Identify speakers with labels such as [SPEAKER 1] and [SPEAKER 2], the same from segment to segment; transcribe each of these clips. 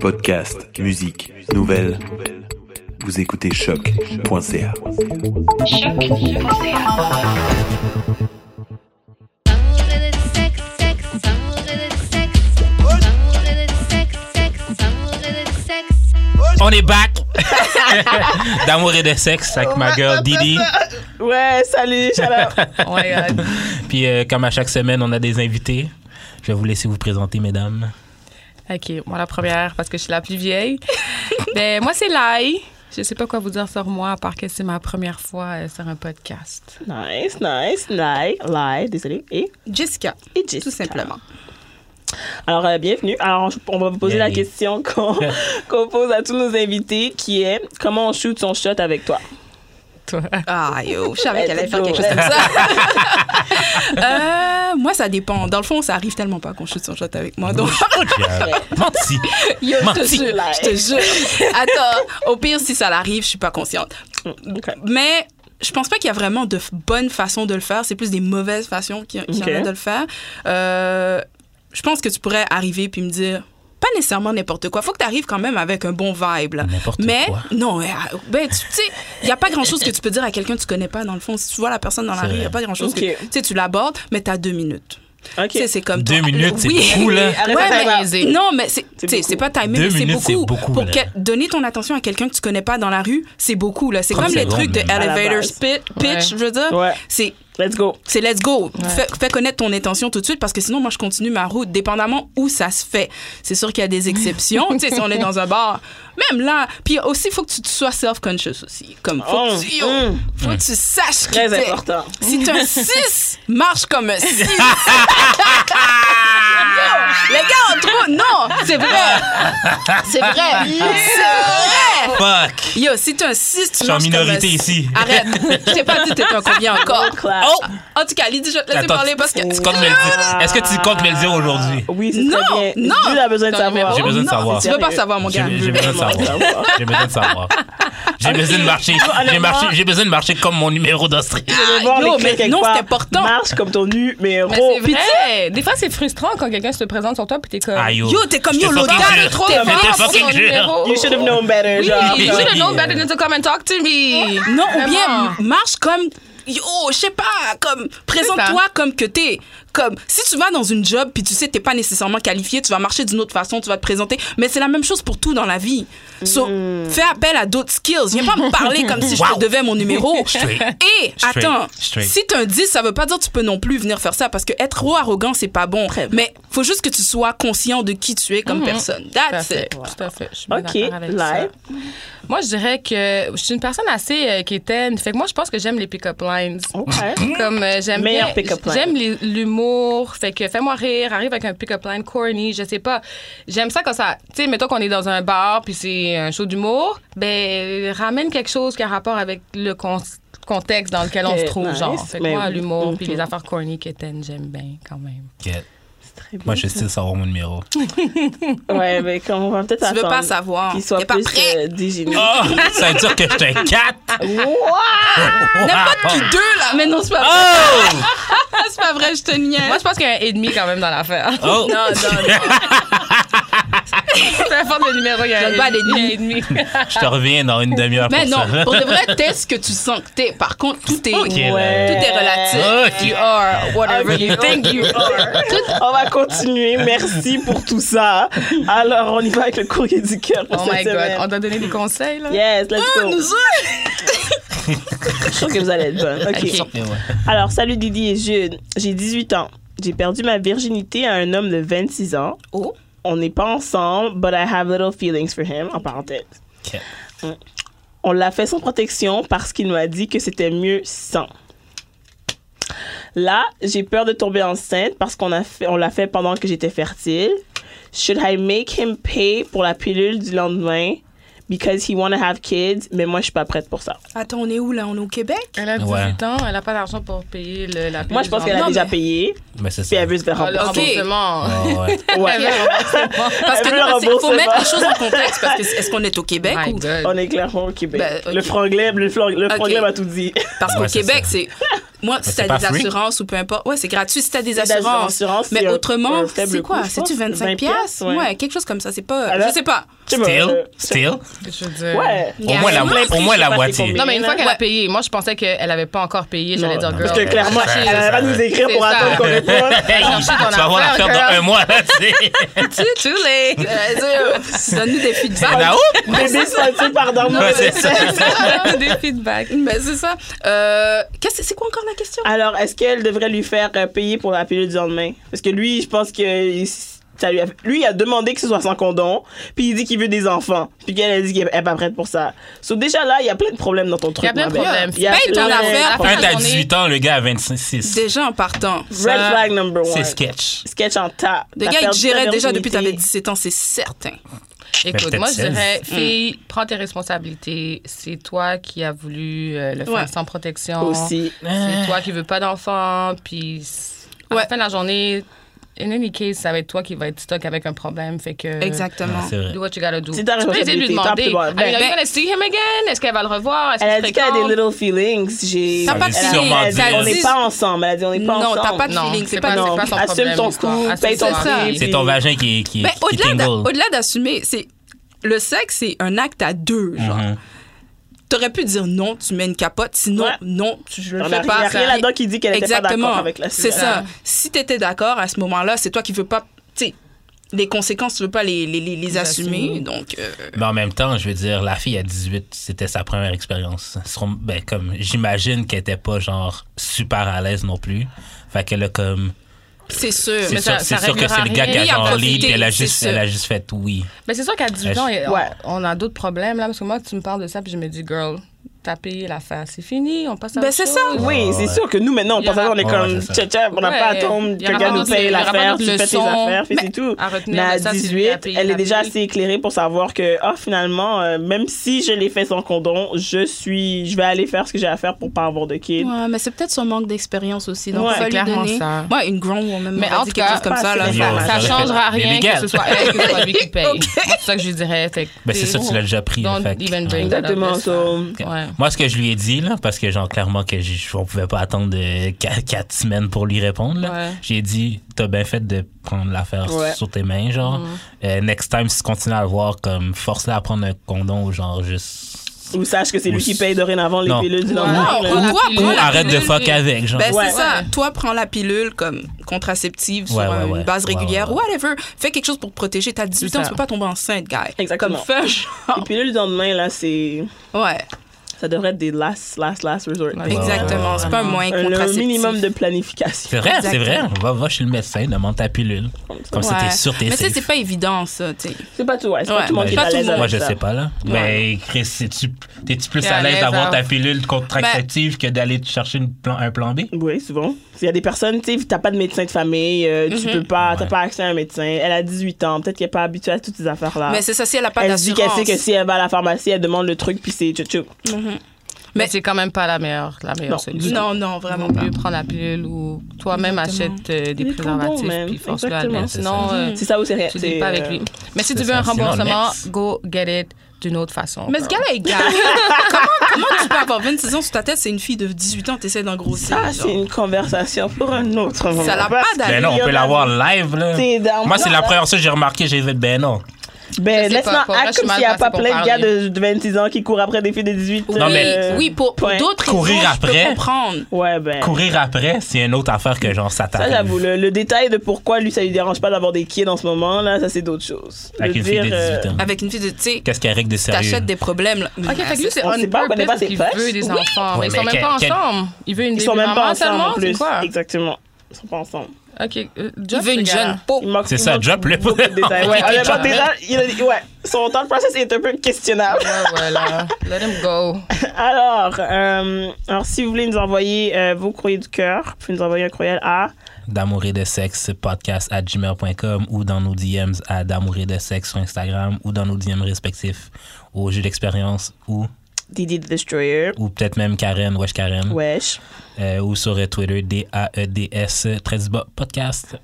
[SPEAKER 1] Podcast, musique, nouvelles. Vous écoutez choc.ca.
[SPEAKER 2] On est back d'amour et de sexe avec ma girl Didi.
[SPEAKER 3] Ouais, salut, chaleur.
[SPEAKER 4] Oh my God.
[SPEAKER 2] Puis euh, comme à chaque semaine, on a des invités. Je vais vous laisser vous présenter, mesdames.
[SPEAKER 4] OK, moi la première parce que je suis la plus vieille. ben, moi, c'est Lai. Je sais pas quoi vous dire sur moi, à part que c'est ma première fois euh, sur un podcast.
[SPEAKER 3] Nice, nice, nice, live, désolé. Et,
[SPEAKER 5] Jessica,
[SPEAKER 3] et Jessica.
[SPEAKER 5] tout simplement.
[SPEAKER 3] Alors, euh, bienvenue. Alors, je- on va vous poser
[SPEAKER 2] Yay.
[SPEAKER 3] la question qu'on qu'on pose à tous nos invités qui est comment on shoot son shot avec toi?
[SPEAKER 4] Toi.
[SPEAKER 5] Ah, yo, je savais qu'elle allait faire quelque chose
[SPEAKER 3] Ouais.
[SPEAKER 5] comme ça. Euh, moi, ça dépend. Dans le fond, ça arrive tellement pas qu'on shoot son shot avec moi. Ah, Donc,
[SPEAKER 2] Menti.
[SPEAKER 5] yo, je te
[SPEAKER 2] Menti.
[SPEAKER 5] jure, je te jure. Attends, au pire, si ça l'arrive, je suis pas consciente.
[SPEAKER 3] Mm, Ok.
[SPEAKER 5] Mais je pense pas qu'il y a vraiment de f- bonnes façons de le faire. C'est plus des mauvaises façons qu'il y, qu'il y
[SPEAKER 3] Ok.
[SPEAKER 5] en a de le faire. Euh, je pense que tu pourrais arriver puis me dire pas nécessairement n'importe quoi. Faut que tu arrives quand même avec un bon vibe. là.
[SPEAKER 2] N'importe
[SPEAKER 5] Mais
[SPEAKER 2] quoi.
[SPEAKER 5] non, euh, ben tu tu sais, il y a pas grand-chose que tu peux dire à quelqu'un que tu connais pas dans le fond. Si tu vois la personne dans la
[SPEAKER 2] C'est
[SPEAKER 5] rue, il y a
[SPEAKER 2] vrai.
[SPEAKER 5] pas grand-chose
[SPEAKER 3] Ok.
[SPEAKER 5] que tu sais, tu l'abordes, mais tu as deux minutes.
[SPEAKER 3] Ok.
[SPEAKER 5] Tu sais, c'est comme
[SPEAKER 2] Deux
[SPEAKER 5] toi-
[SPEAKER 2] minutes, c'est
[SPEAKER 5] Oui.
[SPEAKER 2] beaucoup, là.
[SPEAKER 3] Arrête
[SPEAKER 5] Ouais,
[SPEAKER 3] de
[SPEAKER 5] mais-
[SPEAKER 3] faire-
[SPEAKER 4] Timé.
[SPEAKER 5] non, mais c'est
[SPEAKER 3] C'est
[SPEAKER 5] tu sais,
[SPEAKER 3] beaucoup.
[SPEAKER 5] c'est pas timé,
[SPEAKER 2] Deux
[SPEAKER 5] mais c'est
[SPEAKER 2] minutes, c'est
[SPEAKER 5] beaucoup.
[SPEAKER 2] beaucoup,
[SPEAKER 5] Pour
[SPEAKER 2] là.
[SPEAKER 5] que- donner ton attention à quelqu'un que tu connais pas dans la rue, c'est beaucoup. là. C'est
[SPEAKER 2] 30
[SPEAKER 5] comme les
[SPEAKER 2] secondes,
[SPEAKER 5] trucs de
[SPEAKER 2] même. À
[SPEAKER 3] la
[SPEAKER 5] elevator
[SPEAKER 3] base.
[SPEAKER 5] spit- pitch, je veux dire.
[SPEAKER 3] Ouais.
[SPEAKER 5] C'est
[SPEAKER 3] Let's go.
[SPEAKER 5] c'est let's go. Fais, fais connaître ton intention tout de suite parce que sinon, moi, je continue ma route, dépendamment où ça se fait. C'est sûr qu'il y a des exceptions. tu sais, si on est dans un bar, même là. Puis aussi, il faut que tu te sois self-conscious aussi. Comme, faut,
[SPEAKER 3] Oh,
[SPEAKER 5] que, tu, yo,
[SPEAKER 2] hmm.
[SPEAKER 3] mm,
[SPEAKER 5] faut que tu saches qui
[SPEAKER 3] très
[SPEAKER 5] t'es.
[SPEAKER 3] important.
[SPEAKER 5] Si t'es un 6, marche comme un 6. Les gars, on trouve. Non, c'est vrai. C'est vrai. C'est vrai.
[SPEAKER 2] Fuck.
[SPEAKER 5] Yo, si t'es un 6, tu
[SPEAKER 2] suis en
[SPEAKER 5] marches
[SPEAKER 2] minorité
[SPEAKER 5] comme un six.
[SPEAKER 2] ici.
[SPEAKER 5] Arrête. Je t'ai pas dit t'étais un combien encore.
[SPEAKER 3] class.
[SPEAKER 5] Oh! En tout cas, Lydie, je vais te laisser
[SPEAKER 2] Attends,
[SPEAKER 5] parler parce que.
[SPEAKER 2] tu comptes me le dire. Est-ce que tu comptes me le dire aujourd'hui?
[SPEAKER 3] Oui, c'est
[SPEAKER 5] Non,
[SPEAKER 3] très bien.
[SPEAKER 5] non.
[SPEAKER 3] Tu as besoin de
[SPEAKER 5] Ton
[SPEAKER 3] savoir.
[SPEAKER 5] numéro.
[SPEAKER 2] J'ai besoin de
[SPEAKER 5] Non,
[SPEAKER 2] savoir.
[SPEAKER 5] Tu veux pas savoir, mon
[SPEAKER 2] J'ai
[SPEAKER 5] gars.
[SPEAKER 2] j'ai besoin de savoir. J'ai besoin de savoir. J'ai besoin de marcher.
[SPEAKER 5] Ah,
[SPEAKER 2] J'ai marché- J'ai besoin de marcher comme mon numéro d'Australie.
[SPEAKER 3] Je vais voir
[SPEAKER 5] Yo,
[SPEAKER 3] l'écrire
[SPEAKER 5] mais
[SPEAKER 3] quelque
[SPEAKER 5] non,
[SPEAKER 3] part.
[SPEAKER 5] c'est important.
[SPEAKER 3] Marche comme ton
[SPEAKER 4] Mais
[SPEAKER 3] numéro.
[SPEAKER 4] c'est
[SPEAKER 3] Puis-
[SPEAKER 4] vrai.
[SPEAKER 6] Oh, Des fois, c'est frustrant quand quelqu'un se présente sur toi puis t'es comme. Ah,
[SPEAKER 2] Ah, yo,
[SPEAKER 5] Yo, t'es comme
[SPEAKER 2] Je te
[SPEAKER 5] yo, l'autre
[SPEAKER 2] fucking
[SPEAKER 5] gars,
[SPEAKER 2] jure.
[SPEAKER 5] trop
[SPEAKER 2] Je te
[SPEAKER 5] fort,
[SPEAKER 2] fucking
[SPEAKER 5] son
[SPEAKER 2] jure.
[SPEAKER 5] numéro.
[SPEAKER 3] You should have known better.
[SPEAKER 6] Oui,
[SPEAKER 3] genre.
[SPEAKER 6] you
[SPEAKER 2] genre.
[SPEAKER 6] should have known better than to come and talk to me.
[SPEAKER 5] Non, ou bien
[SPEAKER 6] Vraiment.
[SPEAKER 5] marche comme. Yo, je sais pas, comme présente-toi comme que t'es. Comme si tu vas dans une job puis tu sais t'es pas nécessairement qualifié, tu vas marcher d'une autre façon, tu vas te présenter. Mais c'est la même chose pour tout dans la vie. So, fais appel à d'autres skills. Viens pas me parler comme si je
[SPEAKER 2] Wow.
[SPEAKER 5] te devais mon numéro.
[SPEAKER 2] Straight.
[SPEAKER 5] Et
[SPEAKER 2] Straight.
[SPEAKER 5] attends,
[SPEAKER 2] Straight.
[SPEAKER 5] si t'es un 10, ça veut pas dire que tu peux non plus venir faire ça parce que être trop arrogant c'est pas bon. Mais faut juste que tu sois conscient de qui tu es comme personne.
[SPEAKER 6] Tout à
[SPEAKER 5] That's
[SPEAKER 6] fait,
[SPEAKER 5] it.
[SPEAKER 6] tout à fait. Je suis bien
[SPEAKER 3] Ok,
[SPEAKER 6] d'accord avec ça.
[SPEAKER 3] live.
[SPEAKER 6] Moi, je dirais que je suis une personne assez euh, qui est Fait que moi, je pense que j'aime les pick-up lines.
[SPEAKER 3] Ok.
[SPEAKER 6] Comme euh, j'aime
[SPEAKER 3] Mm. Meilleur
[SPEAKER 6] bien-
[SPEAKER 3] pick-up line.
[SPEAKER 6] J'aime les- l'humour. Fait que fais-moi rire, arrive avec un pick-up line corny, je sais pas. J'aime ça quand ça. Tu sais, mettons qu'on est dans un bar puis c'est un show d'humour. Ben, ramène quelque chose qui a rapport avec le con- contexte dans lequel on
[SPEAKER 3] Eh,
[SPEAKER 6] se trouve,
[SPEAKER 3] nice,
[SPEAKER 6] genre. Fait que
[SPEAKER 3] mais
[SPEAKER 6] moi,
[SPEAKER 3] oui.
[SPEAKER 6] l'humour
[SPEAKER 3] Mhm.
[SPEAKER 6] puis les affaires corny quétaines, j'aime bien quand même.
[SPEAKER 2] Ok. Moi, je vais still savoir mon numéro.
[SPEAKER 3] Ouais, mais comme on va peut-être
[SPEAKER 5] Tu veux
[SPEAKER 3] attendre.
[SPEAKER 5] pas savoir.
[SPEAKER 3] Qu'il soit
[SPEAKER 5] T'es pas
[SPEAKER 3] plus
[SPEAKER 5] prêt. Oh,
[SPEAKER 3] euh, déjeuné.
[SPEAKER 2] Oh,
[SPEAKER 5] Ah,
[SPEAKER 2] ça veut dire que je suis un 4. Ah,
[SPEAKER 5] N'importe qui deux là. Mais non, c'est pas vrai.
[SPEAKER 2] Oh!
[SPEAKER 5] C'est pas vrai, je te niais.
[SPEAKER 6] Moi, je pense qu'il y a un et demi quand même dans l'affaire.
[SPEAKER 2] Oh!
[SPEAKER 5] Non, non, non.
[SPEAKER 6] Peu importe le numéro, il y a
[SPEAKER 5] Donne
[SPEAKER 6] un
[SPEAKER 5] pas à l'ennemi.
[SPEAKER 6] il y a un et demi.
[SPEAKER 2] Je te reviens dans une demi-heure pour
[SPEAKER 5] Mais non,
[SPEAKER 2] ça.
[SPEAKER 5] pour de vrai, t'es ce que tu sens que t'es. Par contre, tout est,
[SPEAKER 2] Ok, là.
[SPEAKER 5] tout est relatif.
[SPEAKER 2] Ok.
[SPEAKER 5] You are whatever you think you are.
[SPEAKER 3] On va continuer. Merci pour tout ça. Alors, on y va avec le courrier du cœur pour
[SPEAKER 6] Oh
[SPEAKER 3] cette
[SPEAKER 6] my god,
[SPEAKER 3] semaine.
[SPEAKER 6] on doit donner des conseils là.
[SPEAKER 3] Yes, let's go.
[SPEAKER 5] Ah, Nous autres.
[SPEAKER 3] Je suis sûre que vous allez être bonne. OK.
[SPEAKER 6] Ok.
[SPEAKER 2] Eh ouais.
[SPEAKER 3] Alors, salut Didi et Jude. J'ai 18 ans. J'ai perdu ma virginité à un homme de 26 ans.
[SPEAKER 5] Oh.
[SPEAKER 3] On n'est pas ensemble, but I have little feelings for him, en parenthèse. Mm.
[SPEAKER 2] Ok.
[SPEAKER 3] On l'a fait sans protection parce qu'il m'a dit que c'était mieux sans. Là, j'ai peur de tomber enceinte parce qu'on a fait- on l'a fait pendant que j'étais fertile. Should I make him pay pour la pilule du lendemain? because he want to have kids, mais moi, je suis pas prête pour ça.
[SPEAKER 5] Attends, on est où là? On est au
[SPEAKER 3] Eh
[SPEAKER 5] Québec?
[SPEAKER 6] Elle a 18
[SPEAKER 2] Ouais.
[SPEAKER 6] ans, elle n'a pas d'argent pour payer le, la
[SPEAKER 3] Moi, je pense qu'elle a
[SPEAKER 5] Non,
[SPEAKER 3] déjà
[SPEAKER 5] mais-
[SPEAKER 3] payé,
[SPEAKER 2] Mais c'est ça.
[SPEAKER 3] puis elle veut se faire
[SPEAKER 6] Ah, le
[SPEAKER 3] rembourser.
[SPEAKER 6] remboursement.
[SPEAKER 2] Oh, ouais.
[SPEAKER 3] Ouais.
[SPEAKER 5] Parce que
[SPEAKER 3] Elle veut
[SPEAKER 5] non,
[SPEAKER 3] le
[SPEAKER 5] c'est- faut
[SPEAKER 3] rembourser,
[SPEAKER 5] mettre
[SPEAKER 3] ça.
[SPEAKER 5] les choses en contexte. Parce que c'est- est-ce qu'on est au Québec?
[SPEAKER 6] My
[SPEAKER 5] ou-
[SPEAKER 6] God.
[SPEAKER 3] On est clairement au Québec.
[SPEAKER 5] Ben, ok.
[SPEAKER 3] Le franglais, le, flang- le franglais m'a tout dit.
[SPEAKER 5] Parce qu'au
[SPEAKER 2] Ouais, c'est
[SPEAKER 5] Québec,
[SPEAKER 2] ça.
[SPEAKER 5] c'est. Moi, si
[SPEAKER 2] c'est pas
[SPEAKER 5] t'as des
[SPEAKER 2] free.
[SPEAKER 5] assurances ou peu importe. Ouais, c'est gratuit si t'as des
[SPEAKER 3] des
[SPEAKER 5] assurances.
[SPEAKER 3] assurances,
[SPEAKER 5] Mais
[SPEAKER 3] c'est un-
[SPEAKER 5] autrement,
[SPEAKER 3] un faible
[SPEAKER 5] c'est quoi?
[SPEAKER 3] coût, je
[SPEAKER 5] C'est-tu
[SPEAKER 3] pense.
[SPEAKER 5] 25 piastres?
[SPEAKER 3] ouais.
[SPEAKER 5] Ouais, quelque chose comme ça. C'est pas.
[SPEAKER 3] Alors-
[SPEAKER 5] Je sais pas.
[SPEAKER 3] Je sais pas, euh,
[SPEAKER 2] Still,
[SPEAKER 3] je-
[SPEAKER 2] still.
[SPEAKER 6] Je veux dire.
[SPEAKER 3] Ouais.
[SPEAKER 2] Au moins la, au moins la moitié.
[SPEAKER 6] Non, mais une fois qu'elle a
[SPEAKER 5] Ouais.
[SPEAKER 6] payé, moi, je pensais qu'elle n'avait pas encore payé. J'allais
[SPEAKER 3] Non,
[SPEAKER 6] dire, girl. euh,
[SPEAKER 3] Parce que clairement,
[SPEAKER 2] c'est
[SPEAKER 3] elle
[SPEAKER 2] ça,
[SPEAKER 3] allait pas
[SPEAKER 2] c'est
[SPEAKER 3] nous
[SPEAKER 2] ça.
[SPEAKER 3] écrire pour
[SPEAKER 6] C'est ça.
[SPEAKER 3] attendre qu'on réponde.
[SPEAKER 2] Hey,
[SPEAKER 6] Non, je suis
[SPEAKER 2] tu
[SPEAKER 6] ton
[SPEAKER 2] vas avoir l'affaire
[SPEAKER 6] affaire,
[SPEAKER 2] dans
[SPEAKER 6] girl.
[SPEAKER 2] un mois, là, tu sais.
[SPEAKER 6] Too, too late. Euh,
[SPEAKER 5] Donne-nous des feedbacks.
[SPEAKER 2] Là, oups!
[SPEAKER 3] Bébé senti par dans mon
[SPEAKER 2] Ouais, c'est ça.
[SPEAKER 6] c'est- Des feedbacks.
[SPEAKER 5] Mais Ben, c'est ça. Euh, qu'est-ce que- c'est quoi encore la question?
[SPEAKER 3] Alors, est-ce qu'elle devrait lui faire euh, payer pour la pilule du lendemain? Parce que lui, je pense que il- ça lui a, lui il a demandé que ce soit sans condom, puis il dit qu'il veut des enfants, puis qu'elle a dit qu'elle n'est pas prête pour ça. So, déjà là, il y a plein de problèmes dans ton truc.
[SPEAKER 6] y a plein de
[SPEAKER 3] ma belle.
[SPEAKER 6] problèmes.
[SPEAKER 3] Il y a
[SPEAKER 5] Paye ton
[SPEAKER 3] plein de
[SPEAKER 5] affaire.
[SPEAKER 2] Un,
[SPEAKER 3] problèmes.
[SPEAKER 2] t'as 18 ans, le gars a 26.
[SPEAKER 5] Déjà en partant.
[SPEAKER 3] Red flag number one.
[SPEAKER 2] C'est sketch.
[SPEAKER 3] Sketch en tas.
[SPEAKER 5] Le
[SPEAKER 3] T'as
[SPEAKER 5] gars, il te
[SPEAKER 3] perdu ta
[SPEAKER 5] gérait déjà depuis que t'avais
[SPEAKER 3] virginité.
[SPEAKER 5] 17 ans, c'est certain.
[SPEAKER 6] Écoute,
[SPEAKER 2] peut-être
[SPEAKER 6] moi, je
[SPEAKER 2] seize.
[SPEAKER 3] Mm.
[SPEAKER 6] dirais, fille, prends tes responsabilités. C'est toi qui as voulu euh, le faire
[SPEAKER 5] Ouais.
[SPEAKER 6] sans protection.
[SPEAKER 3] Aussi.
[SPEAKER 6] C'est toi qui veux pas d'enfant. Puis, à
[SPEAKER 5] Ouais.
[SPEAKER 6] la fin de la journée, in any case, ça va être toi qui va être stock avec un problème. Fait que.
[SPEAKER 5] Exactement.
[SPEAKER 2] Euh, C'est vrai.
[SPEAKER 6] Do what you gotta do.
[SPEAKER 3] C'est ta
[SPEAKER 6] Tu peux essayer de lui
[SPEAKER 3] responsabilité, t'as plus
[SPEAKER 6] demander.
[SPEAKER 3] droit.
[SPEAKER 6] Are
[SPEAKER 3] Ben,
[SPEAKER 6] you
[SPEAKER 5] ben-
[SPEAKER 6] gonna see him again? Est-ce qu'elle va le revoir? Est-ce
[SPEAKER 3] Elle a
[SPEAKER 6] qu'il
[SPEAKER 3] dit qu'elle a
[SPEAKER 6] fréquente?
[SPEAKER 3] des little feelings. J'ai.
[SPEAKER 5] T'as pas
[SPEAKER 2] de
[SPEAKER 3] Elle a-
[SPEAKER 2] sûrement
[SPEAKER 3] elle a dit,
[SPEAKER 2] dit-
[SPEAKER 3] on n'est pas ensemble. Elle a dit on n'est pas
[SPEAKER 5] Non,
[SPEAKER 3] ensemble.
[SPEAKER 5] t'as pas de
[SPEAKER 6] Non,
[SPEAKER 5] feeling,
[SPEAKER 6] c'est
[SPEAKER 5] c'est pas
[SPEAKER 6] pas-
[SPEAKER 5] non.
[SPEAKER 3] Non,
[SPEAKER 6] son
[SPEAKER 3] assume
[SPEAKER 6] problème,
[SPEAKER 3] ton
[SPEAKER 6] l'histoire.
[SPEAKER 3] coup,
[SPEAKER 6] Assume
[SPEAKER 3] paye ton
[SPEAKER 5] ça.
[SPEAKER 3] prix.
[SPEAKER 2] C'est ton vagin qui, qui,
[SPEAKER 5] Ben,
[SPEAKER 2] qui
[SPEAKER 5] au-delà d'a-
[SPEAKER 2] tingle.
[SPEAKER 5] au-delà d'assumer, c'est le sexe, c'est un acte à deux. Genre,
[SPEAKER 2] Mhm.
[SPEAKER 5] t'aurais pu dire non, tu mets une capote, sinon
[SPEAKER 3] Ouais.
[SPEAKER 5] non, tu, je le
[SPEAKER 3] Il n'y
[SPEAKER 5] fais
[SPEAKER 3] a
[SPEAKER 5] pas.
[SPEAKER 3] rien là-dedans qui dit qu'elle n'était pas
[SPEAKER 5] Exactement.
[SPEAKER 3] d'accord avec la
[SPEAKER 5] c'est
[SPEAKER 3] situation.
[SPEAKER 5] ça. Si t'étais d'accord à ce moment-là, c'est toi qui veux pas, tu sais, les conséquences, tu veux pas les, les, les, les assumer.
[SPEAKER 6] assumer.
[SPEAKER 5] Donc, euh,
[SPEAKER 2] Mais en même temps, je veux dire, la fille à 18, c'était sa première expérience. Son- Ben, comme, j'imagine qu'elle était pas, genre, super à l'aise non plus. Fait qu'elle a comme.
[SPEAKER 5] c'est sûr.
[SPEAKER 2] C'est
[SPEAKER 6] Mais
[SPEAKER 2] sûr,
[SPEAKER 6] ça-
[SPEAKER 2] c'est
[SPEAKER 6] ça
[SPEAKER 2] sûr que c'est le
[SPEAKER 6] réglera
[SPEAKER 2] gars qui
[SPEAKER 6] rien.
[SPEAKER 2] a
[SPEAKER 6] Lui, il a
[SPEAKER 2] genre
[SPEAKER 5] profité,
[SPEAKER 2] lead, puis elle a
[SPEAKER 5] c'est
[SPEAKER 2] juste,
[SPEAKER 5] sûr.
[SPEAKER 2] elle a juste fait oui.
[SPEAKER 6] Mais Ben, c'est sûr qu'à 18 ans, on-
[SPEAKER 3] Ouais.
[SPEAKER 6] on a d'autres problèmes. Là, parce que moi, tu me parles de ça, puis je me dis, girl, t'as payé l'affaire, c'est fini, on passe à
[SPEAKER 5] Ben,
[SPEAKER 6] autre
[SPEAKER 5] c'est
[SPEAKER 6] chose.
[SPEAKER 5] ça.
[SPEAKER 3] Oui,
[SPEAKER 2] Ouais,
[SPEAKER 3] c'est
[SPEAKER 2] Ah, ouais. Ah,
[SPEAKER 3] sûr que nous, maintenant, on
[SPEAKER 6] Il y
[SPEAKER 3] pense à ça,
[SPEAKER 6] aura-
[SPEAKER 3] on est
[SPEAKER 2] Ouais,
[SPEAKER 3] comme,
[SPEAKER 2] c'est ça.
[SPEAKER 3] tcha tcha, on n'a
[SPEAKER 6] Ouais.
[SPEAKER 3] pas à attendre
[SPEAKER 6] Il y aura
[SPEAKER 3] que quelqu'un
[SPEAKER 6] pas
[SPEAKER 3] nous
[SPEAKER 6] d'autres- il
[SPEAKER 3] paye
[SPEAKER 6] y aura pas
[SPEAKER 3] l'affaire, tu
[SPEAKER 6] d'autres
[SPEAKER 3] fais tes
[SPEAKER 6] leçons
[SPEAKER 3] affaires, puis c'est tout.
[SPEAKER 6] à retenir
[SPEAKER 3] Mais à
[SPEAKER 6] de ça, c'est lui à
[SPEAKER 3] 18,
[SPEAKER 6] payer,
[SPEAKER 3] elle
[SPEAKER 6] la
[SPEAKER 3] est déjà
[SPEAKER 6] payer.
[SPEAKER 3] assez éclairée pour savoir que, ah, finalement, euh, même si je l'ai fait sans condom, je suis, je vais aller faire ce que j'ai à faire pour pas avoir de kids.
[SPEAKER 5] Ouais, mais c'est peut-être son manque d'expérience aussi. Donc,
[SPEAKER 3] Ouais,
[SPEAKER 5] on va lui
[SPEAKER 6] clairement
[SPEAKER 5] donner.
[SPEAKER 6] ça.
[SPEAKER 5] Ouais, une grown woman.
[SPEAKER 6] Mais
[SPEAKER 5] m'aurait
[SPEAKER 6] en
[SPEAKER 5] dit
[SPEAKER 6] tout
[SPEAKER 5] quelque
[SPEAKER 6] cas,
[SPEAKER 5] chose comme ça, là.
[SPEAKER 3] pas
[SPEAKER 2] Yo,
[SPEAKER 3] ça
[SPEAKER 6] Ça
[SPEAKER 2] j'aurais
[SPEAKER 6] changera
[SPEAKER 2] fait-
[SPEAKER 6] rien que
[SPEAKER 2] Illégal.
[SPEAKER 6] ce soit elle que ce soit lui qui paye.
[SPEAKER 5] Ok.
[SPEAKER 6] Moi, C'est ça que je lui dirais. Fait que
[SPEAKER 2] Ben, c'est sûr que tu l'as déjà pris.
[SPEAKER 6] Don't
[SPEAKER 2] fait que-
[SPEAKER 6] even bring that up.
[SPEAKER 3] Exactement,
[SPEAKER 6] Laisse
[SPEAKER 3] ça.
[SPEAKER 2] Ok.
[SPEAKER 6] Ouais.
[SPEAKER 2] Moi, ce que je lui ai dit, là, parce que, genre, clairement, que je- on pouvait pas attendre euh, quatre, quatre semaines pour lui répondre, là.
[SPEAKER 6] Ouais.
[SPEAKER 2] J'ai dit, t'as bien fait de prendre l'affaire
[SPEAKER 3] Ouais.
[SPEAKER 2] sur tes mains, genre.
[SPEAKER 6] Mhm.
[SPEAKER 2] Euh, next time, si tu continues à le voir, comme, force-la à prendre un condom ou, genre, juste.
[SPEAKER 3] Ou sache que c'est lui
[SPEAKER 2] Ou-
[SPEAKER 3] qui paye dorénavant les
[SPEAKER 2] Non.
[SPEAKER 3] pilules du
[SPEAKER 6] Ouais.
[SPEAKER 3] lendemain.
[SPEAKER 5] Non,
[SPEAKER 3] là.
[SPEAKER 5] ou toi,
[SPEAKER 6] Ou
[SPEAKER 5] prends
[SPEAKER 2] Ou
[SPEAKER 5] la
[SPEAKER 2] arrête de
[SPEAKER 5] pilule.
[SPEAKER 2] fuck avec, genre.
[SPEAKER 5] Ben,
[SPEAKER 3] Ouais.
[SPEAKER 5] c'est ça. Toi, prends la pilule comme contraceptive sur
[SPEAKER 2] Ouais, ouais,
[SPEAKER 5] euh,
[SPEAKER 2] ouais.
[SPEAKER 5] une base
[SPEAKER 2] Ouais,
[SPEAKER 5] régulière,
[SPEAKER 2] ouais, ouais.
[SPEAKER 5] whatever. Fais quelque chose pour te protéger. T'as 18 ans,
[SPEAKER 6] ça.
[SPEAKER 5] tu peux pas tomber enceinte, guy.
[SPEAKER 3] Exactement.
[SPEAKER 5] Comme fais un genre.
[SPEAKER 3] Les pilules du lendemain, là, c'est,
[SPEAKER 5] Ouais,
[SPEAKER 3] ça devrait être des last, last, last resort.
[SPEAKER 6] Ouais.
[SPEAKER 5] exactement. C'est pas un moyen
[SPEAKER 3] Un- Un
[SPEAKER 5] contraceptif.
[SPEAKER 3] minimum de planification.
[SPEAKER 2] C'est vrai, c'est vrai.
[SPEAKER 5] Exactement.
[SPEAKER 2] Va, va chez le médecin, demande ta pilule. Comme ça,
[SPEAKER 5] Ouais.
[SPEAKER 2] t'es sûr, t'es
[SPEAKER 5] Mais tu sais,
[SPEAKER 2] safe.
[SPEAKER 5] c'est pas évident, ça, tu sais.
[SPEAKER 3] C'est pas tout, ouais. C'est
[SPEAKER 5] Ouais.
[SPEAKER 3] pas tout le monde
[SPEAKER 2] Ben,
[SPEAKER 3] qui est
[SPEAKER 5] pas
[SPEAKER 3] à
[SPEAKER 5] tout le
[SPEAKER 3] l'aise
[SPEAKER 5] monde.
[SPEAKER 2] Moi,
[SPEAKER 3] avec
[SPEAKER 2] je
[SPEAKER 3] ça.
[SPEAKER 2] sais pas, là. Mais Chris, es-tu, t'es-tu plus
[SPEAKER 6] T'es
[SPEAKER 2] à
[SPEAKER 6] à
[SPEAKER 2] l'aise
[SPEAKER 6] l'aise
[SPEAKER 2] d'avoir
[SPEAKER 6] à-
[SPEAKER 2] ta pilule contraceptive que d'aller te chercher une plan- un plan B?
[SPEAKER 3] Oui, souvent. Il y a des personnes, tu sais, t'as pas de médecin de famille, euh,
[SPEAKER 6] Mm-hmm.
[SPEAKER 3] tu peux pas, t'as
[SPEAKER 2] Ouais.
[SPEAKER 3] pas accès à un médecin. Elle a 18 ans, peut-être qu'elle est pas habituée à toutes ces affaires-là.
[SPEAKER 5] Mais c'est ça, si elle a pas
[SPEAKER 3] Ah. elle se dit qu'elle
[SPEAKER 5] d'assurance.
[SPEAKER 3] sait que si elle va à la pharmacie, elle demande le truc, puis c'est tchou
[SPEAKER 6] Mais,
[SPEAKER 5] Mais-
[SPEAKER 6] c'est quand même pas la meilleure, la meilleure
[SPEAKER 3] Non,
[SPEAKER 6] solution.
[SPEAKER 5] Non,
[SPEAKER 6] Vraiment
[SPEAKER 5] non, vraiment pas.
[SPEAKER 6] mieux prendre la pilule ou toi-même
[SPEAKER 5] Exactement.
[SPEAKER 6] achète euh, des
[SPEAKER 3] Des condoms,
[SPEAKER 6] préservatifs
[SPEAKER 3] même.
[SPEAKER 6] puis force-le à le
[SPEAKER 3] Exactement.
[SPEAKER 6] mettre. Sinon, euh,
[SPEAKER 3] C'est ça ou c'est rien.
[SPEAKER 6] tu
[SPEAKER 3] C'est,
[SPEAKER 6] dis pas avec
[SPEAKER 3] euh,
[SPEAKER 6] lui. Mais si
[SPEAKER 2] c'est
[SPEAKER 6] tu veux un
[SPEAKER 2] ça. Sinon,
[SPEAKER 6] remboursement,
[SPEAKER 2] next.
[SPEAKER 6] go get it d'une autre façon.
[SPEAKER 5] Mais ce
[SPEAKER 6] girl.
[SPEAKER 5] gars-là est gars. comment, comment tu peux avoir 26 ans sur ta tête, c'est une fille de 18 ans, t'essaies d'engrosser.
[SPEAKER 3] Ça,
[SPEAKER 5] genre.
[SPEAKER 3] Ah, c'est une conversation pour un autre moment.
[SPEAKER 5] Ça l'a pas
[SPEAKER 3] Parce que-
[SPEAKER 5] d'aller.
[SPEAKER 2] Ben non, on peut l'avoir live, là.
[SPEAKER 3] C'est dans-
[SPEAKER 2] Moi, c'est
[SPEAKER 3] non,
[SPEAKER 2] la
[SPEAKER 3] là.
[SPEAKER 2] première chose que j'ai remarqué, j'ai fait, ben non.
[SPEAKER 3] Ben,
[SPEAKER 6] Je sais
[SPEAKER 3] let's
[SPEAKER 6] pas,
[SPEAKER 3] not
[SPEAKER 6] pour vrai,
[SPEAKER 3] act
[SPEAKER 6] je suis
[SPEAKER 3] comme
[SPEAKER 6] mal
[SPEAKER 3] s'il n'y a
[SPEAKER 6] placée
[SPEAKER 3] pas
[SPEAKER 6] pour
[SPEAKER 3] plein de gars
[SPEAKER 6] parler.
[SPEAKER 3] de de 26 ans qui courent après des filles de 18.
[SPEAKER 5] Oui,
[SPEAKER 2] Non, mais-
[SPEAKER 5] oui, pour, pour
[SPEAKER 3] point.
[SPEAKER 5] d'autres
[SPEAKER 2] Courir
[SPEAKER 5] raisons, je
[SPEAKER 2] après.
[SPEAKER 5] peux comprendre.
[SPEAKER 3] Ouais, ben.
[SPEAKER 2] Courir après, c'est une autre affaire que, genre, ça
[SPEAKER 3] Ça,
[SPEAKER 2] t'arrive.
[SPEAKER 3] j'avoue, le, le détail de pourquoi lui, ça lui dérange pas d'avoir des kids en ce moment, là, ça, c'est d'autres choses.
[SPEAKER 2] Avec
[SPEAKER 3] Le
[SPEAKER 2] une fille de
[SPEAKER 3] dire, euh,
[SPEAKER 2] 18 ans.
[SPEAKER 5] Avec une fille de, tu sais,
[SPEAKER 2] Qu'est-ce qu'elle règle de sérieux?
[SPEAKER 5] t'achètes des problèmes. là.
[SPEAKER 6] Ok, fait que lui, c'est
[SPEAKER 3] On
[SPEAKER 6] on
[SPEAKER 3] sait pas, on connaît
[SPEAKER 6] purpose
[SPEAKER 3] pas ses
[SPEAKER 6] parce qu'il
[SPEAKER 3] poches.
[SPEAKER 6] veut des
[SPEAKER 2] Oui,
[SPEAKER 6] enfants. mais ils sont
[SPEAKER 2] mais
[SPEAKER 6] même pas
[SPEAKER 2] quel- quel-
[SPEAKER 6] ensemble. Il veut une
[SPEAKER 3] Ils sont
[SPEAKER 6] baby
[SPEAKER 3] même pas
[SPEAKER 6] maman
[SPEAKER 3] ensemble en
[SPEAKER 6] seulement, c'est
[SPEAKER 3] plus.
[SPEAKER 6] quoi?
[SPEAKER 3] Exactement. Ils sont pas ensemble.
[SPEAKER 6] Ok. euh,
[SPEAKER 5] Il
[SPEAKER 6] Jeff,
[SPEAKER 5] veut une
[SPEAKER 6] ce gars-là.
[SPEAKER 5] jeune peau.
[SPEAKER 3] Il manque-
[SPEAKER 2] C'est
[SPEAKER 3] il
[SPEAKER 2] ça,
[SPEAKER 3] manque
[SPEAKER 2] drop le
[SPEAKER 3] beaucoup de détails. Ouais, honnêtement, déjà, il a dit- ouais, son temps de process est un peu questionnable.
[SPEAKER 6] Ouais, voilà. Let him go.
[SPEAKER 3] Alors, euh, alors si vous voulez nous envoyer euh, vos courriers du cœur, vous pouvez nous envoyer un courriel à
[SPEAKER 2] d'amour et de sexe podcast à gmail.com ou dans nos DMs à d'amour et de sexe sur Instagram ou dans nos DM respectifs au jeu d'expérience ou,
[SPEAKER 3] Didi the Destroyer.
[SPEAKER 2] ou peut-être même Karen, Wesh Karen,
[SPEAKER 3] Wesh.
[SPEAKER 2] euh, ou sur euh, Twitter, D-A-E-D-S, euh, très du bas, podcast.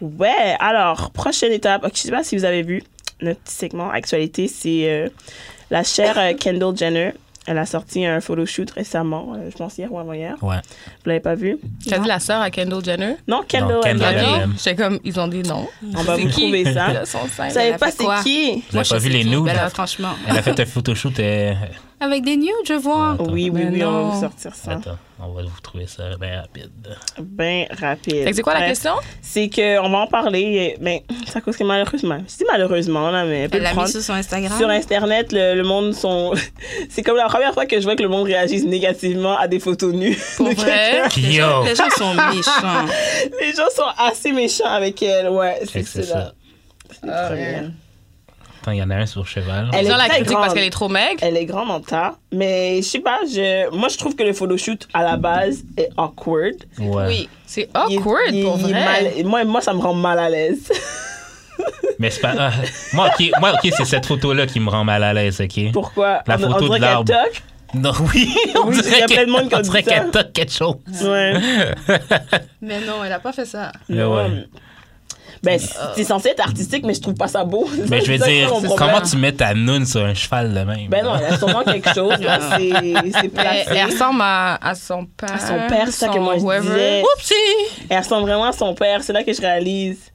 [SPEAKER 3] Ouais, alors, prochaine étape. Ok, je sais pas si vous avez vu notre petit segment actualité, c'est euh, la chère euh, Kendall Jenner. Elle a sorti un photoshoot récemment, euh, je pense hier ou avant-hier.
[SPEAKER 2] Ouais.
[SPEAKER 3] Vous l'avez pas vu?
[SPEAKER 6] T'as dit la sœur à Kendall Jenner?
[SPEAKER 3] Non, Kendall,
[SPEAKER 2] Non, Kendall
[SPEAKER 3] Jenner.
[SPEAKER 2] Jenner.
[SPEAKER 6] Kendall? J'étais comme, ils ont dit non.
[SPEAKER 3] On va vous trouver ça.
[SPEAKER 6] Ils sont
[SPEAKER 3] Vous
[SPEAKER 6] simples.
[SPEAKER 3] savez
[SPEAKER 6] Elle a
[SPEAKER 3] pas
[SPEAKER 6] fait quoi?
[SPEAKER 3] c'est qui?
[SPEAKER 2] Vous n'avez pas vu les nudes?
[SPEAKER 5] nudes
[SPEAKER 6] Ben,
[SPEAKER 5] franchement.
[SPEAKER 2] Elle a fait un photoshoot. euh,
[SPEAKER 5] Avec des nudes, je vois.
[SPEAKER 2] Attends.
[SPEAKER 3] Oui, oui,
[SPEAKER 6] Ah, Mais
[SPEAKER 3] oui, on va
[SPEAKER 6] non.
[SPEAKER 3] vous sortir ça.
[SPEAKER 2] Attends, on va vous trouver ça bien rapide.
[SPEAKER 3] Bien rapide.
[SPEAKER 6] Fait que C'est quoi la
[SPEAKER 3] Bref,
[SPEAKER 6] question?
[SPEAKER 3] C'est qu'on va en parler, mais ça cause que malheureusement, je dis malheureusement, là, mais elle peut
[SPEAKER 5] Elle
[SPEAKER 3] le
[SPEAKER 5] l'a mis
[SPEAKER 3] prendre.
[SPEAKER 5] sur son Instagram.
[SPEAKER 3] Sur Internet, le, le monde sont. C'est comme la première fois que je vois que le monde réagisse négativement à des photos nues.
[SPEAKER 6] Pour
[SPEAKER 3] de
[SPEAKER 6] vrai?
[SPEAKER 3] quelqu'un.
[SPEAKER 5] Les gens,
[SPEAKER 2] Yo!
[SPEAKER 5] les gens sont méchants.
[SPEAKER 3] Les gens sont assez méchants avec elle, ouais.
[SPEAKER 2] Fait
[SPEAKER 3] C'est
[SPEAKER 2] que c'est
[SPEAKER 3] cela.
[SPEAKER 2] ça.
[SPEAKER 3] C'est la première.
[SPEAKER 2] Attends, il y en a un sur cheval.
[SPEAKER 3] Elle
[SPEAKER 6] Ils
[SPEAKER 3] est
[SPEAKER 6] ont la
[SPEAKER 3] très
[SPEAKER 6] critique
[SPEAKER 3] grande.
[SPEAKER 6] parce qu'elle est trop maigre.
[SPEAKER 3] Elle est grande en tas, mais je sais pas, je... moi je trouve que le photoshoot à la base est awkward.
[SPEAKER 2] Ouais.
[SPEAKER 6] Oui. C'est
[SPEAKER 3] Il est-
[SPEAKER 6] awkward
[SPEAKER 3] il-
[SPEAKER 6] Oh, pour
[SPEAKER 3] il est
[SPEAKER 6] vrai.
[SPEAKER 3] mal- Moi, moi, ça me rend mal à l'aise.
[SPEAKER 2] Mais c'est pas. ah, moi, ok, moi, ok, c'est cette photo-là qui me rend mal à l'aise, ok?
[SPEAKER 3] Pourquoi
[SPEAKER 2] La
[SPEAKER 3] On- on,
[SPEAKER 2] photo de
[SPEAKER 3] dirait qu'elle
[SPEAKER 2] l'arbre.
[SPEAKER 3] toque.
[SPEAKER 2] Non, oui, on
[SPEAKER 3] Oui, il y a
[SPEAKER 2] dirait
[SPEAKER 3] plein de monde qui
[SPEAKER 2] que-
[SPEAKER 3] ont
[SPEAKER 2] on
[SPEAKER 3] dit
[SPEAKER 2] dirait
[SPEAKER 3] ça.
[SPEAKER 2] qu'elle toque quelque chose.
[SPEAKER 3] Ouais.
[SPEAKER 6] Mais non, elle a pas fait ça.
[SPEAKER 2] Mais ouais.
[SPEAKER 3] Ben, c'est c'est censé être artistique, mais je trouve pas ça beau.
[SPEAKER 2] Mais Ben, je veux
[SPEAKER 3] C'est ça
[SPEAKER 2] dire,
[SPEAKER 3] mon problème.
[SPEAKER 2] comment tu mets ta noune sur un cheval de même?
[SPEAKER 3] Ben non, elle a sûrement quelque chose. là, C'est Ah, c'est
[SPEAKER 6] Elle, elle
[SPEAKER 3] placé.
[SPEAKER 6] ressemble à, à son père.
[SPEAKER 3] À son père, c'est ça que moi je
[SPEAKER 6] whoever.
[SPEAKER 3] disais.
[SPEAKER 6] Oupsie!
[SPEAKER 3] Elle ressemble vraiment à son père. C'est là que je réalise.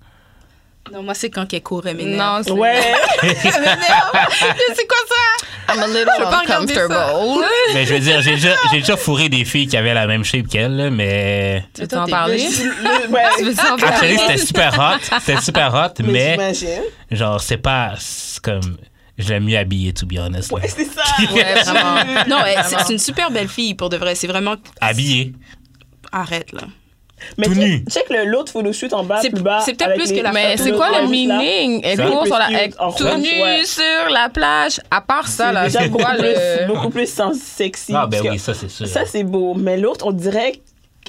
[SPEAKER 5] Non, moi, c'est quand qu'elle courait, mais
[SPEAKER 6] Non, Oh, c'est...
[SPEAKER 3] Ouais.
[SPEAKER 5] c'est quoi ça?
[SPEAKER 6] I'm a little
[SPEAKER 5] veux pas regarder ça.
[SPEAKER 6] uncomfortable.
[SPEAKER 2] Mais Ben, je veux dire, j'ai déjà, j'ai déjà fourré des filles qui avaient la même shape qu'elle, là, mais.
[SPEAKER 6] Tu veux t'en
[SPEAKER 5] t'es
[SPEAKER 6] parler?
[SPEAKER 3] ouais.
[SPEAKER 6] Tu veux t'en
[SPEAKER 2] Actually,
[SPEAKER 6] parler?
[SPEAKER 2] c'était super hot. C'était super hot,
[SPEAKER 3] Mais,
[SPEAKER 2] mais,
[SPEAKER 3] j'imagine.
[SPEAKER 2] genre, c'est pas. c'est comme. Je l'ai mieux habillée, to be honest. là.
[SPEAKER 3] Ouais, c'est ça.
[SPEAKER 6] Ouais, vraiment.
[SPEAKER 5] Non, elle- c'est c'est une super belle fille pour de vrai. C'est vraiment.
[SPEAKER 2] Ah, Habillée.
[SPEAKER 5] Arrête, là.
[SPEAKER 3] Mais
[SPEAKER 2] Tout
[SPEAKER 3] check,
[SPEAKER 2] nu.
[SPEAKER 3] check le l'autre photoshoot en bas,
[SPEAKER 5] C'est-
[SPEAKER 3] Ah, plus bas.
[SPEAKER 5] c'est peut-être
[SPEAKER 3] avec
[SPEAKER 5] plus
[SPEAKER 3] les-
[SPEAKER 5] que la
[SPEAKER 6] Mais
[SPEAKER 5] photo
[SPEAKER 6] c'est
[SPEAKER 5] de
[SPEAKER 6] quoi le
[SPEAKER 5] Rose,
[SPEAKER 6] meaning? Elle
[SPEAKER 2] Ça,
[SPEAKER 6] court sur la,
[SPEAKER 3] plus
[SPEAKER 6] elle,
[SPEAKER 3] en
[SPEAKER 6] tout
[SPEAKER 3] rose,
[SPEAKER 6] nue
[SPEAKER 3] ouais.
[SPEAKER 6] sur la plage. À part ça, là,
[SPEAKER 3] Déjà
[SPEAKER 6] c'est
[SPEAKER 3] beaucoup,
[SPEAKER 6] quoi
[SPEAKER 3] plus,
[SPEAKER 6] le...
[SPEAKER 3] beaucoup plus sens- sexy.
[SPEAKER 2] Ah, ben
[SPEAKER 3] parce
[SPEAKER 2] oui,
[SPEAKER 3] que
[SPEAKER 2] ça, c'est sûr.
[SPEAKER 3] ça, c'est beau. Mais l'autre, on dirait.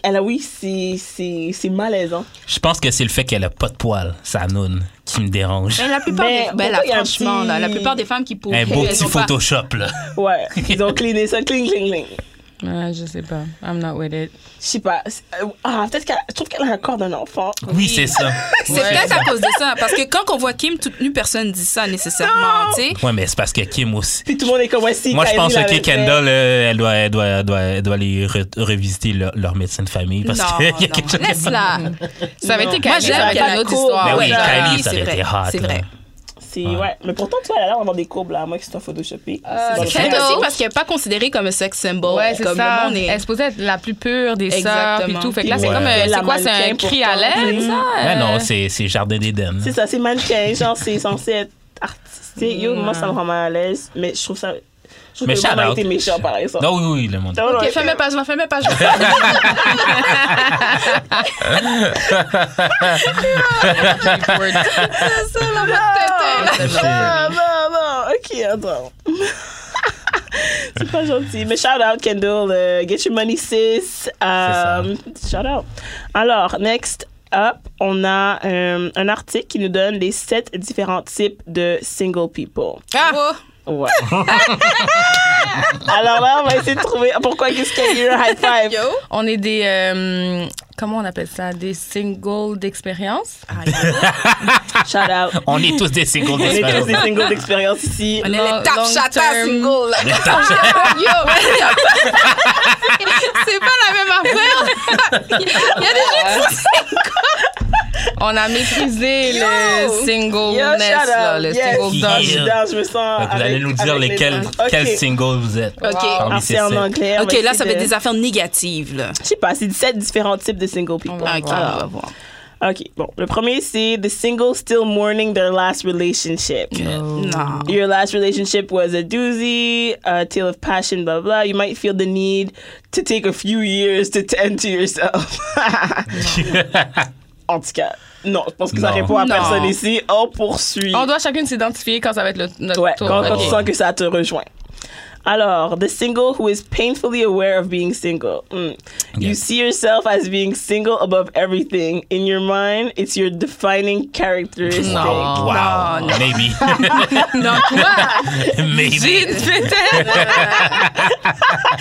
[SPEAKER 3] Elle a oui, c'est- c'est c'est hein. malaisant.
[SPEAKER 2] Je pense que c'est le fait qu'elle a pas de poils, sa noune, qui me dérange.
[SPEAKER 5] Mais la plupart
[SPEAKER 3] Ben,
[SPEAKER 5] des. Ben, là,
[SPEAKER 3] pourquoi il y a un
[SPEAKER 5] franchement,
[SPEAKER 3] petit-
[SPEAKER 5] là, la plupart des femmes qui pourraient.
[SPEAKER 2] Un beau
[SPEAKER 5] elles
[SPEAKER 2] petit
[SPEAKER 5] ont pas-
[SPEAKER 2] Photoshop, là.
[SPEAKER 3] Ouais. Ils ont cleané ça, cling, cling, cling.
[SPEAKER 6] Ouais, je sais pas. I'm not with it.
[SPEAKER 3] Je sais pas. c'est- euh, Ah, peut-être qu'elle. Je trouve qu'elle a un corps d'un enfant.
[SPEAKER 2] Oui, c'est ça.
[SPEAKER 5] C'est peut-être à cause de ça. Parce que quand on voit Kim toute nue, personne dit ça nécessairement. Tu sais,
[SPEAKER 2] Ouais, mais c'est parce que Kim aussi.
[SPEAKER 3] Puis tout le monde est comme, ouais, si.
[SPEAKER 2] Moi, je
[SPEAKER 3] Kylie
[SPEAKER 2] pense
[SPEAKER 3] l'avait
[SPEAKER 2] que
[SPEAKER 3] fait.
[SPEAKER 2] Kendall, euh, elle doit, elle doit, elle doit, elle doit aller re- revisiter leur, leur médecin de famille parce
[SPEAKER 5] Non,
[SPEAKER 2] qu'il y a
[SPEAKER 5] non.
[SPEAKER 2] quelque chose.
[SPEAKER 5] Laisse-la.
[SPEAKER 6] Ça avait
[SPEAKER 3] Non.
[SPEAKER 6] été
[SPEAKER 3] Moi,
[SPEAKER 6] Kylie,
[SPEAKER 3] j'aime
[SPEAKER 6] ça aurait été
[SPEAKER 3] qu'elle
[SPEAKER 6] une autre
[SPEAKER 3] court.
[SPEAKER 6] histoire.
[SPEAKER 2] Ben oui, Kylie,
[SPEAKER 5] Ouais, oui,
[SPEAKER 2] ça aurait
[SPEAKER 5] c'est
[SPEAKER 2] été
[SPEAKER 5] vrai.
[SPEAKER 2] hot.
[SPEAKER 5] C'est
[SPEAKER 2] là.
[SPEAKER 5] vrai.
[SPEAKER 3] C'est,
[SPEAKER 2] Ouais.
[SPEAKER 3] ouais. Mais pourtant, tu vois, elle a l'air d'avoir des courbes, là, à moins que ce soit photoshopé.
[SPEAKER 6] Euh,
[SPEAKER 3] C'est dans
[SPEAKER 5] C'est
[SPEAKER 3] le
[SPEAKER 5] peut-être
[SPEAKER 3] fond.
[SPEAKER 6] Kendall.
[SPEAKER 5] aussi parce qu'elle n'est pas considérée comme un sex symbol.
[SPEAKER 6] Ouais, c'est
[SPEAKER 5] comme
[SPEAKER 6] ça.
[SPEAKER 5] le monde est-
[SPEAKER 6] Elle se posait être la plus pure des sœurs puis
[SPEAKER 5] Exactement.
[SPEAKER 6] tout. Fait que là,
[SPEAKER 2] Puis
[SPEAKER 6] c'est
[SPEAKER 2] ouais.
[SPEAKER 6] comme euh,
[SPEAKER 3] Elle a
[SPEAKER 6] c'est quoi, c'est un
[SPEAKER 3] mannequin
[SPEAKER 6] cri à
[SPEAKER 3] pourtant.
[SPEAKER 6] l'air,
[SPEAKER 3] Mhm.
[SPEAKER 6] ça?
[SPEAKER 2] Ouais, Ben non, c'est c'est Jardin d'Éden. là.
[SPEAKER 3] C'est ça, c'est mannequin. genre, c'est censé être artistique. Yo, moi,
[SPEAKER 6] Hmm.
[SPEAKER 3] ça me rend mal à l'aise, mais je trouve ça. Je trouve
[SPEAKER 2] Mais
[SPEAKER 3] que
[SPEAKER 2] shout
[SPEAKER 3] le monde a
[SPEAKER 2] out.
[SPEAKER 3] été méchant, par exemple.
[SPEAKER 2] Non, oui, oui, le monde.
[SPEAKER 3] Non, non,
[SPEAKER 6] Ok,
[SPEAKER 3] je-
[SPEAKER 6] fais-moi pas, je fais-moi pas.
[SPEAKER 3] Non, non, non. Ah, Ok, attends. c'est pas gentil. Mais shout out, Kendall. euh, get your money, sis. Um, shout out. Alors, next up, on a euh, un article qui nous donne les sept différents types de single people.
[SPEAKER 5] Ah!
[SPEAKER 3] Ouais. Alors là, on va essayer de trouver pourquoi qu'est-ce qu'il y a eu un high five.
[SPEAKER 6] On est des. euh, comment on appelle ça? Des singles d'expérience?
[SPEAKER 3] Ah! Shout out.
[SPEAKER 2] On est tous des singles
[SPEAKER 3] On est tous des
[SPEAKER 2] d'espérance.
[SPEAKER 3] singles d'expérience ici.
[SPEAKER 5] On est
[SPEAKER 6] Long-
[SPEAKER 5] les top
[SPEAKER 6] long
[SPEAKER 5] chata
[SPEAKER 6] term.
[SPEAKER 5] single. là.
[SPEAKER 6] Yo! c'est pas la même affaire! Il y a des gens qui sont singles. On a maîtrisé le singleness,
[SPEAKER 3] Yo, shout
[SPEAKER 6] là,
[SPEAKER 3] out.
[SPEAKER 6] le
[SPEAKER 3] Yes.
[SPEAKER 6] singledom.
[SPEAKER 3] Je suis down, je me sens.
[SPEAKER 2] Fait que Vous allez
[SPEAKER 3] avec-
[SPEAKER 2] nous dire
[SPEAKER 3] avec
[SPEAKER 2] lesquels,
[SPEAKER 3] les deux.
[SPEAKER 2] quels
[SPEAKER 3] Ok.
[SPEAKER 2] singles vous êtes.
[SPEAKER 5] OK.
[SPEAKER 6] Wow.
[SPEAKER 2] Parmi
[SPEAKER 3] Ah,
[SPEAKER 2] ces
[SPEAKER 3] c'est en
[SPEAKER 2] sept.
[SPEAKER 3] anglais. on
[SPEAKER 5] OK,
[SPEAKER 3] va
[SPEAKER 5] là,
[SPEAKER 3] essayer
[SPEAKER 5] ça fait
[SPEAKER 3] de-
[SPEAKER 5] des affaires négatives. Là.
[SPEAKER 3] Je sais pas, c'est 17 différents types de single people.
[SPEAKER 6] va
[SPEAKER 5] OK,
[SPEAKER 6] voir.
[SPEAKER 5] on va voir.
[SPEAKER 3] OK, bon. Le premier, c'est The Single Still Mourning Their Last Relationship.
[SPEAKER 5] Non.
[SPEAKER 3] Your last relationship was a doozy, a tale of passion, blah, blah. You might feel the need to take a few years to tend to yourself. en tout cas, non, je pense que ça
[SPEAKER 2] Non.
[SPEAKER 3] répond à
[SPEAKER 6] Non.
[SPEAKER 3] personne ici. On poursuit.
[SPEAKER 6] On doit chacune s'identifier quand ça va être le, notre
[SPEAKER 3] Ouais,
[SPEAKER 6] tour.
[SPEAKER 3] quand, quand
[SPEAKER 6] Ok.
[SPEAKER 3] tu sens que ça te rejoint. Alors, the single who is painfully aware of being single. Mm. You
[SPEAKER 2] Yeah.
[SPEAKER 3] see yourself as being single above everything. In your mind, it's your defining characteristic.
[SPEAKER 2] Oh, Wow. wow. Maybe.
[SPEAKER 6] Non, toi,
[SPEAKER 2] Maybe.
[SPEAKER 6] j'ai peut-être. À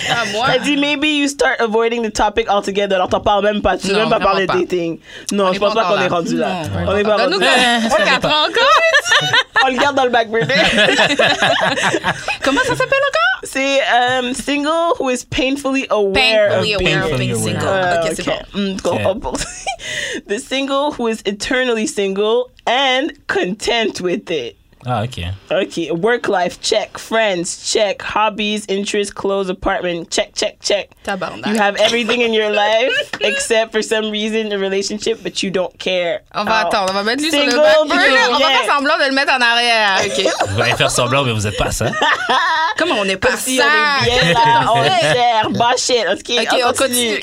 [SPEAKER 6] Ah, moi.
[SPEAKER 3] Elle dit, maybe you start avoiding the topic altogether. Alors, t'en parles même pas. Tu veux
[SPEAKER 6] Non,
[SPEAKER 3] même pas parler de
[SPEAKER 6] vraiment pas.
[SPEAKER 3] dating. Non, je
[SPEAKER 6] est
[SPEAKER 3] pense
[SPEAKER 6] pas
[SPEAKER 3] pas qu'on
[SPEAKER 6] encore
[SPEAKER 3] est
[SPEAKER 6] là.
[SPEAKER 3] rendu là.
[SPEAKER 6] Non,
[SPEAKER 3] on est pas rendu
[SPEAKER 6] Donne-nous
[SPEAKER 3] là.
[SPEAKER 6] comme- oh, quatre ans encore.
[SPEAKER 3] On le garde dans le back burner.
[SPEAKER 6] Comment ça s'appelle encore?
[SPEAKER 3] C'est um, single who is painfully aware
[SPEAKER 5] Painfully
[SPEAKER 3] of
[SPEAKER 5] aware of
[SPEAKER 2] Painfully
[SPEAKER 5] being
[SPEAKER 2] aware.
[SPEAKER 5] single.
[SPEAKER 3] Ah,
[SPEAKER 5] Ok, c'est
[SPEAKER 3] ok.
[SPEAKER 5] bon.
[SPEAKER 3] Mm, qu'on
[SPEAKER 2] Ok.
[SPEAKER 3] rembourse. the single who is eternally single and content with it.
[SPEAKER 2] Ah, ok.
[SPEAKER 3] Okay, work life check, friends check, hobbies, interests, clothes, apartment check, check, check. You
[SPEAKER 5] Tabarnak.
[SPEAKER 3] have everything in your life except for some reason a relationship, but you don't care.
[SPEAKER 6] On va
[SPEAKER 3] Oh.
[SPEAKER 6] attendre, on va mettre lui sur
[SPEAKER 3] Single,
[SPEAKER 6] le back burner.
[SPEAKER 3] you
[SPEAKER 6] On va
[SPEAKER 3] don't
[SPEAKER 6] faire semblant de le mettre en arrière.
[SPEAKER 5] Ok.
[SPEAKER 2] Vous allez faire semblant, mais vous êtes pas ça.
[SPEAKER 5] Comment on est pas
[SPEAKER 3] Si on est bien là, on gère, bullshit. Ok,
[SPEAKER 5] Ok, on continue.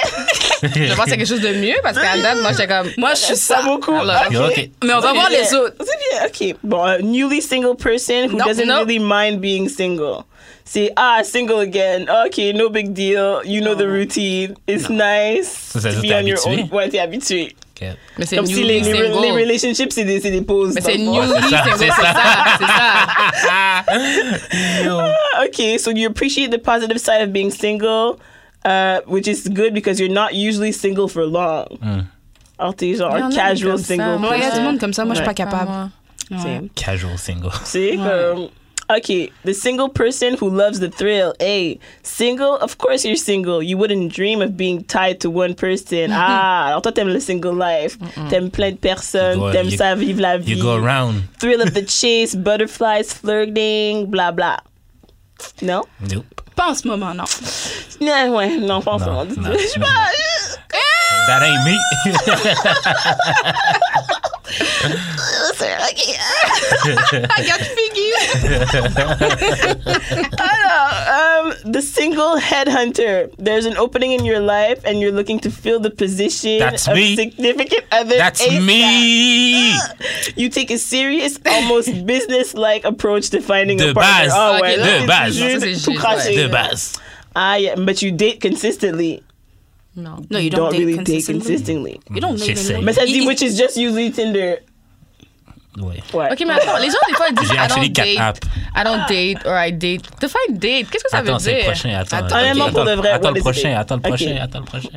[SPEAKER 6] Je pense que c'est quelque chose de mieux parce qu'à la date, moi, j'étais comme.
[SPEAKER 5] Moi, je suis
[SPEAKER 3] Pas
[SPEAKER 5] ça.
[SPEAKER 3] beaucoup.
[SPEAKER 2] Ok.
[SPEAKER 5] Mais on va voir les autres.
[SPEAKER 3] C'est bien, ok. Bon, euh, newly single person who
[SPEAKER 6] Non,
[SPEAKER 3] doesn't
[SPEAKER 6] non.
[SPEAKER 3] really mind being single. C'est, ah, single again. Ok, no big deal. You know the routine. It's nice
[SPEAKER 2] Ça, ça veut
[SPEAKER 3] to
[SPEAKER 2] dire
[SPEAKER 3] be
[SPEAKER 2] t'es
[SPEAKER 3] on your
[SPEAKER 2] habitué.
[SPEAKER 3] own. Ouais, t'es habitué.
[SPEAKER 2] Ok.
[SPEAKER 6] Mais c'est
[SPEAKER 3] Comme
[SPEAKER 6] newly
[SPEAKER 3] si les, les,
[SPEAKER 6] single.
[SPEAKER 3] les relationships, c'est des, c'est des pauses.
[SPEAKER 6] Mais c'est
[SPEAKER 3] dans le fond.
[SPEAKER 6] newly
[SPEAKER 2] ça,
[SPEAKER 6] single,
[SPEAKER 2] c'est
[SPEAKER 6] c'est ça, c'est ça.
[SPEAKER 2] Yo.
[SPEAKER 3] Ah, Okay, so you appreciate the positive side of being single, uh, which is good because you're not usually single for long. Alors, t'es genre
[SPEAKER 6] Il y en a des
[SPEAKER 3] casual
[SPEAKER 6] comme ça.
[SPEAKER 3] single
[SPEAKER 6] Ouais,
[SPEAKER 5] Il y a du
[SPEAKER 3] person.
[SPEAKER 5] monde comme ça, moi, je suis pas capable.
[SPEAKER 6] Moi.
[SPEAKER 3] C'est-
[SPEAKER 2] Casual single.
[SPEAKER 3] See, um, okay, the single person who loves the thrill. Hey, single, of course you're single. You wouldn't dream of being tied to one person. Ah, alors toi t'aimes le single life. T'aimes plein de personnes.
[SPEAKER 2] You go-
[SPEAKER 3] T'aimes
[SPEAKER 2] you-
[SPEAKER 3] ça vivre la
[SPEAKER 2] You go
[SPEAKER 3] vie.
[SPEAKER 2] around.
[SPEAKER 3] Thrill of the chase, butterflies, flirting, blah blah. Non?
[SPEAKER 2] Nope.
[SPEAKER 5] Pas en ce moment, non.
[SPEAKER 3] Non, ouais, non, pas en ce
[SPEAKER 2] Non,
[SPEAKER 3] moment.
[SPEAKER 2] non, tu m'as- That ain't me.
[SPEAKER 3] Um, the single headhunter. There's an opening in your life, and you're looking to fill the position
[SPEAKER 2] That's
[SPEAKER 3] of
[SPEAKER 2] me.
[SPEAKER 3] significant other.
[SPEAKER 2] That's
[SPEAKER 3] ASAP.
[SPEAKER 2] me.
[SPEAKER 3] You take a serious, almost business-like approach to finding
[SPEAKER 2] De
[SPEAKER 3] a partner.
[SPEAKER 2] base.
[SPEAKER 3] Ah
[SPEAKER 6] Ok,
[SPEAKER 3] ouais,
[SPEAKER 6] de
[SPEAKER 3] là, c'est
[SPEAKER 2] base.
[SPEAKER 3] juste
[SPEAKER 6] Non, ça, c'est
[SPEAKER 3] tout
[SPEAKER 6] juste,
[SPEAKER 3] craché,
[SPEAKER 2] De
[SPEAKER 3] là.
[SPEAKER 2] base.
[SPEAKER 3] Ah, yeah, but you date consistently.
[SPEAKER 6] Non.
[SPEAKER 5] No, you
[SPEAKER 3] You
[SPEAKER 5] don't
[SPEAKER 3] don't, really
[SPEAKER 5] date
[SPEAKER 3] date
[SPEAKER 5] consistently.
[SPEAKER 3] consistently.
[SPEAKER 5] You don't date
[SPEAKER 2] J'essaie.
[SPEAKER 3] Mais ça dit,
[SPEAKER 5] Il-
[SPEAKER 3] which is just usually Tinder.
[SPEAKER 2] Ouais.
[SPEAKER 3] Ouais.
[SPEAKER 6] Ok, mais attends, les gens, des fois, ils disent
[SPEAKER 2] J'ai
[SPEAKER 6] I
[SPEAKER 2] actually
[SPEAKER 6] don't
[SPEAKER 2] quatre
[SPEAKER 6] date.
[SPEAKER 2] apps.
[SPEAKER 6] I don't date or I date. Define date. Qu'est-ce que ça
[SPEAKER 2] Attends,
[SPEAKER 6] veut
[SPEAKER 2] c'est le
[SPEAKER 6] dire?
[SPEAKER 2] prochain. Attends,
[SPEAKER 6] Attends,
[SPEAKER 2] attends,
[SPEAKER 3] Honnêtement,
[SPEAKER 2] attends,
[SPEAKER 3] pour de vrai,
[SPEAKER 2] Attends
[SPEAKER 3] what
[SPEAKER 2] le
[SPEAKER 3] is
[SPEAKER 2] prochain,
[SPEAKER 3] it?
[SPEAKER 2] attends le
[SPEAKER 3] Ok.
[SPEAKER 2] prochain, attends le prochain.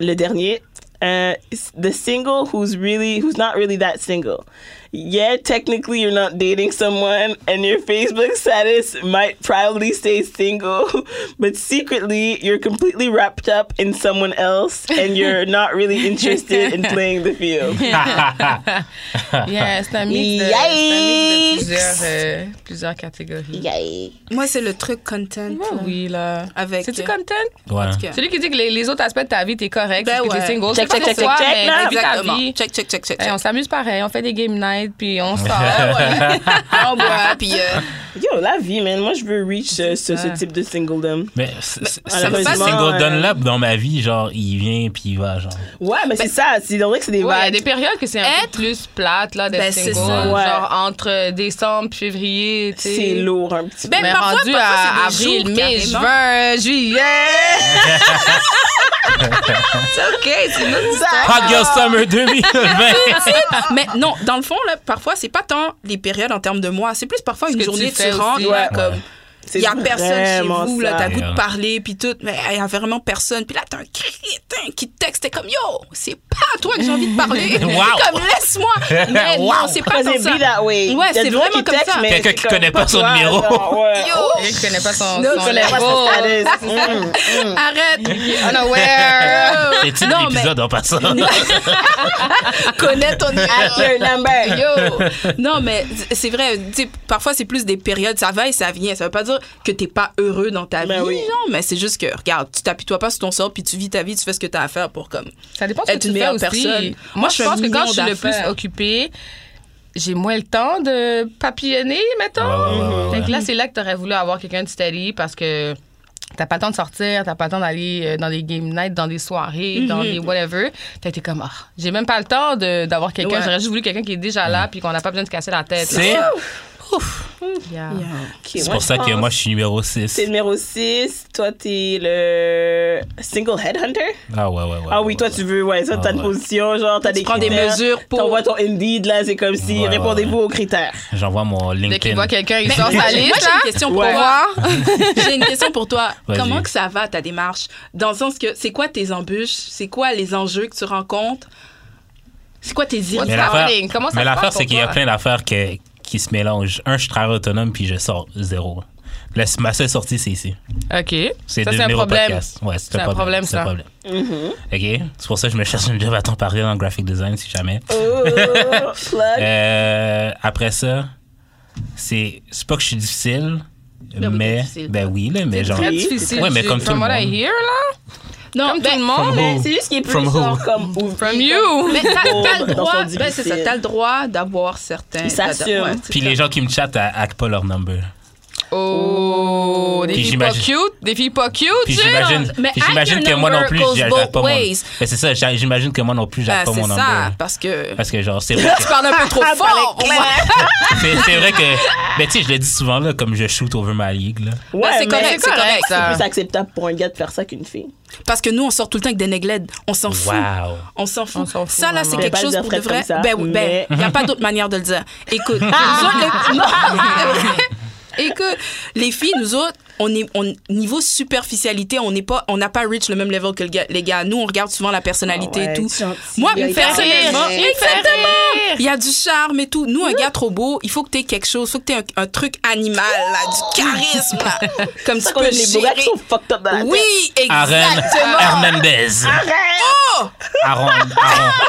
[SPEAKER 3] le dernier. Uh, it's the single who's really who's not really that single. Yeah, technically you're not dating someone, and your Facebook status might proudly say single, but secretly you're completely wrapped up in someone else, and you're not really interested in playing the field.
[SPEAKER 6] Yeah, c'est un mix de, c'est un mix de plusieurs, euh, plusieurs catégories.
[SPEAKER 3] Yay!
[SPEAKER 5] Moi, c'est le truc content.
[SPEAKER 6] Ouais, oui, là.
[SPEAKER 5] Avec. euh,
[SPEAKER 6] C'est-tu content?
[SPEAKER 2] Ouais.
[SPEAKER 5] que-
[SPEAKER 6] Celui qui dit que les, les autres aspects de ta vie, t'es correct,
[SPEAKER 5] Ben
[SPEAKER 6] puis
[SPEAKER 5] ouais.
[SPEAKER 6] t'es single.
[SPEAKER 3] Check,
[SPEAKER 6] c'est
[SPEAKER 3] check,
[SPEAKER 6] pas
[SPEAKER 3] check,
[SPEAKER 6] pour toi,
[SPEAKER 3] check, check,
[SPEAKER 6] mais
[SPEAKER 3] là.
[SPEAKER 6] t'as vu ta
[SPEAKER 5] Exactement.
[SPEAKER 6] vie.
[SPEAKER 5] Check, check, check, check.
[SPEAKER 6] Hey,
[SPEAKER 5] check. Ah
[SPEAKER 6] on s'amuse pareil, on fait des game night, puis on sort.
[SPEAKER 5] On boit, puis euh,
[SPEAKER 3] Yo, la vie, man. Moi, je veux reach euh, ce, ce
[SPEAKER 6] ça.
[SPEAKER 3] type de singledom.
[SPEAKER 2] Mais c- c- ce
[SPEAKER 3] veut pas
[SPEAKER 2] ce
[SPEAKER 3] dire-
[SPEAKER 2] single Dunlap dans ma vie, genre, il vient puis il va, genre.
[SPEAKER 3] Ouais, mais c'est ça. C'est vrai que c'est des
[SPEAKER 6] Il y
[SPEAKER 3] vagues.
[SPEAKER 6] a des périodes que c'est un
[SPEAKER 5] Être-
[SPEAKER 6] peu plus plate là, d'être
[SPEAKER 5] Ben, c'est
[SPEAKER 6] single.
[SPEAKER 5] ça.
[SPEAKER 2] Ouais.
[SPEAKER 6] Genre entre décembre puis février. tu sais.
[SPEAKER 3] C'est lourd un petit peu.
[SPEAKER 5] Ben,
[SPEAKER 6] Mais
[SPEAKER 5] parfois-
[SPEAKER 6] rendu
[SPEAKER 5] parfois,
[SPEAKER 6] à
[SPEAKER 5] c'est des
[SPEAKER 6] avril,
[SPEAKER 5] jours,
[SPEAKER 6] mai, juin,
[SPEAKER 5] carrément.
[SPEAKER 6] juillet. c'est OK, c'est notre histoire.
[SPEAKER 2] Hot Girl Summer 2020.
[SPEAKER 5] Mais non, dans le fond, là, parfois, c'est pas tant les périodes en termes de mois. C'est plus parfois une
[SPEAKER 6] que tu
[SPEAKER 5] journée, tu,
[SPEAKER 6] fais
[SPEAKER 5] rentres,
[SPEAKER 6] aussi.
[SPEAKER 5] là,
[SPEAKER 3] Ouais.
[SPEAKER 5] comme.
[SPEAKER 3] C'est
[SPEAKER 5] Il y a personne chez
[SPEAKER 3] vraiment
[SPEAKER 5] vous, là,
[SPEAKER 3] ça.
[SPEAKER 5] t'as goût de
[SPEAKER 2] Yeah.
[SPEAKER 5] parler, puis tout, mais il y a vraiment personne. Puis là, t'as un crétin qui te texte, t'es comme, yo, c'est pas à toi que j'ai envie de parler.
[SPEAKER 2] Wow.
[SPEAKER 5] Comme, laisse-moi. Mais non,
[SPEAKER 2] Wow.
[SPEAKER 5] c'est pas
[SPEAKER 3] Cause
[SPEAKER 5] tant
[SPEAKER 3] it
[SPEAKER 5] ça.
[SPEAKER 3] be that way.
[SPEAKER 5] Ouais,
[SPEAKER 3] Il y a du
[SPEAKER 5] c'est
[SPEAKER 3] monde
[SPEAKER 5] vraiment
[SPEAKER 3] qui
[SPEAKER 5] comme
[SPEAKER 3] texte,
[SPEAKER 5] ça.
[SPEAKER 3] mais
[SPEAKER 2] Quelqu'un
[SPEAKER 3] c'est
[SPEAKER 2] qui
[SPEAKER 3] comme
[SPEAKER 2] connaît pas son
[SPEAKER 3] toi,
[SPEAKER 2] numéro.
[SPEAKER 3] genre, ouais.
[SPEAKER 6] Quelqu'un qui connaît pas son,
[SPEAKER 5] Non,
[SPEAKER 6] son
[SPEAKER 5] je connais pas
[SPEAKER 6] level.
[SPEAKER 3] Mm.
[SPEAKER 5] Arrête.
[SPEAKER 6] Unaware.
[SPEAKER 2] C'est le titre
[SPEAKER 5] Non,
[SPEAKER 2] de l'épisode en passant.
[SPEAKER 5] Connais ton
[SPEAKER 3] Your number.
[SPEAKER 5] Yo! Non, mais c'est vrai, tu sais, parfois c'est plus des périodes, ça va et ça vient. Ça veut pas dire que t'es pas heureux dans ta
[SPEAKER 3] Ben
[SPEAKER 5] vie,
[SPEAKER 3] oui.
[SPEAKER 5] non, mais c'est juste que, regarde, tu t'appuies-toi pas sur ton sort, puis tu vis ta vie, tu fais ce que t'as à faire pour comme.
[SPEAKER 6] Ça dépend ce
[SPEAKER 5] Être
[SPEAKER 6] que
[SPEAKER 5] une
[SPEAKER 6] tu fais
[SPEAKER 5] meilleure
[SPEAKER 6] aussi.
[SPEAKER 5] personne.
[SPEAKER 6] Moi,
[SPEAKER 5] Moi,
[SPEAKER 6] je
[SPEAKER 5] je fais un
[SPEAKER 6] pense que quand je suis
[SPEAKER 5] million
[SPEAKER 6] le plus
[SPEAKER 5] d'affaires.
[SPEAKER 6] occupée, j'ai moins le temps de papillonner, mettons.
[SPEAKER 2] Ah, Ouais, ouais, ouais, ouais,
[SPEAKER 6] Fait que
[SPEAKER 2] ouais.
[SPEAKER 6] là, c'est là que t'aurais voulu avoir quelqu'un de steady parce que t'as pas le temps de sortir, t'as pas le temps d'aller euh, dans des game nights, dans des soirées,
[SPEAKER 5] Mhm.
[SPEAKER 6] dans des whatever. Fait que t'es comme, ah, j'ai même pas le temps de- d'avoir quelqu'un.
[SPEAKER 5] Ouais.
[SPEAKER 6] J'aurais juste voulu quelqu'un qui est déjà là puis qu'on n'a pas besoin de se casser la tête.
[SPEAKER 2] C'est.
[SPEAKER 6] là.
[SPEAKER 2] Ouf.
[SPEAKER 6] Yeah.
[SPEAKER 3] Ok,
[SPEAKER 2] C'est
[SPEAKER 3] Ah, moi,
[SPEAKER 2] pour
[SPEAKER 3] je
[SPEAKER 2] ça que
[SPEAKER 3] pense-
[SPEAKER 2] moi, je suis numéro
[SPEAKER 3] T'es
[SPEAKER 2] 6.
[SPEAKER 3] numéro 6, toi t'es le single headhunter.
[SPEAKER 2] Ah ouais, ouais, ouais.
[SPEAKER 3] ah oui, toi tu veux, ouais, ça
[SPEAKER 2] Ah,
[SPEAKER 3] t'as une
[SPEAKER 2] ouais.
[SPEAKER 3] position, genre t'as des
[SPEAKER 5] prends des
[SPEAKER 3] critères,
[SPEAKER 5] mesures pour-
[SPEAKER 3] T'envoies ton Indeed là, c'est comme si
[SPEAKER 2] Ouais, ouais,
[SPEAKER 3] répondez-vous
[SPEAKER 2] ouais.
[SPEAKER 3] aux critères.
[SPEAKER 2] J'envoie mon
[SPEAKER 6] Dès qu'il
[SPEAKER 2] LinkedIn.
[SPEAKER 6] voit quelqu'un, il sort
[SPEAKER 5] Moi,
[SPEAKER 6] sa
[SPEAKER 5] j'ai
[SPEAKER 6] liste,
[SPEAKER 5] une
[SPEAKER 6] là.
[SPEAKER 5] question pour
[SPEAKER 3] Ouais.
[SPEAKER 5] toi. J'ai une question pour toi.
[SPEAKER 2] Vas-y.
[SPEAKER 5] Comment que ça va ta démarche Dans le sens que c'est quoi tes embûches C'est quoi les enjeux que tu rencontres C'est quoi tes
[SPEAKER 6] What's
[SPEAKER 2] Mais
[SPEAKER 5] irritants
[SPEAKER 6] that?
[SPEAKER 2] l'affaire,
[SPEAKER 6] happening? Comment ça
[SPEAKER 2] mais
[SPEAKER 6] se
[SPEAKER 2] l'affaire,
[SPEAKER 6] passe
[SPEAKER 2] c'est
[SPEAKER 6] pour
[SPEAKER 2] qu'il y a
[SPEAKER 6] toi?
[SPEAKER 2] plein d'affaires que- qui se mélangent. Un, je travaille autonome puis je sors zéro. Là, c'est- ma seule sortie, c'est ici.
[SPEAKER 6] OK.
[SPEAKER 2] C'est
[SPEAKER 6] Ça, c'est un
[SPEAKER 2] devenir au
[SPEAKER 6] problème.
[SPEAKER 2] podcast. Ouais, c'est
[SPEAKER 6] C'est
[SPEAKER 2] un
[SPEAKER 6] un
[SPEAKER 2] problème.
[SPEAKER 6] problème,
[SPEAKER 2] c'est un
[SPEAKER 6] ça.
[SPEAKER 2] problème. OK? C'est pour ça que je me cherche une job à temps partiel en graphic design, si jamais.
[SPEAKER 3] Oh, plug.
[SPEAKER 2] Euh, après ça, c'est c'est pas que je suis difficile,
[SPEAKER 5] oui,
[SPEAKER 2] mais.
[SPEAKER 5] t'es difficile,
[SPEAKER 2] ben
[SPEAKER 5] toi.
[SPEAKER 2] oui, là, mais genre.
[SPEAKER 6] Très
[SPEAKER 3] Oui.
[SPEAKER 6] difficile.
[SPEAKER 2] Ouais, mais comme tout
[SPEAKER 6] From
[SPEAKER 2] le
[SPEAKER 6] what I
[SPEAKER 2] monde.
[SPEAKER 6] hear, là.
[SPEAKER 5] Non, ben,
[SPEAKER 6] Comme tout le monde.
[SPEAKER 2] From who?
[SPEAKER 3] C'est juste qu'il est plus
[SPEAKER 2] From who?
[SPEAKER 3] genre comme ouvrier.
[SPEAKER 6] From you.
[SPEAKER 5] Mais t'as t'as le
[SPEAKER 3] Dans
[SPEAKER 5] droit,
[SPEAKER 3] son
[SPEAKER 5] ben c'est ça,
[SPEAKER 3] difficile.
[SPEAKER 5] t'as le droit d'avoir certains.
[SPEAKER 3] Ils s'assument.
[SPEAKER 5] Ouais, c'est
[SPEAKER 2] Puis
[SPEAKER 5] ça.
[SPEAKER 2] les gens qui me chattent à- hackent pas leur number.
[SPEAKER 6] Oh, des
[SPEAKER 2] Puis
[SPEAKER 6] filles pas
[SPEAKER 2] j'imagine-
[SPEAKER 6] cute. Des filles pas cute,
[SPEAKER 2] Puis
[SPEAKER 6] tu sais.
[SPEAKER 2] j'imagine
[SPEAKER 5] mais
[SPEAKER 2] puis j'imagine
[SPEAKER 5] hack
[SPEAKER 2] que
[SPEAKER 5] your
[SPEAKER 2] moi non
[SPEAKER 5] number
[SPEAKER 2] plus,
[SPEAKER 5] goes
[SPEAKER 2] j'hack pas
[SPEAKER 5] both
[SPEAKER 2] mon.
[SPEAKER 5] ways.
[SPEAKER 2] Ben c'est ça, j'a- j'imagine que moi non plus, j'hack
[SPEAKER 5] Ben,
[SPEAKER 2] pas
[SPEAKER 5] c'est
[SPEAKER 2] mon
[SPEAKER 5] ça,
[SPEAKER 2] number.
[SPEAKER 5] parce que.
[SPEAKER 2] Parce que genre, c'est vrai
[SPEAKER 5] Tu parles un peu trop fort. pour moi.
[SPEAKER 2] C'est c'est vrai que. Ben, tu sais, je le dis souvent, là, comme je shoot over ma ligue, là.
[SPEAKER 3] Ouais,
[SPEAKER 5] Ben, c'est
[SPEAKER 3] mais
[SPEAKER 5] correct, c'est correct.
[SPEAKER 3] C'est
[SPEAKER 6] ça.
[SPEAKER 3] plus acceptable pour un gars de faire ça qu'une fille.
[SPEAKER 5] Parce que nous, on sort tout le temps avec des néglèdes. On s'en fout.
[SPEAKER 2] Wow.
[SPEAKER 5] On s'en fout.
[SPEAKER 6] On s'en fout,
[SPEAKER 5] Ça, là, c'est
[SPEAKER 6] vraiment.
[SPEAKER 5] quelque
[SPEAKER 3] Je vais
[SPEAKER 5] chose
[SPEAKER 3] pas le
[SPEAKER 5] pour de
[SPEAKER 3] dire
[SPEAKER 5] vrai.
[SPEAKER 3] comme ça,
[SPEAKER 5] ben oui, ben,
[SPEAKER 3] mais-
[SPEAKER 5] il n'y a pas d'autre manière de le dire. Écoute, nous autres, les... Non, c'est vrai. Écoute, les filles, nous autres, on est, on, niveau superficialité, on n'est pas, on n'a pas reach le même level que le gars- les gars. Nous, on regarde souvent la personnalité
[SPEAKER 3] Ah ouais,
[SPEAKER 5] et tout.
[SPEAKER 3] c'est gentil.
[SPEAKER 5] Moi,
[SPEAKER 3] Il a été
[SPEAKER 5] personnellement,
[SPEAKER 3] riche.
[SPEAKER 5] exactement. Il y a du charme et tout. Nous, un gars trop beau, il faut que tu aies quelque chose, il faut que tu aies un, un truc animal, là, du charisme, là. comme
[SPEAKER 3] C'est
[SPEAKER 5] tu
[SPEAKER 3] pour ça
[SPEAKER 5] peux
[SPEAKER 3] qu'on aime les beaux gars qui
[SPEAKER 5] gérer.
[SPEAKER 3] sont fucked up dans la
[SPEAKER 5] Oui,
[SPEAKER 3] tête.
[SPEAKER 2] Aaron
[SPEAKER 5] exactement.
[SPEAKER 2] Hernandez.
[SPEAKER 5] Oh!
[SPEAKER 2] Aaron,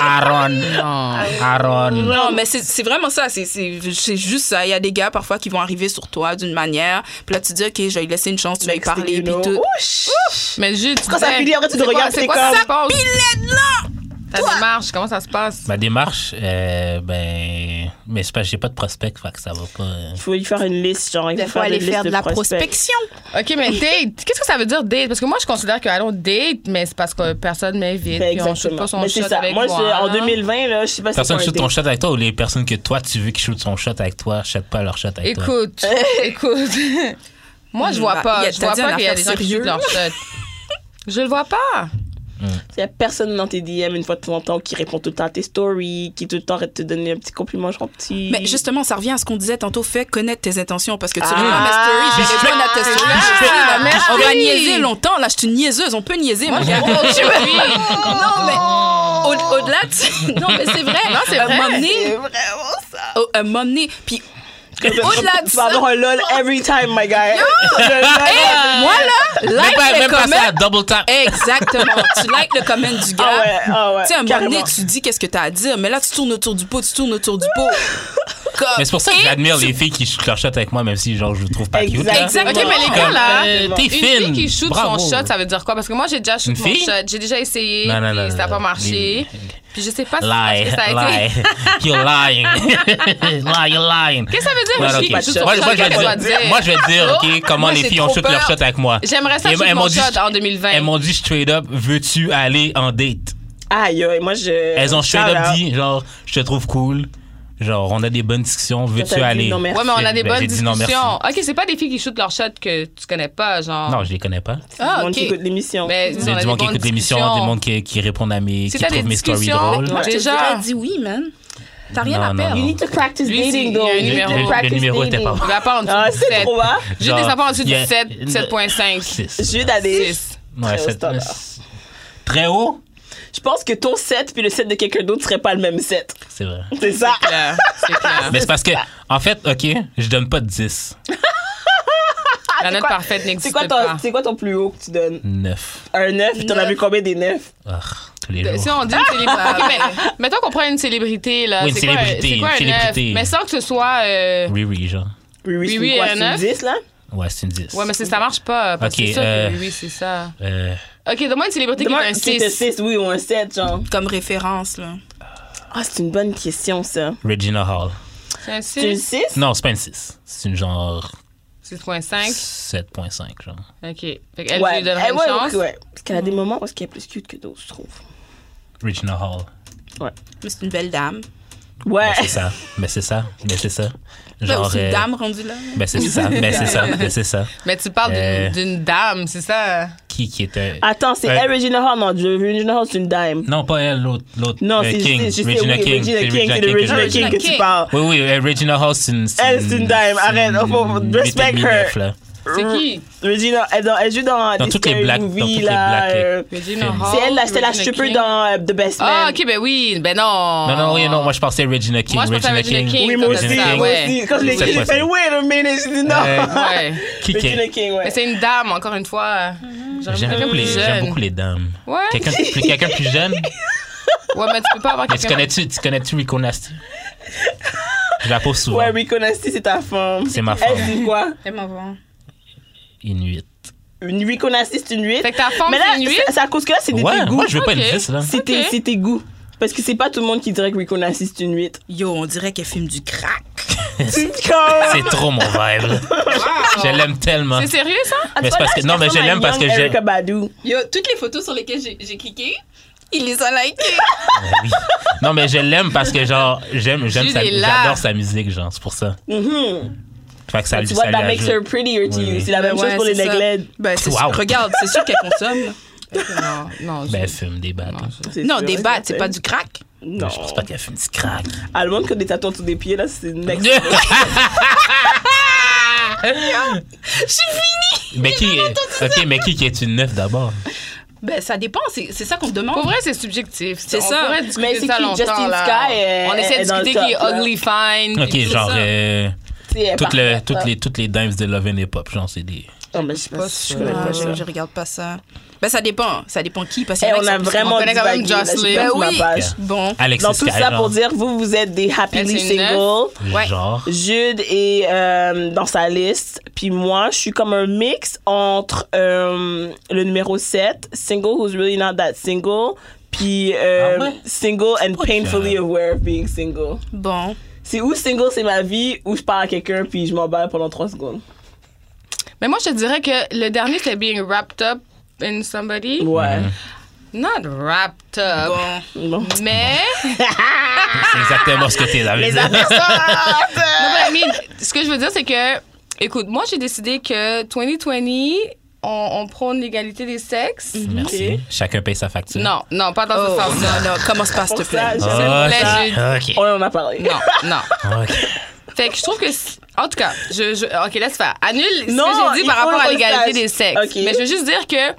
[SPEAKER 2] Aaron, Aaron. Aaron.
[SPEAKER 5] Non, mais c'est c'est vraiment ça. C'est- C'est c'est juste ça. Il y a des gars parfois qui vont arriver sur toi d'une manière. Puis là, tu dis, OK, je vais lui laisser une chance, tu vas lui
[SPEAKER 3] Next thing
[SPEAKER 5] parler.
[SPEAKER 3] you
[SPEAKER 5] Puis
[SPEAKER 3] know,
[SPEAKER 5] tout.
[SPEAKER 3] ouch.
[SPEAKER 6] Mais juste.
[SPEAKER 3] Quand ça
[SPEAKER 6] disais,
[SPEAKER 3] finit, après, tu te
[SPEAKER 6] c'est quoi-
[SPEAKER 3] regardes, t'es
[SPEAKER 6] C'est quoi
[SPEAKER 3] comme-
[SPEAKER 6] ça se passe?
[SPEAKER 5] Il est là!
[SPEAKER 6] Ta démarche, comment ça se passe?
[SPEAKER 2] Ma démarche, euh, ben. Mais c'est pas, j'ai pas de prospect, fait que ça va pas. euh.
[SPEAKER 3] Il faut y faire une liste, genre. Il
[SPEAKER 5] Des
[SPEAKER 3] faut faire
[SPEAKER 5] fois,
[SPEAKER 3] une
[SPEAKER 5] aller
[SPEAKER 3] liste
[SPEAKER 5] faire de la
[SPEAKER 3] prospects.
[SPEAKER 5] prospection.
[SPEAKER 6] OK, mais date, qu'est-ce que ça veut dire date? Parce que moi, je considère que allons date, mais c'est parce que personne m'invite.
[SPEAKER 3] Ben,
[SPEAKER 6] Puis on shoot
[SPEAKER 3] Exactement.
[SPEAKER 6] pas son
[SPEAKER 3] Mais
[SPEAKER 6] shot
[SPEAKER 3] c'est ça.
[SPEAKER 6] avec
[SPEAKER 3] Moi,
[SPEAKER 6] moi.
[SPEAKER 3] je- en
[SPEAKER 6] hein.
[SPEAKER 3] 2020, là, je sais pas si
[SPEAKER 2] Personne
[SPEAKER 3] c'est
[SPEAKER 2] shoot
[SPEAKER 3] quoi un
[SPEAKER 2] ton
[SPEAKER 3] date.
[SPEAKER 2] shot avec toi ou les personnes que toi tu veux qui shoot son shot avec toi, shootent pas leur shot avec toi.
[SPEAKER 6] Écoute, écoute. moi, je vois
[SPEAKER 5] Bah, il y
[SPEAKER 6] pas.
[SPEAKER 5] a-
[SPEAKER 6] Je
[SPEAKER 5] t'as
[SPEAKER 6] vois
[SPEAKER 5] dit
[SPEAKER 6] pas
[SPEAKER 5] une
[SPEAKER 6] qu'il y a
[SPEAKER 5] affaire
[SPEAKER 6] des gens qui shootent
[SPEAKER 5] sérieuse.
[SPEAKER 6] leur shot. Je le vois pas.
[SPEAKER 3] Il y a personne dans tes DM une fois de temps en temps qui répond tout le temps à tes stories, qui tout le temps arrête de te donner un petit compliment, genre petit.
[SPEAKER 5] Mais justement, ça revient à ce qu'on disait tantôt. Fais connaître tes intentions parce que tu
[SPEAKER 3] Ah.
[SPEAKER 5] réponds à ma story, je
[SPEAKER 2] Ah.
[SPEAKER 5] réponds à ta story.
[SPEAKER 6] Ah.
[SPEAKER 5] Je fais-
[SPEAKER 6] Ah, merci.
[SPEAKER 5] On va niaiser longtemps. Là, je suis une niaiseuse. On peut niaiser, mon gars. Non, mais au- au-delà de. Non, mais c'est vrai.
[SPEAKER 6] Non, c'est
[SPEAKER 5] Euh,
[SPEAKER 6] vrai.
[SPEAKER 5] m'emmener- Oh, euh, M'emmener. Puis au-delà de
[SPEAKER 3] tu
[SPEAKER 5] ça- Eh,
[SPEAKER 3] vas avoir un lol every time, my guy. Le lol.
[SPEAKER 5] moi, là,
[SPEAKER 2] Même
[SPEAKER 5] like
[SPEAKER 2] pas,
[SPEAKER 5] le
[SPEAKER 2] même pas
[SPEAKER 5] comment-
[SPEAKER 2] ça, double tap.
[SPEAKER 5] Exactement. tu likes le comment du gars.
[SPEAKER 3] Ah ouais, ah ouais.
[SPEAKER 5] Tu sais, à un moment donné,
[SPEAKER 3] carrément.
[SPEAKER 5] tu dis qu'est-ce que t'as à dire, mais là, tu tournes autour du pot, tu tournes autour du pot. Comme-
[SPEAKER 2] Mais c'est pour ça que
[SPEAKER 5] Et
[SPEAKER 2] j'admire
[SPEAKER 5] tu-
[SPEAKER 2] les filles qui shootent leur shot avec moi, même si genre je le trouve pas cute. là.
[SPEAKER 3] Exactement.
[SPEAKER 6] OK, mais les gars, là,
[SPEAKER 2] Euh, t'es
[SPEAKER 6] Ah, une
[SPEAKER 2] fine.
[SPEAKER 6] fille qui shoot
[SPEAKER 2] Bravo.
[SPEAKER 6] son shot, ça veut dire quoi? Parce que moi, j'ai déjà shoot
[SPEAKER 2] Une
[SPEAKER 6] mon
[SPEAKER 2] fille?
[SPEAKER 6] shot. J'ai déjà essayé,
[SPEAKER 2] Non, non,
[SPEAKER 6] puis
[SPEAKER 2] non,
[SPEAKER 6] ça n'a
[SPEAKER 2] non,
[SPEAKER 6] pas
[SPEAKER 2] non.
[SPEAKER 6] marché.
[SPEAKER 2] Les- euh,
[SPEAKER 6] Puis je sais pas si c'est parce
[SPEAKER 2] Lie,
[SPEAKER 6] que ça a été...
[SPEAKER 2] lie. You're lying. lie, you're lying.
[SPEAKER 6] Qu'est-ce que ça veut dire,
[SPEAKER 2] Ouais,
[SPEAKER 6] une fille
[SPEAKER 2] ok.
[SPEAKER 6] qui shoot son
[SPEAKER 2] Moi,
[SPEAKER 6] shot?
[SPEAKER 2] moi, je vais
[SPEAKER 6] Qu'est-ce que ça
[SPEAKER 2] dire,
[SPEAKER 6] veut dire?
[SPEAKER 2] moi, je vais dire, OK, comment
[SPEAKER 5] Moi,
[SPEAKER 2] les
[SPEAKER 5] j'ai
[SPEAKER 2] filles ont
[SPEAKER 5] trop
[SPEAKER 2] shoot leur
[SPEAKER 5] peur.
[SPEAKER 2] shot avec moi.
[SPEAKER 6] J'aimerais ça
[SPEAKER 2] Et-
[SPEAKER 6] shoot
[SPEAKER 2] elles
[SPEAKER 6] mon
[SPEAKER 2] m'ont dit-
[SPEAKER 6] shot en 2020.
[SPEAKER 2] Elles m'ont dit straight up, veux-tu aller en date?
[SPEAKER 3] Aïe, aïe, moi, je.
[SPEAKER 2] Elles ont straight
[SPEAKER 3] Shout
[SPEAKER 2] up
[SPEAKER 3] out.
[SPEAKER 2] dit, genre, je te trouve cool. Genre, on a des bonnes discussions,
[SPEAKER 3] T'as
[SPEAKER 2] veux-tu
[SPEAKER 3] dit
[SPEAKER 2] aller?
[SPEAKER 3] non,
[SPEAKER 2] Non,
[SPEAKER 3] merci.
[SPEAKER 6] Ouais, mais on a des
[SPEAKER 2] Ben,
[SPEAKER 6] bonnes
[SPEAKER 2] j'ai dit non, merci.
[SPEAKER 6] discussions. OK, c'est pas des filles qui shootent leur shot que tu connais pas, genre. Ben,
[SPEAKER 2] je les connais pas.
[SPEAKER 5] Ah,
[SPEAKER 3] Du monde
[SPEAKER 5] ok.
[SPEAKER 3] qui écoute l'émission.
[SPEAKER 6] Mais
[SPEAKER 2] C'est du monde qui écoute l'émission, du monde qui, qui répond à mes, qui
[SPEAKER 6] Si t'as des
[SPEAKER 2] trouve mes stories
[SPEAKER 6] discussions,
[SPEAKER 2] drôles.
[SPEAKER 3] Ouais.
[SPEAKER 5] Déjà,
[SPEAKER 6] déjà.
[SPEAKER 5] dit oui, man. T'as rien
[SPEAKER 2] Non,
[SPEAKER 5] à
[SPEAKER 2] non,
[SPEAKER 5] perdre.
[SPEAKER 2] non.
[SPEAKER 3] You need to practice
[SPEAKER 6] Lui, c'est-
[SPEAKER 3] dating,
[SPEAKER 6] il y a
[SPEAKER 3] though.
[SPEAKER 6] un
[SPEAKER 3] You need
[SPEAKER 6] numéro.
[SPEAKER 3] to
[SPEAKER 6] Le-
[SPEAKER 2] le
[SPEAKER 3] practice
[SPEAKER 2] numéro était pas
[SPEAKER 6] Il
[SPEAKER 2] bon.
[SPEAKER 6] va pas en dessous
[SPEAKER 3] Ah,
[SPEAKER 6] du
[SPEAKER 3] c'est
[SPEAKER 6] 7.
[SPEAKER 3] trop, hein?
[SPEAKER 6] Juste des enfants en dessous du
[SPEAKER 2] Yeah.
[SPEAKER 6] 7, 7.5.
[SPEAKER 2] Six.
[SPEAKER 3] Juste à des.
[SPEAKER 6] Six.
[SPEAKER 2] Ouais,
[SPEAKER 3] Très haut
[SPEAKER 2] sept-
[SPEAKER 3] standard.
[SPEAKER 2] Très haut?
[SPEAKER 3] Je pense que ton set puis le set de quelqu'un d'autre serait pas le même set.
[SPEAKER 2] C'est vrai.
[SPEAKER 3] C'est ça.
[SPEAKER 6] Clair, C'est clair.
[SPEAKER 2] Mais c'est parce que, en fait, OK, je donne pas de 10,
[SPEAKER 6] La note
[SPEAKER 3] quoi-
[SPEAKER 6] parfaite
[SPEAKER 3] C'est
[SPEAKER 6] n'existe
[SPEAKER 3] quoi, ton-
[SPEAKER 6] pas.
[SPEAKER 3] c'est quoi ton plus haut que tu donnes?
[SPEAKER 2] 9.
[SPEAKER 3] Un 9, puis t'en as vu combien des 9?
[SPEAKER 2] Ah, tous les
[SPEAKER 6] Ben, Si
[SPEAKER 2] jours.
[SPEAKER 6] on dit une célébrité. Ok, mais mettons qu'on prend une célébrité, là.
[SPEAKER 2] Ah! Oui, une
[SPEAKER 6] c'est quoi un-
[SPEAKER 2] célébrité,
[SPEAKER 6] C'est quoi,
[SPEAKER 2] une
[SPEAKER 6] un neuf?
[SPEAKER 2] célébrité.
[SPEAKER 6] Mais sans que ce soit. euh,
[SPEAKER 2] Oui, oui, genre.
[SPEAKER 3] Oui, oui,
[SPEAKER 6] Oui,
[SPEAKER 3] c'est
[SPEAKER 6] oui,
[SPEAKER 3] quoi?
[SPEAKER 6] un
[SPEAKER 3] C'est une
[SPEAKER 6] neuf?
[SPEAKER 3] 10, là?
[SPEAKER 2] Ouais, c'est une 10.
[SPEAKER 6] Ouais, mais c'est- ça marche pas. Parce
[SPEAKER 2] Ok,
[SPEAKER 6] que c'est sûr
[SPEAKER 2] euh,
[SPEAKER 6] que oui, c'est ça.
[SPEAKER 2] Euh,
[SPEAKER 6] Ok, donne-moi une célébrité qui est un
[SPEAKER 3] Demande si t'es
[SPEAKER 6] 6.
[SPEAKER 3] 6, oui, ou un 7, genre.
[SPEAKER 5] Comme référence, là.
[SPEAKER 3] Ah, c'est une bonne question, ça.
[SPEAKER 2] Regina Hall.
[SPEAKER 6] C'est un
[SPEAKER 3] C'est une
[SPEAKER 6] 6.
[SPEAKER 3] 6?
[SPEAKER 2] Non, c'est pas une 6. C'est une genre
[SPEAKER 6] 6.5.
[SPEAKER 2] 7.5, genre.
[SPEAKER 6] OK. Fait qu'elle
[SPEAKER 3] Ouais.
[SPEAKER 6] lui donnerait
[SPEAKER 3] Eh,
[SPEAKER 6] une
[SPEAKER 3] ouais,
[SPEAKER 6] chance.
[SPEAKER 3] ouais, ouais. Parce qu'elle a des moments où est-ce qu'elle est plus cute que d'autres, je trouve.
[SPEAKER 2] Regina Hall.
[SPEAKER 5] Mais C'est une belle dame.
[SPEAKER 3] Ouais.
[SPEAKER 2] Mais c'est ça. Mais c'est ça. Mais c'est ça.
[SPEAKER 6] Ben,
[SPEAKER 5] Là
[SPEAKER 2] Genre.
[SPEAKER 5] aussi,
[SPEAKER 2] euh,
[SPEAKER 5] dame rendue là.
[SPEAKER 2] ben c'est ça. Mais c'est ça. Mais c'est ça.
[SPEAKER 6] Mais tu parles d'une-
[SPEAKER 2] Euh.
[SPEAKER 6] d'une dame, c'est ça?
[SPEAKER 2] Qui, qui était.
[SPEAKER 3] Attends, c'est
[SPEAKER 2] Ouais.
[SPEAKER 3] elle, Regina Hall. Non, je- Regina Hall, c'est une dime.
[SPEAKER 2] Non, pas elle, l'autre. l'autre
[SPEAKER 3] Non,
[SPEAKER 2] euh,
[SPEAKER 3] c'est
[SPEAKER 2] King.
[SPEAKER 3] c'est- je sais,
[SPEAKER 2] Regina
[SPEAKER 3] oui,
[SPEAKER 2] King.
[SPEAKER 3] Regina King, c'est
[SPEAKER 2] que
[SPEAKER 3] de Regina
[SPEAKER 2] je-
[SPEAKER 3] King
[SPEAKER 6] Regina
[SPEAKER 3] que tu
[SPEAKER 6] King.
[SPEAKER 3] parles.
[SPEAKER 2] Oui, oui, euh, Regina Hall, c'est une.
[SPEAKER 3] Elle, c'est une dame. Arrête, oh, faut- faut-
[SPEAKER 2] une
[SPEAKER 3] respect
[SPEAKER 2] mythe
[SPEAKER 3] her.
[SPEAKER 2] meuf, là.
[SPEAKER 6] C'est qui?
[SPEAKER 3] Regina, elle, dans- elle joue dans,
[SPEAKER 2] Dans
[SPEAKER 3] des
[SPEAKER 2] toutes les
[SPEAKER 3] scary
[SPEAKER 2] black- dans
[SPEAKER 3] movies,
[SPEAKER 2] toutes les
[SPEAKER 3] là,
[SPEAKER 2] black,
[SPEAKER 3] euh,
[SPEAKER 6] Regina
[SPEAKER 2] film.
[SPEAKER 6] Hall,
[SPEAKER 3] C'est elle, là, c'était la
[SPEAKER 6] Oh, Regina
[SPEAKER 3] stripper
[SPEAKER 6] King.
[SPEAKER 3] dans euh, The Best Man.
[SPEAKER 6] Ah, ok, ben oui, ben non.
[SPEAKER 2] Non, non, oui, non, moi je pensais Regina King.
[SPEAKER 6] Moi, je pensais à Regina King.
[SPEAKER 3] Oui, moi aussi,
[SPEAKER 2] Regina
[SPEAKER 6] King.
[SPEAKER 3] moi
[SPEAKER 6] Ouais.
[SPEAKER 3] aussi. Quand je l'ai
[SPEAKER 2] C'est
[SPEAKER 3] écrit, j'ai
[SPEAKER 2] quoi
[SPEAKER 3] fait «
[SPEAKER 2] ça?
[SPEAKER 3] Wait a minute », je dis non.
[SPEAKER 2] Euh,
[SPEAKER 6] Ouais.
[SPEAKER 2] Qui, qui-
[SPEAKER 3] Regina King, ouais.
[SPEAKER 6] Mais c'est une dame, encore une fois. J'aurais
[SPEAKER 2] J'aime
[SPEAKER 6] voulu quelqu'un
[SPEAKER 2] beaucoup, les-
[SPEAKER 6] plus
[SPEAKER 2] j'aime
[SPEAKER 6] jeune.
[SPEAKER 2] beaucoup les dames.
[SPEAKER 6] Ouais.
[SPEAKER 2] Quelqu'un plus, quelqu'un plus jeune?
[SPEAKER 6] Ouais, mais tu peux pas avoir
[SPEAKER 2] Mais tu
[SPEAKER 6] quelqu'un.
[SPEAKER 2] connais-tu tu connais-tu Rico Nasty? Je la pose souvent.
[SPEAKER 3] Ouais, Rico Nasty, c'est ta femme.
[SPEAKER 2] C'est ma
[SPEAKER 3] Elle,
[SPEAKER 2] femme.
[SPEAKER 3] c'est quoi?
[SPEAKER 6] Tellement bon.
[SPEAKER 2] Inuit.
[SPEAKER 3] Une Rico Nasty, c'est une huit.
[SPEAKER 6] Fait que ta femme,
[SPEAKER 3] Mais
[SPEAKER 6] c'est
[SPEAKER 3] là,
[SPEAKER 6] une huit?
[SPEAKER 3] c'est- c'est à cause que là, c'est des
[SPEAKER 2] Ouais,
[SPEAKER 3] goûts.
[SPEAKER 2] moi je veux pas
[SPEAKER 6] Ok.
[SPEAKER 2] une liste là.
[SPEAKER 3] C'est tes-
[SPEAKER 6] Ok.
[SPEAKER 3] c'est tes goûts. Parce que c'est pas tout le monde qui dirait que Rico Nasty, c'est une huit.
[SPEAKER 5] Yo, on dirait qu'elle filme du crack.
[SPEAKER 2] C'est trop mon vibe. là. Je l'aime tellement.
[SPEAKER 6] C'est sérieux, ça?
[SPEAKER 2] Mais c'est parce que non, mais je l'aime parce que je.
[SPEAKER 3] Erika Badu.
[SPEAKER 5] Yo, toutes les photos sur lesquelles j'ai- j'ai cliqué, il les a likées.
[SPEAKER 2] Ben oui. Non, mais je l'aime parce que genre j'aime j'aime
[SPEAKER 6] Jules
[SPEAKER 2] sa-
[SPEAKER 6] est là.
[SPEAKER 2] j'adore sa musique genre c'est pour ça.
[SPEAKER 3] Mm-hmm.
[SPEAKER 2] Fait que ça
[SPEAKER 3] Tu
[SPEAKER 2] lui
[SPEAKER 3] vois,
[SPEAKER 2] ça lui
[SPEAKER 3] that makes
[SPEAKER 2] ajoute.
[SPEAKER 3] her prettier to
[SPEAKER 2] Oui,
[SPEAKER 3] you.
[SPEAKER 2] oui.
[SPEAKER 3] C'est la même
[SPEAKER 6] Ouais,
[SPEAKER 3] chose pour les
[SPEAKER 6] c'est ça.
[SPEAKER 3] legleds.
[SPEAKER 5] Ben, c'est
[SPEAKER 2] Wow.
[SPEAKER 5] sûr- regarde, c'est sûr qu'elle consomme. là.
[SPEAKER 6] Non, non.
[SPEAKER 2] Ben
[SPEAKER 6] je-
[SPEAKER 2] elle fume des battes. là.
[SPEAKER 5] Non, des battes, c'est pas du crack.
[SPEAKER 3] Non.
[SPEAKER 2] Je pense pas qu'elle fume du crack.
[SPEAKER 3] Allemande que des tatouages sous des pieds, là, c'est next.
[SPEAKER 2] Mais qui OK, mais qui qui est une neuf d'abord
[SPEAKER 5] Ben, ça dépend, c'est c'est ça qu'on te demande.
[SPEAKER 6] Pour vrai, c'est subjectif.
[SPEAKER 5] C'est
[SPEAKER 6] On
[SPEAKER 5] ça.
[SPEAKER 6] pourrait discuter
[SPEAKER 3] Mais c'est
[SPEAKER 6] de ça
[SPEAKER 3] qui,
[SPEAKER 6] longtemps,
[SPEAKER 3] Justin
[SPEAKER 6] là.
[SPEAKER 3] Sky, euh,
[SPEAKER 6] On essaie
[SPEAKER 3] est
[SPEAKER 6] de
[SPEAKER 3] dans le
[SPEAKER 6] discuter
[SPEAKER 3] top,
[SPEAKER 6] qui est
[SPEAKER 3] là.
[SPEAKER 6] ugly, fine.
[SPEAKER 2] OK,
[SPEAKER 6] puis tout
[SPEAKER 2] genre
[SPEAKER 6] ça.
[SPEAKER 2] euh,
[SPEAKER 3] C'est
[SPEAKER 2] toutes les
[SPEAKER 3] parfait,
[SPEAKER 2] toutes
[SPEAKER 3] ça.
[SPEAKER 2] les toutes les dimes de Love and Hip Hop, genre c'est des
[SPEAKER 3] Oh, mais je sais pas si je connais
[SPEAKER 5] Ah,
[SPEAKER 3] pas
[SPEAKER 5] je,
[SPEAKER 3] ça.
[SPEAKER 5] je regarde pas ça. Ben, ça dépend. Ça dépend qui. Parce que
[SPEAKER 3] Eh, on a vraiment
[SPEAKER 6] connaît quand même
[SPEAKER 3] divagué, là,
[SPEAKER 6] Jocelyn.
[SPEAKER 3] j'ai
[SPEAKER 5] Ben
[SPEAKER 3] perdu ma
[SPEAKER 5] oui.
[SPEAKER 3] page.
[SPEAKER 5] Bon.
[SPEAKER 2] Alexis
[SPEAKER 3] Dans tout
[SPEAKER 2] Sky,
[SPEAKER 3] ça
[SPEAKER 2] genre.
[SPEAKER 3] pour dire, vous, vous êtes des happily
[SPEAKER 6] Elle, c'est une
[SPEAKER 3] single.
[SPEAKER 5] Ouais.
[SPEAKER 2] genre
[SPEAKER 6] Ah!
[SPEAKER 3] Jude est euh, dans sa liste, puis moi, je suis comme un mix entre euh, le numéro 7, Single Who's Really Not That Single, puis euh,
[SPEAKER 2] Ah ouais?
[SPEAKER 3] Single and
[SPEAKER 2] pas
[SPEAKER 3] Painfully
[SPEAKER 2] grave.
[SPEAKER 3] Aware of Being Single.
[SPEAKER 5] Bon.
[SPEAKER 3] C'est où Single, c'est ma vie, ou je parle à quelqu'un, puis je m'emballe pendant 3 secondes.
[SPEAKER 6] Mais moi, je te dirais que le dernier, c'était being wrapped up in somebody.
[SPEAKER 3] Ouais.
[SPEAKER 6] Not wrapped up.
[SPEAKER 3] Bon.
[SPEAKER 6] Mais.
[SPEAKER 2] c'est exactement ce que t'es là.
[SPEAKER 3] Les amis,
[SPEAKER 6] Non, mais I mean, ce que je veux dire, c'est que, écoute, moi, j'ai décidé que 2020, on, on prône l'égalité des sexes.
[SPEAKER 2] Mm-hmm. Merci. Chacun paye sa facture. Oh,
[SPEAKER 6] Non, non, pas dans
[SPEAKER 5] Oh,
[SPEAKER 6] ce sens-là.
[SPEAKER 5] non, non, commence pas, s'il te
[SPEAKER 3] Pour ça,
[SPEAKER 5] plaît.
[SPEAKER 3] je-
[SPEAKER 2] OK.
[SPEAKER 3] on en a parlé.
[SPEAKER 6] Non, non.
[SPEAKER 2] Ah, OK.
[SPEAKER 6] Fait que je trouve que. c- En tout cas, je, je- OK, laisse faire. Annule
[SPEAKER 3] Non,
[SPEAKER 6] ce que j'ai
[SPEAKER 3] il
[SPEAKER 6] dit par
[SPEAKER 3] faut
[SPEAKER 6] rapport à
[SPEAKER 3] qu'on le
[SPEAKER 6] l'égalité
[SPEAKER 3] sache.
[SPEAKER 6] des sexes.
[SPEAKER 3] Ok.
[SPEAKER 6] Mais je veux juste dire que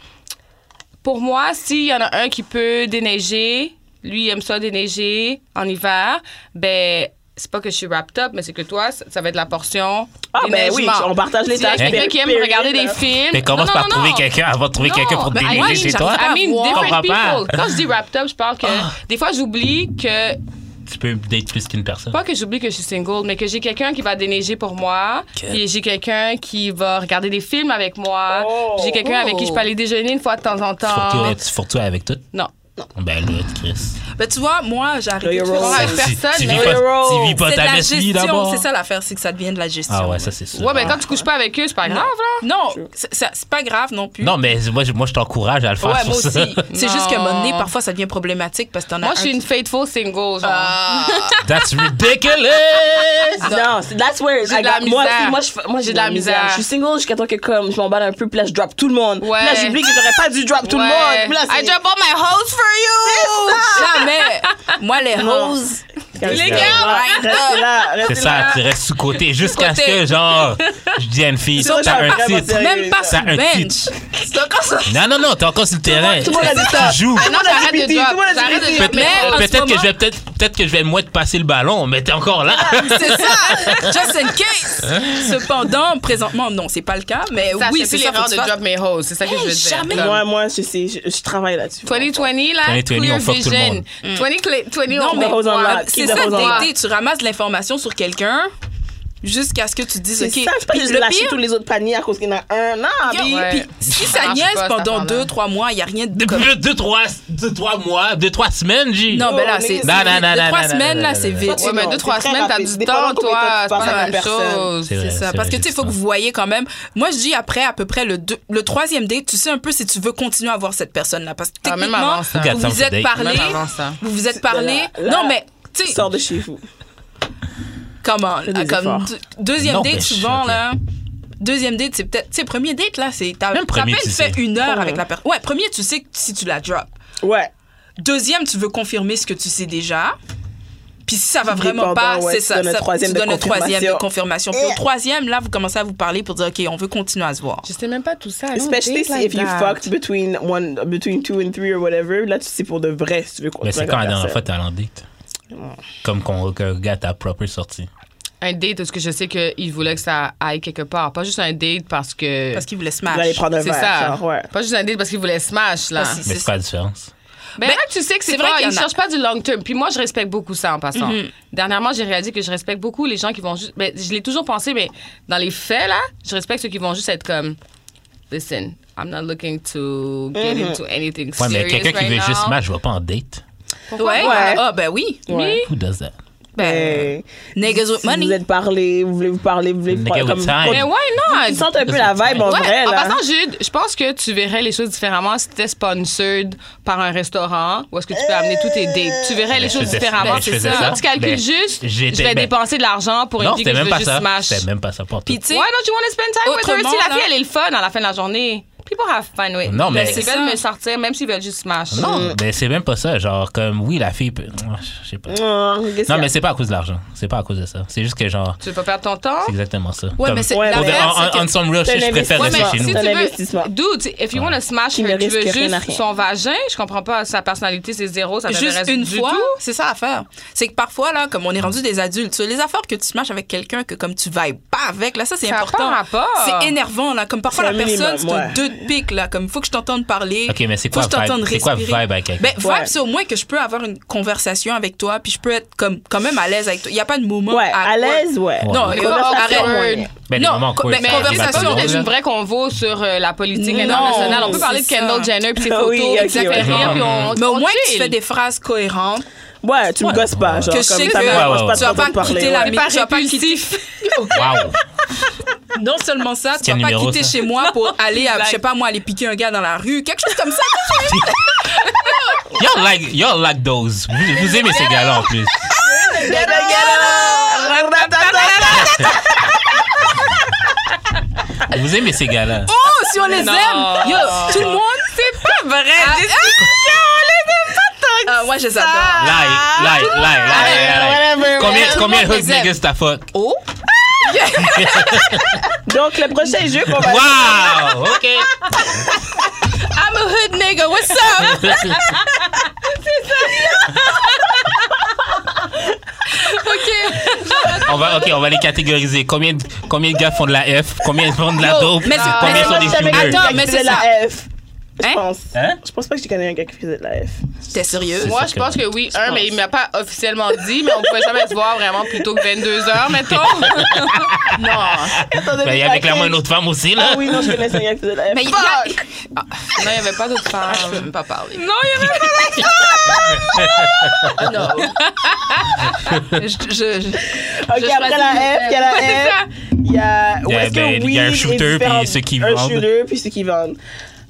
[SPEAKER 6] pour moi, s'il y en a un qui peut déneiger, lui il aime ça déneiger en hiver, ben c'est pas que je suis wrapped up, mais c'est que toi, ça, ça va être la portion.
[SPEAKER 3] Ah, ben oui,
[SPEAKER 6] déneigement.
[SPEAKER 3] on partage les
[SPEAKER 6] S'il y a
[SPEAKER 3] tâches.
[SPEAKER 6] quelqu'un
[SPEAKER 3] per-
[SPEAKER 6] qui aime
[SPEAKER 3] period,
[SPEAKER 6] regarder des
[SPEAKER 3] là.
[SPEAKER 6] films.
[SPEAKER 2] Mais commence
[SPEAKER 6] Non,
[SPEAKER 2] par
[SPEAKER 6] non,
[SPEAKER 2] trouver
[SPEAKER 6] non.
[SPEAKER 2] quelqu'un avant de trouver
[SPEAKER 6] Non,
[SPEAKER 2] quelqu'un pour te
[SPEAKER 6] ben, I
[SPEAKER 2] déneiger
[SPEAKER 6] mean,
[SPEAKER 2] chez toi.
[SPEAKER 6] I mean,
[SPEAKER 5] Je
[SPEAKER 6] different
[SPEAKER 2] comprends pas. Ah.
[SPEAKER 6] people. Quand je dis wrapped up, je parle que des fois j'oublie que
[SPEAKER 2] Tu peux date plus qu'une personne.
[SPEAKER 6] pas que j'oublie que je suis single, mais que j'ai quelqu'un qui va déneiger pour moi, puis j'ai quelqu'un qui va regarder des films avec moi,
[SPEAKER 3] Oh.
[SPEAKER 6] puis j'ai quelqu'un avec qui je peux aller déjeuner une fois de temps en temps.
[SPEAKER 2] Surtout, tu fourres-toi avec tout.
[SPEAKER 6] Non.
[SPEAKER 2] Ben là, Chris.
[SPEAKER 5] Ben, tu vois, moi, j'ai arrêté
[SPEAKER 3] Yo,
[SPEAKER 5] de
[SPEAKER 3] yo,
[SPEAKER 5] faire
[SPEAKER 6] yo.
[SPEAKER 5] ça.
[SPEAKER 6] Ouais, personne,
[SPEAKER 2] tu, tu vis
[SPEAKER 6] mais-
[SPEAKER 2] pas, tu vis pas
[SPEAKER 5] Ah, C'est de
[SPEAKER 2] ta
[SPEAKER 5] la
[SPEAKER 2] best vie
[SPEAKER 5] gestion.
[SPEAKER 2] d'abord.
[SPEAKER 5] C'est ça l'affaire, c'est que ça devient de la gestion.
[SPEAKER 2] Ah ouais, ça c'est sûr.
[SPEAKER 6] Ouais, mais quand tu couches pas avec eux, c'est pas grave, là.
[SPEAKER 5] Non, c'est ça- c'est pas grave non plus.
[SPEAKER 2] Non, mais moi, je- moi je t'encourage à le faire
[SPEAKER 5] Ouais,
[SPEAKER 2] sur
[SPEAKER 5] moi
[SPEAKER 2] ça.
[SPEAKER 5] aussi. C'est juste qu'à un moment donné,
[SPEAKER 6] Non.
[SPEAKER 5] parfois, ça devient problématique parce que t'en as
[SPEAKER 6] Moi,
[SPEAKER 5] Ben, un
[SPEAKER 6] je suis une
[SPEAKER 5] qui-
[SPEAKER 6] faithful single, genre.
[SPEAKER 5] Ah.
[SPEAKER 2] That's ridiculous!
[SPEAKER 3] Non, c'est- that's where
[SPEAKER 6] J'ai de la
[SPEAKER 3] moi,
[SPEAKER 6] misère.
[SPEAKER 3] c'est- moi, je fais- moi, j'ai de la misère. Je suis single jusqu'à temps que comme je m'emballe un peu, puis là je drop tout le monde.
[SPEAKER 6] Ouais.
[SPEAKER 3] Puis là j'oublie que j'aurais pas dû drop tout le
[SPEAKER 6] Ouais.
[SPEAKER 3] monde. Puis là
[SPEAKER 6] I drop all my hoes for
[SPEAKER 5] Jamais. Moi, les
[SPEAKER 3] Non.
[SPEAKER 5] roses.
[SPEAKER 3] Les
[SPEAKER 2] gars,
[SPEAKER 3] restez là,
[SPEAKER 2] C'est
[SPEAKER 3] restez
[SPEAKER 2] ça, tu restes sous-côté jusqu'à ce que, genre, je dis à une fille,
[SPEAKER 3] C'est vrai,
[SPEAKER 2] t'as
[SPEAKER 3] je
[SPEAKER 2] un
[SPEAKER 3] suis vraiment
[SPEAKER 2] titre.
[SPEAKER 3] sérieux.
[SPEAKER 5] Même pas
[SPEAKER 2] Ça,
[SPEAKER 5] sur
[SPEAKER 2] un
[SPEAKER 5] le bench. C'est encore ça.
[SPEAKER 2] Non, non, non, t'es encore sur le terrain.
[SPEAKER 3] tout le monde a dit ça.
[SPEAKER 2] Tu joues.
[SPEAKER 6] Ah Non,
[SPEAKER 3] Tout le monde a
[SPEAKER 6] j'arrête
[SPEAKER 3] dit
[SPEAKER 6] de
[SPEAKER 3] pitié,
[SPEAKER 6] drop.
[SPEAKER 3] tout le monde a dit
[SPEAKER 6] J'arrête
[SPEAKER 3] pitié.
[SPEAKER 6] de
[SPEAKER 2] Peut-être
[SPEAKER 6] drop. Mais en ce
[SPEAKER 2] peut-être que
[SPEAKER 6] moment-
[SPEAKER 2] je vais peut-être peut-être que je vais moins te passer le ballon, mais t'es encore là.
[SPEAKER 5] C'est ça. Just in case. Cependant, présentement, non, c'est pas le cas. Mais
[SPEAKER 6] Ça,
[SPEAKER 5] oui,
[SPEAKER 6] c'est
[SPEAKER 5] c'est
[SPEAKER 6] plus
[SPEAKER 5] ça. faut
[SPEAKER 6] l'erreur
[SPEAKER 5] que
[SPEAKER 6] de
[SPEAKER 5] tu fasses-
[SPEAKER 6] drop mes hoes, c'est ça que je veux
[SPEAKER 5] Hey,
[SPEAKER 6] dire.
[SPEAKER 5] jamais.
[SPEAKER 6] Comme-
[SPEAKER 3] Moi, moi, je sais, je, je travaille là-dessus.
[SPEAKER 6] 2020, là,
[SPEAKER 2] 2020,
[SPEAKER 6] clear
[SPEAKER 2] on fuck tout le
[SPEAKER 6] vision.
[SPEAKER 2] monde.
[SPEAKER 6] 2020,
[SPEAKER 5] Non,
[SPEAKER 6] on
[SPEAKER 3] the
[SPEAKER 5] mais
[SPEAKER 3] hoes on lock.
[SPEAKER 5] c'est
[SPEAKER 3] Keep the
[SPEAKER 5] ça,
[SPEAKER 3] hoes on
[SPEAKER 5] dater. Tu ramasses de l'information sur quelqu'un jusqu'à ce que tu te dises,
[SPEAKER 3] C'est
[SPEAKER 5] OK.
[SPEAKER 3] ça, je pas
[SPEAKER 5] Puis
[SPEAKER 3] que je
[SPEAKER 5] le
[SPEAKER 3] lâche
[SPEAKER 5] pire,
[SPEAKER 3] tous les autres paniers à cause qu'il y en a un. Non,
[SPEAKER 5] Yo,
[SPEAKER 3] mais-
[SPEAKER 6] Ouais.
[SPEAKER 5] puis si
[SPEAKER 6] Ça
[SPEAKER 5] ça
[SPEAKER 6] marche
[SPEAKER 5] niaise
[SPEAKER 6] pas, cette
[SPEAKER 5] pendant
[SPEAKER 6] affaire-là.
[SPEAKER 5] deux, trois mois, il n'y a rien de. comme-
[SPEAKER 2] Deux, deux, trois, deux, trois mois, deux, trois semaines, j'ai.
[SPEAKER 5] Non, ben
[SPEAKER 3] Oh,
[SPEAKER 5] là, c'est.
[SPEAKER 3] nigga.
[SPEAKER 5] c'est-
[SPEAKER 2] Non, non, non,
[SPEAKER 5] deux,
[SPEAKER 2] non,
[SPEAKER 5] trois
[SPEAKER 2] non,
[SPEAKER 5] semaines,
[SPEAKER 2] non,
[SPEAKER 5] là,
[SPEAKER 2] non,
[SPEAKER 5] c'est
[SPEAKER 2] non,
[SPEAKER 5] vite.
[SPEAKER 3] non.
[SPEAKER 6] Ouais, mais
[SPEAKER 3] Non,
[SPEAKER 6] deux, trois
[SPEAKER 3] c'est très
[SPEAKER 6] semaines, t'as
[SPEAKER 3] rapide.
[SPEAKER 6] du
[SPEAKER 3] Dépendant combien de
[SPEAKER 6] temps,
[SPEAKER 3] temps
[SPEAKER 6] toi.
[SPEAKER 3] tu
[SPEAKER 6] C'est pas
[SPEAKER 3] passes à
[SPEAKER 6] la
[SPEAKER 3] la
[SPEAKER 6] même
[SPEAKER 3] personne.
[SPEAKER 6] chose.
[SPEAKER 2] C'est vrai,
[SPEAKER 5] C'est ça.
[SPEAKER 2] c'est
[SPEAKER 5] Parce
[SPEAKER 2] vrai,
[SPEAKER 5] que tu sais, il faut
[SPEAKER 2] justement.
[SPEAKER 5] que vous voyez quand même. Moi, je dis après, à peu près le, deux- le troisième date, tu sais un peu si tu veux continuer à voir cette personne-là. Parce que
[SPEAKER 6] Ah, même
[SPEAKER 5] techniquement,
[SPEAKER 6] avant ça.
[SPEAKER 5] vous vous êtes
[SPEAKER 2] Regarde,
[SPEAKER 5] parlé.
[SPEAKER 6] Même avant ça.
[SPEAKER 5] Vous vous êtes parlé.
[SPEAKER 3] Là, là.
[SPEAKER 5] Non, mais Tu sais,
[SPEAKER 3] Sors de chez vous.
[SPEAKER 5] comment
[SPEAKER 3] Fais des
[SPEAKER 5] comme
[SPEAKER 3] efforts.
[SPEAKER 5] deux- deuxième
[SPEAKER 2] Non, mais
[SPEAKER 5] date souvent
[SPEAKER 2] shit,
[SPEAKER 5] là deuxième date c'est peut-être tu sais premier date là c'est t'as
[SPEAKER 2] Même
[SPEAKER 5] t'as à
[SPEAKER 2] premier,
[SPEAKER 5] peine
[SPEAKER 2] tu
[SPEAKER 5] fait
[SPEAKER 2] sais.
[SPEAKER 5] une heure
[SPEAKER 3] Ouais.
[SPEAKER 5] avec la personne ouais premier tu sais si tu la drop
[SPEAKER 3] Ouais.
[SPEAKER 5] deuxième tu veux confirmer ce que tu sais déjà puis si ça va
[SPEAKER 3] Dépendant,
[SPEAKER 5] vraiment pas
[SPEAKER 3] ouais,
[SPEAKER 5] c'est
[SPEAKER 3] tu
[SPEAKER 5] ça,
[SPEAKER 3] donnes un
[SPEAKER 5] ça-
[SPEAKER 3] troisième
[SPEAKER 5] tu
[SPEAKER 3] de
[SPEAKER 5] donnes un troisième de
[SPEAKER 3] confirmation.
[SPEAKER 5] confirmation puis au troisième là vous commencez à vous parler pour dire ok on veut continuer à se voir
[SPEAKER 6] Je sais même pas tout ça. I don't
[SPEAKER 3] Especially
[SPEAKER 6] date
[SPEAKER 3] si
[SPEAKER 6] like
[SPEAKER 3] if you
[SPEAKER 6] that.
[SPEAKER 3] fucked between one, between two and three or whatever. Là, tu sais pour de vrai si tu veux
[SPEAKER 2] Mais
[SPEAKER 3] continuer
[SPEAKER 2] c'est
[SPEAKER 3] avec
[SPEAKER 2] quand la dernière fois
[SPEAKER 3] personne.
[SPEAKER 2] t'es allé en date? Comme qu'on que regarde ta propre sortie.
[SPEAKER 6] Un date parce que je sais qu'il voulait que ça aille quelque part. Pas juste un date parce que.
[SPEAKER 5] parce qu'ils voulaient se
[SPEAKER 3] Vous allez prendre un
[SPEAKER 6] C'est
[SPEAKER 3] verre.
[SPEAKER 6] ça.
[SPEAKER 3] genre, ouais.
[SPEAKER 6] Pas juste un date parce qu'il voulait smash, là.
[SPEAKER 5] Parce que
[SPEAKER 2] Mais
[SPEAKER 5] C'est
[SPEAKER 2] c'est quoi la différence?
[SPEAKER 6] Mais
[SPEAKER 5] Ben,
[SPEAKER 6] là, tu sais que c'est
[SPEAKER 5] c'est vrai
[SPEAKER 6] vrai
[SPEAKER 5] qu'il y
[SPEAKER 6] ils
[SPEAKER 5] en a.
[SPEAKER 6] cherchent pas du long term. Puis moi, je respecte beaucoup ça en passant.
[SPEAKER 3] Mhm.
[SPEAKER 6] Dernièrement, j'ai réalisé que je respecte beaucoup les gens qui vont juste. Ben, je l'ai toujours pensé, mais dans les faits, là, je respecte ceux qui vont juste être comme. Listen, I'm not looking to get
[SPEAKER 3] Mhm.
[SPEAKER 6] into anything
[SPEAKER 2] Ouais,
[SPEAKER 6] serious.
[SPEAKER 2] mais quelqu'un qui
[SPEAKER 6] right
[SPEAKER 2] veut
[SPEAKER 5] ben
[SPEAKER 6] now.
[SPEAKER 2] juste match, je vais pas en date.
[SPEAKER 5] ouais
[SPEAKER 3] Ouais.
[SPEAKER 5] ah ben oui
[SPEAKER 3] Ouais.
[SPEAKER 2] Who does that?
[SPEAKER 5] ben
[SPEAKER 3] Mais
[SPEAKER 5] niggas with
[SPEAKER 3] si vous
[SPEAKER 5] money
[SPEAKER 3] êtes parlé, vous voulez vous parler, vous voulez vous
[SPEAKER 2] Nigga
[SPEAKER 3] parler
[SPEAKER 2] with
[SPEAKER 3] comme.
[SPEAKER 2] time.
[SPEAKER 6] Mais why
[SPEAKER 3] Ils
[SPEAKER 6] not?
[SPEAKER 3] sentent un peu la vibe en
[SPEAKER 6] Ouais,
[SPEAKER 3] vrai,
[SPEAKER 6] en
[SPEAKER 3] là.
[SPEAKER 6] passant, Jude, je pense que tu verrais les choses différemment si t'étais sponsored par un restaurant ou est-ce que tu peux amener tous tes dates. Tu verrais les
[SPEAKER 2] je
[SPEAKER 6] choses
[SPEAKER 2] faisais-
[SPEAKER 6] différemment,
[SPEAKER 2] ben, je
[SPEAKER 6] c'est
[SPEAKER 2] faisais
[SPEAKER 6] ça.
[SPEAKER 2] ça.
[SPEAKER 6] Quand tu calcules
[SPEAKER 2] Ben,
[SPEAKER 6] juste,
[SPEAKER 2] j'étais-
[SPEAKER 6] je vais
[SPEAKER 2] ben,
[SPEAKER 6] dépenser de l'argent pour une
[SPEAKER 2] Non,
[SPEAKER 6] fille que
[SPEAKER 2] c'était
[SPEAKER 6] je
[SPEAKER 2] même
[SPEAKER 6] veux
[SPEAKER 2] pas
[SPEAKER 6] juste
[SPEAKER 2] ça.
[SPEAKER 6] smash.
[SPEAKER 2] C'était même pas ça pour toi.
[SPEAKER 5] puis tu sais
[SPEAKER 6] Why don't you want to spend time with her?
[SPEAKER 5] Autrement,
[SPEAKER 6] Si la
[SPEAKER 5] là-
[SPEAKER 6] fille, elle est le fun à la fin de la journée. People have fun, oui.
[SPEAKER 2] Non, mais-
[SPEAKER 6] S'ils
[SPEAKER 5] C'est
[SPEAKER 6] veulent
[SPEAKER 5] ça.
[SPEAKER 6] me sortir, même s'ils veulent juste smash.
[SPEAKER 2] Non, mais c'est même pas ça. Genre, comme, oui, la fille peut. Ah, Je sais pas.
[SPEAKER 3] Ah, qu'est-ce qu'il y
[SPEAKER 2] Non,
[SPEAKER 3] a?
[SPEAKER 2] mais c'est pas à cause de l'argent. C'est pas à cause de ça. C'est juste que, genre,
[SPEAKER 6] Tu veux pas perdre ton temps?
[SPEAKER 2] c'est exactement ça.
[SPEAKER 5] ouais
[SPEAKER 2] Comme-
[SPEAKER 5] mais c'est
[SPEAKER 3] Ouais,
[SPEAKER 5] la
[SPEAKER 2] Pour de-
[SPEAKER 3] l'affaire,
[SPEAKER 5] merde,
[SPEAKER 2] on-
[SPEAKER 5] c'est
[SPEAKER 2] on- on
[SPEAKER 5] que-
[SPEAKER 2] some real
[SPEAKER 3] c'est
[SPEAKER 2] shit, je
[SPEAKER 3] un
[SPEAKER 2] préfère
[SPEAKER 3] investissement.
[SPEAKER 2] rester
[SPEAKER 3] Ouais,
[SPEAKER 2] chez nous.
[SPEAKER 3] C'est un
[SPEAKER 6] veux-
[SPEAKER 3] investissement.
[SPEAKER 6] Dude, if you want to smash
[SPEAKER 3] Qui
[SPEAKER 6] her,
[SPEAKER 3] ne
[SPEAKER 6] tu veux
[SPEAKER 3] risque rien à
[SPEAKER 6] juste
[SPEAKER 3] rien.
[SPEAKER 6] son vagin, je comprends pas. Sa personnalité, c'est zéro, ça
[SPEAKER 5] juste
[SPEAKER 6] t'intéresse
[SPEAKER 5] une
[SPEAKER 6] du
[SPEAKER 5] fois,
[SPEAKER 6] tout.
[SPEAKER 5] c'est ça l'affaire. C'est que parfois, là, comme on est rendu des adultes, sur les affaires que tu smashes avec quelqu'un que comme tu vibes pas avec, là, ça, c'est
[SPEAKER 6] Ça a
[SPEAKER 5] important.
[SPEAKER 6] pas rapport.
[SPEAKER 5] C'est énervant, là. Comme parfois,
[SPEAKER 3] C'est
[SPEAKER 5] la
[SPEAKER 3] un minimum,
[SPEAKER 5] personne, c'est
[SPEAKER 3] ouais.
[SPEAKER 5] un deux de pique, là. Comme, faut que je t'entende parler.
[SPEAKER 2] Ok, mais c'est quoi
[SPEAKER 5] Faut que je t'entende
[SPEAKER 2] vibe? C'est quoi
[SPEAKER 5] respirer.
[SPEAKER 2] vibe avec quelqu'un?
[SPEAKER 5] Ben, vibe,
[SPEAKER 3] Ouais.
[SPEAKER 5] c'est au moins que je peux avoir une conversation avec toi, puis je peux être comme, quand même à l'aise avec toi. Il n'y a pas de moment.
[SPEAKER 3] Ouais, à l'aise, ouais.
[SPEAKER 2] Ouais.
[SPEAKER 5] Non,
[SPEAKER 2] Ouais.
[SPEAKER 5] mais conver-
[SPEAKER 3] Conversation,
[SPEAKER 5] arrête.
[SPEAKER 3] ouais.
[SPEAKER 2] Ben, les
[SPEAKER 5] non,
[SPEAKER 2] moments
[SPEAKER 5] co-
[SPEAKER 2] cool,
[SPEAKER 5] ben,
[SPEAKER 2] c'est
[SPEAKER 6] Mais
[SPEAKER 2] pas
[SPEAKER 5] conversation,
[SPEAKER 6] conversation,
[SPEAKER 2] grave.
[SPEAKER 6] une vraie convo sur euh, la politique
[SPEAKER 5] Non,
[SPEAKER 6] internationale. On peut parler de
[SPEAKER 5] c'est
[SPEAKER 6] Kendall
[SPEAKER 5] ça.
[SPEAKER 6] Jenner puis ses
[SPEAKER 3] Ah
[SPEAKER 6] photos,
[SPEAKER 3] oui,
[SPEAKER 6] puis
[SPEAKER 3] ok,
[SPEAKER 6] ça fait
[SPEAKER 3] ouais.
[SPEAKER 6] rire, puis on
[SPEAKER 5] Mais au
[SPEAKER 6] on
[SPEAKER 5] moins que tu
[SPEAKER 6] chill.
[SPEAKER 5] fais des phrases cohérentes,
[SPEAKER 3] Ouais, tu me
[SPEAKER 2] Ouais.
[SPEAKER 3] gosses pas. Genre,
[SPEAKER 5] que
[SPEAKER 3] comme
[SPEAKER 5] je sais que
[SPEAKER 3] ça me dérange pas de
[SPEAKER 5] tu vas pas
[SPEAKER 3] t'entendre parler,
[SPEAKER 5] quitter
[SPEAKER 3] ouais.
[SPEAKER 5] la
[SPEAKER 6] C'est pas
[SPEAKER 5] tu vas pas quitter-
[SPEAKER 2] Wow.
[SPEAKER 5] non seulement ça, tu
[SPEAKER 2] quel
[SPEAKER 5] vas pas
[SPEAKER 2] numéro,
[SPEAKER 5] quitter
[SPEAKER 2] ça?
[SPEAKER 5] chez moi pour aller, à, je sais pas moi, aller piquer un gars dans la rue, quelque chose comme ça.
[SPEAKER 2] Y'all like, y'all like those. Vous, vous aimez ces gars-là en plus. Vous aimez ces gars-là.
[SPEAKER 5] Oh, si on les
[SPEAKER 6] Non.
[SPEAKER 5] aime! Yo, tout le monde, c'est pas vrai! Ah, on les aime pas tant Ah, moi, je les adore.
[SPEAKER 2] Lie, lie, lie, lie, lie, lie. Combien,
[SPEAKER 5] whatever.
[SPEAKER 2] combien de hood
[SPEAKER 5] Tout le monde les aime.
[SPEAKER 2] niggas t'as fuck?
[SPEAKER 5] Oh!
[SPEAKER 3] Donc, le prochain jeu qu'on va
[SPEAKER 2] Wow! OK.
[SPEAKER 5] I'm a hood nigga, what's up?
[SPEAKER 2] on va, OK, on va les catégoriser. Combien, de- combien de gars font de la F? Combien font de la
[SPEAKER 5] Yo,
[SPEAKER 2] dope?
[SPEAKER 5] mais c'est-
[SPEAKER 2] combien
[SPEAKER 5] mais
[SPEAKER 2] sont
[SPEAKER 5] c'est-
[SPEAKER 2] des
[SPEAKER 5] mais
[SPEAKER 2] shooters?
[SPEAKER 5] attends, mais
[SPEAKER 3] c'est
[SPEAKER 5] c'est
[SPEAKER 3] la F. Je
[SPEAKER 5] Hein?
[SPEAKER 3] pense.
[SPEAKER 2] Hein?
[SPEAKER 3] Je pense pas que tu connais un gars qui faisait de la F.
[SPEAKER 5] T'es sérieux?
[SPEAKER 2] C'est
[SPEAKER 6] Moi,
[SPEAKER 2] ça
[SPEAKER 6] je
[SPEAKER 2] que-
[SPEAKER 6] pense que oui, un, mais il m'a pas officiellement dit, mais on pouvait jamais se voir vraiment plus tôt que 22 heures, mettons. non,
[SPEAKER 2] Ben, il y avait clairement une autre femme aussi, là.
[SPEAKER 3] Ah oui, non, je connaissais un gars qui faisait de la F.
[SPEAKER 5] Mais il y a-
[SPEAKER 6] Ah, non, il n'y avait pas d'autre
[SPEAKER 5] Ah, je peux
[SPEAKER 6] femme.
[SPEAKER 5] même pas parler.
[SPEAKER 6] Non, il n'y avait pas
[SPEAKER 5] Je, je, je-
[SPEAKER 3] Ok,
[SPEAKER 6] je
[SPEAKER 3] après la F, il y a la F. Il y a. où
[SPEAKER 2] Il y a-
[SPEAKER 3] est-ce que
[SPEAKER 2] ben, il y a un
[SPEAKER 3] weed est
[SPEAKER 2] shooter, puis
[SPEAKER 3] différent-
[SPEAKER 2] ceux qui
[SPEAKER 3] Un
[SPEAKER 2] vendent.
[SPEAKER 3] shooter, puis ceux qui vendent.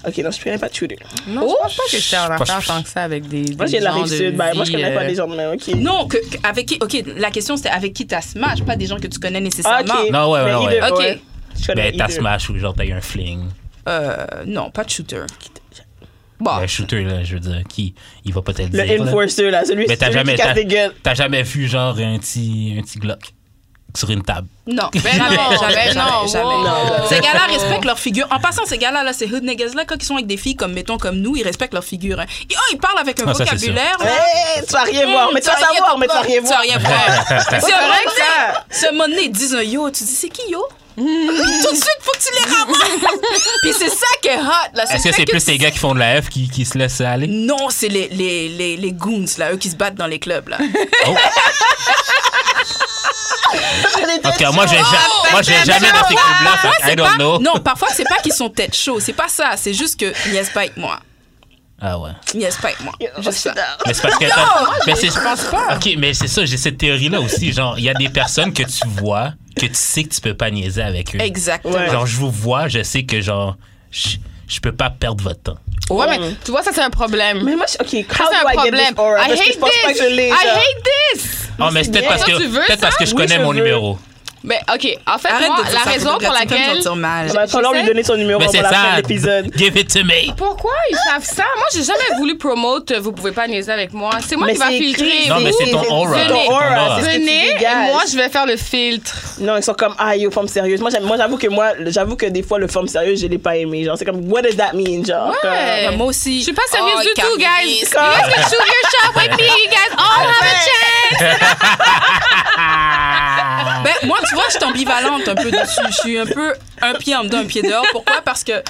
[SPEAKER 3] Ok, non, je connais pas de shooter.
[SPEAKER 6] Non, je pense pas que j'étais en
[SPEAKER 2] pense-
[SPEAKER 6] affaire tant que ça avec des, des
[SPEAKER 3] Moi, j'ai de la
[SPEAKER 6] gens
[SPEAKER 3] rive sud. Ben, moi, je
[SPEAKER 6] vie,
[SPEAKER 3] connais pas
[SPEAKER 6] euh,
[SPEAKER 3] les gens de même. Ok.
[SPEAKER 5] non, que, que- avec qui? Ok, la question c'était avec qui t'as smash, pas des gens que tu connais
[SPEAKER 3] Ah,
[SPEAKER 5] nécessairement.
[SPEAKER 3] ok.
[SPEAKER 2] Non, ouais, ouais,
[SPEAKER 3] Ben,
[SPEAKER 2] ouais.
[SPEAKER 3] either,
[SPEAKER 5] Ok.
[SPEAKER 3] Je connais
[SPEAKER 2] Ben, t'as
[SPEAKER 3] either.
[SPEAKER 2] smash ou genre t'as eu un fling.
[SPEAKER 5] Euh, non, pas de shooter. Bon.
[SPEAKER 2] Un Ben, shooter, là, je veux dire, qui, il va peut-être
[SPEAKER 3] Le
[SPEAKER 2] dire. là.
[SPEAKER 3] enforcer, là, celui
[SPEAKER 2] Mais
[SPEAKER 3] celui
[SPEAKER 2] t'as jamais,
[SPEAKER 3] qui
[SPEAKER 2] t'as,
[SPEAKER 3] casse des gueules.
[SPEAKER 2] t'as jamais vu genre un petit, un petit Glock sur une table.
[SPEAKER 5] Non,
[SPEAKER 6] Ben
[SPEAKER 5] jamais,
[SPEAKER 6] non, ben
[SPEAKER 5] jamais, jamais,
[SPEAKER 6] non,
[SPEAKER 5] jamais.
[SPEAKER 6] wow.
[SPEAKER 3] Non.
[SPEAKER 5] Ces gars-là respectent leur figure. En passant, ces gars-là, là, ces hood niggas là, quand ils sont avec des filles comme mettons comme nous, ils respectent leur figure. hein. Et, oh, ils parlent avec un
[SPEAKER 2] Ah, ça, c'est
[SPEAKER 5] vocabulaire. là.
[SPEAKER 3] Hey, tu vas rien voir, mais tu vas
[SPEAKER 5] rien
[SPEAKER 3] savoir,
[SPEAKER 5] pour
[SPEAKER 3] mais tu vas
[SPEAKER 5] voir.
[SPEAKER 3] rien voir.
[SPEAKER 5] Tu vas rien voir. C'est
[SPEAKER 3] C'est
[SPEAKER 5] vrai
[SPEAKER 3] correct, ça.
[SPEAKER 5] que ce moment donné, ils disent un yo, tu dis c'est qui yo? Puis tout de suite, faut que tu les ramasses. Puis c'est ça qui est hot. Là.
[SPEAKER 2] Est-ce
[SPEAKER 5] le
[SPEAKER 2] que
[SPEAKER 5] fait
[SPEAKER 2] c'est plus
[SPEAKER 5] tu-
[SPEAKER 2] les gars qui font de la F qui, qui se laissent aller?
[SPEAKER 5] Non, c'est les, les, les, les goons, là, eux qui se battent dans les clubs. Là.
[SPEAKER 2] Oh. En tout cas, moi, j'ai, ja-
[SPEAKER 5] Oh,
[SPEAKER 2] moi, j'ai
[SPEAKER 5] ben, ben,
[SPEAKER 2] jamais
[SPEAKER 5] ben,
[SPEAKER 2] dans ces
[SPEAKER 5] ben,
[SPEAKER 2] clubs-là,
[SPEAKER 5] parfois,
[SPEAKER 2] fait que I
[SPEAKER 5] c'est
[SPEAKER 2] don't
[SPEAKER 5] pas-
[SPEAKER 2] know.
[SPEAKER 5] Non, parfois, c'est pas qu'ils sont tête chaud. C'est pas ça. C'est juste que niaise pas avec moi.
[SPEAKER 2] Ah ouais.
[SPEAKER 5] Niaise pas avec moi.
[SPEAKER 3] Oh,
[SPEAKER 5] Juste ça.
[SPEAKER 2] Mais c'est parce que. t'as- mais c'est, je pense pas. Ok, mais c'est ça, j'ai cette théorie-là aussi. Genre, il y a des personnes que tu vois, que tu sais que tu peux pas niaiser avec eux.
[SPEAKER 5] Exactement.
[SPEAKER 3] Ouais.
[SPEAKER 2] Genre, je vous vois, je sais que genre, je, je peux pas perdre votre temps.
[SPEAKER 6] Ouais, mais tu vois, ça, c'est un problème.
[SPEAKER 3] Mais moi, je, OK,
[SPEAKER 6] Ça,
[SPEAKER 3] how
[SPEAKER 6] c'est
[SPEAKER 3] do
[SPEAKER 6] un
[SPEAKER 3] I get
[SPEAKER 6] problème.
[SPEAKER 3] this aura?
[SPEAKER 6] I
[SPEAKER 3] Parce que je
[SPEAKER 6] hate
[SPEAKER 3] pense pas que
[SPEAKER 6] this.
[SPEAKER 3] je l'ai.
[SPEAKER 6] I
[SPEAKER 3] genre.
[SPEAKER 6] hate this.
[SPEAKER 2] Oh, mais c'est peut-être
[SPEAKER 3] bien.
[SPEAKER 2] parce que,
[SPEAKER 6] Toi, tu veux
[SPEAKER 2] peut
[SPEAKER 6] ça?
[SPEAKER 2] parce que je
[SPEAKER 3] Oui,
[SPEAKER 2] connais
[SPEAKER 3] je
[SPEAKER 2] mon
[SPEAKER 3] veux.
[SPEAKER 2] numéro.
[SPEAKER 6] Ben, OK. En fait,
[SPEAKER 5] Arrête
[SPEAKER 6] moi,
[SPEAKER 5] de dire
[SPEAKER 6] la
[SPEAKER 5] ça,
[SPEAKER 6] raison
[SPEAKER 5] Photographe,
[SPEAKER 6] pour
[SPEAKER 5] tu vas me
[SPEAKER 6] laquelle.
[SPEAKER 5] sentir mal.
[SPEAKER 3] Il va falloir lui
[SPEAKER 6] sais.
[SPEAKER 3] donner son numéro
[SPEAKER 2] Mais
[SPEAKER 3] avant
[SPEAKER 2] c'est
[SPEAKER 3] la fin de
[SPEAKER 2] ça.
[SPEAKER 3] l'épisode.
[SPEAKER 2] Give it to me.
[SPEAKER 6] Pourquoi ils savent ça? Moi, j'ai jamais voulu promote. Vous pouvez pas niaiser avec moi. C'est moi
[SPEAKER 3] Mais
[SPEAKER 6] qui va
[SPEAKER 3] c'est écrit,
[SPEAKER 6] filtrer.
[SPEAKER 2] Non, mais
[SPEAKER 6] Vous,
[SPEAKER 2] c'est ton aura.
[SPEAKER 6] venez.
[SPEAKER 2] C'est ton aura.
[SPEAKER 3] C'est ce que tu
[SPEAKER 6] Venez
[SPEAKER 3] dégages.
[SPEAKER 6] et moi, je vais faire le filtre.
[SPEAKER 3] Non, ils sont comme, ah, yo, forme sérieuse. Moi, j'aime- moi, j'avoue que moi, j'avoue que des fois, le forme sérieuse, je l'ai pas aimé. Genre, c'est comme, what does that mean? Genre,
[SPEAKER 6] Ouais.
[SPEAKER 5] Moi aussi.
[SPEAKER 6] Je suis pas sérieuse
[SPEAKER 5] Oh,
[SPEAKER 6] du tout,
[SPEAKER 5] Caris.
[SPEAKER 6] guys. You guys can shoot your shot with me. You guys all have a chance.
[SPEAKER 5] Ben, moi, tu vois, je suis ambivalente un peu dessus. Je suis un peu un pied en dedans, un pied dehors. Pourquoi? Parce que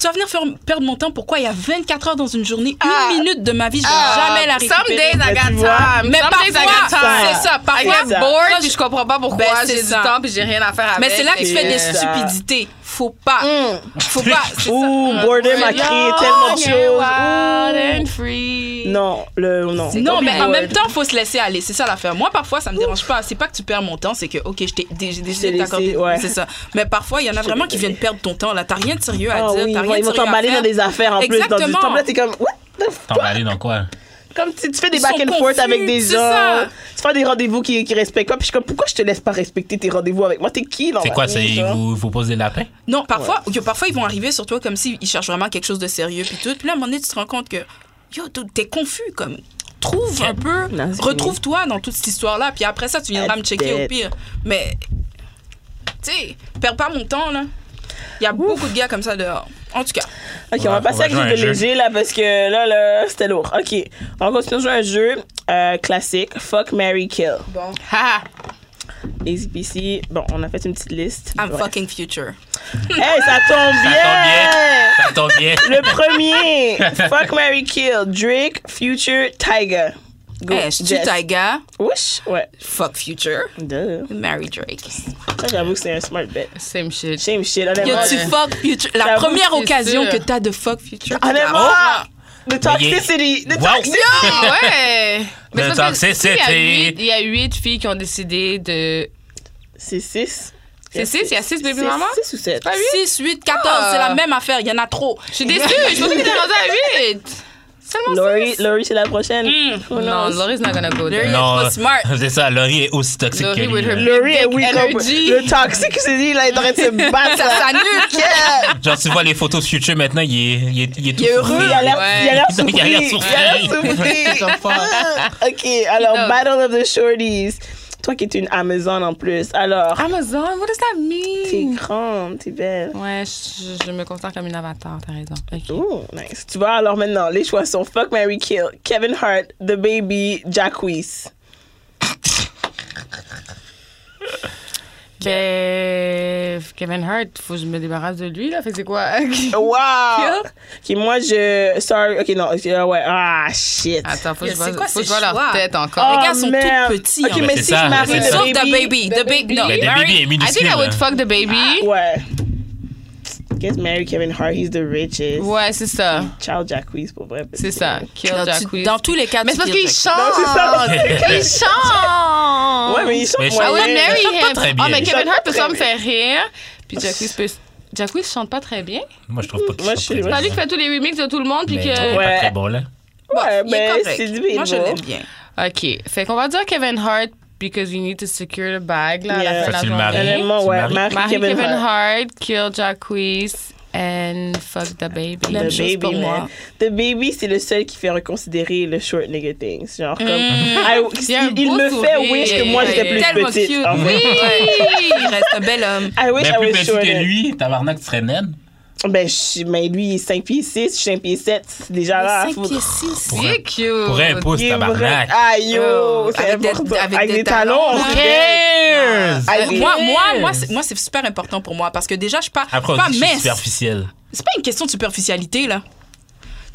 [SPEAKER 5] tu vas venir faire, perdre mon temps. Pourquoi? Il y a 24 heures dans une journée,
[SPEAKER 6] Ah.
[SPEAKER 5] une minute de ma vie, je vais jamais la récupérer.
[SPEAKER 6] Some days I
[SPEAKER 3] Mais
[SPEAKER 6] got
[SPEAKER 3] tu vois,
[SPEAKER 6] time.
[SPEAKER 5] mais
[SPEAKER 6] Some
[SPEAKER 5] parfois,
[SPEAKER 6] days I got
[SPEAKER 3] ça.
[SPEAKER 6] time. C'est ça. Parfois,
[SPEAKER 3] C'est
[SPEAKER 6] I
[SPEAKER 3] ça.
[SPEAKER 6] get bored puis je comprends pas pourquoi.
[SPEAKER 5] Ben, c'est
[SPEAKER 6] j'ai du
[SPEAKER 5] ça.
[SPEAKER 6] temps puis j'ai rien à faire avec.
[SPEAKER 5] Mais c'est là que
[SPEAKER 6] Fait
[SPEAKER 5] tu fais des
[SPEAKER 3] C'est ça.
[SPEAKER 5] stupidités. Faut pas. Faut pas. C'est ça.
[SPEAKER 3] Ouh, boredom a créé tellement de choses.
[SPEAKER 6] Wild and free.
[SPEAKER 3] Ouh. Non, le, non.
[SPEAKER 5] Non, mais en
[SPEAKER 3] Bored.
[SPEAKER 5] même temps, faut se laisser aller. C'est ça l'affaire. Moi, parfois, ça me dérange pas. C'est pas que tu perds mon temps, c'est que, OK, je t'ai dé- j'ai décidé de
[SPEAKER 3] laissé,
[SPEAKER 5] t'accorder.
[SPEAKER 3] ouais.
[SPEAKER 5] C'est ça. Mais parfois, il y en a vraiment qui viennent perdre ton temps. Là, t'as rien de sérieux à
[SPEAKER 3] Ah
[SPEAKER 5] dire.
[SPEAKER 3] oui,
[SPEAKER 5] t'as
[SPEAKER 3] ils
[SPEAKER 5] rien
[SPEAKER 3] vont- ils
[SPEAKER 5] de
[SPEAKER 3] vont
[SPEAKER 5] sérieux à
[SPEAKER 3] t'emballer dans
[SPEAKER 5] faire.
[SPEAKER 3] des affaires en plus. Dans du
[SPEAKER 5] Exactement.
[SPEAKER 3] temps là, t'es comme, what the
[SPEAKER 2] T'en
[SPEAKER 3] fuck?
[SPEAKER 2] vas aller dans quoi?
[SPEAKER 3] Comme tu, tu fais des
[SPEAKER 5] Ils
[SPEAKER 3] back
[SPEAKER 5] sont
[SPEAKER 3] and forth
[SPEAKER 5] confus,
[SPEAKER 3] avec des
[SPEAKER 5] c'est
[SPEAKER 3] gens.
[SPEAKER 5] ça.
[SPEAKER 3] Tu fais des rendez-vous qui, qui respectent pas. Puis je suis comme, pourquoi je te laisse pas respecter tes rendez-vous avec moi? T'es qui dans
[SPEAKER 2] C'est
[SPEAKER 3] ma
[SPEAKER 2] quoi?
[SPEAKER 3] vie,
[SPEAKER 2] C'est
[SPEAKER 3] genre?
[SPEAKER 2] vous, vous posez des lapins?
[SPEAKER 5] Non, parfois, que parfois ils vont arriver sur toi comme s'ils cherchent vraiment quelque chose de sérieux puis tout. Puis là, à un moment donné, tu te rends compte que yo, dude, t'es confus comme. Trouve un peu,
[SPEAKER 3] Non, c'est-
[SPEAKER 5] retrouve-toi dans toute cette histoire-là, puis après ça, tu viendras me checker au
[SPEAKER 3] Peut-être.
[SPEAKER 5] pire. Mais, tu sais, perds pas mon temps, là. Il y a beaucoup de gars comme ça dehors. En tout cas,
[SPEAKER 3] Ok, on
[SPEAKER 2] Ouais,
[SPEAKER 3] va passer
[SPEAKER 2] on va
[SPEAKER 3] à quelque
[SPEAKER 2] jouer
[SPEAKER 3] chose de
[SPEAKER 2] à un jeu.
[SPEAKER 3] léger là parce que là, là c'était lourd. Ok, on continue à jouer à un jeu euh, classique Fuck, Mary, Kill.
[SPEAKER 5] bon,
[SPEAKER 6] Ha.
[SPEAKER 3] Les IPC, bon, on a fait une petite liste.
[SPEAKER 5] I'm
[SPEAKER 3] Ouais.
[SPEAKER 5] fucking future.
[SPEAKER 3] Hey, ça tombe
[SPEAKER 2] Ça tombe bien!
[SPEAKER 3] bien!
[SPEAKER 2] Ça tombe bien!
[SPEAKER 3] Le premier, Fuck, Mary, Kill, Drake, Future, Tiger. Go.
[SPEAKER 5] Hey, je suis
[SPEAKER 3] Jess.
[SPEAKER 5] Tyga,
[SPEAKER 3] Wesh, ouais.
[SPEAKER 5] fuck future,
[SPEAKER 3] Duh.
[SPEAKER 5] marry Drake.
[SPEAKER 3] Ça, j'avoue que c'est un smart bet.
[SPEAKER 6] Same shit.
[SPEAKER 3] Shame shit, honnêtement.
[SPEAKER 5] Yo, tu fuck future. La
[SPEAKER 3] J'avoue,
[SPEAKER 5] première
[SPEAKER 6] c'est
[SPEAKER 5] occasion
[SPEAKER 6] sûr. Ah,
[SPEAKER 5] que t'as de fuck future. tu la
[SPEAKER 3] Honnêtement,
[SPEAKER 5] prends.
[SPEAKER 3] the toxicity, the
[SPEAKER 2] Wow.
[SPEAKER 3] toxicity.
[SPEAKER 2] Ah,
[SPEAKER 6] ouais!
[SPEAKER 2] Le
[SPEAKER 6] c'est parce que,
[SPEAKER 2] toxicity.
[SPEAKER 6] tu sais, Il y, a huit- il y a huit filles qui ont décidé de.
[SPEAKER 3] C'est 6.
[SPEAKER 6] C'est six? Il y a six baby mamas?
[SPEAKER 3] 6 ou 7.
[SPEAKER 6] Ah, oui?
[SPEAKER 5] 6, 8, 14,
[SPEAKER 6] Ah.
[SPEAKER 5] c'est la même affaire, il y en a trop.
[SPEAKER 6] Je suis déçue, je pensais que t'étais rendue à huit! Seulement
[SPEAKER 3] Laurie,
[SPEAKER 6] six.
[SPEAKER 3] Laurie c'est la prochaine. Who
[SPEAKER 6] Non,
[SPEAKER 3] knows?
[SPEAKER 6] Laurie's not gonna go there.
[SPEAKER 5] Non. pas smart.
[SPEAKER 2] c'est ça, Laurie est aussi toxique
[SPEAKER 6] Laurie
[SPEAKER 2] que
[SPEAKER 6] with
[SPEAKER 2] lui.
[SPEAKER 6] her-
[SPEAKER 2] là.
[SPEAKER 3] Laurie est
[SPEAKER 6] Dick
[SPEAKER 3] oui comme
[SPEAKER 6] energy.
[SPEAKER 3] le toxique qui s'est dit là, il est en train de se battre.
[SPEAKER 5] Ça s'annule.
[SPEAKER 2] Genre, tu vois les photos de Future maintenant, il est, il est, il est tout
[SPEAKER 3] Il est heureux,
[SPEAKER 2] sourire.
[SPEAKER 3] il a l'air
[SPEAKER 6] Ouais.
[SPEAKER 3] il a l'air
[SPEAKER 2] Donc,
[SPEAKER 3] surpris.
[SPEAKER 2] il a l'air
[SPEAKER 3] Il a l'air surpris. ok, alors
[SPEAKER 6] Donc.
[SPEAKER 3] Battle of the Shorties. Toi qui es une Amazon en plus, alors
[SPEAKER 6] Amazon, what does that
[SPEAKER 3] t'es
[SPEAKER 6] mean?
[SPEAKER 3] grande, t'es belle.
[SPEAKER 6] Ouais, je, je me considère comme une avatar, t'as raison. Ok.
[SPEAKER 3] Ouh, Oh, nice. Tu vois alors maintenant, les choix sont Fuck Mary Kill, Kevin Hart, The Baby, Jacquees.
[SPEAKER 6] Ben, Kevin Hart, faut que je me débarrasse de lui, là. Fait que c'est quoi?
[SPEAKER 5] Oh.
[SPEAKER 3] Wow!
[SPEAKER 6] Kill?
[SPEAKER 3] Ok, moi je. Sorry, ok, non, ok, ouais. Ah, shit.
[SPEAKER 6] Attends, faut que je
[SPEAKER 5] C'est
[SPEAKER 6] vois,
[SPEAKER 5] quoi
[SPEAKER 6] faut que
[SPEAKER 5] ces
[SPEAKER 6] je vois leur
[SPEAKER 5] choix?
[SPEAKER 6] tête
[SPEAKER 3] Oh,
[SPEAKER 5] Les
[SPEAKER 6] encore.
[SPEAKER 5] gars sont
[SPEAKER 3] merde.
[SPEAKER 5] tout petits.
[SPEAKER 3] Ok,
[SPEAKER 5] hein.
[SPEAKER 3] mais,
[SPEAKER 2] Mais c'est
[SPEAKER 3] si
[SPEAKER 2] ça,
[SPEAKER 3] je
[SPEAKER 2] mais
[SPEAKER 3] marie
[SPEAKER 2] c'est
[SPEAKER 5] Sauf
[SPEAKER 3] le
[SPEAKER 5] the
[SPEAKER 3] baby.
[SPEAKER 5] baby. Ah, The big, no.
[SPEAKER 2] Mais the baby est
[SPEAKER 6] I think
[SPEAKER 2] minuscule.
[SPEAKER 6] I would
[SPEAKER 2] hein.
[SPEAKER 6] fuck the baby.
[SPEAKER 3] Ouais. Guess Mary Kevin Hart, he's the richest.
[SPEAKER 6] Ouais, c'est ça.
[SPEAKER 3] Child Jacquees, pour vrai. parce
[SPEAKER 6] C'est
[SPEAKER 3] que-
[SPEAKER 6] ça. Kill
[SPEAKER 5] Dans,
[SPEAKER 6] Jack
[SPEAKER 5] tu-
[SPEAKER 6] Quees.
[SPEAKER 5] dans tous les cas,
[SPEAKER 6] Mais c'est parce qu'il
[SPEAKER 3] Non, c'est ça.
[SPEAKER 6] chante. Il chante.
[SPEAKER 3] Ouais, mais ils sont
[SPEAKER 2] Mais je-
[SPEAKER 6] Oh, I would
[SPEAKER 2] Ouais,
[SPEAKER 6] Ah marry
[SPEAKER 2] il chante pas très
[SPEAKER 6] him.
[SPEAKER 2] bien.
[SPEAKER 6] Oh, mais
[SPEAKER 2] Il
[SPEAKER 6] Kevin
[SPEAKER 3] chante
[SPEAKER 6] Hart
[SPEAKER 3] pas
[SPEAKER 6] peut
[SPEAKER 3] très
[SPEAKER 6] ça me
[SPEAKER 3] bien.
[SPEAKER 6] faire rire. Puis Jack Quees peut... Jack Quees chante pas très bien.
[SPEAKER 2] Moi, je trouve pas qu'il
[SPEAKER 3] Moi,
[SPEAKER 2] chante
[SPEAKER 3] je suis-
[SPEAKER 2] très
[SPEAKER 6] C'est
[SPEAKER 2] bien.
[SPEAKER 6] pas lui qui fait tous les remixes de tout le monde. Puis
[SPEAKER 2] Mais il est
[SPEAKER 6] que...
[SPEAKER 2] pas
[SPEAKER 3] Ouais.
[SPEAKER 2] très bon, là.
[SPEAKER 3] Ouais,
[SPEAKER 5] il est
[SPEAKER 3] mais
[SPEAKER 5] correct.
[SPEAKER 3] c'est du
[SPEAKER 5] Moi, je
[SPEAKER 3] bon.
[SPEAKER 5] l'aime bien.
[SPEAKER 6] OK. Fait qu'on va dire Kevin Hart because you need to secure the bag là,
[SPEAKER 3] Yeah.
[SPEAKER 6] à la
[SPEAKER 2] Fait
[SPEAKER 6] fin
[SPEAKER 2] que
[SPEAKER 6] de
[SPEAKER 2] tu le
[SPEAKER 6] la
[SPEAKER 2] maries.
[SPEAKER 6] journée.
[SPEAKER 3] Honnêtement,
[SPEAKER 2] Tu
[SPEAKER 3] ouais.
[SPEAKER 2] maries-
[SPEAKER 3] Marie,
[SPEAKER 6] Marie
[SPEAKER 3] Kevin, Hart.
[SPEAKER 6] kill Jacquees and fuck the baby.
[SPEAKER 3] The
[SPEAKER 5] Même chose
[SPEAKER 3] baby,
[SPEAKER 5] pour moi.
[SPEAKER 3] man. The baby, c'est le seul qui fait reconsidérer le short nigga things. Genre, comme. I-
[SPEAKER 6] Il a un
[SPEAKER 3] il
[SPEAKER 6] beau
[SPEAKER 3] me fait
[SPEAKER 6] sourire.
[SPEAKER 3] wish que moi,
[SPEAKER 6] Ouais,
[SPEAKER 3] j'étais plus
[SPEAKER 5] Tellement
[SPEAKER 3] petite.
[SPEAKER 5] cute.
[SPEAKER 3] en fait.
[SPEAKER 5] Oui.
[SPEAKER 6] Oui.
[SPEAKER 5] Il reste un bel homme.
[SPEAKER 3] I wish
[SPEAKER 2] Mais
[SPEAKER 3] I
[SPEAKER 2] plus
[SPEAKER 3] was
[SPEAKER 2] petit que
[SPEAKER 3] shorter.
[SPEAKER 2] lui, tabarnak, tu serais naine.
[SPEAKER 3] Ben, je, suis- mais lui, il est 5 pieds 6, je suis 5 pieds 7. C'est déjà là. faut-
[SPEAKER 5] 5 pieds 6.
[SPEAKER 2] Pour un-
[SPEAKER 6] C'est cute.
[SPEAKER 2] Pour un pouce,
[SPEAKER 3] Il est vrai. Ah,
[SPEAKER 2] tabarnak.
[SPEAKER 3] Aïe, yo,
[SPEAKER 5] Oh,
[SPEAKER 3] c'est
[SPEAKER 5] avec des-
[SPEAKER 3] important.
[SPEAKER 5] avec des
[SPEAKER 3] talons.
[SPEAKER 5] talons.
[SPEAKER 3] on se
[SPEAKER 5] Ouais.
[SPEAKER 3] fait.
[SPEAKER 2] Cares.
[SPEAKER 3] Avec des-
[SPEAKER 5] Euh, Moi, moi, moi, c'est- moi, c'est super important pour moi parce que déjà, je suis pas,
[SPEAKER 3] ah.
[SPEAKER 2] Après, on
[SPEAKER 5] pas
[SPEAKER 2] dit que je suis
[SPEAKER 5] mince.
[SPEAKER 2] superficielle.
[SPEAKER 5] C'est pas une question de superficialité, là.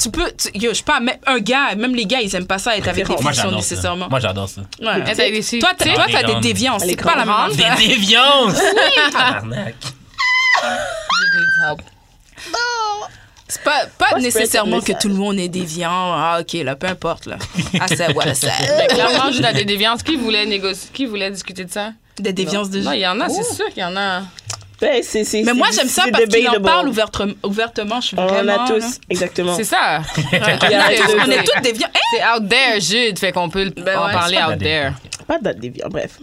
[SPEAKER 5] Tu peux. tu- yo, je suis pas mais un gars, même les gars, ils aiment pas ça être avec les
[SPEAKER 2] Moi,
[SPEAKER 5] fonctions
[SPEAKER 2] j'adore ça.
[SPEAKER 5] nécessairement.
[SPEAKER 2] Moi, j'adore ça.
[SPEAKER 5] Ouais.
[SPEAKER 6] Elle t'a déçu.
[SPEAKER 5] Toi, t'as toi,
[SPEAKER 2] Les
[SPEAKER 5] t'as des
[SPEAKER 2] grandes.
[SPEAKER 5] déviances.
[SPEAKER 3] Les
[SPEAKER 5] C'est pas la même
[SPEAKER 6] grandes.
[SPEAKER 5] chose.
[SPEAKER 2] Des déviances! Tabarnak.
[SPEAKER 5] C'est pas, pas
[SPEAKER 3] Pas
[SPEAKER 5] nécessairement que
[SPEAKER 3] spread
[SPEAKER 5] tout le monde est déviant. Ah, ok, là, peu importe, là. Ah, ça, voilà, ça.
[SPEAKER 6] Clairement, je suis dans des déviances. Qui voulait négocier? Qui voulait discuter de ça?
[SPEAKER 5] Des déviances de
[SPEAKER 2] Oh.
[SPEAKER 6] Non, il y en a, c'est sûr qu'il y en a.
[SPEAKER 3] Ouais, Ben, c'est- c'est-
[SPEAKER 5] Mais
[SPEAKER 3] c'est-
[SPEAKER 5] moi, j'aime ça
[SPEAKER 3] c'est
[SPEAKER 5] parce qu'il en
[SPEAKER 3] debatable.
[SPEAKER 5] parle ouvertement. ouvertement je suis
[SPEAKER 3] On
[SPEAKER 5] vraiment,
[SPEAKER 3] a
[SPEAKER 5] là.
[SPEAKER 3] tous, exactement.
[SPEAKER 6] C'est ça.
[SPEAKER 3] Il y a tous-
[SPEAKER 5] On est Eh! toutes des vieux. Hey,
[SPEAKER 6] C'est out there, Jude. Fait qu'on peut
[SPEAKER 5] Ben
[SPEAKER 6] en
[SPEAKER 5] ouais,
[SPEAKER 6] parler
[SPEAKER 5] c'est
[SPEAKER 6] out there.
[SPEAKER 3] C'est pas date des vies, bref.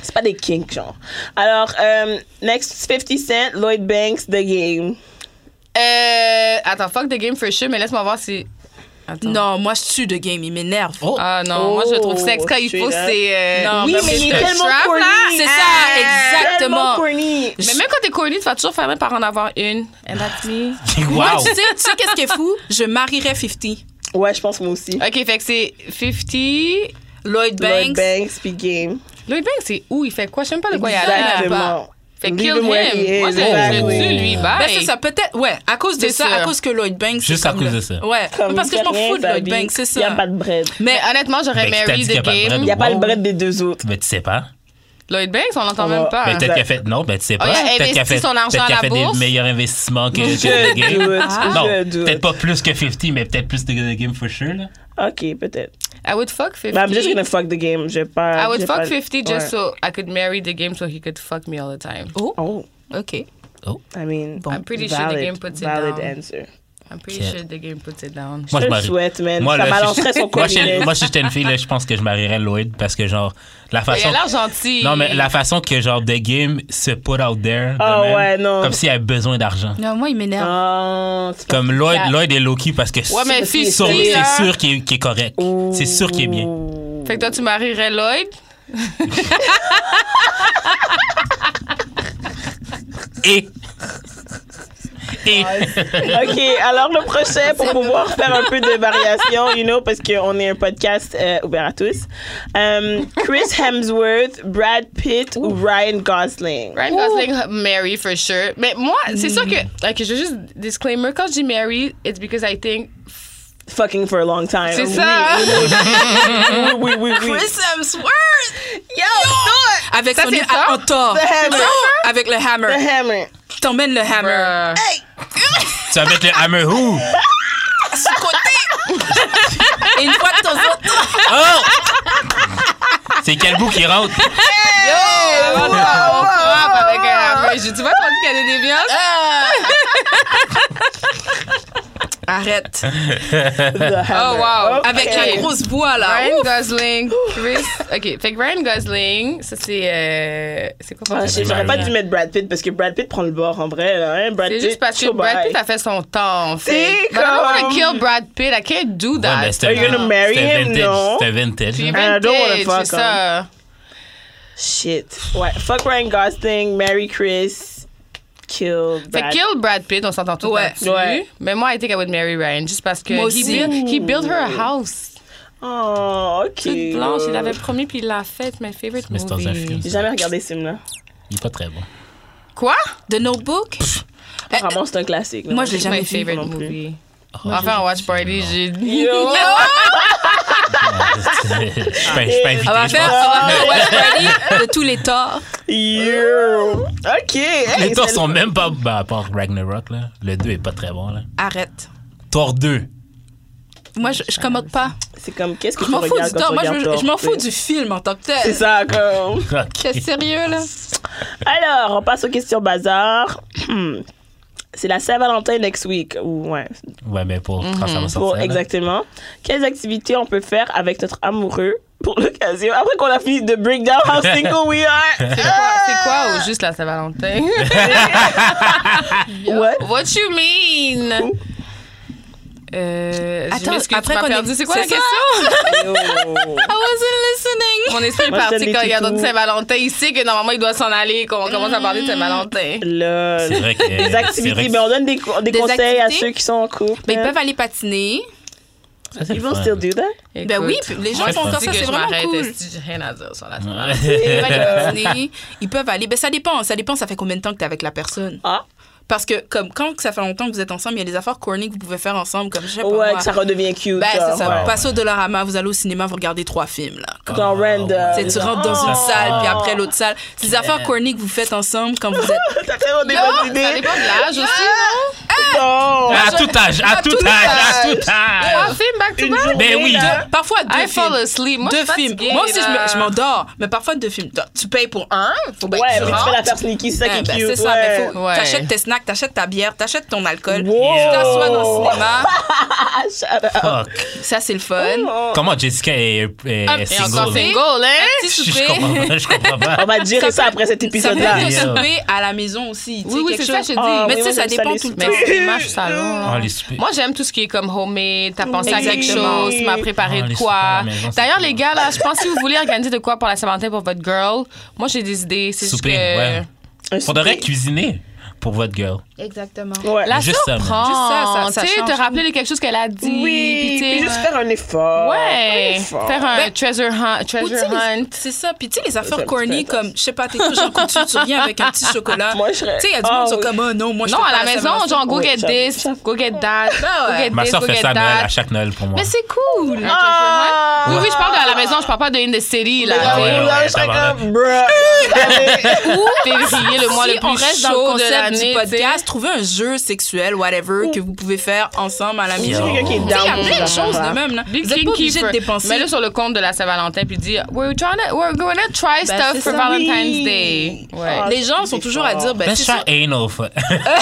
[SPEAKER 3] C'est pas des kinks, genre. Alors, euh, next 50 Cent, Lloyd Banks, The Game.
[SPEAKER 6] Euh, attends, fuck the game for sure, mais laisse-moi voir si. Attends.
[SPEAKER 5] Non, moi, je suis de game. Il m'énerve.
[SPEAKER 2] Oh,
[SPEAKER 6] Ah non, moi je le trouve sexe quand il
[SPEAKER 3] straight
[SPEAKER 6] faut,
[SPEAKER 3] up.
[SPEAKER 6] c'est. euh,
[SPEAKER 5] Non,
[SPEAKER 3] oui,
[SPEAKER 5] ben,
[SPEAKER 3] mais
[SPEAKER 5] c'est
[SPEAKER 3] il est
[SPEAKER 5] un
[SPEAKER 3] tellement
[SPEAKER 6] strap,
[SPEAKER 3] corny. Ah,
[SPEAKER 6] là,
[SPEAKER 5] c'est ça, exactement.
[SPEAKER 3] hein. Tellement corny.
[SPEAKER 6] Mais même quand t'es connu, tu vas toujours faire par en avoir une. And that's me.
[SPEAKER 5] Moi,
[SPEAKER 2] wow.
[SPEAKER 5] tu sais, tu sais qu'est-ce qui est fou? Je marierais 50.
[SPEAKER 3] Ouais, je pense moi aussi.
[SPEAKER 6] Ok, fait que c'est 50.
[SPEAKER 5] Lloyd
[SPEAKER 3] Lloyd
[SPEAKER 5] Banks.
[SPEAKER 3] Banks, puis Game.
[SPEAKER 6] Lloyd Banks, c'est où? Il fait quoi? Je sais même pas de quoi il a l'air.
[SPEAKER 3] Exactement.
[SPEAKER 6] Fait
[SPEAKER 3] Leave
[SPEAKER 6] kill him.
[SPEAKER 3] him
[SPEAKER 6] Moi,
[SPEAKER 3] where he
[SPEAKER 6] je
[SPEAKER 3] is,
[SPEAKER 6] je
[SPEAKER 3] exactly.
[SPEAKER 6] le tue, lui. Bye.
[SPEAKER 5] Ben, c'est ça, peut-être. Ouais, à cause de
[SPEAKER 6] C'est
[SPEAKER 5] ça,
[SPEAKER 6] sûr.
[SPEAKER 5] à cause que Lloyd Banks.
[SPEAKER 2] Juste
[SPEAKER 5] c'est
[SPEAKER 2] à
[SPEAKER 5] comme
[SPEAKER 2] cause
[SPEAKER 5] le-
[SPEAKER 2] de ça.
[SPEAKER 5] Ouais,
[SPEAKER 3] Comme
[SPEAKER 5] parce que je m'en
[SPEAKER 3] il fait
[SPEAKER 5] fous de
[SPEAKER 3] rien,
[SPEAKER 5] Lloyd
[SPEAKER 3] sa vie.
[SPEAKER 5] Banks, c'est
[SPEAKER 3] Il n'y a pas
[SPEAKER 5] ça.
[SPEAKER 3] de bread.
[SPEAKER 6] Mais honnêtement, j'aurais
[SPEAKER 2] Ben, t'as
[SPEAKER 6] married
[SPEAKER 2] dit qu'il y a
[SPEAKER 6] the
[SPEAKER 2] pas de
[SPEAKER 6] game.
[SPEAKER 2] bread.
[SPEAKER 3] Il n'y a pas
[SPEAKER 2] Wow.
[SPEAKER 3] de bread des deux autres.
[SPEAKER 2] Mais tu sais pas.
[SPEAKER 6] Lloyd Banks, on l'entend
[SPEAKER 3] On
[SPEAKER 6] même
[SPEAKER 3] va-
[SPEAKER 6] pas.
[SPEAKER 2] Mais Ben, peut-être
[SPEAKER 3] Exact.
[SPEAKER 2] qu'elle a fait. Non, mais tu sais pas.
[SPEAKER 6] Ah. Oh, il a
[SPEAKER 2] Peut-être qu'elle a
[SPEAKER 6] investi
[SPEAKER 2] fait,
[SPEAKER 6] son argent
[SPEAKER 2] peut-être
[SPEAKER 6] à
[SPEAKER 2] qu'elle
[SPEAKER 6] la
[SPEAKER 2] a fait
[SPEAKER 6] bourse. Ah.
[SPEAKER 2] des meilleurs investissements que, que
[SPEAKER 3] Je
[SPEAKER 2] The Game.
[SPEAKER 3] doute, je
[SPEAKER 2] Non,
[SPEAKER 3] doute.
[SPEAKER 2] peut-être pas plus que 50, mais peut-être plus que The Game for sure. Là.
[SPEAKER 3] Ok, peut-être.
[SPEAKER 6] I would fuck 50.
[SPEAKER 3] Mais Ben, I'm just gonna fuck the game. J'ai pas.
[SPEAKER 6] I would
[SPEAKER 3] j'ai
[SPEAKER 6] fuck
[SPEAKER 3] pas-
[SPEAKER 6] 50
[SPEAKER 3] Ouais.
[SPEAKER 6] just so I could marry the game so he could fuck me all the time.
[SPEAKER 5] Oh,
[SPEAKER 3] Oh,
[SPEAKER 5] ok.
[SPEAKER 3] I mean.
[SPEAKER 6] I'm pretty sure the
[SPEAKER 3] valid,
[SPEAKER 6] game puts it
[SPEAKER 3] valid
[SPEAKER 6] down.
[SPEAKER 3] answer.
[SPEAKER 6] I'm pretty
[SPEAKER 2] Okay.
[SPEAKER 6] sure the game puts it down.
[SPEAKER 2] Moi,
[SPEAKER 3] je le
[SPEAKER 2] marie-
[SPEAKER 3] souhaite, man.
[SPEAKER 2] Moi,
[SPEAKER 3] ça
[SPEAKER 2] là,
[SPEAKER 3] balancerait
[SPEAKER 2] si-
[SPEAKER 3] son
[SPEAKER 2] moi, si-
[SPEAKER 3] communisme.
[SPEAKER 2] moi, si j'étais une fille, là, je pense que je marierais Lloyd parce que, genre, la
[SPEAKER 6] Il
[SPEAKER 2] façon.
[SPEAKER 6] a l'air gentil.
[SPEAKER 2] Non, mais la façon que, genre, The Game se put out there. de
[SPEAKER 3] Ah,
[SPEAKER 2] même,
[SPEAKER 3] ouais, non.
[SPEAKER 2] Comme s'il avait besoin d'argent.
[SPEAKER 5] Non, moi, il m'énerve.
[SPEAKER 3] Ah, c'est pas-
[SPEAKER 2] Comme Lloyd, Lloyd est Loki parce que
[SPEAKER 3] Ah,
[SPEAKER 6] Ouais, mais
[SPEAKER 2] c'est
[SPEAKER 6] fils,
[SPEAKER 2] sûr,
[SPEAKER 6] lui,
[SPEAKER 2] c'est
[SPEAKER 6] là.
[SPEAKER 2] sûr qu'il est, qu'il est correct. C'est sûr qu'il est bien.
[SPEAKER 6] Fait que toi, tu marierais Lloyd.
[SPEAKER 2] Et. Et.
[SPEAKER 3] Ok, alors le prochain, pour pouvoir faire un peu de variation, you know, parce qu'on est un podcast euh, ouvert à tous. Euh, Chris Hemsworth, Brad Pitt ou Ryan Gosling?
[SPEAKER 6] Ryan Gosling, Mary for sure. Mais moi, c'est sûr que.
[SPEAKER 3] Mm.
[SPEAKER 6] Ok, je veux juste disclaimer. Quand je dis Mary, it's because I think.
[SPEAKER 3] Fucking for a long time.
[SPEAKER 6] C'est
[SPEAKER 3] Oui,
[SPEAKER 6] ça.
[SPEAKER 3] Oui, oui, oui, oui.
[SPEAKER 5] Chris Hemsworth! Yo! Avec
[SPEAKER 6] Ça,
[SPEAKER 5] son
[SPEAKER 6] c'est
[SPEAKER 5] nez
[SPEAKER 6] ça?
[SPEAKER 5] en top.
[SPEAKER 3] The hammer.
[SPEAKER 5] Oh! Avec le
[SPEAKER 3] The
[SPEAKER 5] hammer.
[SPEAKER 3] Hammer.
[SPEAKER 5] T'emmènes le hammer.
[SPEAKER 6] Bruh.
[SPEAKER 2] Tu vas mettre le hammer who?
[SPEAKER 5] À ce côté! Et une fois de temps en temps.
[SPEAKER 2] Oh! C'est quel bout qui rentre?
[SPEAKER 6] Yo! On frappe avec un hammer. Je- Tu vois, qu'on dit qu'elle est déviante.
[SPEAKER 5] Arrête.
[SPEAKER 3] The Hammer.
[SPEAKER 6] Oh, wow.
[SPEAKER 3] Ok.
[SPEAKER 5] Avec la grosse voix, là.
[SPEAKER 6] Ryan
[SPEAKER 5] Ouf.
[SPEAKER 6] Gosling, Chris. Ok, fait que Ryan Gosling, ça c'est. euh, c'est quoi
[SPEAKER 3] Ah,
[SPEAKER 6] son
[SPEAKER 3] je sais, J'aurais pas dû mettre Brad Pitt parce que Brad Pitt prend le bord en vrai. là, hein, Brad
[SPEAKER 6] C'est
[SPEAKER 3] Pitt,
[SPEAKER 6] juste parce que
[SPEAKER 3] chaud
[SPEAKER 6] Brad
[SPEAKER 3] bye.
[SPEAKER 6] Pitt a fait son temps. Fait.
[SPEAKER 3] C'est
[SPEAKER 6] But I don't wanna
[SPEAKER 3] comme-
[SPEAKER 6] kill Brad Pitt. I can't do that.
[SPEAKER 2] Ouais, mais
[SPEAKER 3] Are
[SPEAKER 2] c'était
[SPEAKER 3] you gonna marry
[SPEAKER 2] c'était
[SPEAKER 3] him?
[SPEAKER 2] vintage,
[SPEAKER 3] Non.
[SPEAKER 2] C'était vintage. hein. là.
[SPEAKER 6] Puis
[SPEAKER 3] I don't wanna
[SPEAKER 6] vintage,
[SPEAKER 3] fuck
[SPEAKER 6] c'est ça.
[SPEAKER 3] Shit. Ouais. Fuck Ryan Gosling, marry Chris, kill
[SPEAKER 6] Fait que
[SPEAKER 3] Brad.
[SPEAKER 6] kill Brad Pitt, on s'entend tous
[SPEAKER 5] Ouais,
[SPEAKER 6] là-dessus.
[SPEAKER 3] ouais.
[SPEAKER 6] Mais moi, I think I would marry Ryan juste parce que
[SPEAKER 5] Moi
[SPEAKER 6] he
[SPEAKER 5] aussi.
[SPEAKER 6] built, he built her a house.
[SPEAKER 3] Oh, ok.
[SPEAKER 6] Toute blanche, il l'avait promis puis il l'a faite. My favorite
[SPEAKER 2] Mais c'est dans un film.
[SPEAKER 6] movie.
[SPEAKER 3] J'ai jamais regardé ce film-là.
[SPEAKER 2] Il est pas très bon.
[SPEAKER 6] Quoi?
[SPEAKER 5] The Notebook?
[SPEAKER 3] Apparemment, c'est un classique. là.
[SPEAKER 5] Moi, je l'ai
[SPEAKER 6] My
[SPEAKER 5] jamais vu.
[SPEAKER 6] favorite
[SPEAKER 3] non plus.
[SPEAKER 6] movie.
[SPEAKER 2] moi, Oh,
[SPEAKER 6] Enfin,
[SPEAKER 2] j'ai-
[SPEAKER 6] on watch party, j'ai dit.
[SPEAKER 3] Yo!
[SPEAKER 2] Je suis pas, je suis pas invité.
[SPEAKER 5] On va
[SPEAKER 2] je
[SPEAKER 5] faire, on va faire Watch Party de tous les torts.
[SPEAKER 3] Yo! Ok!
[SPEAKER 2] pense.
[SPEAKER 3] hey,
[SPEAKER 2] Les torts
[SPEAKER 3] c'est-
[SPEAKER 2] sont même pas. Bah, à part Ragnarok, là. Le 2 est pas très bon, là.
[SPEAKER 5] Arrête.
[SPEAKER 2] Thor 2.
[SPEAKER 5] Moi, je, je commente pas.
[SPEAKER 3] C'est comme, qu'est-ce que
[SPEAKER 5] Je
[SPEAKER 3] tu
[SPEAKER 5] m'en fous du
[SPEAKER 3] regardes quand
[SPEAKER 5] tort.
[SPEAKER 3] tu
[SPEAKER 5] Moi, je,
[SPEAKER 3] regardes
[SPEAKER 5] veux- je m'en
[SPEAKER 3] Thor,
[SPEAKER 5] fous
[SPEAKER 3] tu sais.
[SPEAKER 5] du film en tant que
[SPEAKER 3] C'est
[SPEAKER 5] tel.
[SPEAKER 3] ça, comme...
[SPEAKER 6] T'es
[SPEAKER 2] Ok.
[SPEAKER 6] sérieux, là?
[SPEAKER 3] Alors, on passe aux questions bazar. Hmm. C'est la Saint-Valentin next week. Ou, ouais,
[SPEAKER 2] Ouais, mais pour quand Ah, ça va sortir.
[SPEAKER 3] Mm. pour,
[SPEAKER 2] là.
[SPEAKER 3] exactement. Quelles activités on peut faire avec notre amoureux pour l'occasion? Après qu'on a fini de break down how single we are.
[SPEAKER 6] C'est quoi, c'est quoi ou juste la Saint-Valentin?
[SPEAKER 3] What?
[SPEAKER 6] What you mean? Euh,
[SPEAKER 5] Attends, après qu'on ait-
[SPEAKER 6] perdu, c'est quoi la
[SPEAKER 5] c'est ça?
[SPEAKER 6] question?
[SPEAKER 3] Yo.
[SPEAKER 5] I wasn't listening.
[SPEAKER 6] Mon esprit est
[SPEAKER 3] Moi, je te
[SPEAKER 6] parti
[SPEAKER 3] l'ai
[SPEAKER 6] quand il y a
[SPEAKER 3] tout.
[SPEAKER 6] d'autres Saint-Valentin. Il sait que normalement, il doit s'en aller, qu'on commence à parler
[SPEAKER 5] Mm.
[SPEAKER 6] de Saint-Valentin.
[SPEAKER 5] Ben
[SPEAKER 3] Lol.
[SPEAKER 2] C'est vrai que.
[SPEAKER 3] Des activités, mais on donne des, co- des
[SPEAKER 5] Des
[SPEAKER 3] conseils à
[SPEAKER 5] activités?
[SPEAKER 3] ceux qui sont en couple.
[SPEAKER 5] Mais Ben, ils
[SPEAKER 3] man.
[SPEAKER 5] peuvent aller patiner.
[SPEAKER 3] Ils vont still do that?
[SPEAKER 5] Ben oui, puis les gens
[SPEAKER 2] Ouais,
[SPEAKER 5] font
[SPEAKER 2] je
[SPEAKER 5] comme
[SPEAKER 2] pensais
[SPEAKER 5] ça, c'est vraiment cool.
[SPEAKER 6] J'ai rien à dire sur la
[SPEAKER 5] Ils peuvent aller patiner, ils peuvent aller. Ben ça dépend, ça dépend, ça fait combien de temps que t'es avec la personne.
[SPEAKER 3] Ah.
[SPEAKER 5] Parce que comme quand ça fait longtemps que vous êtes ensemble, il y a des affaires corny que vous pouvez faire ensemble, comme je sais pas
[SPEAKER 3] Ouais,
[SPEAKER 5] moi.
[SPEAKER 3] que ça redevient cute.
[SPEAKER 5] Ben
[SPEAKER 3] genre,
[SPEAKER 5] c'est ça,
[SPEAKER 3] ouais.
[SPEAKER 5] passez au Dollarama, vous allez au cinéma, vous regardez trois films là. Comme-
[SPEAKER 2] Ah,
[SPEAKER 3] Dans random.
[SPEAKER 5] C'est- tu rentres dans une salle, puis après l'autre salle. C'est des affaires corny que vous faites ensemble quand vous êtes.
[SPEAKER 3] T'as tellement des bonnes
[SPEAKER 6] Ça
[SPEAKER 3] idées.
[SPEAKER 6] dépend de l'âge aussi, non?
[SPEAKER 3] non!
[SPEAKER 2] À tout âge, à tout âge, à tout
[SPEAKER 6] Ah,
[SPEAKER 2] âge.
[SPEAKER 6] film back to
[SPEAKER 3] Une
[SPEAKER 6] back?
[SPEAKER 3] journée,
[SPEAKER 2] Ben oui.
[SPEAKER 3] là.
[SPEAKER 5] Parfois, deux
[SPEAKER 6] I fall
[SPEAKER 5] films.
[SPEAKER 6] asleep. Moi, je
[SPEAKER 5] deux
[SPEAKER 6] suis
[SPEAKER 5] films.
[SPEAKER 6] fatiguée,
[SPEAKER 5] Moi aussi, je me-
[SPEAKER 6] là.
[SPEAKER 5] je m'endors. Mais parfois, deux films. Donc, Tu payes pour
[SPEAKER 6] Hein?
[SPEAKER 5] un, faut bien
[SPEAKER 3] Ouais,
[SPEAKER 5] que
[SPEAKER 3] mais
[SPEAKER 5] tu
[SPEAKER 3] tu fais la
[SPEAKER 5] rentres.
[SPEAKER 3] personne qui Ah, c'est
[SPEAKER 5] Ouais,
[SPEAKER 3] qui
[SPEAKER 5] ben,
[SPEAKER 3] cute.
[SPEAKER 5] c'est ça,
[SPEAKER 3] ouais.
[SPEAKER 5] mais faut.
[SPEAKER 6] Ouais.
[SPEAKER 5] T'achètes tes snacks, t'achètes ta bière, t'achètes ton alcool.
[SPEAKER 3] Wow.
[SPEAKER 5] Tu t'assois dans
[SPEAKER 3] Oh.
[SPEAKER 5] le cinéma.
[SPEAKER 3] Ah, shut up.
[SPEAKER 2] Fuck.
[SPEAKER 5] Ça, c'est le fun.
[SPEAKER 3] Oh.
[SPEAKER 2] Comment Jessica est, est-
[SPEAKER 6] Ah,
[SPEAKER 2] est
[SPEAKER 6] Et
[SPEAKER 2] single?
[SPEAKER 6] encore
[SPEAKER 2] là?
[SPEAKER 6] single, hein?
[SPEAKER 5] Petit
[SPEAKER 2] Je, je
[SPEAKER 5] souper.
[SPEAKER 2] comprends pas. Je comprends pas.
[SPEAKER 3] On va gérer ça après cet
[SPEAKER 5] Ça peut
[SPEAKER 3] épisode-là.
[SPEAKER 5] être
[SPEAKER 2] Yeah.
[SPEAKER 5] un souper à la maison aussi. tu sais,
[SPEAKER 6] Oui, oui,
[SPEAKER 5] quelque
[SPEAKER 6] c'est ça,
[SPEAKER 5] chose.
[SPEAKER 6] je te
[SPEAKER 3] Ah,
[SPEAKER 6] dis.
[SPEAKER 5] Mais
[SPEAKER 3] oui,
[SPEAKER 5] tu sais,
[SPEAKER 3] moi,
[SPEAKER 5] ça
[SPEAKER 3] j'aime ça,
[SPEAKER 5] dépend
[SPEAKER 3] les
[SPEAKER 5] tout le
[SPEAKER 3] soupers.
[SPEAKER 6] Mais
[SPEAKER 5] temps.
[SPEAKER 6] au cinéma, je suis salon.
[SPEAKER 2] Ah,
[SPEAKER 6] là.
[SPEAKER 2] les soupers.
[SPEAKER 6] Moi, j'aime tout ce qui est comme homemade. T'as pensé à quelque
[SPEAKER 5] Exactement.
[SPEAKER 6] chose, tu m'as préparé
[SPEAKER 2] Ah,
[SPEAKER 6] de
[SPEAKER 2] les soupers à
[SPEAKER 6] quoi.
[SPEAKER 2] la maison, c'est
[SPEAKER 6] D'ailleurs,
[SPEAKER 2] cool.
[SPEAKER 6] les gars, là, je pense que si vous voulez organiser de quoi pour la Saint-Valentin pour votre girl, moi, j'ai des idées. C'est juste
[SPEAKER 2] Souper,
[SPEAKER 6] que-
[SPEAKER 2] ouais.
[SPEAKER 3] Un
[SPEAKER 2] Faudrait
[SPEAKER 3] souper.
[SPEAKER 2] cuisiner pour votre girl.
[SPEAKER 5] Exactement.
[SPEAKER 3] Ouais.
[SPEAKER 6] La
[SPEAKER 2] Juste ça, man.
[SPEAKER 6] surprendre.
[SPEAKER 5] Juste ça, ça- ça
[SPEAKER 6] Tu sais, te
[SPEAKER 5] change
[SPEAKER 6] rappeler de quelque chose qu'elle a dit.
[SPEAKER 3] Oui,
[SPEAKER 6] puis tu sais, euh,
[SPEAKER 3] puis juste faire un effort. Un
[SPEAKER 6] Ouais.
[SPEAKER 3] effort.
[SPEAKER 6] Faire un
[SPEAKER 5] Ben,
[SPEAKER 6] treasure hunt.
[SPEAKER 5] Ou tu sais,
[SPEAKER 6] Treasure
[SPEAKER 5] les-
[SPEAKER 6] hunt.
[SPEAKER 5] C'est ça. Puis tu sais, les
[SPEAKER 3] Ça,
[SPEAKER 5] affaires
[SPEAKER 3] c'est
[SPEAKER 5] corny
[SPEAKER 3] intéressant.
[SPEAKER 5] comme, je sais pas, t'es toujours en coutu, tu reviens avec un petit chocolat.
[SPEAKER 3] Moi, je serais-
[SPEAKER 5] Tu sais, il y a du
[SPEAKER 3] Ah,
[SPEAKER 5] monde qui sont
[SPEAKER 3] oui.
[SPEAKER 5] comme, oh non, moi, je
[SPEAKER 6] Non,
[SPEAKER 5] fais
[SPEAKER 6] à
[SPEAKER 5] pas
[SPEAKER 6] la maison, genre, go
[SPEAKER 3] Oui,
[SPEAKER 6] get
[SPEAKER 3] j'avoue,
[SPEAKER 6] this, go get that, go get
[SPEAKER 2] Ma
[SPEAKER 6] this,
[SPEAKER 2] soeur
[SPEAKER 6] go
[SPEAKER 2] fait
[SPEAKER 6] get
[SPEAKER 2] ça à Noël,
[SPEAKER 6] that.
[SPEAKER 2] à chaque Noël pour moi.
[SPEAKER 6] Mais c'est cool. Un
[SPEAKER 5] Ah.
[SPEAKER 6] treasure hunt. Oui, oui, je parle de à la maison, je parle pas de in the city, là.
[SPEAKER 3] Là,
[SPEAKER 2] Ah ouais, ouais,
[SPEAKER 3] là,
[SPEAKER 2] ouais,
[SPEAKER 3] je serais
[SPEAKER 2] tabarnak.
[SPEAKER 3] comme, bruh.
[SPEAKER 6] ou février, le mois le plus
[SPEAKER 5] reste
[SPEAKER 6] chaud
[SPEAKER 5] dans le
[SPEAKER 6] de
[SPEAKER 5] concept
[SPEAKER 6] l'année.
[SPEAKER 5] du podcast, trouvez un jeu sexuel, whatever, que vous pouvez faire ensemble à la
[SPEAKER 3] Je
[SPEAKER 5] maison.
[SPEAKER 3] suis quelqu'un qui est
[SPEAKER 5] Tu sais, Il y a
[SPEAKER 3] down.
[SPEAKER 5] plein de choses de
[SPEAKER 3] Big
[SPEAKER 5] même. Là.
[SPEAKER 6] Big
[SPEAKER 5] Vous êtes pas obligé de dépenser.
[SPEAKER 6] Mets-le sur le compte de la Saint-Valentin puis dis we're trying to, we're going to try
[SPEAKER 5] Ben, c'est
[SPEAKER 6] stuff for
[SPEAKER 5] ça.
[SPEAKER 6] Valentine's
[SPEAKER 3] Oui.
[SPEAKER 6] Day. Ouais.
[SPEAKER 3] Ah,
[SPEAKER 5] les gens sont toujours à dire, ben,
[SPEAKER 2] Let's
[SPEAKER 5] c'est
[SPEAKER 2] try
[SPEAKER 5] ça.
[SPEAKER 2] anal. for-
[SPEAKER 5] Ah.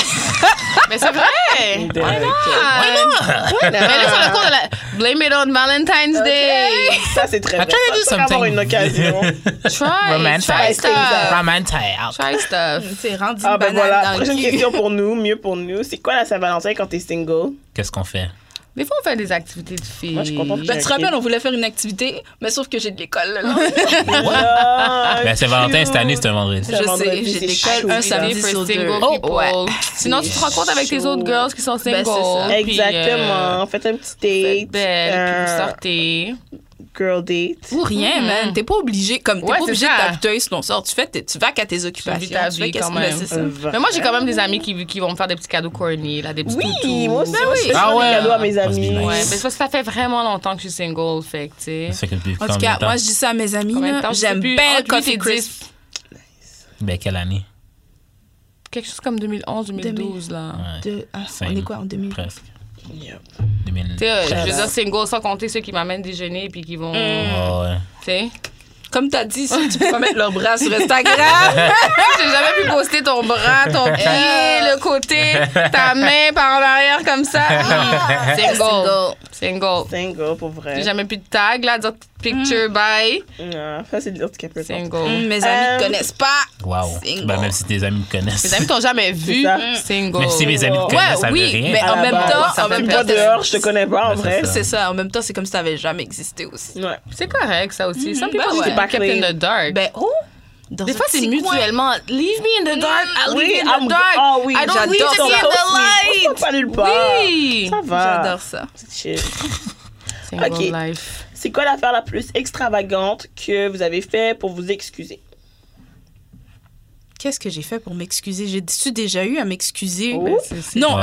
[SPEAKER 6] Mais c'est vrai.
[SPEAKER 3] Ouais, là,
[SPEAKER 6] Mets-le sur le compte de la blame it on Valentine's Day.
[SPEAKER 3] Ça, c'est très
[SPEAKER 2] I'm
[SPEAKER 3] bien.
[SPEAKER 2] trying to do
[SPEAKER 3] Ça, c'est
[SPEAKER 2] something.
[SPEAKER 3] avoir une occasion.
[SPEAKER 6] Try, try
[SPEAKER 2] Romantic.
[SPEAKER 6] stuff.
[SPEAKER 2] Romantic.
[SPEAKER 6] Try stuff.
[SPEAKER 5] C'est rendu
[SPEAKER 3] Ah, ben
[SPEAKER 5] banane
[SPEAKER 3] voilà.
[SPEAKER 5] dans le
[SPEAKER 3] Prochaine
[SPEAKER 5] cul.
[SPEAKER 3] question pour nous, mieux pour nous. C'est quoi la Saint-Valentin quand t'es single?
[SPEAKER 2] Qu'est-ce qu'on fait?
[SPEAKER 6] Des fois, on fait des activités de filles.
[SPEAKER 3] Moi, je suis contente
[SPEAKER 5] Ben, tu te rappelles, on voulait faire une activité, mais sauf que j'ai de l'école. là.
[SPEAKER 3] Ah,
[SPEAKER 2] Ben, c'est Valentin cette année, c'est un vendredi.
[SPEAKER 5] Je sais,
[SPEAKER 3] vendredi,
[SPEAKER 5] j'ai
[SPEAKER 3] c'est
[SPEAKER 5] de l'école un
[SPEAKER 3] chaud, là.
[SPEAKER 5] samedi
[SPEAKER 6] for
[SPEAKER 5] sur
[SPEAKER 6] single
[SPEAKER 5] deux.
[SPEAKER 6] people. Sinon, tu te rencontres avec tes
[SPEAKER 3] chaud.
[SPEAKER 6] autres girls qui sont
[SPEAKER 5] Ben, c'est
[SPEAKER 6] single.
[SPEAKER 5] ça.
[SPEAKER 6] puis, euh,
[SPEAKER 3] Exactement. euh, Faites un petit date.
[SPEAKER 6] Belle, puis vous
[SPEAKER 3] un
[SPEAKER 6] sortez.
[SPEAKER 3] girl date.
[SPEAKER 5] Ou rien, man. T'es pas obligé, comme, t'es
[SPEAKER 6] Mm-hmm. Ouais,
[SPEAKER 5] pas
[SPEAKER 6] c'est
[SPEAKER 5] obligé
[SPEAKER 6] ça.
[SPEAKER 5] de t'habituer sinon sort. Tu fais, tes- tu vas qu'à tes occupations.
[SPEAKER 6] vis ta
[SPEAKER 5] tu fais
[SPEAKER 6] vie
[SPEAKER 5] qu'est-ce
[SPEAKER 6] quand
[SPEAKER 5] que- ben,
[SPEAKER 6] même.
[SPEAKER 5] c'est ça.
[SPEAKER 3] Euh,
[SPEAKER 6] Mais moi, j'ai quand même des amis qui, qui vont me faire des petits cadeaux corny, là, des petits
[SPEAKER 3] Oui,
[SPEAKER 6] toutous.
[SPEAKER 3] moi aussi, moi, je fais
[SPEAKER 2] Ah
[SPEAKER 3] souvent
[SPEAKER 2] ouais.
[SPEAKER 3] des cadeaux à mes
[SPEAKER 2] Must be
[SPEAKER 3] amis.
[SPEAKER 2] nice.
[SPEAKER 6] ben Ouais, mais c'est parce que ça fait vraiment longtemps que je suis single, fait que, tu sais.
[SPEAKER 2] Ça fait depuis
[SPEAKER 5] En tout
[SPEAKER 2] combien
[SPEAKER 5] cas,
[SPEAKER 2] de temps?
[SPEAKER 5] moi, je dis ça à mes amis.
[SPEAKER 6] Combien de
[SPEAKER 5] là.
[SPEAKER 6] temps? Je sais
[SPEAKER 5] J'aime
[SPEAKER 6] plus. Ah,
[SPEAKER 5] bien le
[SPEAKER 6] Entre huit
[SPEAKER 5] Coffee
[SPEAKER 6] et
[SPEAKER 5] Crisp.
[SPEAKER 2] Ben, quelle année?
[SPEAKER 6] Quelque chose comme 2011, 2012, là.
[SPEAKER 2] Ouais,
[SPEAKER 5] De- ah, on
[SPEAKER 2] Cinq.
[SPEAKER 5] est quoi en 2000?
[SPEAKER 2] presque.
[SPEAKER 3] Yep.
[SPEAKER 2] 2000.
[SPEAKER 6] Tu sais, euh, je veux dire single sans compter ceux qui m'amènent déjeuner puis qui vont.
[SPEAKER 5] Mm.
[SPEAKER 2] Ouais, ouais.
[SPEAKER 6] Tu sais.
[SPEAKER 5] Comme t'as dit, si tu peux pas mettre leurs bras sur Instagram.
[SPEAKER 6] J'ai jamais pu poster ton bras, ton pied, le côté, ta main par en arrière comme ça. Ah, single. Single.
[SPEAKER 3] Single, pour vrai.
[SPEAKER 6] J'ai jamais pu de tag, là, dire picture,
[SPEAKER 5] Mm.
[SPEAKER 6] bye.
[SPEAKER 3] Non, Ah, ça, c'est de l'autre qui peut
[SPEAKER 6] Single.
[SPEAKER 5] Hum, mes amis
[SPEAKER 3] Euh,
[SPEAKER 5] ne connaissent pas.
[SPEAKER 2] Wow.
[SPEAKER 5] Single.
[SPEAKER 2] Ben, même si tes amis te
[SPEAKER 6] Mes
[SPEAKER 2] connaissent.
[SPEAKER 6] amis t'ont jamais vu.
[SPEAKER 3] ça.
[SPEAKER 6] Mm. Single.
[SPEAKER 2] Même si mes amis te
[SPEAKER 3] Ouais,
[SPEAKER 2] connaissent, ça veut
[SPEAKER 5] Oh. oui,
[SPEAKER 2] rien.
[SPEAKER 5] mais- En même temps,
[SPEAKER 3] ça
[SPEAKER 5] en
[SPEAKER 3] fait
[SPEAKER 5] même
[SPEAKER 3] pas
[SPEAKER 5] temps,
[SPEAKER 3] dehors, je
[SPEAKER 5] c'est-
[SPEAKER 3] te connais pas
[SPEAKER 2] Ben,
[SPEAKER 3] en
[SPEAKER 2] c'est
[SPEAKER 3] vrai.
[SPEAKER 2] ça.
[SPEAKER 5] C'est ça. En même temps, c'est comme si t'avais jamais existé aussi.
[SPEAKER 3] Ouais.
[SPEAKER 6] C'est correct, ça aussi. Some people
[SPEAKER 5] bah
[SPEAKER 6] just
[SPEAKER 5] ouais.
[SPEAKER 6] get kept in the dark.
[SPEAKER 5] Ben, oh! Dans
[SPEAKER 6] Des
[SPEAKER 5] un
[SPEAKER 6] fois, c'est
[SPEAKER 5] petit coin.
[SPEAKER 6] mutuellement. Leave me in the dark, I'll leave you in
[SPEAKER 3] I'm-
[SPEAKER 6] the dark.
[SPEAKER 3] Ah oui,
[SPEAKER 6] I don't need to
[SPEAKER 5] j'adore ça.
[SPEAKER 6] be in the
[SPEAKER 3] Oui,
[SPEAKER 6] light.
[SPEAKER 3] on va nulle part.
[SPEAKER 6] Oui.
[SPEAKER 3] Bah, Ça va.
[SPEAKER 5] J'adore ça.
[SPEAKER 3] C'est chill.
[SPEAKER 5] Ah,
[SPEAKER 6] Single
[SPEAKER 3] Ok.
[SPEAKER 6] life.
[SPEAKER 3] C'est quoi l'affaire la plus extravagante que vous avez fait pour vous excuser?
[SPEAKER 5] Qu'est-ce que j'ai fait pour m'excuser? J'ai-tu déjà eu à m'excuser? Ben,
[SPEAKER 3] Oh.
[SPEAKER 6] Ben, C'est- c'est-
[SPEAKER 5] Non,
[SPEAKER 2] Euh,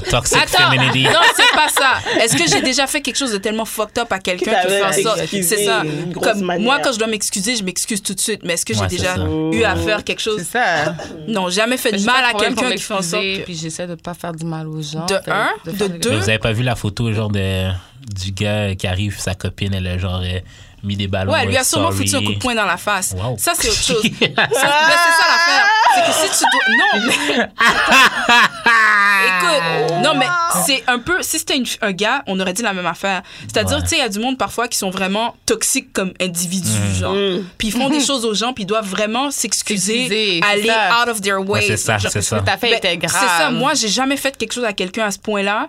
[SPEAKER 5] attends.
[SPEAKER 2] Toxic
[SPEAKER 5] Attends,
[SPEAKER 2] femininity.
[SPEAKER 5] non, c'est pas ça. Est-ce que j'ai déjà fait quelque chose de tellement fucked up à quelqu'un
[SPEAKER 3] Qui
[SPEAKER 5] qui fait en
[SPEAKER 3] t'avait
[SPEAKER 5] sorte
[SPEAKER 3] excusé
[SPEAKER 5] C'est ça.
[SPEAKER 3] d'une grosse
[SPEAKER 5] Comme
[SPEAKER 3] manière.
[SPEAKER 5] moi, quand je dois m'excuser, je m'excuse tout de suite. Mais est-ce que
[SPEAKER 2] Ouais,
[SPEAKER 5] j'ai
[SPEAKER 2] c'est
[SPEAKER 5] déjà
[SPEAKER 2] ça.
[SPEAKER 5] eu
[SPEAKER 3] Oh,
[SPEAKER 5] à faire quelque chose
[SPEAKER 6] ça.
[SPEAKER 5] Non, jamais fait de
[SPEAKER 6] J'ai pas
[SPEAKER 5] Ah, mal
[SPEAKER 6] de
[SPEAKER 5] à
[SPEAKER 6] problème
[SPEAKER 5] quelqu'un
[SPEAKER 6] pour
[SPEAKER 5] qui fait en sorte.
[SPEAKER 6] m'excuser,
[SPEAKER 5] que-
[SPEAKER 6] Puis j'essaie de pas faire du mal aux gens.
[SPEAKER 5] De
[SPEAKER 6] fait-
[SPEAKER 5] un,
[SPEAKER 6] faire
[SPEAKER 5] de
[SPEAKER 6] des-
[SPEAKER 5] deux.
[SPEAKER 2] Vous avez pas vu la photo, genre, de, du gars qui arrive, sa copine, elle a genre euh, mis des ballons.
[SPEAKER 5] Ouais, lui a sûrement
[SPEAKER 2] sorry.
[SPEAKER 5] foutu un coup de poing dans la face.
[SPEAKER 2] Wow.
[SPEAKER 5] Ça, c'est autre chose. Ça, ben, c'est ça l'affaire. C'est que si tu dois. Non, mais.
[SPEAKER 2] Oh.
[SPEAKER 5] Écoute, non, mais c'est un peu. Si c'était une- un gars, on aurait dit la même affaire. C'est-à-dire,
[SPEAKER 2] Ouais.
[SPEAKER 5] tu sais, il y a du monde parfois qui sont vraiment toxiques comme individus,
[SPEAKER 2] Mm.
[SPEAKER 5] genre. Puis ils font des choses aux gens, puis ils doivent vraiment
[SPEAKER 6] Mm. S'excuser,
[SPEAKER 5] s'excuser,
[SPEAKER 6] c'est
[SPEAKER 5] aller
[SPEAKER 6] ça.
[SPEAKER 5] out of their way.
[SPEAKER 2] Ouais, c'est ça,
[SPEAKER 5] Genre,
[SPEAKER 2] c'est ça.
[SPEAKER 6] Tout à fait
[SPEAKER 5] ben,
[SPEAKER 6] intégrale.
[SPEAKER 5] C'est ça, moi, j'ai jamais fait quelque chose à quelqu'un à ce point-là.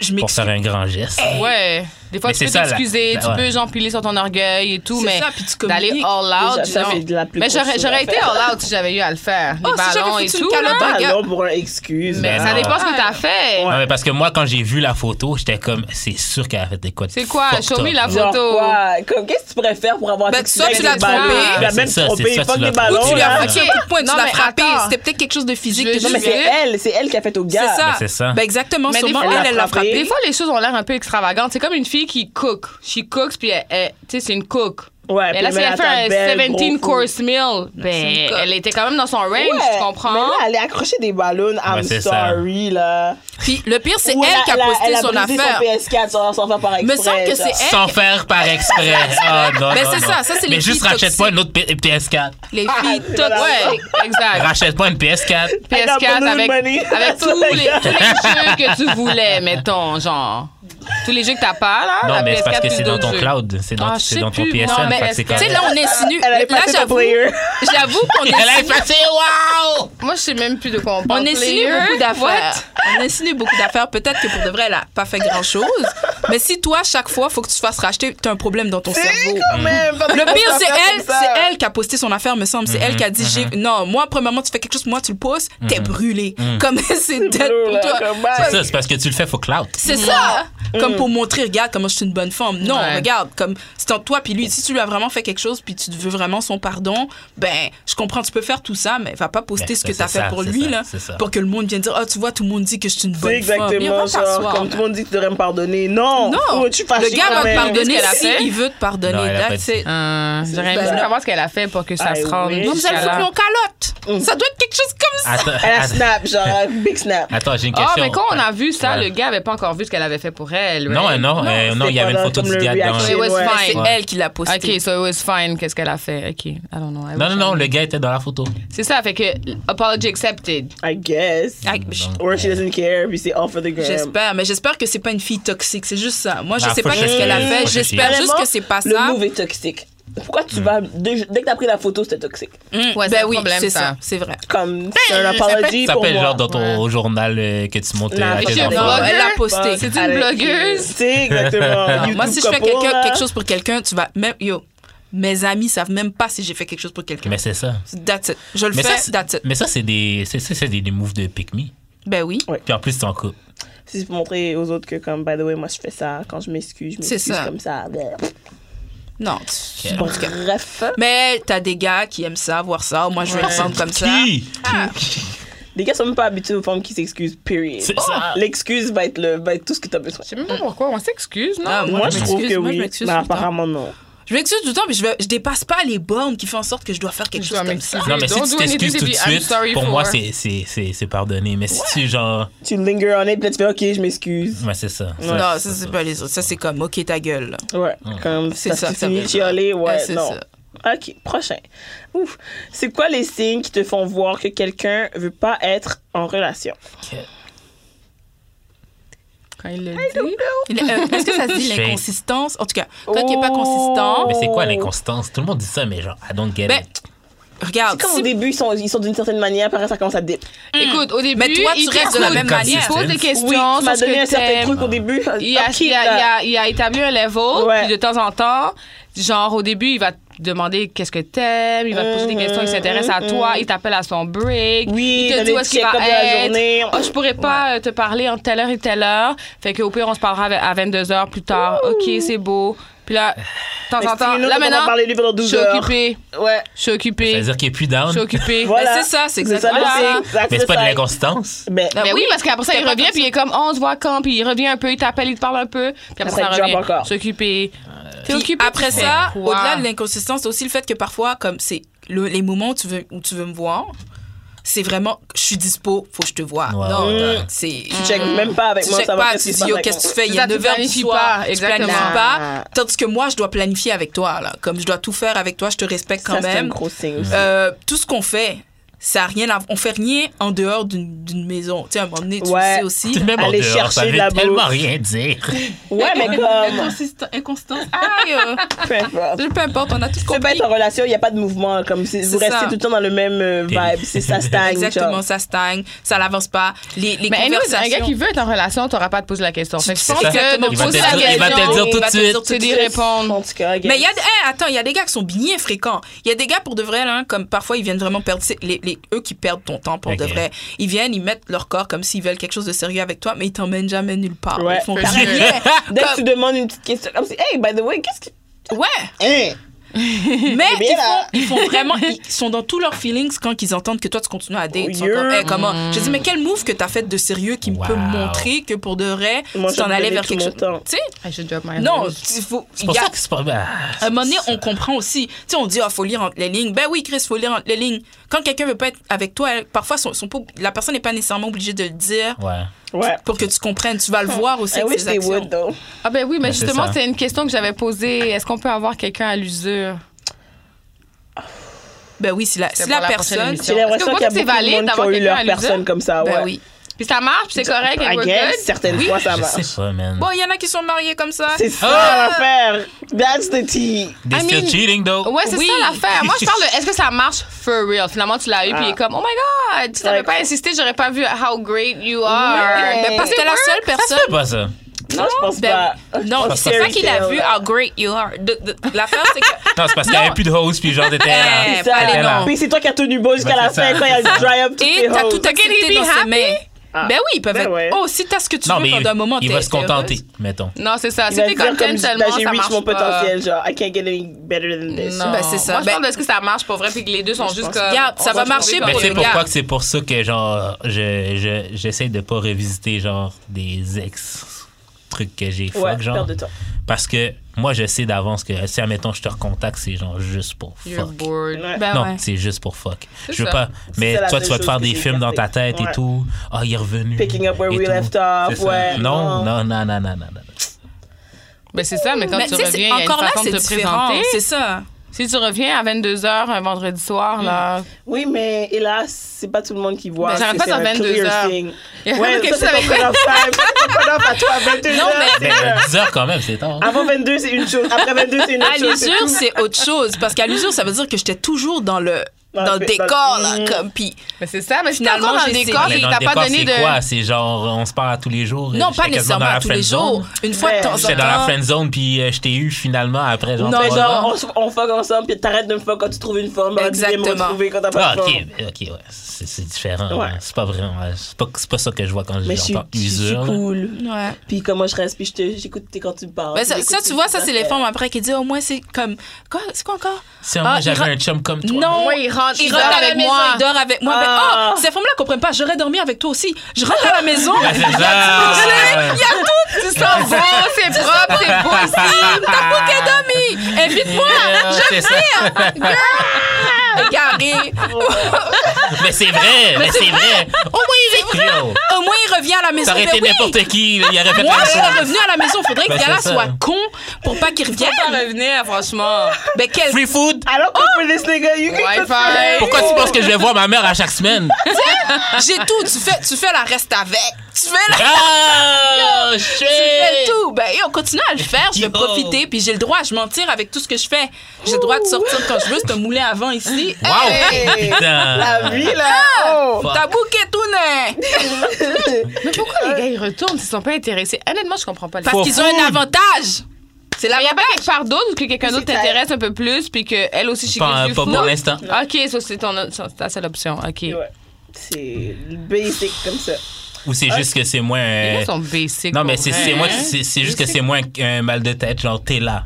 [SPEAKER 5] Je
[SPEAKER 2] Pour
[SPEAKER 5] m'excuse.
[SPEAKER 2] faire un grand geste.
[SPEAKER 6] Ouais. Des fois,
[SPEAKER 2] Mais
[SPEAKER 6] tu
[SPEAKER 2] c'est
[SPEAKER 6] peux
[SPEAKER 2] ça, la-
[SPEAKER 6] t'excuser,
[SPEAKER 2] la-
[SPEAKER 6] tu
[SPEAKER 2] ouais.
[SPEAKER 6] peux genre piler sur ton orgueil et tout,
[SPEAKER 5] C'est
[SPEAKER 6] mais
[SPEAKER 5] ça, puis tu
[SPEAKER 6] d'aller
[SPEAKER 5] communiques.
[SPEAKER 6] all out.
[SPEAKER 3] Déjà, ça,
[SPEAKER 6] Ah, non.
[SPEAKER 3] c'est de la plus
[SPEAKER 6] mais
[SPEAKER 3] grosse
[SPEAKER 6] j'aurais,
[SPEAKER 3] chose
[SPEAKER 6] j'aurais
[SPEAKER 3] à
[SPEAKER 6] été
[SPEAKER 3] faire.
[SPEAKER 6] all out si j'avais eu à le faire. Les
[SPEAKER 5] Oh, si
[SPEAKER 6] ballons
[SPEAKER 5] j'avais
[SPEAKER 6] et
[SPEAKER 5] foutu une
[SPEAKER 6] tout.
[SPEAKER 5] calotte
[SPEAKER 6] là.
[SPEAKER 5] dans-
[SPEAKER 3] Ah,
[SPEAKER 5] Regarde.
[SPEAKER 3] non, pour un excuse.
[SPEAKER 6] hein.
[SPEAKER 3] Ah.
[SPEAKER 6] Mais
[SPEAKER 3] non.
[SPEAKER 6] ça dépend ce que t'as fait.
[SPEAKER 2] Non, mais parce que moi, quand j'ai vu la photo, j'étais comme, c'est sûr qu'elle a fait des quoi de
[SPEAKER 6] C'est quoi?
[SPEAKER 2] fucked
[SPEAKER 6] Show me
[SPEAKER 2] up,
[SPEAKER 6] la
[SPEAKER 2] là.
[SPEAKER 6] photo.
[SPEAKER 3] Genre quoi? Comme, Qu'est-ce que tu pourrais faire pour avoir
[SPEAKER 5] Ben,
[SPEAKER 3] cette
[SPEAKER 5] soit
[SPEAKER 3] idée
[SPEAKER 5] tu
[SPEAKER 3] avec
[SPEAKER 5] l'as
[SPEAKER 3] des ballons,
[SPEAKER 5] trompé.
[SPEAKER 3] Tu l'as
[SPEAKER 2] Ben,
[SPEAKER 3] même
[SPEAKER 2] c'est ça,
[SPEAKER 3] trompé,
[SPEAKER 2] c'est ça,
[SPEAKER 3] fuck
[SPEAKER 2] tu
[SPEAKER 3] des
[SPEAKER 2] l'as
[SPEAKER 3] ballons.
[SPEAKER 2] trompé.
[SPEAKER 5] Tu lui as
[SPEAKER 2] là.
[SPEAKER 5] foutu un coup de poing,
[SPEAKER 6] Non,
[SPEAKER 5] tu l'as
[SPEAKER 6] mais
[SPEAKER 5] frappé.
[SPEAKER 6] attends.
[SPEAKER 5] C'était peut-être quelque chose de physique.
[SPEAKER 6] Je-
[SPEAKER 5] que
[SPEAKER 6] je-
[SPEAKER 5] tu
[SPEAKER 3] Non, mais c'est
[SPEAKER 5] fais.
[SPEAKER 3] elle, c'est elle qui a fait au
[SPEAKER 5] C'est
[SPEAKER 3] gars.
[SPEAKER 5] ça.
[SPEAKER 2] Ben, c'est ça.
[SPEAKER 5] Ben, exactement.
[SPEAKER 6] Mais des
[SPEAKER 5] Sûrement,
[SPEAKER 6] fois,
[SPEAKER 5] elle,
[SPEAKER 6] la
[SPEAKER 5] elle l'a
[SPEAKER 3] frapper.
[SPEAKER 5] frappé.
[SPEAKER 6] Des fois, les choses ont l'air un peu extravagantes. C'est comme une fille qui cook. She cooks, puis elle, elle- tu sais, c'est une cook.
[SPEAKER 3] Ouais,
[SPEAKER 6] Mais là, si
[SPEAKER 3] elle
[SPEAKER 6] elle
[SPEAKER 3] met
[SPEAKER 6] fait
[SPEAKER 3] la
[SPEAKER 6] un
[SPEAKER 3] table belle,
[SPEAKER 6] 17
[SPEAKER 3] gros
[SPEAKER 6] course meal, ben,
[SPEAKER 5] comme-
[SPEAKER 6] elle était quand même dans son range,
[SPEAKER 3] fou. Ouais,
[SPEAKER 6] tu comprends?
[SPEAKER 3] Mais là, elle est accrochée des ballons. I'm
[SPEAKER 2] Ouais, c'est ça.
[SPEAKER 3] sorry, là.
[SPEAKER 5] Puis le pire, c'est
[SPEAKER 3] Ou
[SPEAKER 5] elle qui a posté
[SPEAKER 3] elle
[SPEAKER 5] son
[SPEAKER 3] brisé
[SPEAKER 5] affaire.
[SPEAKER 3] son PS4 sans sans faire par
[SPEAKER 5] Me
[SPEAKER 3] exprès.
[SPEAKER 5] semble que c'est
[SPEAKER 3] genre.
[SPEAKER 5] elle.
[SPEAKER 2] Sans faire par exprès. Ah non,
[SPEAKER 5] Mais
[SPEAKER 2] non,
[SPEAKER 5] Ben, c'est
[SPEAKER 2] non.
[SPEAKER 5] ça, ça, c'est les
[SPEAKER 2] Mais juste
[SPEAKER 5] filles
[SPEAKER 2] rachète
[SPEAKER 5] toxiques. Ah,
[SPEAKER 2] pas une autre P- PS4.
[SPEAKER 5] Les
[SPEAKER 3] Ah,
[SPEAKER 5] filles
[SPEAKER 3] mais
[SPEAKER 5] toxiques.
[SPEAKER 3] voilà.
[SPEAKER 5] Ouais.
[SPEAKER 6] exact.
[SPEAKER 2] Rachète pas une PS4.
[SPEAKER 3] I got
[SPEAKER 6] PS4
[SPEAKER 3] balloon
[SPEAKER 6] avec,
[SPEAKER 3] money.
[SPEAKER 6] avec
[SPEAKER 3] That's
[SPEAKER 6] tous,
[SPEAKER 3] what I
[SPEAKER 6] les,
[SPEAKER 3] got.
[SPEAKER 6] tous les jeux que tu voulais, mettons, genre. Tous les jeux que t'as pas,
[SPEAKER 5] Ah,
[SPEAKER 6] là.
[SPEAKER 2] Non,
[SPEAKER 6] la
[SPEAKER 2] mais c'est parce
[SPEAKER 6] PS4
[SPEAKER 2] que
[SPEAKER 6] puis
[SPEAKER 2] c'est dans ton
[SPEAKER 6] d'autres jeux.
[SPEAKER 2] cloud. C'est dans,
[SPEAKER 6] Ah, je
[SPEAKER 2] c'est
[SPEAKER 6] sais
[SPEAKER 2] dans ton
[SPEAKER 6] plus.
[SPEAKER 2] PSN.
[SPEAKER 6] Non, mais
[SPEAKER 2] fait que c'est
[SPEAKER 6] est-ce-
[SPEAKER 5] Tu
[SPEAKER 2] correct.
[SPEAKER 5] sais, là, on insinue.
[SPEAKER 3] Elle a
[SPEAKER 5] Là,
[SPEAKER 3] effacé ton
[SPEAKER 5] j'avoue-
[SPEAKER 3] player.
[SPEAKER 5] j'avoue qu'on
[SPEAKER 2] Elle a
[SPEAKER 5] insinue.
[SPEAKER 2] effacé, wow!
[SPEAKER 6] Moi, je sais même plus de quoi on parle.
[SPEAKER 5] On insinue
[SPEAKER 6] Player,
[SPEAKER 5] beaucoup d'affaires.
[SPEAKER 6] what?
[SPEAKER 5] On insinue beaucoup d'affaires. Peut-être que pour de vrai, elle a pas fait grand-chose. Mais si toi, chaque fois, faut que tu te fasses racheter, t'as un problème dans ton cerveau.
[SPEAKER 3] Quand même, quand
[SPEAKER 5] Le
[SPEAKER 3] même,
[SPEAKER 5] pire,
[SPEAKER 3] ça
[SPEAKER 5] c'est
[SPEAKER 3] fait
[SPEAKER 5] elle,
[SPEAKER 3] comme ça.
[SPEAKER 5] c'est elle qui a posté son affaire, me semble. C'est
[SPEAKER 2] Mhm,
[SPEAKER 5] elle qui a dit, j'ai- non, moi, premièrement, tu fais quelque chose, moi, tu le postes, t'es brûlé.
[SPEAKER 2] Mhm.
[SPEAKER 5] Comme c'est dead
[SPEAKER 3] Bleu,
[SPEAKER 5] pour
[SPEAKER 3] là,
[SPEAKER 5] toi.
[SPEAKER 3] comme, bye.
[SPEAKER 2] C'est ça, c'est parce que tu le fais pour cloud.
[SPEAKER 5] C'est ça!
[SPEAKER 2] Mm.
[SPEAKER 5] Comme pour montrer, regarde comment je suis une bonne femme. Non,
[SPEAKER 6] Ouais.
[SPEAKER 5] regarde, comme c'est entre toi puis lui. Si tu lui as vraiment fait quelque chose puis tu veux vraiment son pardon, ben, je comprends, tu peux faire tout ça, mais va pas poster
[SPEAKER 2] Ben,
[SPEAKER 5] ce
[SPEAKER 2] ça,
[SPEAKER 5] que t'as
[SPEAKER 2] c'est
[SPEAKER 5] fait
[SPEAKER 2] ça,
[SPEAKER 5] pour
[SPEAKER 2] c'est
[SPEAKER 5] lui,
[SPEAKER 2] ça,
[SPEAKER 5] là,
[SPEAKER 2] c'est ça.
[SPEAKER 5] pour que le monde vienne dire, ah, tu vois, tout le monde dit que je suis une bonne
[SPEAKER 3] C'est
[SPEAKER 5] femme. Mais
[SPEAKER 3] exactement
[SPEAKER 5] va
[SPEAKER 3] genre,
[SPEAKER 5] t'asseoir,
[SPEAKER 3] comme
[SPEAKER 5] là.
[SPEAKER 3] tout le monde dit que tu devrais me pardonner. Non,
[SPEAKER 5] Non,
[SPEAKER 3] Oh, tu fâches
[SPEAKER 5] le gars va te pardonner
[SPEAKER 6] Qu'est-ce qu'elle a
[SPEAKER 5] si
[SPEAKER 6] fait?
[SPEAKER 5] il veut te
[SPEAKER 2] Non,
[SPEAKER 5] pardonner.
[SPEAKER 2] elle a pas
[SPEAKER 5] that's
[SPEAKER 2] dit.
[SPEAKER 5] it.
[SPEAKER 6] Euh, J'aurais aimé
[SPEAKER 3] ça.
[SPEAKER 6] savoir ce qu'elle a fait pour que ça
[SPEAKER 3] I
[SPEAKER 6] se rende.
[SPEAKER 3] wish.
[SPEAKER 5] Non, mais elle
[SPEAKER 6] jusqu'à
[SPEAKER 5] fout
[SPEAKER 6] là.
[SPEAKER 5] mon
[SPEAKER 3] Mm.
[SPEAKER 5] calotte. Ça doit être quelque chose comme ça.
[SPEAKER 2] Attends,
[SPEAKER 3] Elle a
[SPEAKER 2] att-
[SPEAKER 3] snap, genre, un big snap.
[SPEAKER 2] attends, j'ai une
[SPEAKER 6] Ah,
[SPEAKER 2] question.
[SPEAKER 6] mais quand on a vu ça,
[SPEAKER 2] Ouais.
[SPEAKER 6] le gars avait pas encore vu ce qu'elle avait fait pour elle.
[SPEAKER 2] Non,
[SPEAKER 6] right?
[SPEAKER 2] non, euh, non,
[SPEAKER 3] c'est
[SPEAKER 2] il y avait une
[SPEAKER 3] pas
[SPEAKER 2] photo
[SPEAKER 3] dans-
[SPEAKER 2] du
[SPEAKER 3] comme
[SPEAKER 2] gars
[SPEAKER 3] le
[SPEAKER 2] dedans.
[SPEAKER 3] reaction,
[SPEAKER 6] It was
[SPEAKER 3] ouais.
[SPEAKER 5] C'est
[SPEAKER 6] fine.
[SPEAKER 2] Ouais.
[SPEAKER 5] elle qui l'a posté.
[SPEAKER 6] OK, so it was fine. Qu'est-ce qu'elle a fait? OK, I don't know. I
[SPEAKER 2] Non, non,
[SPEAKER 6] wish
[SPEAKER 2] non,
[SPEAKER 6] I
[SPEAKER 2] le gars était dans la photo.
[SPEAKER 6] C'est ça, fait que apology accepted.
[SPEAKER 3] I guess.
[SPEAKER 5] Ah, je-
[SPEAKER 2] Donc,
[SPEAKER 3] Or she doesn't care, puis c'est all for the gram.
[SPEAKER 5] J'espère, mais j'espère que c'est pas une fille toxique. C'est juste ça. Moi, je
[SPEAKER 2] Ah,
[SPEAKER 5] sais
[SPEAKER 2] faut
[SPEAKER 5] pas
[SPEAKER 2] que
[SPEAKER 5] qu'est-ce
[SPEAKER 2] je-
[SPEAKER 5] qu'elle a
[SPEAKER 2] faut que
[SPEAKER 5] fait.
[SPEAKER 2] je-
[SPEAKER 5] J'espère juste que c'est pas
[SPEAKER 3] Le
[SPEAKER 5] ça.
[SPEAKER 3] move est toxique. Pourquoi tu vas.
[SPEAKER 2] Hmm.
[SPEAKER 3] Dès dès que t'as pris la photo, c'était toxique.
[SPEAKER 5] Mm,
[SPEAKER 6] Ouais, c'est
[SPEAKER 5] ben
[SPEAKER 6] un
[SPEAKER 5] oui,
[SPEAKER 6] problème,
[SPEAKER 5] c'est
[SPEAKER 6] ça.
[SPEAKER 5] ça. C'est vrai.
[SPEAKER 3] Comme, c'est un
[SPEAKER 5] Ben, ça peut-
[SPEAKER 3] apology
[SPEAKER 2] Ça
[SPEAKER 3] pour
[SPEAKER 2] s'appelle
[SPEAKER 3] moi.
[SPEAKER 2] genre dans ton journal euh, que tu montes euh,
[SPEAKER 3] Non,
[SPEAKER 2] à
[SPEAKER 3] mais
[SPEAKER 2] tes
[SPEAKER 6] c'est
[SPEAKER 2] enfants.
[SPEAKER 6] une
[SPEAKER 5] Non,
[SPEAKER 6] blogger?
[SPEAKER 5] elle l'a posté.
[SPEAKER 3] Fuck
[SPEAKER 6] C'est une
[SPEAKER 3] avec
[SPEAKER 6] blogueuse?
[SPEAKER 3] qui. C'est exactement.
[SPEAKER 5] Non, moi,
[SPEAKER 3] YouTube
[SPEAKER 5] si je fais
[SPEAKER 3] couple,
[SPEAKER 5] quelqu'un-
[SPEAKER 3] là.
[SPEAKER 5] quelque chose pour quelqu'un, tu vas même. Yo, mes amis savent même pas si j'ai fait quelque chose pour quelqu'un.
[SPEAKER 2] Mais c'est ça.
[SPEAKER 5] That's it. Je le
[SPEAKER 2] Mais ça,
[SPEAKER 5] fais,
[SPEAKER 2] c'est-
[SPEAKER 5] that's it.
[SPEAKER 2] mais ça, c'est des, c'est, c'est- c'est des, des moves de pick me.
[SPEAKER 5] Ben oui.
[SPEAKER 3] Ouais.
[SPEAKER 2] Puis en plus, c'est en couple.
[SPEAKER 3] C'est pour montrer aux autres que, comme, by the way, moi, je fais ça. Quand je m'excuse, je
[SPEAKER 5] C'est
[SPEAKER 3] m'excuse
[SPEAKER 5] ça.
[SPEAKER 3] comme ça.
[SPEAKER 5] Non. tu-
[SPEAKER 2] Ok.
[SPEAKER 5] en tout cas.
[SPEAKER 3] Bref.
[SPEAKER 5] Mais t'as des gars qui aiment ça, voir ça. Moi, je vais prendre comme ça. Ah.
[SPEAKER 2] Qui?
[SPEAKER 3] Les gars sont même pas habitués aux femmes qui s'excusent, period.
[SPEAKER 2] C'est ça.
[SPEAKER 3] L'excuse va être, le, va être tout ce que t'as besoin.
[SPEAKER 6] Je sais même pas
[SPEAKER 2] Mm.
[SPEAKER 6] pourquoi. On s'excuse, non?
[SPEAKER 5] Ah,
[SPEAKER 3] Moi, je trouve
[SPEAKER 5] m'excuse,
[SPEAKER 3] que
[SPEAKER 5] moi, je
[SPEAKER 3] oui.
[SPEAKER 5] m'excuse
[SPEAKER 3] mais
[SPEAKER 5] tout le temps.
[SPEAKER 3] apparemment, non.
[SPEAKER 5] Je m'excuse du temps, mais je, vais- je dépasse pas les bornes qui font en sorte que je dois faire quelque
[SPEAKER 6] Je
[SPEAKER 5] chose
[SPEAKER 6] dois
[SPEAKER 5] comme ça.
[SPEAKER 6] m'excuser.
[SPEAKER 2] Non, mais si
[SPEAKER 6] Ah, Don't
[SPEAKER 2] tu
[SPEAKER 6] do
[SPEAKER 2] t'excuses
[SPEAKER 6] anything
[SPEAKER 2] tout
[SPEAKER 6] to
[SPEAKER 2] de
[SPEAKER 6] be- I'm
[SPEAKER 2] suite,
[SPEAKER 6] sorry
[SPEAKER 2] pour
[SPEAKER 6] for.
[SPEAKER 2] moi, c'est, c'est, c'est, c'est pardonné. Mais si tu, genre.
[SPEAKER 3] Tu linger on it, puis là, tu fais, OK, je m'excuse.
[SPEAKER 2] Ouais, c'est ça.
[SPEAKER 5] Non, ça, c'est pas les autres. Ça, c'est comme, OK, ta gueule. là.
[SPEAKER 3] Ouais,
[SPEAKER 2] Ah.
[SPEAKER 3] comme
[SPEAKER 5] C'est
[SPEAKER 3] ça,
[SPEAKER 5] ça,
[SPEAKER 3] tu
[SPEAKER 5] ça
[SPEAKER 3] finis
[SPEAKER 5] fait
[SPEAKER 3] de chialer,
[SPEAKER 5] mal. Ouais,
[SPEAKER 3] ouais,
[SPEAKER 5] c'est
[SPEAKER 3] non. Ok, prochain. Ouf, c'est quoi les signes qui te font voir que quelqu'un veut pas être en relation?
[SPEAKER 6] Quand il le dit.
[SPEAKER 5] Il est- euh, Est-ce que ça se dit
[SPEAKER 2] Je fais-
[SPEAKER 5] l'inconsistance? En tout cas, quand il n'est pas
[SPEAKER 3] Oh.
[SPEAKER 5] consistant,
[SPEAKER 2] Mais c'est quoi l'inconstance? Tout le monde dit ça, mais genre, I don't get
[SPEAKER 5] ben,
[SPEAKER 2] it.
[SPEAKER 5] regarde,
[SPEAKER 3] Quand au
[SPEAKER 5] si-
[SPEAKER 3] début, ils sont, ils sont d'une certaine manière, après ça commence à dip.
[SPEAKER 6] Écoute, au début,
[SPEAKER 5] Mm. Mais toi, tu
[SPEAKER 6] il
[SPEAKER 5] restes de la
[SPEAKER 6] t'écoute,
[SPEAKER 5] même
[SPEAKER 6] Il
[SPEAKER 5] manière.
[SPEAKER 6] pose des
[SPEAKER 2] Oui,
[SPEAKER 6] questions
[SPEAKER 3] oui, tu
[SPEAKER 6] sur
[SPEAKER 3] m'as
[SPEAKER 6] ce
[SPEAKER 3] donné un
[SPEAKER 6] que
[SPEAKER 3] certain
[SPEAKER 6] t'aimes.
[SPEAKER 3] truc au début.
[SPEAKER 6] Il a,
[SPEAKER 3] Ok,
[SPEAKER 6] il, a, il,
[SPEAKER 3] là.
[SPEAKER 6] a, il a établi un level,
[SPEAKER 3] Ouais.
[SPEAKER 6] puis de temps en temps, genre au début, il va te demander qu'est-ce que t'aimes, il va te poser des
[SPEAKER 3] Mhm,
[SPEAKER 6] questions, il s'intéresse à
[SPEAKER 3] mhm,
[SPEAKER 6] toi, il t'appelle à son break,
[SPEAKER 3] Oui,
[SPEAKER 6] il
[SPEAKER 3] t'as
[SPEAKER 6] te
[SPEAKER 3] des
[SPEAKER 6] dit où est-ce qu'il
[SPEAKER 3] check-ups
[SPEAKER 6] va
[SPEAKER 3] de la
[SPEAKER 6] être.
[SPEAKER 3] journée.
[SPEAKER 6] Ah, je pourrais pas euh, te parler entre telle heure et telle heure, fait qu'au pire, on se parlera à 22 heures plus tard. OK, c'est beau. Puis là, de temps en temps,
[SPEAKER 3] Explique-nous
[SPEAKER 6] là
[SPEAKER 3] comment
[SPEAKER 6] maintenant,
[SPEAKER 3] parler lui pendant
[SPEAKER 6] je
[SPEAKER 3] 12
[SPEAKER 6] suis
[SPEAKER 3] heures.
[SPEAKER 6] occupée,
[SPEAKER 3] Ouais,
[SPEAKER 6] je suis occupée,
[SPEAKER 2] C'est-à-dire qu'il est plus down.
[SPEAKER 6] je suis occupée.
[SPEAKER 3] voilà.
[SPEAKER 5] c'est ça, Ben c'est
[SPEAKER 3] Ah, ça le
[SPEAKER 5] exactement
[SPEAKER 3] signe. That's
[SPEAKER 2] Mais
[SPEAKER 3] the
[SPEAKER 2] c'est pas de
[SPEAKER 3] sign.
[SPEAKER 2] l'inconstance.
[SPEAKER 3] Ben,
[SPEAKER 6] Ben
[SPEAKER 5] Ben
[SPEAKER 6] oui,
[SPEAKER 5] oui,
[SPEAKER 6] parce qu'après ça,
[SPEAKER 5] c'est
[SPEAKER 6] il
[SPEAKER 5] pas
[SPEAKER 6] revient,
[SPEAKER 5] comme
[SPEAKER 6] puis il est comme, oh, on se voit quand, puis il revient un peu, il t'appelle, il te parle un peu, puis après,
[SPEAKER 3] Après,
[SPEAKER 6] ça
[SPEAKER 3] il
[SPEAKER 6] revient.
[SPEAKER 3] jump encore.
[SPEAKER 6] T'es occupé. T'es
[SPEAKER 5] Euh, Puis
[SPEAKER 6] occupé.
[SPEAKER 5] après
[SPEAKER 6] tu fais
[SPEAKER 5] ça,
[SPEAKER 6] quoi?
[SPEAKER 5] au-delà de l'inconsistance, c'est aussi le fait que parfois, comme c'est le- les moments où tu veux, où tu veux me voir, c'est vraiment, je suis dispo, faut que je te vois.
[SPEAKER 2] Ouais,
[SPEAKER 5] non,
[SPEAKER 2] ouais.
[SPEAKER 5] c'est.
[SPEAKER 3] Mm. tu check même pas avec
[SPEAKER 5] Hmm. Tu
[SPEAKER 3] moi,
[SPEAKER 5] check
[SPEAKER 3] ça
[SPEAKER 5] pas,
[SPEAKER 3] va
[SPEAKER 5] tu dis, yo, qu'est-ce que tu fais? Il y a
[SPEAKER 6] Ça, tu
[SPEAKER 5] 9 heures du
[SPEAKER 6] planifies
[SPEAKER 5] soir.
[SPEAKER 6] pas,
[SPEAKER 5] Tu
[SPEAKER 6] exactement.
[SPEAKER 5] planifies pas. Tandis que moi, je dois planifier avec toi, là. Comme je dois tout faire avec toi, je te respecte quand
[SPEAKER 3] Ça, c'est un
[SPEAKER 5] même.
[SPEAKER 3] gros signe aussi.
[SPEAKER 5] Euh, tout ce qu'on fait, ça a rien à... On fait rien en dehors d'une d'une maison. Tu sais, à un moment donné, tu
[SPEAKER 3] Ouais.
[SPEAKER 5] le sais aussi.
[SPEAKER 2] Tout de même en
[SPEAKER 3] Aller
[SPEAKER 2] dehors, ça
[SPEAKER 3] chercher de la
[SPEAKER 2] veut tellement
[SPEAKER 3] bouffe.
[SPEAKER 2] rien dire.
[SPEAKER 3] Ouais, mais comme,
[SPEAKER 5] Inconsistan- Inconstance. Aïe! euh,
[SPEAKER 3] peu importe.
[SPEAKER 5] peu importe, on a tout
[SPEAKER 3] Tu peux pas
[SPEAKER 5] compris.
[SPEAKER 3] être en relation, il n'y a pas de mouvement. Comme c'est- vous
[SPEAKER 5] C'est
[SPEAKER 3] restez
[SPEAKER 5] ça.
[SPEAKER 3] tout le temps dans le même euh, vibe, c'est ça stagne.
[SPEAKER 5] Exactement,
[SPEAKER 3] genre.
[SPEAKER 5] ça stagne, ça n'avance pas. Les, les
[SPEAKER 6] Mais Ben, anyways,
[SPEAKER 5] conversations.
[SPEAKER 6] un gars qui veut être en relation, t'auras pas à te poser la question. Fait que je
[SPEAKER 5] C'est
[SPEAKER 6] pense
[SPEAKER 5] ça.
[SPEAKER 6] que de
[SPEAKER 5] Il va
[SPEAKER 6] poser
[SPEAKER 5] te
[SPEAKER 6] la
[SPEAKER 5] dire- il va te
[SPEAKER 6] question,
[SPEAKER 5] dire tout de
[SPEAKER 6] va te
[SPEAKER 5] suite.
[SPEAKER 6] dire C'est d'y répondre.
[SPEAKER 3] En tout cas, I guess.
[SPEAKER 5] Mais il y a, hey, attends, il y a des gars qui sont bien fréquents. Il y a des gars pour de vrai, là, hein, comme parfois ils viennent vraiment perdre, c'est les, les- eux qui perdent ton temps pour de
[SPEAKER 2] Ok.
[SPEAKER 5] vrai. Ils viennent, ils mettent leur corps comme s'ils veulent quelque chose de sérieux avec toi, mais ils t'emmènent jamais nulle part.
[SPEAKER 3] Ouais.
[SPEAKER 5] Ils font
[SPEAKER 3] Dès
[SPEAKER 5] rien.
[SPEAKER 3] que tu demandes une petite question, comme si, hey, by the way, qu'est-ce que.
[SPEAKER 5] Ouais.
[SPEAKER 3] Hein?
[SPEAKER 5] Mais
[SPEAKER 3] bien
[SPEAKER 5] ils
[SPEAKER 3] là.
[SPEAKER 5] font, ils font vraiment, ils sont dans tous leurs feelings quand ils entendent que toi tu continues à date. Ils sont
[SPEAKER 3] Yeah.
[SPEAKER 5] comme, Hey, comment Je dis mais quel move que t'as fait de sérieux qui me peut
[SPEAKER 2] Wow.
[SPEAKER 5] montrer que pour de vrai
[SPEAKER 3] Moi,
[SPEAKER 5] tu
[SPEAKER 3] je
[SPEAKER 5] t'en
[SPEAKER 3] vais
[SPEAKER 5] allais
[SPEAKER 3] donner
[SPEAKER 5] vers
[SPEAKER 3] tout
[SPEAKER 5] quelque
[SPEAKER 3] mon
[SPEAKER 5] chose.
[SPEAKER 3] temps.
[SPEAKER 5] Tu sais
[SPEAKER 6] I should drop my
[SPEAKER 5] Non,
[SPEAKER 6] rose.
[SPEAKER 5] il faut.
[SPEAKER 2] C'est pour
[SPEAKER 5] il y a-
[SPEAKER 2] ça que c'est pas. ben,
[SPEAKER 5] à un moment donné, on comprend aussi. Tu sais, on dit, ah, faut lire entre les lignes. Ben oui, Chris, faut lire entre les lignes. Quand quelqu'un veut pas être avec toi, elle- parfois, son, son, pou- la personne n'est pas nécessairement obligée de le dire
[SPEAKER 2] Ouais.
[SPEAKER 3] Eh, Ouais.
[SPEAKER 5] pour que tu comprennes. Tu vas le voir aussi
[SPEAKER 3] Ah. I
[SPEAKER 5] avec
[SPEAKER 3] wish
[SPEAKER 5] ses
[SPEAKER 3] they
[SPEAKER 5] actions.
[SPEAKER 3] would, though.
[SPEAKER 6] Ah ben oui, mais
[SPEAKER 2] Ben, c'est
[SPEAKER 6] justement,
[SPEAKER 2] ça.
[SPEAKER 6] c'est une question que j'avais posée. Est-ce qu'on peut avoir quelqu'un à l'usure?
[SPEAKER 5] Ben oui, si la,
[SPEAKER 6] C'est
[SPEAKER 5] si
[SPEAKER 6] pour
[SPEAKER 5] la
[SPEAKER 6] la prochaine
[SPEAKER 5] personne...
[SPEAKER 6] émission.
[SPEAKER 3] J'ai
[SPEAKER 6] Est-ce que
[SPEAKER 3] l'impression
[SPEAKER 6] vous
[SPEAKER 3] qu'il y a
[SPEAKER 6] pensez que c'est
[SPEAKER 3] beaucoup de
[SPEAKER 6] valide
[SPEAKER 3] monde qui
[SPEAKER 6] d'avoir
[SPEAKER 3] ont eu
[SPEAKER 6] quelqu'un à
[SPEAKER 3] leur
[SPEAKER 6] l'usure?
[SPEAKER 3] personne comme ça, Ah ouais.
[SPEAKER 5] Ben oui.
[SPEAKER 6] Puis ça marche, puis c'est correct, et
[SPEAKER 3] I
[SPEAKER 6] we're
[SPEAKER 3] guess,
[SPEAKER 6] good.
[SPEAKER 3] certaines fois, ça
[SPEAKER 2] je
[SPEAKER 3] marche.
[SPEAKER 2] sais pas, man.
[SPEAKER 5] Bon, il y en a qui sont mariés comme ça.
[SPEAKER 3] C'est
[SPEAKER 5] Ah!
[SPEAKER 3] ça l'affaire. That's the tea.
[SPEAKER 2] They
[SPEAKER 6] I
[SPEAKER 2] still
[SPEAKER 6] mean-
[SPEAKER 2] cheating, though.
[SPEAKER 6] Ouais, c'est
[SPEAKER 5] Oui.
[SPEAKER 6] ça l'affaire. Moi, je parle de est-ce que ça marche for real? Finalement, tu l'as eu, puis il est comme, oh my god, tu n'avais
[SPEAKER 3] Like-
[SPEAKER 6] pas insisté, j'aurais pas vu how great you are.
[SPEAKER 5] Ben, parce que t'es la seule personne...
[SPEAKER 2] C'est pas ça.
[SPEAKER 3] Non, je pense
[SPEAKER 5] Ben,
[SPEAKER 3] pas.
[SPEAKER 5] non,
[SPEAKER 2] pas
[SPEAKER 5] c'est ça
[SPEAKER 2] fairy
[SPEAKER 5] qu'il a
[SPEAKER 3] tale,
[SPEAKER 5] vu,
[SPEAKER 3] là.
[SPEAKER 5] how great you are. De- de- L'affaire, c'est que...
[SPEAKER 2] Non, c'est parce qu'il y avait plus de host, puis genre, t'étais là.
[SPEAKER 5] Eh, pas
[SPEAKER 2] t'étais
[SPEAKER 5] les
[SPEAKER 2] là.
[SPEAKER 5] noms.
[SPEAKER 3] Puis c'est toi qui as tenu beau jusqu'à
[SPEAKER 2] Ben,
[SPEAKER 3] la
[SPEAKER 2] c'est
[SPEAKER 3] fin
[SPEAKER 2] ça.
[SPEAKER 3] quand il y a le dry up.
[SPEAKER 5] Et t'as tout
[SPEAKER 6] Can he
[SPEAKER 5] accepté
[SPEAKER 6] be
[SPEAKER 5] dans ses
[SPEAKER 6] happy?
[SPEAKER 5] mains. Ben oui, ils peuvent
[SPEAKER 3] Ben
[SPEAKER 5] être...
[SPEAKER 3] ouais.
[SPEAKER 5] Oh, si t'as ce que tu
[SPEAKER 2] Ah. Non,
[SPEAKER 5] veux
[SPEAKER 2] mais
[SPEAKER 5] pendant un moment,
[SPEAKER 2] il, il
[SPEAKER 5] t'es-
[SPEAKER 2] va se
[SPEAKER 5] t'es
[SPEAKER 2] contenter,
[SPEAKER 5] heureuse.
[SPEAKER 2] mettons.
[SPEAKER 6] Non, c'est ça. Si
[SPEAKER 3] C'était
[SPEAKER 6] t'es
[SPEAKER 3] comme
[SPEAKER 6] contente seulement,
[SPEAKER 3] j'ai
[SPEAKER 6] ça
[SPEAKER 3] reached
[SPEAKER 6] marche
[SPEAKER 3] mon
[SPEAKER 6] pas.
[SPEAKER 3] potentiel, genre, I can't get any better than this.
[SPEAKER 6] Non.
[SPEAKER 5] Ben, c'est ça.
[SPEAKER 6] Moi, je
[SPEAKER 5] Ben-
[SPEAKER 6] parle de ce que ça marche pour vrai, puis que les deux sont juste comme.
[SPEAKER 5] Regarde, ça
[SPEAKER 6] on
[SPEAKER 5] va
[SPEAKER 6] se
[SPEAKER 5] marcher
[SPEAKER 6] trouver
[SPEAKER 2] Mais
[SPEAKER 5] pour
[SPEAKER 2] tu sais
[SPEAKER 5] les
[SPEAKER 6] comme-
[SPEAKER 5] gars.
[SPEAKER 2] pourquoi que c'est pour ça que genre je, je j'essaie de pas revisiter genre des ex trucs que j'ai fuck
[SPEAKER 3] Ouais,
[SPEAKER 2] genre
[SPEAKER 3] perte de temps.
[SPEAKER 2] parce que moi je sais d'avance que si admettons je te recontacte c'est genre juste pour
[SPEAKER 6] You're
[SPEAKER 2] fuck.
[SPEAKER 6] bored.
[SPEAKER 3] Ouais.
[SPEAKER 5] Ben
[SPEAKER 2] non,
[SPEAKER 5] ouais.
[SPEAKER 2] c'est juste pour fuck.
[SPEAKER 6] C'est
[SPEAKER 2] Je veux
[SPEAKER 6] ça.
[SPEAKER 2] pas mais
[SPEAKER 3] C'est la
[SPEAKER 2] toi tu
[SPEAKER 3] seule
[SPEAKER 2] vas te faire
[SPEAKER 3] chose
[SPEAKER 2] des
[SPEAKER 3] que j'ai
[SPEAKER 2] films dans ta
[SPEAKER 3] gardée.
[SPEAKER 2] tête
[SPEAKER 3] Ouais.
[SPEAKER 2] et tout. Ah, il est revenu.
[SPEAKER 3] Picking up where
[SPEAKER 2] et
[SPEAKER 3] we
[SPEAKER 2] tout.
[SPEAKER 3] left off,
[SPEAKER 2] C'est ça.
[SPEAKER 3] ouais,
[SPEAKER 2] Non, non,
[SPEAKER 3] non.
[SPEAKER 2] non, non, non, non, non.
[SPEAKER 6] Ben, c'est ça, mais quand
[SPEAKER 5] Mais
[SPEAKER 6] tu
[SPEAKER 5] tu sais,
[SPEAKER 6] reviens,
[SPEAKER 5] c'est-
[SPEAKER 6] il y a une
[SPEAKER 5] encore là,
[SPEAKER 6] façon
[SPEAKER 5] c'est
[SPEAKER 6] de te
[SPEAKER 5] différent.
[SPEAKER 6] présenter.
[SPEAKER 5] C'est
[SPEAKER 2] Ah,
[SPEAKER 5] ça.
[SPEAKER 6] Si tu reviens à 22h un vendredi soir, là.
[SPEAKER 3] Oui, mais hélas, c'est pas tout le monde qui
[SPEAKER 5] Ben,
[SPEAKER 3] voit.
[SPEAKER 6] Mais j'arrête
[SPEAKER 3] que
[SPEAKER 6] pas
[SPEAKER 3] c'est
[SPEAKER 6] à
[SPEAKER 3] un
[SPEAKER 6] 22
[SPEAKER 3] clear
[SPEAKER 6] heures.
[SPEAKER 3] thing.
[SPEAKER 6] Il y a
[SPEAKER 3] Ouais,
[SPEAKER 6] quelque
[SPEAKER 3] ça,
[SPEAKER 6] chose
[SPEAKER 3] c'est
[SPEAKER 6] avec-
[SPEAKER 3] ton cut-off time. C'est ton cut-off à toi à 22 heures.
[SPEAKER 2] Mais
[SPEAKER 3] c'est ça. Ah,
[SPEAKER 2] 10 heures quand même, c'est tard.
[SPEAKER 3] Avant 22, c'est une chose. Après 22, c'est une autre
[SPEAKER 5] À
[SPEAKER 3] chose.
[SPEAKER 5] l'usure, c'est autre chose. Parce qu'à l'usure, ça veut dire que j'étais toujours dans le,
[SPEAKER 3] Dans
[SPEAKER 5] dans
[SPEAKER 3] le
[SPEAKER 5] le
[SPEAKER 3] ba-
[SPEAKER 5] décor,
[SPEAKER 3] dans-
[SPEAKER 5] là.
[SPEAKER 3] Mm.
[SPEAKER 5] Comme, puis,
[SPEAKER 6] Mais Ben, c'est ça, mais
[SPEAKER 5] Finalement,
[SPEAKER 6] finalement, dans le
[SPEAKER 5] j'ai
[SPEAKER 6] décor,
[SPEAKER 2] Mais
[SPEAKER 6] il
[SPEAKER 2] dans le
[SPEAKER 6] t'a pas
[SPEAKER 2] décor,
[SPEAKER 6] donné
[SPEAKER 2] c'est
[SPEAKER 6] de.
[SPEAKER 2] quoi? C'est genre, on se parle à tous les jours.
[SPEAKER 5] non,
[SPEAKER 2] J'étais quasiment
[SPEAKER 5] pas
[SPEAKER 2] dans
[SPEAKER 5] nécessairement
[SPEAKER 2] la
[SPEAKER 5] à tous les
[SPEAKER 2] friendzone.
[SPEAKER 5] jours. Une fois de
[SPEAKER 3] Ouais.
[SPEAKER 5] temps en
[SPEAKER 2] J'étais dans la
[SPEAKER 5] temps.
[SPEAKER 2] friend zone, puis euh, je t'ai eu finalement après genre.
[SPEAKER 5] Non,
[SPEAKER 2] trois
[SPEAKER 3] Mais
[SPEAKER 2] ans.
[SPEAKER 3] genre, on, on fuck ensemble, puis t'arrêtes de me fuck quand tu trouves une forme. alors tu viens me
[SPEAKER 5] Exactement.
[SPEAKER 3] retrouver quand t'as pas
[SPEAKER 2] Ah,
[SPEAKER 3] de forme.
[SPEAKER 2] ok, mais ok, ouais. C'est c'est différent.
[SPEAKER 3] Ouais.
[SPEAKER 2] hein. C'est pas vraiment. euh, C'est pas, c'est pas ça que je vois quand
[SPEAKER 3] Mais je suis,
[SPEAKER 2] j'entends
[SPEAKER 3] je suis
[SPEAKER 2] usure. là.
[SPEAKER 3] cool.
[SPEAKER 5] Ouais.
[SPEAKER 3] Puis comment je reste, puis je te- j'écoute t'es quand tu me parles.
[SPEAKER 5] Ben, ça,
[SPEAKER 3] puis
[SPEAKER 5] ça,
[SPEAKER 3] j'écoute
[SPEAKER 5] tu
[SPEAKER 3] tes
[SPEAKER 5] vois, ça,
[SPEAKER 3] petites
[SPEAKER 5] c'est les
[SPEAKER 3] affaires.
[SPEAKER 5] femmes après qui disent au moins, c'est comme. Quoi? C'est quoi encore?
[SPEAKER 2] Si au moins
[SPEAKER 5] Ah, il
[SPEAKER 2] j'avais
[SPEAKER 5] ra-
[SPEAKER 2] un chum comme toi.
[SPEAKER 5] Non!
[SPEAKER 6] Moi, il rentre,
[SPEAKER 5] Il rentre à la maison, il dort avec moi.
[SPEAKER 3] Ah.
[SPEAKER 5] Ben, oh, ces femmes-là comprennent pas. J'aurais dormi avec toi aussi. Je rentre à la maison.
[SPEAKER 2] Ah, c'est ça!
[SPEAKER 5] Il y a tout.
[SPEAKER 6] Tu sens bon, c'est propre, c'est beau ici.
[SPEAKER 5] T'as pas qu'à dormir. Invite-moi.
[SPEAKER 2] C'est ça.
[SPEAKER 5] Carré.
[SPEAKER 2] Mais c'est vrai! Mais c'est vrai! Au moins il est
[SPEAKER 5] Au moins, il revient à la maison.
[SPEAKER 2] Ça aurait
[SPEAKER 5] Ben
[SPEAKER 2] été
[SPEAKER 5] oui.
[SPEAKER 2] n'importe qui, là, il aurait fait
[SPEAKER 5] Moi,
[SPEAKER 2] la
[SPEAKER 5] je serais
[SPEAKER 2] chose.
[SPEAKER 5] revenu à la maison. Faudrait que
[SPEAKER 2] Ben,
[SPEAKER 5] le
[SPEAKER 2] c'est
[SPEAKER 5] gars
[SPEAKER 2] ça.
[SPEAKER 5] soit con pour pas qu'il revienne.
[SPEAKER 6] Faut pas revenir, franchement.
[SPEAKER 5] Ben, quel
[SPEAKER 2] Free food!
[SPEAKER 3] Alors, que for this nigga, you can
[SPEAKER 6] Wi-Fi.
[SPEAKER 3] cook for me.
[SPEAKER 2] Pourquoi tu penses que je vais voir ma mère à chaque semaine?
[SPEAKER 5] J'ai tout. Tu fais, tu fais la reste avec. Tu fais la.
[SPEAKER 2] Ah!
[SPEAKER 5] Tu fais
[SPEAKER 2] Shit!
[SPEAKER 5] tout. Ben, hey, on continue à le faire. Je vais
[SPEAKER 2] Yo.
[SPEAKER 5] profiter. Puis j'ai le droit. Je m'en tire avec tout ce que je fais. J'ai le droit de sortir quand je veux. C'est un moulin avant ici.
[SPEAKER 2] Wow!
[SPEAKER 3] Hey. La
[SPEAKER 2] Putain!
[SPEAKER 3] vie, Ah là. Oh.
[SPEAKER 5] T'as bouquet tout n'est.
[SPEAKER 6] Mais pourquoi les gars, ils retournent s'ils sont pas intéressés? Honnêtement, je comprends pas. les-
[SPEAKER 5] Parce qu'ils ont
[SPEAKER 2] food.
[SPEAKER 5] un avantage. C'est
[SPEAKER 6] Il y a pas
[SPEAKER 5] l'avantage.
[SPEAKER 6] quelque part d'autre ou que quelqu'un d'autre t'intéresse un peu plus puis qu'elle aussi chez
[SPEAKER 2] Pas,
[SPEAKER 6] Chris
[SPEAKER 2] pas
[SPEAKER 6] Dufour?
[SPEAKER 2] pour l'instant.
[SPEAKER 6] Ok, ça c'est ton- ça, c'est ta seule option. Ok.
[SPEAKER 3] Ouais. C'est basic comme ça.
[SPEAKER 2] Ou c'est juste que c'est moins.
[SPEAKER 6] Les
[SPEAKER 2] euh,
[SPEAKER 6] gars sont basic.
[SPEAKER 2] Non, mais
[SPEAKER 6] pour
[SPEAKER 2] c'est
[SPEAKER 6] vrai.
[SPEAKER 2] c'est moi, c'est c'est juste que c'est moins un mal de tête, genre t'es là.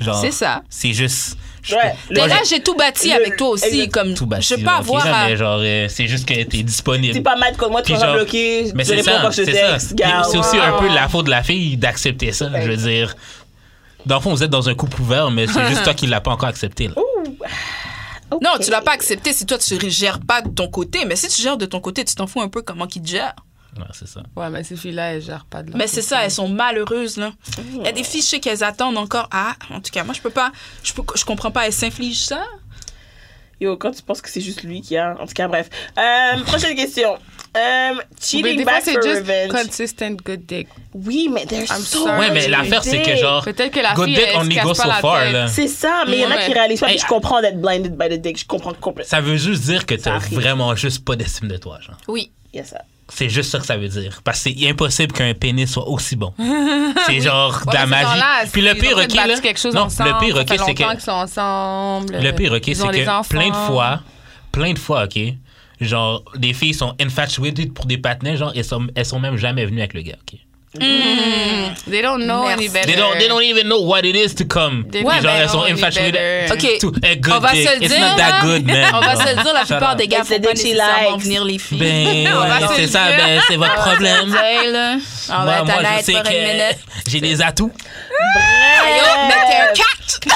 [SPEAKER 2] Genre.
[SPEAKER 5] C'est ça.
[SPEAKER 2] C'est juste. je
[SPEAKER 3] Ouais.
[SPEAKER 2] peux- moi,
[SPEAKER 5] Mais là,
[SPEAKER 2] j'ai
[SPEAKER 5] j'ai tout bâti
[SPEAKER 3] Le-
[SPEAKER 5] avec toi aussi.
[SPEAKER 3] exact-
[SPEAKER 5] Comme,
[SPEAKER 2] tout bâti,
[SPEAKER 5] je peux
[SPEAKER 2] là,
[SPEAKER 5] pas
[SPEAKER 2] ok,
[SPEAKER 5] avoir.
[SPEAKER 2] là,
[SPEAKER 5] à-
[SPEAKER 2] mais genre, euh, c'est juste que t'es disponible.
[SPEAKER 3] T'es pas mad contre moi, tu
[SPEAKER 2] Puis
[SPEAKER 3] vas pas
[SPEAKER 2] genre-
[SPEAKER 3] bloquer.
[SPEAKER 2] Mais
[SPEAKER 3] Tu
[SPEAKER 2] c'est
[SPEAKER 3] réponds
[SPEAKER 2] ça,
[SPEAKER 3] quand je te
[SPEAKER 2] c'est ça.
[SPEAKER 3] texte,
[SPEAKER 2] Puis
[SPEAKER 3] gars.
[SPEAKER 2] C'est aussi un
[SPEAKER 3] Wow.
[SPEAKER 2] peu la faute de la fille d'accepter ça, je veux dire. Dans le fond, vous êtes dans un couple ouvert, mais c'est juste toi qui l'as pas encore accepté. Là.
[SPEAKER 5] Non, tu l'as pas accepté si toi, tu gères pas de ton côté. Mais si tu gères de ton côté, tu t'en fous un peu comment qu'ils te gèrent.
[SPEAKER 2] Ouais, c'est ça.
[SPEAKER 6] Ouais, mais ces filles-là, elles gèrent pas de leur
[SPEAKER 5] Mais c'est
[SPEAKER 6] côté.
[SPEAKER 5] ça, elles sont malheureuses, là. Il y a des filles, je sais qu'elles attendent encore. Ah, en tout cas, moi, je peux pas. Je, peux, je comprends pas, elles s'infligent ça.
[SPEAKER 3] Yo, quand tu penses que c'est juste lui qui a. En tout cas, bref. Euh, prochaine question. Euh,
[SPEAKER 6] Ou bien
[SPEAKER 3] cheating
[SPEAKER 6] des fois,
[SPEAKER 3] back for
[SPEAKER 6] c'est juste
[SPEAKER 3] revenge.
[SPEAKER 6] consistent good dick.
[SPEAKER 3] Oui, mais there's
[SPEAKER 6] I'm
[SPEAKER 3] so
[SPEAKER 6] sorry.
[SPEAKER 2] Ouais, mais
[SPEAKER 3] much
[SPEAKER 2] l'affaire, c'est que genre.
[SPEAKER 6] Ah, Peut-être que la
[SPEAKER 2] Good
[SPEAKER 6] fille,
[SPEAKER 2] dick
[SPEAKER 6] elle se
[SPEAKER 2] only
[SPEAKER 6] casse
[SPEAKER 2] goes
[SPEAKER 6] pas
[SPEAKER 2] so
[SPEAKER 6] la
[SPEAKER 2] far,
[SPEAKER 6] tête.
[SPEAKER 2] là.
[SPEAKER 3] C'est ça, mais il y en a
[SPEAKER 6] Ouais.
[SPEAKER 3] qui réalisent pas. puis
[SPEAKER 2] Hey,
[SPEAKER 3] je comprends d'être blinded by the dick. Je comprends complètement.
[SPEAKER 2] Ça veut juste dire que t'as
[SPEAKER 3] arrive.
[SPEAKER 2] vraiment juste pas d'estime de toi, genre.
[SPEAKER 5] Oui.
[SPEAKER 3] Yes, ça.
[SPEAKER 2] C'est juste ça que ça veut dire. Parce que c'est impossible qu'un pénis soit aussi bon. C'est genre de
[SPEAKER 6] Ouais,
[SPEAKER 2] la
[SPEAKER 6] mais ces
[SPEAKER 2] magie.
[SPEAKER 6] gens-là,
[SPEAKER 2] Puis le
[SPEAKER 6] ils ont
[SPEAKER 2] pire,
[SPEAKER 6] peut-être
[SPEAKER 2] ok,
[SPEAKER 6] battu
[SPEAKER 2] là-
[SPEAKER 6] quelque chose
[SPEAKER 2] non,
[SPEAKER 6] ensemble,
[SPEAKER 2] le pire,
[SPEAKER 6] ça
[SPEAKER 2] ok,
[SPEAKER 6] fait
[SPEAKER 2] c'est
[SPEAKER 6] longtemps
[SPEAKER 2] que-
[SPEAKER 6] qu'ils sont ensemble.
[SPEAKER 2] Le pire, OK, c'est
[SPEAKER 6] Euh, Ils ont les
[SPEAKER 2] que
[SPEAKER 6] enfants.
[SPEAKER 2] plein de fois, plein de fois, OK,
[SPEAKER 6] Euh,
[SPEAKER 2] genre, des filles sont infatuated pour des patinets, genre, elles sont, elles sont même jamais venues avec le gars, OK?
[SPEAKER 6] They don't know any
[SPEAKER 5] Merci.
[SPEAKER 6] better.
[SPEAKER 2] They don't, they don't even know what it is to come.
[SPEAKER 6] They
[SPEAKER 2] Les
[SPEAKER 6] don't
[SPEAKER 2] gens, elles
[SPEAKER 6] know
[SPEAKER 2] sont
[SPEAKER 6] any
[SPEAKER 2] infatuated.
[SPEAKER 6] better.
[SPEAKER 5] Ok.
[SPEAKER 2] To a good
[SPEAKER 5] On va
[SPEAKER 2] dick.
[SPEAKER 5] se le
[SPEAKER 2] It's
[SPEAKER 5] dire,
[SPEAKER 2] not that
[SPEAKER 5] là.
[SPEAKER 2] good, man.
[SPEAKER 5] On va se le dire, la
[SPEAKER 2] Shut
[SPEAKER 5] plupart
[SPEAKER 2] up.
[SPEAKER 5] des gars
[SPEAKER 3] It's
[SPEAKER 5] font
[SPEAKER 3] the
[SPEAKER 5] pas
[SPEAKER 3] dick she
[SPEAKER 5] nécessairement
[SPEAKER 3] likes.
[SPEAKER 5] venir les filles.
[SPEAKER 2] Ben,
[SPEAKER 6] On va
[SPEAKER 2] ouais,
[SPEAKER 6] se
[SPEAKER 2] c'est
[SPEAKER 6] le
[SPEAKER 2] ça,
[SPEAKER 6] dire.
[SPEAKER 2] ben, c'est votre problème.
[SPEAKER 5] Hey, là, on va
[SPEAKER 2] Moi,
[SPEAKER 5] être
[SPEAKER 2] moi, je
[SPEAKER 5] honnête
[SPEAKER 2] sais
[SPEAKER 5] pour une minute.
[SPEAKER 2] que j'ai des atouts.
[SPEAKER 5] Yo,
[SPEAKER 3] oh,
[SPEAKER 5] mettez un catch!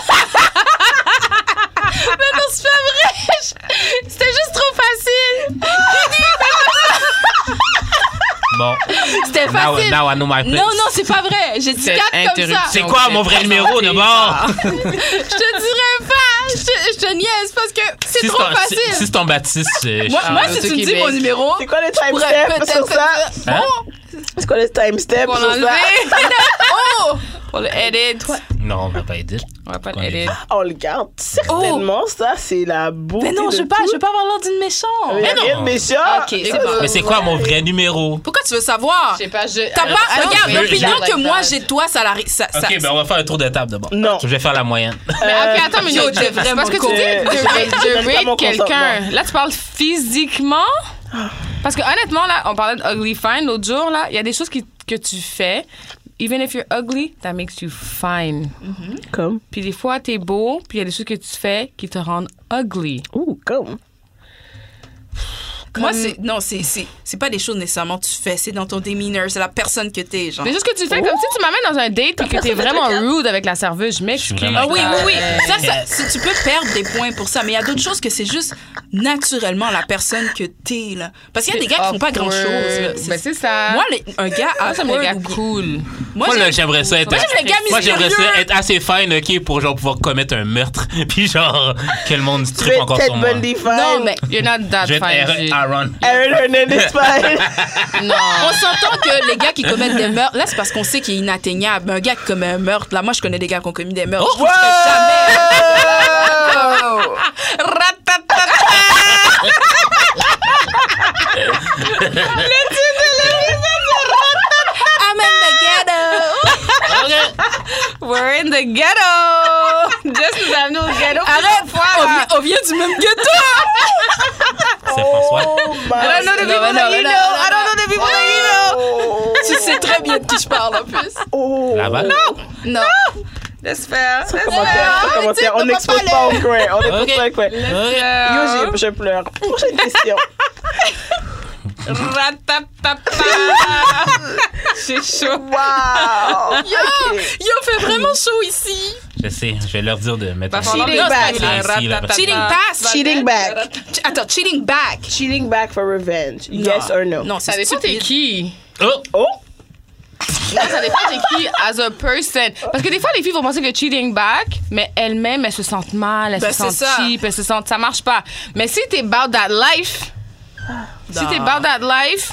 [SPEAKER 6] Mais non, c'est pas vrai. Je- C'était juste trop facile.
[SPEAKER 2] Bon.
[SPEAKER 6] C'était
[SPEAKER 2] Now,
[SPEAKER 6] facile.
[SPEAKER 2] now I know my place.
[SPEAKER 6] Non, non, c'est pas vrai. J'ai dit
[SPEAKER 4] Cette
[SPEAKER 6] quatre comme ça.
[SPEAKER 4] interruption.
[SPEAKER 2] C'est quoi mon vrai numéro d'abord?
[SPEAKER 6] Je te dirais pas. Je te, je te niaise parce que c'est
[SPEAKER 2] Si
[SPEAKER 6] trop
[SPEAKER 2] ton- si-
[SPEAKER 6] facile.
[SPEAKER 2] Si c'est ton Baptiste, euh, c'est.
[SPEAKER 5] Moi,
[SPEAKER 4] Ah,
[SPEAKER 5] moi
[SPEAKER 4] c'est
[SPEAKER 5] si tu me dis
[SPEAKER 4] Québec.
[SPEAKER 5] mon numéro,
[SPEAKER 3] C'est quoi le time
[SPEAKER 5] pourrais
[SPEAKER 3] step
[SPEAKER 5] peut-être
[SPEAKER 3] sur ça?
[SPEAKER 2] Hein?
[SPEAKER 3] C'est quoi le time step
[SPEAKER 6] Pour
[SPEAKER 3] sur ça?
[SPEAKER 6] l'enlever. oh! Pour le edit.
[SPEAKER 2] Non, on va pas aider.
[SPEAKER 6] On va pas
[SPEAKER 2] On
[SPEAKER 6] l'edit.
[SPEAKER 2] est-
[SPEAKER 3] On le garde. Certainement, ça, c'est la beauté.
[SPEAKER 5] Oh. Mais non, je veux pas, je veux pas avoir l'air d'une méchante.
[SPEAKER 3] Mais non. méchant.
[SPEAKER 6] Ok, c'est
[SPEAKER 3] Ça,
[SPEAKER 6] bon.
[SPEAKER 2] Mais c'est quoi mon vrai numéro?
[SPEAKER 5] Pourquoi tu veux savoir?
[SPEAKER 6] Je sais pas, je.
[SPEAKER 5] T'as pas, regarde,
[SPEAKER 2] mais je-
[SPEAKER 5] l'opinion
[SPEAKER 6] je-
[SPEAKER 5] que moi j'ai de toi, ça la. Ça, ça-
[SPEAKER 2] Ok, ben on va faire un tour de table d'abord.
[SPEAKER 3] Non.
[SPEAKER 2] Je vais faire la moyenne.
[SPEAKER 6] Mais ok, attends, mais
[SPEAKER 5] yo, t'es
[SPEAKER 6] c'est
[SPEAKER 5] Euh, vraiment
[SPEAKER 6] parce que tu
[SPEAKER 5] con.
[SPEAKER 6] dis
[SPEAKER 3] Je- je- je-
[SPEAKER 6] de
[SPEAKER 3] je- je-
[SPEAKER 6] rape
[SPEAKER 3] mon
[SPEAKER 6] quelqu'un.
[SPEAKER 3] consentement.
[SPEAKER 6] Là, tu parles physiquement. Parce que honnêtement, là, on parlait de ugly fine l'autre jour, là. Il y a des choses qui- que tu fais. Even if you're ugly, that makes you fine.
[SPEAKER 3] Comme.
[SPEAKER 6] Puis des fois, t'es beau, puis il y a des choses que tu fais qui te rendent ugly.
[SPEAKER 3] Ouh, comme.
[SPEAKER 5] Moi, c'est. Non, c'est- c'est c'est pas des choses nécessairement que tu fais, c'est dans ton demeanor, c'est la personne que t'es, genre.
[SPEAKER 6] Des choses que tu fais comme si tu m'amènes dans un date et que t'es vraiment rude avec la serveuse. Je
[SPEAKER 2] suis
[SPEAKER 6] m'excuse.
[SPEAKER 2] vraiment
[SPEAKER 5] Ah oui, oui, oui.
[SPEAKER 6] Euh,
[SPEAKER 5] Ça, ça, si tu peux perdre des points pour ça, mais il y a d'autres choses que c'est juste naturellement la personne que t'es, là. Parce qu'il y a des gars qui font pas grand chose, là.
[SPEAKER 6] Awkward. Ben, c'est ça.
[SPEAKER 5] Moi, les- un gars.
[SPEAKER 6] Moi, j'aime les gars
[SPEAKER 5] awkward ou-
[SPEAKER 6] cool.
[SPEAKER 5] Moi,
[SPEAKER 2] Moi,
[SPEAKER 5] j'ai-
[SPEAKER 2] là, j'aimerais ça être.
[SPEAKER 5] Moi, j'aime les gars
[SPEAKER 2] Moi, j'aimerais
[SPEAKER 5] mystérieux.
[SPEAKER 2] ça être assez fine, ok, pour genre pouvoir commettre un meurtre. Puis genre, que le monde
[SPEAKER 3] Tu veux
[SPEAKER 2] tripe
[SPEAKER 3] être
[SPEAKER 2] encore
[SPEAKER 3] Ted
[SPEAKER 2] sur moi.
[SPEAKER 3] Bundy fine.
[SPEAKER 6] Non, mais Oh, you're not that
[SPEAKER 2] Je vais être
[SPEAKER 6] fine.
[SPEAKER 2] Aaron- Aaron.
[SPEAKER 3] Aaron Hernandez fine.
[SPEAKER 6] Ju- Non.
[SPEAKER 5] On s'entend que les gars qui commettent des meurtres, là, c'est parce qu'on sait qu'il est inatteignable. Mais Un gars qui commet un meurtre, là, moi, je connais des gars qui ont commis des meurtres. Je
[SPEAKER 3] Oh,
[SPEAKER 5] ferais jamais. I'm in the ghetto.
[SPEAKER 6] We're in the ghetto. Just nous amener au ghetto.
[SPEAKER 5] Arrête, on vient, on vient du même ghetto.
[SPEAKER 2] C'est François.
[SPEAKER 3] Oh my
[SPEAKER 6] I don't know the
[SPEAKER 5] Non,
[SPEAKER 6] people
[SPEAKER 5] non,
[SPEAKER 6] that you
[SPEAKER 5] non, non,
[SPEAKER 6] know.
[SPEAKER 5] non,
[SPEAKER 6] I don't know the people that you know.
[SPEAKER 3] Oh.
[SPEAKER 5] Tu sais très bien de qui je parle, en plus.
[SPEAKER 3] Oh.
[SPEAKER 2] Laval.
[SPEAKER 5] Non.
[SPEAKER 6] Laisse faire. Laisse
[SPEAKER 3] Comment faire,
[SPEAKER 5] Ah,
[SPEAKER 3] comment
[SPEAKER 5] mais tu
[SPEAKER 3] faire. On
[SPEAKER 5] ne peux
[SPEAKER 3] n'expose
[SPEAKER 5] pas
[SPEAKER 3] pas au coin. On n'expose
[SPEAKER 2] Ok.
[SPEAKER 3] pas au coin.
[SPEAKER 2] Ok.
[SPEAKER 6] faire.
[SPEAKER 3] Yo, j'ai- je pleure. Prochaine question.
[SPEAKER 6] J'ai chaud.
[SPEAKER 3] Wow. Ok.
[SPEAKER 5] Yo, fait vraiment chaud ici.
[SPEAKER 2] Je sais, je vais leur dire de mettre un- Ah,
[SPEAKER 3] falloir-
[SPEAKER 5] Cheating pass.
[SPEAKER 3] Cheating back.
[SPEAKER 5] Che- Attends, cheating back.
[SPEAKER 3] Cheating back for revenge. Yes or no?
[SPEAKER 5] Non,
[SPEAKER 6] Ça
[SPEAKER 5] c'est
[SPEAKER 6] dépend t'es
[SPEAKER 5] stupide.
[SPEAKER 6] qui.
[SPEAKER 2] Oh!
[SPEAKER 3] Oh.
[SPEAKER 6] Ça dépend t'es qui as a person. Parce que des fois, les filles vont penser que cheating back, mais elles-mêmes, elles se sentent mal, elles
[SPEAKER 5] Ben,
[SPEAKER 6] se
[SPEAKER 5] c'est
[SPEAKER 6] sentent
[SPEAKER 5] ça.
[SPEAKER 6] cheap, elles se sentent... Ça marche pas. Mais si t'es about that life, si t'es about that life...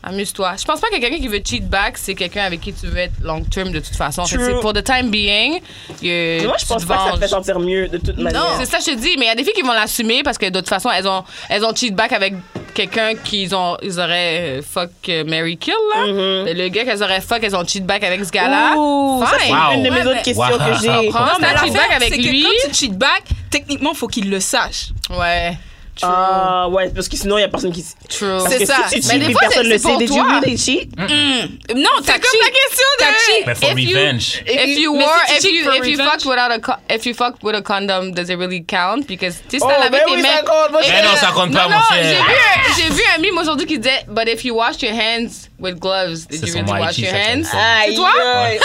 [SPEAKER 6] Amuse-toi. Je pense pas que quelqu'un qui veut cheat back, c'est quelqu'un avec qui tu veux être long term de toute façon. Fait que
[SPEAKER 3] True.
[SPEAKER 6] C'est pour the time being. Que
[SPEAKER 3] Mais Moi, je
[SPEAKER 6] tu
[SPEAKER 3] pense
[SPEAKER 6] te
[SPEAKER 3] pas que ça te
[SPEAKER 6] venges.
[SPEAKER 3] fait sentir mieux de toute manière.
[SPEAKER 6] C'est ça que je te dis, mais il y a des filles qui vont l'assumer parce que de toute façon, elles ont, elles ont cheat back avec quelqu'un qu'ils ont, ils auraient euh, fuck euh, Mary Kill, là. Mais Le gars qu'elles auraient fuck, elles ont cheat back avec ce gars-là.
[SPEAKER 3] Mm-hmm. Ouh, ça, c'est
[SPEAKER 6] Fine.
[SPEAKER 2] Wow.
[SPEAKER 3] une de mes
[SPEAKER 2] Ouais,
[SPEAKER 3] autres
[SPEAKER 5] mais-
[SPEAKER 3] questions
[SPEAKER 2] Wow.
[SPEAKER 3] que j'ai.
[SPEAKER 6] Prends
[SPEAKER 5] Non, mais
[SPEAKER 6] ta cheat back
[SPEAKER 5] l'affaire,
[SPEAKER 6] avec
[SPEAKER 5] c'est que
[SPEAKER 6] lui.
[SPEAKER 5] Quand tu cheat back, techniquement, faut qu'il le sache.
[SPEAKER 6] Ouais. True.
[SPEAKER 3] Ah, ouais, parce que sinon, il n'y a personne qui.
[SPEAKER 6] True.
[SPEAKER 5] C'est
[SPEAKER 3] Parce que
[SPEAKER 5] ça.
[SPEAKER 3] Si tu
[SPEAKER 6] Mais
[SPEAKER 3] cheats,
[SPEAKER 6] des
[SPEAKER 3] puis
[SPEAKER 6] fois,
[SPEAKER 3] personne
[SPEAKER 6] c'est-
[SPEAKER 3] ne le
[SPEAKER 6] c'est pour
[SPEAKER 3] sait. Did you
[SPEAKER 6] toi.
[SPEAKER 3] really cheat?
[SPEAKER 5] Non, t'as
[SPEAKER 6] C'est comme la
[SPEAKER 5] cheat.
[SPEAKER 6] question de.
[SPEAKER 5] T'as cheat.
[SPEAKER 2] Mais for
[SPEAKER 6] If you-
[SPEAKER 2] revenge.
[SPEAKER 6] If you
[SPEAKER 5] Mais
[SPEAKER 6] wore,
[SPEAKER 5] si tu
[SPEAKER 6] if
[SPEAKER 5] cheat
[SPEAKER 6] you
[SPEAKER 5] for
[SPEAKER 6] if you
[SPEAKER 5] revenge-
[SPEAKER 6] fuck without a co- if you fuck with a condom, does it really count? Because tu sais, si t'as
[SPEAKER 3] Oh,
[SPEAKER 6] lavé
[SPEAKER 3] ben
[SPEAKER 6] tes
[SPEAKER 3] oui,
[SPEAKER 6] mains-
[SPEAKER 3] ça compte, moi, je-
[SPEAKER 2] Ben non, ça compte
[SPEAKER 6] Non,
[SPEAKER 2] pas, mon
[SPEAKER 6] non, Eh, j'ai vu,
[SPEAKER 2] cher.
[SPEAKER 6] un- j'ai vu un mime aujourd'hui qui disait, but if you wash your hands with gloves, did
[SPEAKER 2] C'est
[SPEAKER 6] you
[SPEAKER 2] sur
[SPEAKER 6] really
[SPEAKER 2] mon
[SPEAKER 6] wash
[SPEAKER 2] IG,
[SPEAKER 6] your
[SPEAKER 2] ça, ça me
[SPEAKER 6] hands?
[SPEAKER 2] semble.
[SPEAKER 3] Aïe,
[SPEAKER 6] toi?
[SPEAKER 3] aïe.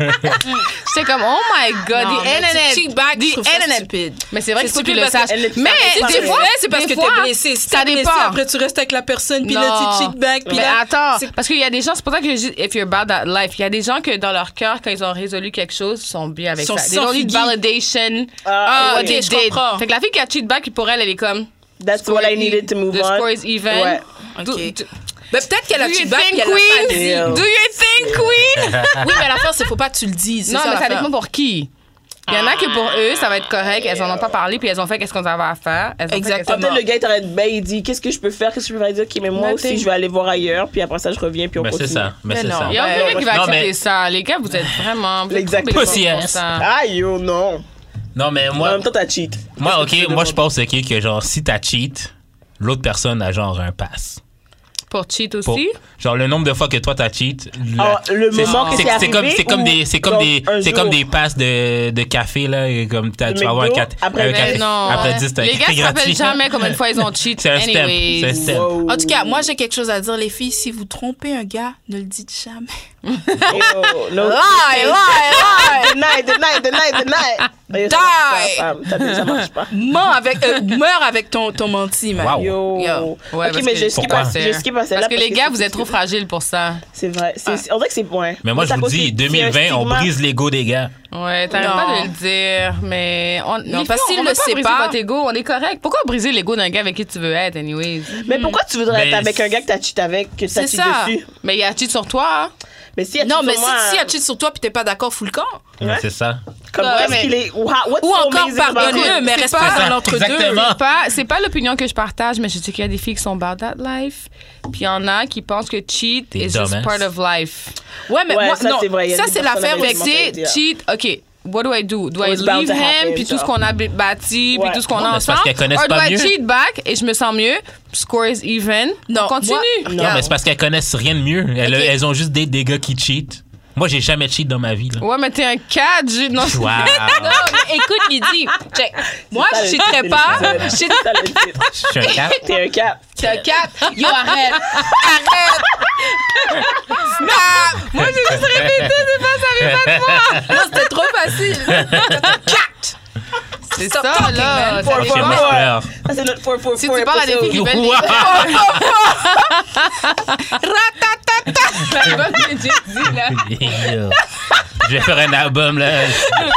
[SPEAKER 6] J'étais comme, oh my god,
[SPEAKER 5] Non,
[SPEAKER 6] the
[SPEAKER 5] mais
[SPEAKER 6] internet.
[SPEAKER 5] tu cheat back, je trouve ça
[SPEAKER 6] internet.
[SPEAKER 5] stupide.
[SPEAKER 6] Mais c'est vrai qu'il faut
[SPEAKER 5] stupide
[SPEAKER 6] qu'ils le sachent.
[SPEAKER 5] parce que-
[SPEAKER 3] elle-
[SPEAKER 6] Mais
[SPEAKER 3] elle-
[SPEAKER 5] Si
[SPEAKER 6] des
[SPEAKER 5] tu
[SPEAKER 6] fois,
[SPEAKER 5] le fais, c'est parce
[SPEAKER 6] des
[SPEAKER 5] que
[SPEAKER 6] fois,
[SPEAKER 5] t'es blessé. Si
[SPEAKER 6] Ça
[SPEAKER 5] t'es blessé,
[SPEAKER 6] dépend.
[SPEAKER 5] après tu restes avec la personne, puis là tu
[SPEAKER 6] Non.
[SPEAKER 5] cheat back, puis
[SPEAKER 6] Mais
[SPEAKER 5] là.
[SPEAKER 6] attends,
[SPEAKER 5] c'est-
[SPEAKER 6] parce qu'il y a des gens, c'est pour ça que je dis, if you're about that life, il y a des gens que dans leur cœur, quand ils ont résolu quelque chose, ils sont bien avec
[SPEAKER 5] Ils sont
[SPEAKER 6] ça. They don't need
[SPEAKER 5] sans
[SPEAKER 6] validation.
[SPEAKER 3] Ah,
[SPEAKER 6] what
[SPEAKER 5] ok,
[SPEAKER 6] they
[SPEAKER 5] je
[SPEAKER 6] did.
[SPEAKER 5] comprends.
[SPEAKER 6] Fait que la fille qui a cheat back, pour elle, elle est comme.
[SPEAKER 3] That's what I needed to move
[SPEAKER 6] the
[SPEAKER 3] on.
[SPEAKER 6] score is even.
[SPEAKER 3] Ouais.
[SPEAKER 6] Do-
[SPEAKER 5] Ok.
[SPEAKER 6] do-
[SPEAKER 5] Ben, peut-être qu'elle
[SPEAKER 6] Do
[SPEAKER 5] a
[SPEAKER 6] you
[SPEAKER 5] cheat back,
[SPEAKER 6] think,
[SPEAKER 5] puis elle a pas dit.
[SPEAKER 6] queen?
[SPEAKER 3] deal.
[SPEAKER 6] Do you think, queen?
[SPEAKER 5] Oui, mais l'affaire, c'est faut pas que tu le dises.
[SPEAKER 6] non, mais ça dépend pour qui. Il y en a que pour eux, ça va être correct. Elles en ont pas parlé, puis elles ont fait qu'est-ce qu'on avait à faire. Elles ont fait
[SPEAKER 5] Exactement.
[SPEAKER 3] Ah, peut-être le gars est en train de bain, il dit qu'est-ce que je peux faire, qu'est-ce que je peux faire, il dit, ok, mais moi
[SPEAKER 6] Nothing.
[SPEAKER 3] aussi je vais aller voir ailleurs, puis après ça je reviens, puis on
[SPEAKER 2] Mais Ben,
[SPEAKER 3] continue.
[SPEAKER 2] c'est ça. Mais
[SPEAKER 5] Mais
[SPEAKER 2] c'est
[SPEAKER 5] non.
[SPEAKER 2] ça.
[SPEAKER 6] Il y a
[SPEAKER 5] Ouais,
[SPEAKER 6] aucun gars qui va
[SPEAKER 2] non,
[SPEAKER 6] accepter
[SPEAKER 2] mais-
[SPEAKER 6] ça. Les gars, vous êtes vraiment. vous êtes
[SPEAKER 3] Exact-
[SPEAKER 6] trop bécons
[SPEAKER 2] Poussière.
[SPEAKER 6] pour ça.
[SPEAKER 3] Ah, yo, non.
[SPEAKER 2] Non, mais
[SPEAKER 3] En
[SPEAKER 2] moi,
[SPEAKER 3] même temps, t'as cheat.
[SPEAKER 2] moi
[SPEAKER 3] Qu'est-ce que tu
[SPEAKER 2] ok,
[SPEAKER 3] veux
[SPEAKER 2] moi, je pense ok, que genre, si t'as cheat, l'autre personne a genre un pass.
[SPEAKER 6] Pour cheat aussi.
[SPEAKER 2] Pour- genre le nombre de fois que toi t'as cheat.
[SPEAKER 3] Ah,
[SPEAKER 2] la-
[SPEAKER 3] le
[SPEAKER 2] c'est-
[SPEAKER 3] moment que
[SPEAKER 2] c'est-
[SPEAKER 3] c'est
[SPEAKER 2] c'est comme
[SPEAKER 3] arrivé
[SPEAKER 2] c'est comme
[SPEAKER 3] ou
[SPEAKER 2] des c'est comme
[SPEAKER 3] dans
[SPEAKER 2] des
[SPEAKER 3] un
[SPEAKER 2] c'est
[SPEAKER 3] jour?
[SPEAKER 2] comme des passes de, de café là et comme t'as-
[SPEAKER 3] De
[SPEAKER 2] tu vas avoir un
[SPEAKER 3] McDo,
[SPEAKER 2] café
[SPEAKER 3] après
[SPEAKER 2] un
[SPEAKER 3] vingt.
[SPEAKER 2] café-
[SPEAKER 6] Mais non. euh,
[SPEAKER 2] après 10 t'as
[SPEAKER 6] les gars
[SPEAKER 2] t'es
[SPEAKER 6] se rappellent
[SPEAKER 2] gratuit.
[SPEAKER 6] jamais combien de fois ils ont cheat.
[SPEAKER 2] C'est un step,
[SPEAKER 6] Anyways.
[SPEAKER 2] c'est un step.
[SPEAKER 3] Wow.
[SPEAKER 5] En tout cas, moi, j'ai quelque chose à dire, les filles. Si vous trompez un gars, ne le dites jamais.
[SPEAKER 3] Yo, no-
[SPEAKER 5] Lie, lie,
[SPEAKER 3] Deny, deny, deny, deny. Yo, ça marche pas, femme. T'as dit, ça marche pas.
[SPEAKER 5] lie. Meurs avec, euh, meurs avec ton, ton menti, man.
[SPEAKER 2] Wow.
[SPEAKER 3] Yo.
[SPEAKER 5] Yo.
[SPEAKER 6] Ouais,
[SPEAKER 3] ok,
[SPEAKER 6] parce
[SPEAKER 3] mais
[SPEAKER 6] que-
[SPEAKER 3] je skip,
[SPEAKER 2] Pourquoi?
[SPEAKER 3] à, je skip à celle-là.
[SPEAKER 6] Parce que les gars, vous êtes trop Ah. fragiles pour ça.
[SPEAKER 3] C'est vrai. C'est- c'est- On dirait que c'est point.
[SPEAKER 2] Mais moi je vous dis 2020 on brise l'ego des gars.
[SPEAKER 6] Ouais, t'arrêtes
[SPEAKER 5] Non.
[SPEAKER 6] pas de le dire, mais on,
[SPEAKER 5] Non,
[SPEAKER 6] les
[SPEAKER 5] parce
[SPEAKER 6] filles,
[SPEAKER 5] qu'il
[SPEAKER 6] on
[SPEAKER 5] le
[SPEAKER 6] veut pas
[SPEAKER 5] sait
[SPEAKER 6] briser
[SPEAKER 5] pas.
[SPEAKER 6] votre ego, on est correct. Pourquoi briser l'ego d'un gars avec qui tu veux être, anyways?
[SPEAKER 3] Mais pourquoi tu voudrais
[SPEAKER 2] Mais
[SPEAKER 3] être avec
[SPEAKER 2] c'est-
[SPEAKER 3] un gars que t'as cheat avec, que t'as
[SPEAKER 5] C'est
[SPEAKER 3] cheat
[SPEAKER 5] ça.
[SPEAKER 3] dessus?
[SPEAKER 6] Mais il y a cheat sur toi.
[SPEAKER 3] Mais si elle
[SPEAKER 5] Non,
[SPEAKER 3] cheat
[SPEAKER 5] mais
[SPEAKER 3] sur
[SPEAKER 5] si,
[SPEAKER 3] moi,
[SPEAKER 5] si elle cheat sur toi puis t'es pas d'accord, fous le camp.
[SPEAKER 2] Ouais, C'est ça.
[SPEAKER 3] Comme
[SPEAKER 6] Ouais,
[SPEAKER 3] moi, est-ce
[SPEAKER 6] mais-
[SPEAKER 3] qu'il est. Wow, what's
[SPEAKER 5] Ou
[SPEAKER 3] so
[SPEAKER 5] encore
[SPEAKER 3] amazing about
[SPEAKER 5] pardonne-le,
[SPEAKER 3] him?
[SPEAKER 5] mais
[SPEAKER 6] C'est
[SPEAKER 5] reste
[SPEAKER 6] pas-
[SPEAKER 5] pas dans
[SPEAKER 2] ça,
[SPEAKER 5] l'entre-deux.
[SPEAKER 2] exactement.
[SPEAKER 6] C'est pas, c'est pas l'opinion que je partage, mais je sais qu'il y a des filles qui sont about that life. Puis il y en a qui pensent que cheat
[SPEAKER 2] T'es
[SPEAKER 6] is just
[SPEAKER 2] dumbass.
[SPEAKER 6] part of life.
[SPEAKER 5] Ouais, mais
[SPEAKER 3] Ouais,
[SPEAKER 5] moi,
[SPEAKER 3] ça,
[SPEAKER 5] non.
[SPEAKER 3] c'est vrai, il y a
[SPEAKER 5] ça,
[SPEAKER 3] des
[SPEAKER 5] c'est
[SPEAKER 3] personnes
[SPEAKER 5] l'affaire.
[SPEAKER 3] avec
[SPEAKER 6] Fait
[SPEAKER 5] Fait
[SPEAKER 3] Comment
[SPEAKER 6] que c'est
[SPEAKER 3] dire?
[SPEAKER 6] cheat, OK, what do I do? Do I
[SPEAKER 3] was bound
[SPEAKER 6] leave
[SPEAKER 3] to happen,
[SPEAKER 6] him, puis tout ce
[SPEAKER 3] genre.
[SPEAKER 6] qu'on a b- bâti,
[SPEAKER 3] Ouais.
[SPEAKER 6] puis tout ce qu'on
[SPEAKER 2] Non,
[SPEAKER 6] a
[SPEAKER 2] mais c'est parce
[SPEAKER 6] ensemble?
[SPEAKER 2] qu'elles connaissent
[SPEAKER 6] Or do
[SPEAKER 2] pas
[SPEAKER 6] I
[SPEAKER 2] mieux.
[SPEAKER 6] cheat back et je me sens mieux? Score is even.
[SPEAKER 5] Non,
[SPEAKER 6] On continue.
[SPEAKER 5] moi-
[SPEAKER 2] Non,
[SPEAKER 5] Yeah.
[SPEAKER 2] mais c'est parce qu'elles connaissent rien de mieux. Elles,
[SPEAKER 5] Ok.
[SPEAKER 2] elles ont juste des, des gars qui cheat. Moi j'ai jamais cheat dans ma vie là.
[SPEAKER 6] Ouais, mais t'es un cadre. je- Non,
[SPEAKER 2] Wow.
[SPEAKER 6] Non, mais écoute, Lydie, check.
[SPEAKER 5] Moi,
[SPEAKER 3] Ça,
[SPEAKER 5] je
[SPEAKER 3] le-
[SPEAKER 5] cheaterais
[SPEAKER 3] c'est
[SPEAKER 5] pas.
[SPEAKER 3] le-
[SPEAKER 5] Je cheat-
[SPEAKER 3] Ça, le titre.
[SPEAKER 2] Je suis un cap.
[SPEAKER 3] T'es un cap.
[SPEAKER 5] T'as quatre. Yo, arrête. Arrête. Snap.
[SPEAKER 6] Moi, j'ai juste répété, c'est pas ça arrive à moi.
[SPEAKER 5] Non, c'était trop facile. T'as quatre.
[SPEAKER 6] C'est
[SPEAKER 5] Stop
[SPEAKER 6] ça,
[SPEAKER 5] talking,
[SPEAKER 6] là. Ça
[SPEAKER 5] man.
[SPEAKER 3] Four,
[SPEAKER 2] Je
[SPEAKER 6] fait
[SPEAKER 2] suis un
[SPEAKER 6] mal.
[SPEAKER 2] expert.
[SPEAKER 3] Ça, c'est notre 4 4
[SPEAKER 6] Si tu parles à des filles qui veulent
[SPEAKER 2] Wow.
[SPEAKER 6] des bonnes que j'ai dit, là.
[SPEAKER 2] Yo. Je vais faire un album là.
[SPEAKER 6] Non,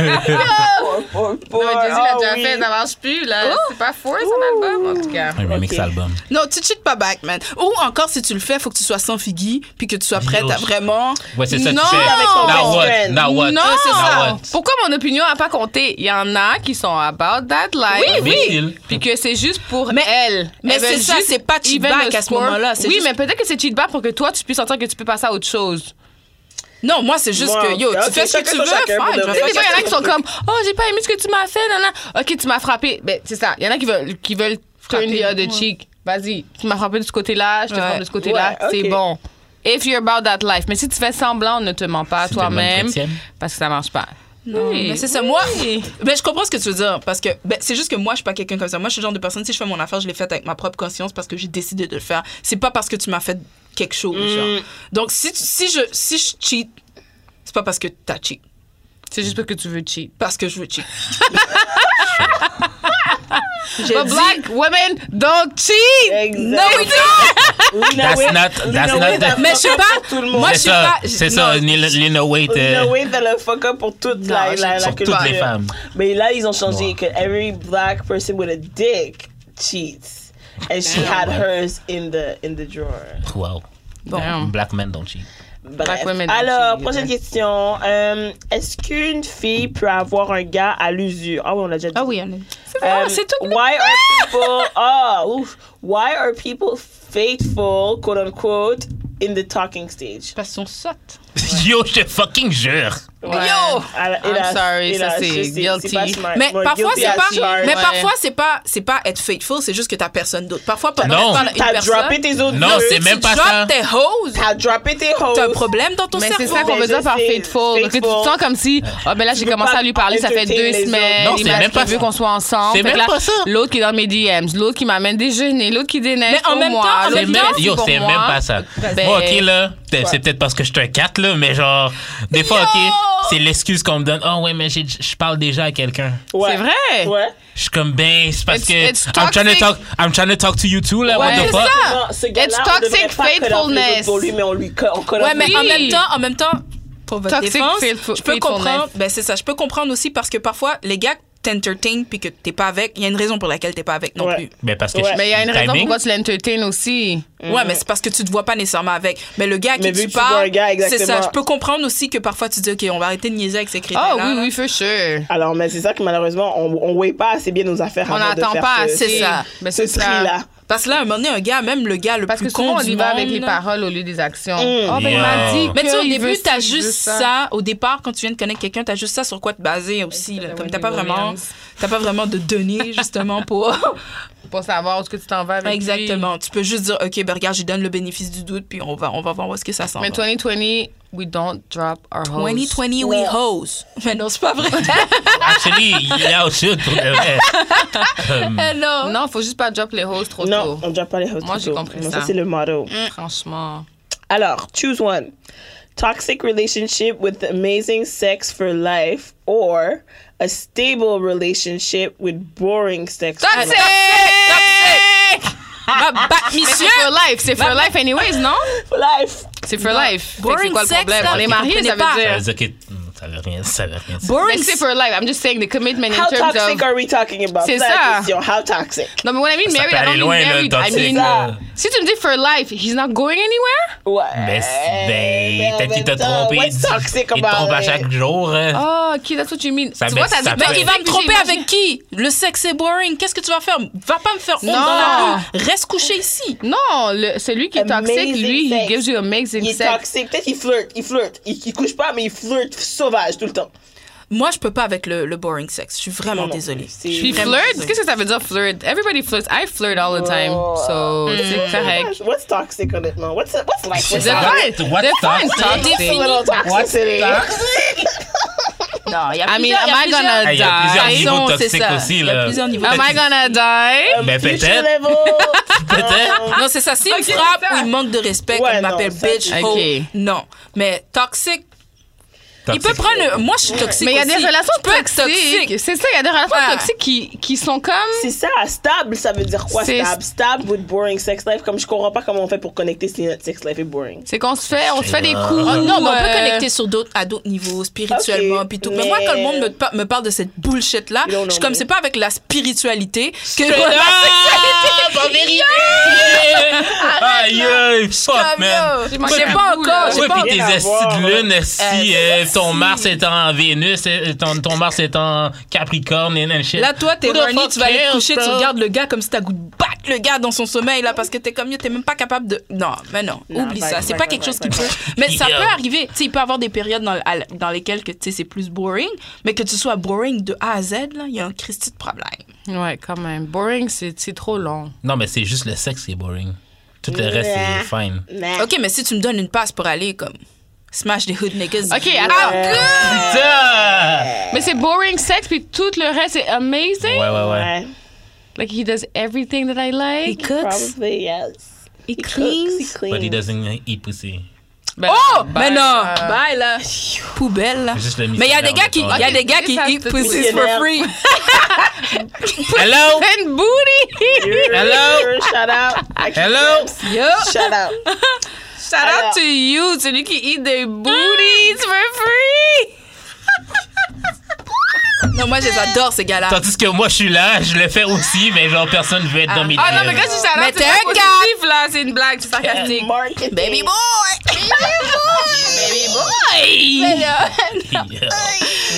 [SPEAKER 6] mais Jay-Z l'a déjà
[SPEAKER 3] oui.
[SPEAKER 6] fait, ça marche plus, là.
[SPEAKER 5] Oh.
[SPEAKER 6] C'est pas fou, son album, en tout cas.
[SPEAKER 2] Un remix
[SPEAKER 3] Ok.
[SPEAKER 2] album.
[SPEAKER 5] Non, tu cheats pas back, man. Ou encore, si tu le fais, faut que tu sois sans figui puis que tu sois prête à vraiment.
[SPEAKER 2] Ouais, c'est ça
[SPEAKER 6] Non!
[SPEAKER 2] tu fais.
[SPEAKER 6] Avec
[SPEAKER 2] Now
[SPEAKER 3] son best
[SPEAKER 2] what?
[SPEAKER 3] friend.
[SPEAKER 2] Now what?
[SPEAKER 6] Non,
[SPEAKER 2] Now
[SPEAKER 6] c'est ça.
[SPEAKER 2] what?
[SPEAKER 6] Pourquoi mon opinion a pas compté? Il y en a qui sont about that life.
[SPEAKER 2] Oui, oui.
[SPEAKER 6] Puis que c'est juste pour mais, elles.
[SPEAKER 5] mais
[SPEAKER 6] Elles veulent
[SPEAKER 5] c'est ça,
[SPEAKER 6] juste
[SPEAKER 5] c'est pas cheat
[SPEAKER 6] even
[SPEAKER 5] back
[SPEAKER 6] the
[SPEAKER 5] à ce
[SPEAKER 6] score.
[SPEAKER 5] moment-là, c'est
[SPEAKER 6] Oui,
[SPEAKER 5] juste-
[SPEAKER 6] mais peut-être que c'est cheat back pour que toi, tu puisses sentir que tu peux passer à autre chose.
[SPEAKER 5] Non, moi, c'est juste
[SPEAKER 3] Moi,
[SPEAKER 5] que, yo,
[SPEAKER 3] ok,
[SPEAKER 5] tu fais ce que
[SPEAKER 3] chacun
[SPEAKER 5] tu
[SPEAKER 3] son
[SPEAKER 5] veux.
[SPEAKER 3] chacun, pour
[SPEAKER 5] fine,
[SPEAKER 3] de
[SPEAKER 5] je vais
[SPEAKER 6] Tu sais, des
[SPEAKER 5] faire
[SPEAKER 6] fois, il y en a
[SPEAKER 5] ce
[SPEAKER 6] qui
[SPEAKER 5] que
[SPEAKER 6] sont comme « Oh, j'ai pas aimé ce que tu m'as fait, nanana. Ok, tu m'as frappé. » Ben, c'est ça. Il y en a qui veulent, qui veulent turn the
[SPEAKER 5] Frapper,
[SPEAKER 6] other cheek. Vas-y, tu m'as frappé de ce côté-là, je te
[SPEAKER 5] Ouais.
[SPEAKER 6] frappe de ce côté-là,
[SPEAKER 3] Ouais,
[SPEAKER 6] c'est
[SPEAKER 3] ok.
[SPEAKER 6] bon. If you're about that life. Mais si tu fais semblant, ne te mens pas à
[SPEAKER 2] Si t'es une bonne
[SPEAKER 6] toi-même
[SPEAKER 2] chrétienne.
[SPEAKER 6] parce que ça marche pas.
[SPEAKER 5] Non, mais c'est ça. Moi, ben, je comprends ce que tu veux dire. Parce que ben, c'est juste que moi, je suis pas quelqu'un comme ça. Moi, je suis le genre de personne, si je fais mon affaire, je l'ai faite avec ma propre conscience parce que j'ai décidé de le faire. C'est pas parce que tu m'as fait quelque chose.
[SPEAKER 3] Mm.
[SPEAKER 5] genre. Donc, si, tu- si, je, si je cheat, c'est pas parce que t'as cheat.
[SPEAKER 6] C'est juste parce que tu veux cheat.
[SPEAKER 5] Parce que je veux cheat. J'ai
[SPEAKER 6] But
[SPEAKER 5] dit-
[SPEAKER 6] black women don't cheat!
[SPEAKER 5] Non,
[SPEAKER 3] Exact.
[SPEAKER 5] oui, non!
[SPEAKER 3] Lina
[SPEAKER 2] That's
[SPEAKER 3] Wade-
[SPEAKER 2] not-
[SPEAKER 3] Lina
[SPEAKER 2] that's not
[SPEAKER 3] Wade,
[SPEAKER 2] the-
[SPEAKER 3] elle
[SPEAKER 5] Mais je
[SPEAKER 3] fuck
[SPEAKER 5] sais
[SPEAKER 3] up
[SPEAKER 5] pas,
[SPEAKER 3] pour tout le monde.
[SPEAKER 5] moi,
[SPEAKER 2] C'est
[SPEAKER 5] je sais
[SPEAKER 2] ça,
[SPEAKER 5] pas, je-
[SPEAKER 2] c'est ça,
[SPEAKER 5] non.
[SPEAKER 2] Lil- Lina Waite,
[SPEAKER 3] Lina
[SPEAKER 2] euh,
[SPEAKER 3] Wade, elle a fuck up pour toute la,
[SPEAKER 5] je-
[SPEAKER 3] la, la
[SPEAKER 2] sur
[SPEAKER 3] culture.
[SPEAKER 2] toutes les femmes.
[SPEAKER 3] Mais là, ils ont changé
[SPEAKER 2] Noir.
[SPEAKER 3] que every black person with a dick cheats. And she had hers in the, in the drawer.
[SPEAKER 2] Wow.
[SPEAKER 6] Damn.
[SPEAKER 2] Black men don't cheat.
[SPEAKER 3] Bref.
[SPEAKER 6] Black women
[SPEAKER 3] Alors,
[SPEAKER 6] don't cheat,
[SPEAKER 3] prochaine
[SPEAKER 6] ouais.
[SPEAKER 3] question. Euh, Est-ce qu'une fille peut avoir un gars à l'usure? Ah oui, on l'a déjà dit.
[SPEAKER 5] Anne.
[SPEAKER 3] Um,
[SPEAKER 6] c'est tout.
[SPEAKER 3] Why are people oh oof. why are people faithful quote unquote in the talking stage?
[SPEAKER 5] Parce qu'on saute.
[SPEAKER 2] Yo, je te fucking jure.
[SPEAKER 6] Ah,
[SPEAKER 5] Yo!
[SPEAKER 3] Alors,
[SPEAKER 6] Oh, I'm sorry, ça, c'est
[SPEAKER 3] je sais,
[SPEAKER 6] guilty.
[SPEAKER 3] pas smart.
[SPEAKER 5] Mais
[SPEAKER 3] Bon,
[SPEAKER 5] parfois
[SPEAKER 3] guilty
[SPEAKER 5] c'est
[SPEAKER 3] as
[SPEAKER 5] pas,
[SPEAKER 3] charged.
[SPEAKER 5] mais
[SPEAKER 6] Ouais.
[SPEAKER 5] parfois c'est pas, c'est pas être faithful, c'est juste que t'as personne d'autre. Parfois pendant
[SPEAKER 2] Non.
[SPEAKER 5] que tu parles à une
[SPEAKER 3] T'as
[SPEAKER 5] personne,
[SPEAKER 3] droppé tes autres
[SPEAKER 2] Non,
[SPEAKER 3] deux,
[SPEAKER 2] c'est même-
[SPEAKER 5] tu
[SPEAKER 2] pas
[SPEAKER 5] droppes
[SPEAKER 2] ça.
[SPEAKER 5] tes hoses,
[SPEAKER 3] T'as droppé tes
[SPEAKER 5] t'as un
[SPEAKER 3] hoes.
[SPEAKER 5] problème dans ton
[SPEAKER 6] Mais c'est
[SPEAKER 5] cerveau.
[SPEAKER 6] ça qu'on
[SPEAKER 3] Mais
[SPEAKER 6] veut dire
[SPEAKER 3] je
[SPEAKER 6] par
[SPEAKER 3] sais,
[SPEAKER 6] faithful. Donc, tu te
[SPEAKER 3] faithful.
[SPEAKER 6] sens comme si, ah ben là, j'ai
[SPEAKER 3] veux
[SPEAKER 6] commencé
[SPEAKER 3] pas
[SPEAKER 6] à lui parler, ça fait
[SPEAKER 3] entertain
[SPEAKER 6] deux
[SPEAKER 3] les autres.
[SPEAKER 6] semaines.
[SPEAKER 2] Non,
[SPEAKER 6] il
[SPEAKER 2] c'est
[SPEAKER 6] m'a
[SPEAKER 2] même pas
[SPEAKER 6] dit
[SPEAKER 2] ça.
[SPEAKER 6] qu'on soit ensemble.
[SPEAKER 2] C'est
[SPEAKER 6] Fait que
[SPEAKER 2] même
[SPEAKER 6] là,
[SPEAKER 2] pas ça.
[SPEAKER 6] L'autre qui est dans mes DMs, l'autre qui m'amène déjeuner, l'autre qui déneige.
[SPEAKER 5] Mais en
[SPEAKER 6] pour
[SPEAKER 5] même
[SPEAKER 6] moi,
[SPEAKER 5] temps, en
[SPEAKER 6] l'autre
[SPEAKER 5] même
[SPEAKER 6] qui
[SPEAKER 5] temps,
[SPEAKER 6] reste
[SPEAKER 2] Yo,
[SPEAKER 6] pour
[SPEAKER 2] c'est
[SPEAKER 6] moi.
[SPEAKER 2] même pas ça.
[SPEAKER 6] Ben-
[SPEAKER 2] Moi, ok, là, t'es- c'est peut-être parce que je suis un 4, là, mais genre, des fois, ok, c'est l'excuse qu'on me donne. Oh, ouais, mais j'ai- je parle déjà à quelqu'un.
[SPEAKER 3] Ouais.
[SPEAKER 6] C'est vrai.
[SPEAKER 3] Ouais.
[SPEAKER 2] Je suis comme, ben, c'est parce
[SPEAKER 6] It's-
[SPEAKER 2] que.
[SPEAKER 6] it's
[SPEAKER 2] I'm trying, to
[SPEAKER 6] toxic.
[SPEAKER 2] talk, I'm trying to talk to you too, là,
[SPEAKER 6] Ouais,
[SPEAKER 2] what the
[SPEAKER 6] c'est
[SPEAKER 2] fuck?
[SPEAKER 6] ça.
[SPEAKER 3] Non, ce gars-là,
[SPEAKER 6] It's
[SPEAKER 3] on devrait
[SPEAKER 6] toxic
[SPEAKER 3] pas cut off les autres
[SPEAKER 6] faithfulness.
[SPEAKER 3] Pour lui, mais on lui cut- on cut
[SPEAKER 5] Ouais,
[SPEAKER 3] off
[SPEAKER 5] mais
[SPEAKER 3] les
[SPEAKER 5] en
[SPEAKER 6] Oui.
[SPEAKER 5] même temps, en même temps, pour votre
[SPEAKER 6] Toxic
[SPEAKER 5] défense,
[SPEAKER 6] faithful-
[SPEAKER 5] je peux
[SPEAKER 6] faithfulness.
[SPEAKER 5] comprendre. Ben c'est ça, je peux comprendre aussi parce que parfois les gars t'entertain puis que t'es pas avec, il y a une raison pour laquelle t'es pas avec non
[SPEAKER 3] Ouais.
[SPEAKER 5] plus.
[SPEAKER 2] Mais Ben, parce que.
[SPEAKER 3] Ouais.
[SPEAKER 2] je-
[SPEAKER 6] Mais il y a une raison
[SPEAKER 2] timing.
[SPEAKER 6] pourquoi tu l'entertaines aussi.
[SPEAKER 5] Ouais, mais c'est parce que tu te vois pas nécessairement avec. Mais le gars à
[SPEAKER 3] Mais
[SPEAKER 5] qui
[SPEAKER 3] vu
[SPEAKER 5] tu
[SPEAKER 3] que tu vois un
[SPEAKER 5] parles,
[SPEAKER 3] gars,
[SPEAKER 5] c'est ça.
[SPEAKER 3] exactement.
[SPEAKER 5] Je peux comprendre aussi que parfois tu dis, OK, on va arrêter de niaiser avec ces critères.
[SPEAKER 6] Oh oui, oui, for sure.
[SPEAKER 3] Alors, mais c'est ça que malheureusement, on, on weigh pas assez bien nos affaires.
[SPEAKER 6] On
[SPEAKER 3] avant de
[SPEAKER 6] n'attend
[SPEAKER 3] faire
[SPEAKER 6] pas
[SPEAKER 3] ce-
[SPEAKER 6] assez.
[SPEAKER 5] C'est ça.
[SPEAKER 6] Mais
[SPEAKER 3] Ce
[SPEAKER 6] c'est ça.
[SPEAKER 3] tri-là.
[SPEAKER 5] Parce que là, à un moment donné, un gars, même le gars le
[SPEAKER 6] Parce que
[SPEAKER 5] plus
[SPEAKER 6] souvent,
[SPEAKER 5] con
[SPEAKER 6] on
[SPEAKER 5] du
[SPEAKER 6] y va avec
[SPEAKER 5] monde-
[SPEAKER 6] les paroles au lieu des actions.
[SPEAKER 3] Mm.
[SPEAKER 6] Oh,
[SPEAKER 2] Yo.
[SPEAKER 6] ben, il m'a dit.
[SPEAKER 5] Mais tu sais, au
[SPEAKER 6] qu'il veut
[SPEAKER 5] début,
[SPEAKER 6] ci,
[SPEAKER 5] t'as
[SPEAKER 6] il veut
[SPEAKER 5] juste ça. Au départ, quand tu viens de connaître quelqu'un, t'as juste ça sur quoi te baser aussi. là. Comme t'as pas
[SPEAKER 6] Wendy
[SPEAKER 5] vraiment,
[SPEAKER 6] Williams.
[SPEAKER 5] t'as pas vraiment de données justement pour
[SPEAKER 6] pas savoir ce que tu t'en vas avec lui.
[SPEAKER 5] Exactement. Tu peux juste dire, OK, ben regarde, je lui donne le bénéfice du doute, puis on va, on va voir où est-ce que ça s'en va.
[SPEAKER 6] Mais 2020, we don't drop our hoes.
[SPEAKER 5] 2020, we hose. Mais non, c'est pas vrai.
[SPEAKER 2] Actually, il est au sud pour de vrai. Comme,
[SPEAKER 5] non.
[SPEAKER 6] Non, faut juste pas drop les hoes trop
[SPEAKER 3] Non,
[SPEAKER 6] tôt.
[SPEAKER 3] on ne drop pas les hot
[SPEAKER 6] Moi, j'ai compris
[SPEAKER 3] ça.
[SPEAKER 6] ça. Mm.
[SPEAKER 3] c'est le motto.
[SPEAKER 6] Franchement.
[SPEAKER 3] Alors, choose one. Toxic relationship with amazing sex for life or a stable relationship with boring sex for life.
[SPEAKER 6] Ma back,
[SPEAKER 5] monsieur.
[SPEAKER 6] C'est for life. C'est for life anyways, non?
[SPEAKER 3] For life.
[SPEAKER 6] C'est for life. Fait que C'est
[SPEAKER 5] Boring
[SPEAKER 6] quoi le
[SPEAKER 5] sex,
[SPEAKER 6] problème?
[SPEAKER 5] là,
[SPEAKER 6] On est
[SPEAKER 5] il
[SPEAKER 6] mariés,
[SPEAKER 5] comprenait
[SPEAKER 6] ça
[SPEAKER 5] pas.
[SPEAKER 6] veut
[SPEAKER 2] ça
[SPEAKER 6] dire.
[SPEAKER 2] veut dire que mm, ça veut rien, ça veut rien. dire.
[SPEAKER 6] Fait
[SPEAKER 5] Boring
[SPEAKER 6] que c'est for life. I'm just saying the commitment in
[SPEAKER 3] How
[SPEAKER 6] terms
[SPEAKER 3] toxic
[SPEAKER 6] of...
[SPEAKER 3] are we talking about?
[SPEAKER 6] C'est
[SPEAKER 3] la
[SPEAKER 6] ça.
[SPEAKER 3] question. How toxic?
[SPEAKER 6] Non, mais what I mean
[SPEAKER 2] Ça
[SPEAKER 6] married,
[SPEAKER 2] peut
[SPEAKER 6] I
[SPEAKER 2] aller
[SPEAKER 6] don't
[SPEAKER 2] loin, là,
[SPEAKER 6] mean married. I
[SPEAKER 2] toxic,
[SPEAKER 6] mean,
[SPEAKER 2] là.
[SPEAKER 6] si tu me dis for life, he's not going anywhere?
[SPEAKER 3] Ouais.
[SPEAKER 2] Mais c'est- ben, peut-être qu'il t'a
[SPEAKER 3] en même temps,
[SPEAKER 2] trompé. Il
[SPEAKER 3] What's
[SPEAKER 2] te
[SPEAKER 3] toxic
[SPEAKER 2] il te
[SPEAKER 3] about
[SPEAKER 2] trompe à
[SPEAKER 3] it?
[SPEAKER 2] chaque jour. hein.
[SPEAKER 5] Ah,
[SPEAKER 6] Oh, OK, that's what you mean.
[SPEAKER 2] Ça
[SPEAKER 6] tu vois,
[SPEAKER 2] baisse,
[SPEAKER 6] t'as dit...
[SPEAKER 2] ça
[SPEAKER 6] Ben,
[SPEAKER 2] baisse.
[SPEAKER 5] Il va me tromper
[SPEAKER 6] J'ai-
[SPEAKER 5] avec qui Le sexe est boring. Qu'est-ce que tu vas faire Va pas me faire honte dans la rue. Reste couché ici.
[SPEAKER 6] Non, le, celui qui est toxique,
[SPEAKER 3] Amazing
[SPEAKER 6] lui,
[SPEAKER 3] sex.
[SPEAKER 6] he gives you amazing
[SPEAKER 3] Il est
[SPEAKER 6] sex.
[SPEAKER 3] toxique. Peut-être qu'il flirte. Il flirte. Il, il couche pas, mais il flirte sauvage tout le temps.
[SPEAKER 5] Moi, je peux pas avec le, le boring sexe. Je suis vraiment
[SPEAKER 3] Non, non.
[SPEAKER 5] désolée.
[SPEAKER 3] C'est-
[SPEAKER 6] Puis
[SPEAKER 5] Vraiment
[SPEAKER 6] flirt,
[SPEAKER 5] désolée.
[SPEAKER 6] qu'est-ce que ça veut dire flirt? Everybody flirts. I flirt
[SPEAKER 3] Oh.
[SPEAKER 6] all the time.
[SPEAKER 5] Hmm.
[SPEAKER 6] So, c'est correct.
[SPEAKER 3] What's toxic, honnêtement? What's, what's life?
[SPEAKER 2] C'est
[SPEAKER 3] What's
[SPEAKER 6] They're
[SPEAKER 2] ça.
[SPEAKER 3] life?
[SPEAKER 6] fine.
[SPEAKER 2] What
[SPEAKER 6] They're fine.
[SPEAKER 2] toxic?
[SPEAKER 6] Toxic.
[SPEAKER 3] It's a little toxicity.
[SPEAKER 5] Non, il y a
[SPEAKER 6] I mean,
[SPEAKER 5] plusieurs- il y a
[SPEAKER 6] am I
[SPEAKER 5] plusieurs-
[SPEAKER 6] gonna
[SPEAKER 2] Hey, Il y a plusieurs
[SPEAKER 5] Ah,
[SPEAKER 6] die?
[SPEAKER 5] ils
[SPEAKER 2] niveaux
[SPEAKER 5] ont- c'est
[SPEAKER 2] toxiques
[SPEAKER 5] ça.
[SPEAKER 2] aussi.
[SPEAKER 5] Il y a
[SPEAKER 2] Là. Oh
[SPEAKER 5] plusieurs niveaux.
[SPEAKER 6] Am I gonna die?
[SPEAKER 2] Mais
[SPEAKER 3] Future
[SPEAKER 2] Ben, peut-être.
[SPEAKER 3] level.
[SPEAKER 2] Peut-être.
[SPEAKER 5] Ah, Non, c'est ça. S'il me frappe ou il manque de respect,
[SPEAKER 3] Ouais,
[SPEAKER 5] qu'on m'appelle
[SPEAKER 3] non, ça,
[SPEAKER 5] bitch,
[SPEAKER 3] c'est-
[SPEAKER 5] hoe,
[SPEAKER 6] Ok.
[SPEAKER 5] non. Mais toxique, il peut
[SPEAKER 2] Toxique.
[SPEAKER 5] prendre. le- Moi, je suis toxique.
[SPEAKER 6] Mais il y a des
[SPEAKER 5] aussi.
[SPEAKER 6] relations
[SPEAKER 5] Je peux être
[SPEAKER 6] toxiques. C'est ça, il y a des relations
[SPEAKER 5] Ouais.
[SPEAKER 6] toxiques qui, qui sont comme.
[SPEAKER 3] C'est ça, stable, ça veut dire quoi
[SPEAKER 6] C'est-
[SPEAKER 3] stable? Stable with boring sex life, comme je comprends pas comment on fait pour connecter si notre sex life est boring.
[SPEAKER 6] C'est qu'on se fait, on se fait des
[SPEAKER 2] Ah.
[SPEAKER 6] coups.
[SPEAKER 5] Oh, non, mais on peut
[SPEAKER 6] euh,
[SPEAKER 5] connecter sur d'autres, à d'autres niveaux, spirituellement,
[SPEAKER 3] Ok,
[SPEAKER 5] puis tout. Mais, moi, quand le monde me,
[SPEAKER 3] mais-
[SPEAKER 5] pa- me parle de cette bullshit-là,
[SPEAKER 3] You don't
[SPEAKER 5] je suis
[SPEAKER 3] know
[SPEAKER 5] comme,
[SPEAKER 3] me.
[SPEAKER 5] c'est pas avec la spiritualité que
[SPEAKER 2] Straight
[SPEAKER 5] la
[SPEAKER 2] up, en vérité. Aïe, aïe, fuck,
[SPEAKER 5] Comme, yo,
[SPEAKER 2] man.
[SPEAKER 5] j'ai
[SPEAKER 6] manqué
[SPEAKER 5] j'ai
[SPEAKER 2] Toi,
[SPEAKER 5] pas
[SPEAKER 6] beaucoup, là.
[SPEAKER 5] encore, j'ai
[SPEAKER 2] Ouais, puis
[SPEAKER 5] pas encore.
[SPEAKER 2] tes
[SPEAKER 3] rien à
[SPEAKER 2] estis
[SPEAKER 3] voir.
[SPEAKER 2] de lune, esti,
[SPEAKER 5] Euh,
[SPEAKER 2] euh, ton Mars est en Vénus, euh, ton, ton Mars est en Capricorne, and, and shit.
[SPEAKER 5] Là, toi, t'es
[SPEAKER 2] Who the
[SPEAKER 5] horny,
[SPEAKER 2] fuck
[SPEAKER 5] tu vas aller te
[SPEAKER 2] cares,
[SPEAKER 5] coucher, tu
[SPEAKER 2] bro?
[SPEAKER 5] regardes le gars comme si t'as goût de battre le gars dans son sommeil, là, parce que t'es comme, yo, t'es même pas capable de. Non, mais non,
[SPEAKER 3] Non,
[SPEAKER 5] oublie
[SPEAKER 3] bye,
[SPEAKER 5] ça. C'est
[SPEAKER 3] bye,
[SPEAKER 5] pas
[SPEAKER 3] bye,
[SPEAKER 5] quelque
[SPEAKER 3] bye,
[SPEAKER 5] chose qui
[SPEAKER 3] bye,
[SPEAKER 5] peut.
[SPEAKER 3] bye.
[SPEAKER 5] Mais ça
[SPEAKER 2] Yo.
[SPEAKER 5] peut arriver. Tu sais, il peut y avoir des périodes dans, à- dans lesquelles que, tu sais, c'est plus boring, mais que tu sois boring de A à Z, là, il y a un Christy de problème.
[SPEAKER 6] Ouais, quand même. Boring, c'est c'est trop long.
[SPEAKER 2] Non, mais c'est juste le sexe qui est boring. Tout le reste
[SPEAKER 3] Nah.
[SPEAKER 2] est fine.
[SPEAKER 3] Nah.
[SPEAKER 5] Ok, mais si tu me donnes une passe pour aller, comme, smash des hood niggas.
[SPEAKER 6] Ok, alors.
[SPEAKER 2] Putain!
[SPEAKER 6] Mais c'est boring sex, puis tout le reste est amazing.
[SPEAKER 2] Ouais, ouais, ouais.
[SPEAKER 3] Ouais.
[SPEAKER 6] Like, he does everything that I like.
[SPEAKER 5] cooks,
[SPEAKER 3] Probably, yes.
[SPEAKER 5] he
[SPEAKER 3] Cooks, he
[SPEAKER 2] But he
[SPEAKER 3] cleans.
[SPEAKER 2] doesn't eat pussy. Bah,
[SPEAKER 5] Oh,
[SPEAKER 6] Bye,
[SPEAKER 5] mais non,
[SPEAKER 6] là.
[SPEAKER 5] bye là, poubelle là.
[SPEAKER 2] Juste le
[SPEAKER 5] Mais il y a des
[SPEAKER 2] missionnaire,
[SPEAKER 5] gars qui, il y a
[SPEAKER 2] mettons.
[SPEAKER 5] des gars qui
[SPEAKER 6] Ça,
[SPEAKER 5] eat
[SPEAKER 6] c'est-
[SPEAKER 5] pussies for free.
[SPEAKER 2] Hello?
[SPEAKER 6] And booty!
[SPEAKER 2] Hello?
[SPEAKER 3] Shout out. I keep
[SPEAKER 2] Hello?
[SPEAKER 3] saying
[SPEAKER 6] Yo!
[SPEAKER 3] Shout out.
[SPEAKER 6] Shout out to you, celui qui eat des
[SPEAKER 5] Ah!
[SPEAKER 6] booties for free!
[SPEAKER 5] Non, moi je les adore ces gars là.
[SPEAKER 2] Tandis que moi, je suis là, je le fais aussi, mais genre, personne veut être dans mes
[SPEAKER 6] Ah non, mais
[SPEAKER 2] DM.
[SPEAKER 6] quand tu shout
[SPEAKER 5] Mais
[SPEAKER 6] out,
[SPEAKER 5] t'es
[SPEAKER 6] c'est pas
[SPEAKER 5] un
[SPEAKER 6] positif, là. C'est une blague, c'est sarcastique.
[SPEAKER 3] Marketing.
[SPEAKER 5] Baby boy,
[SPEAKER 2] Yeah.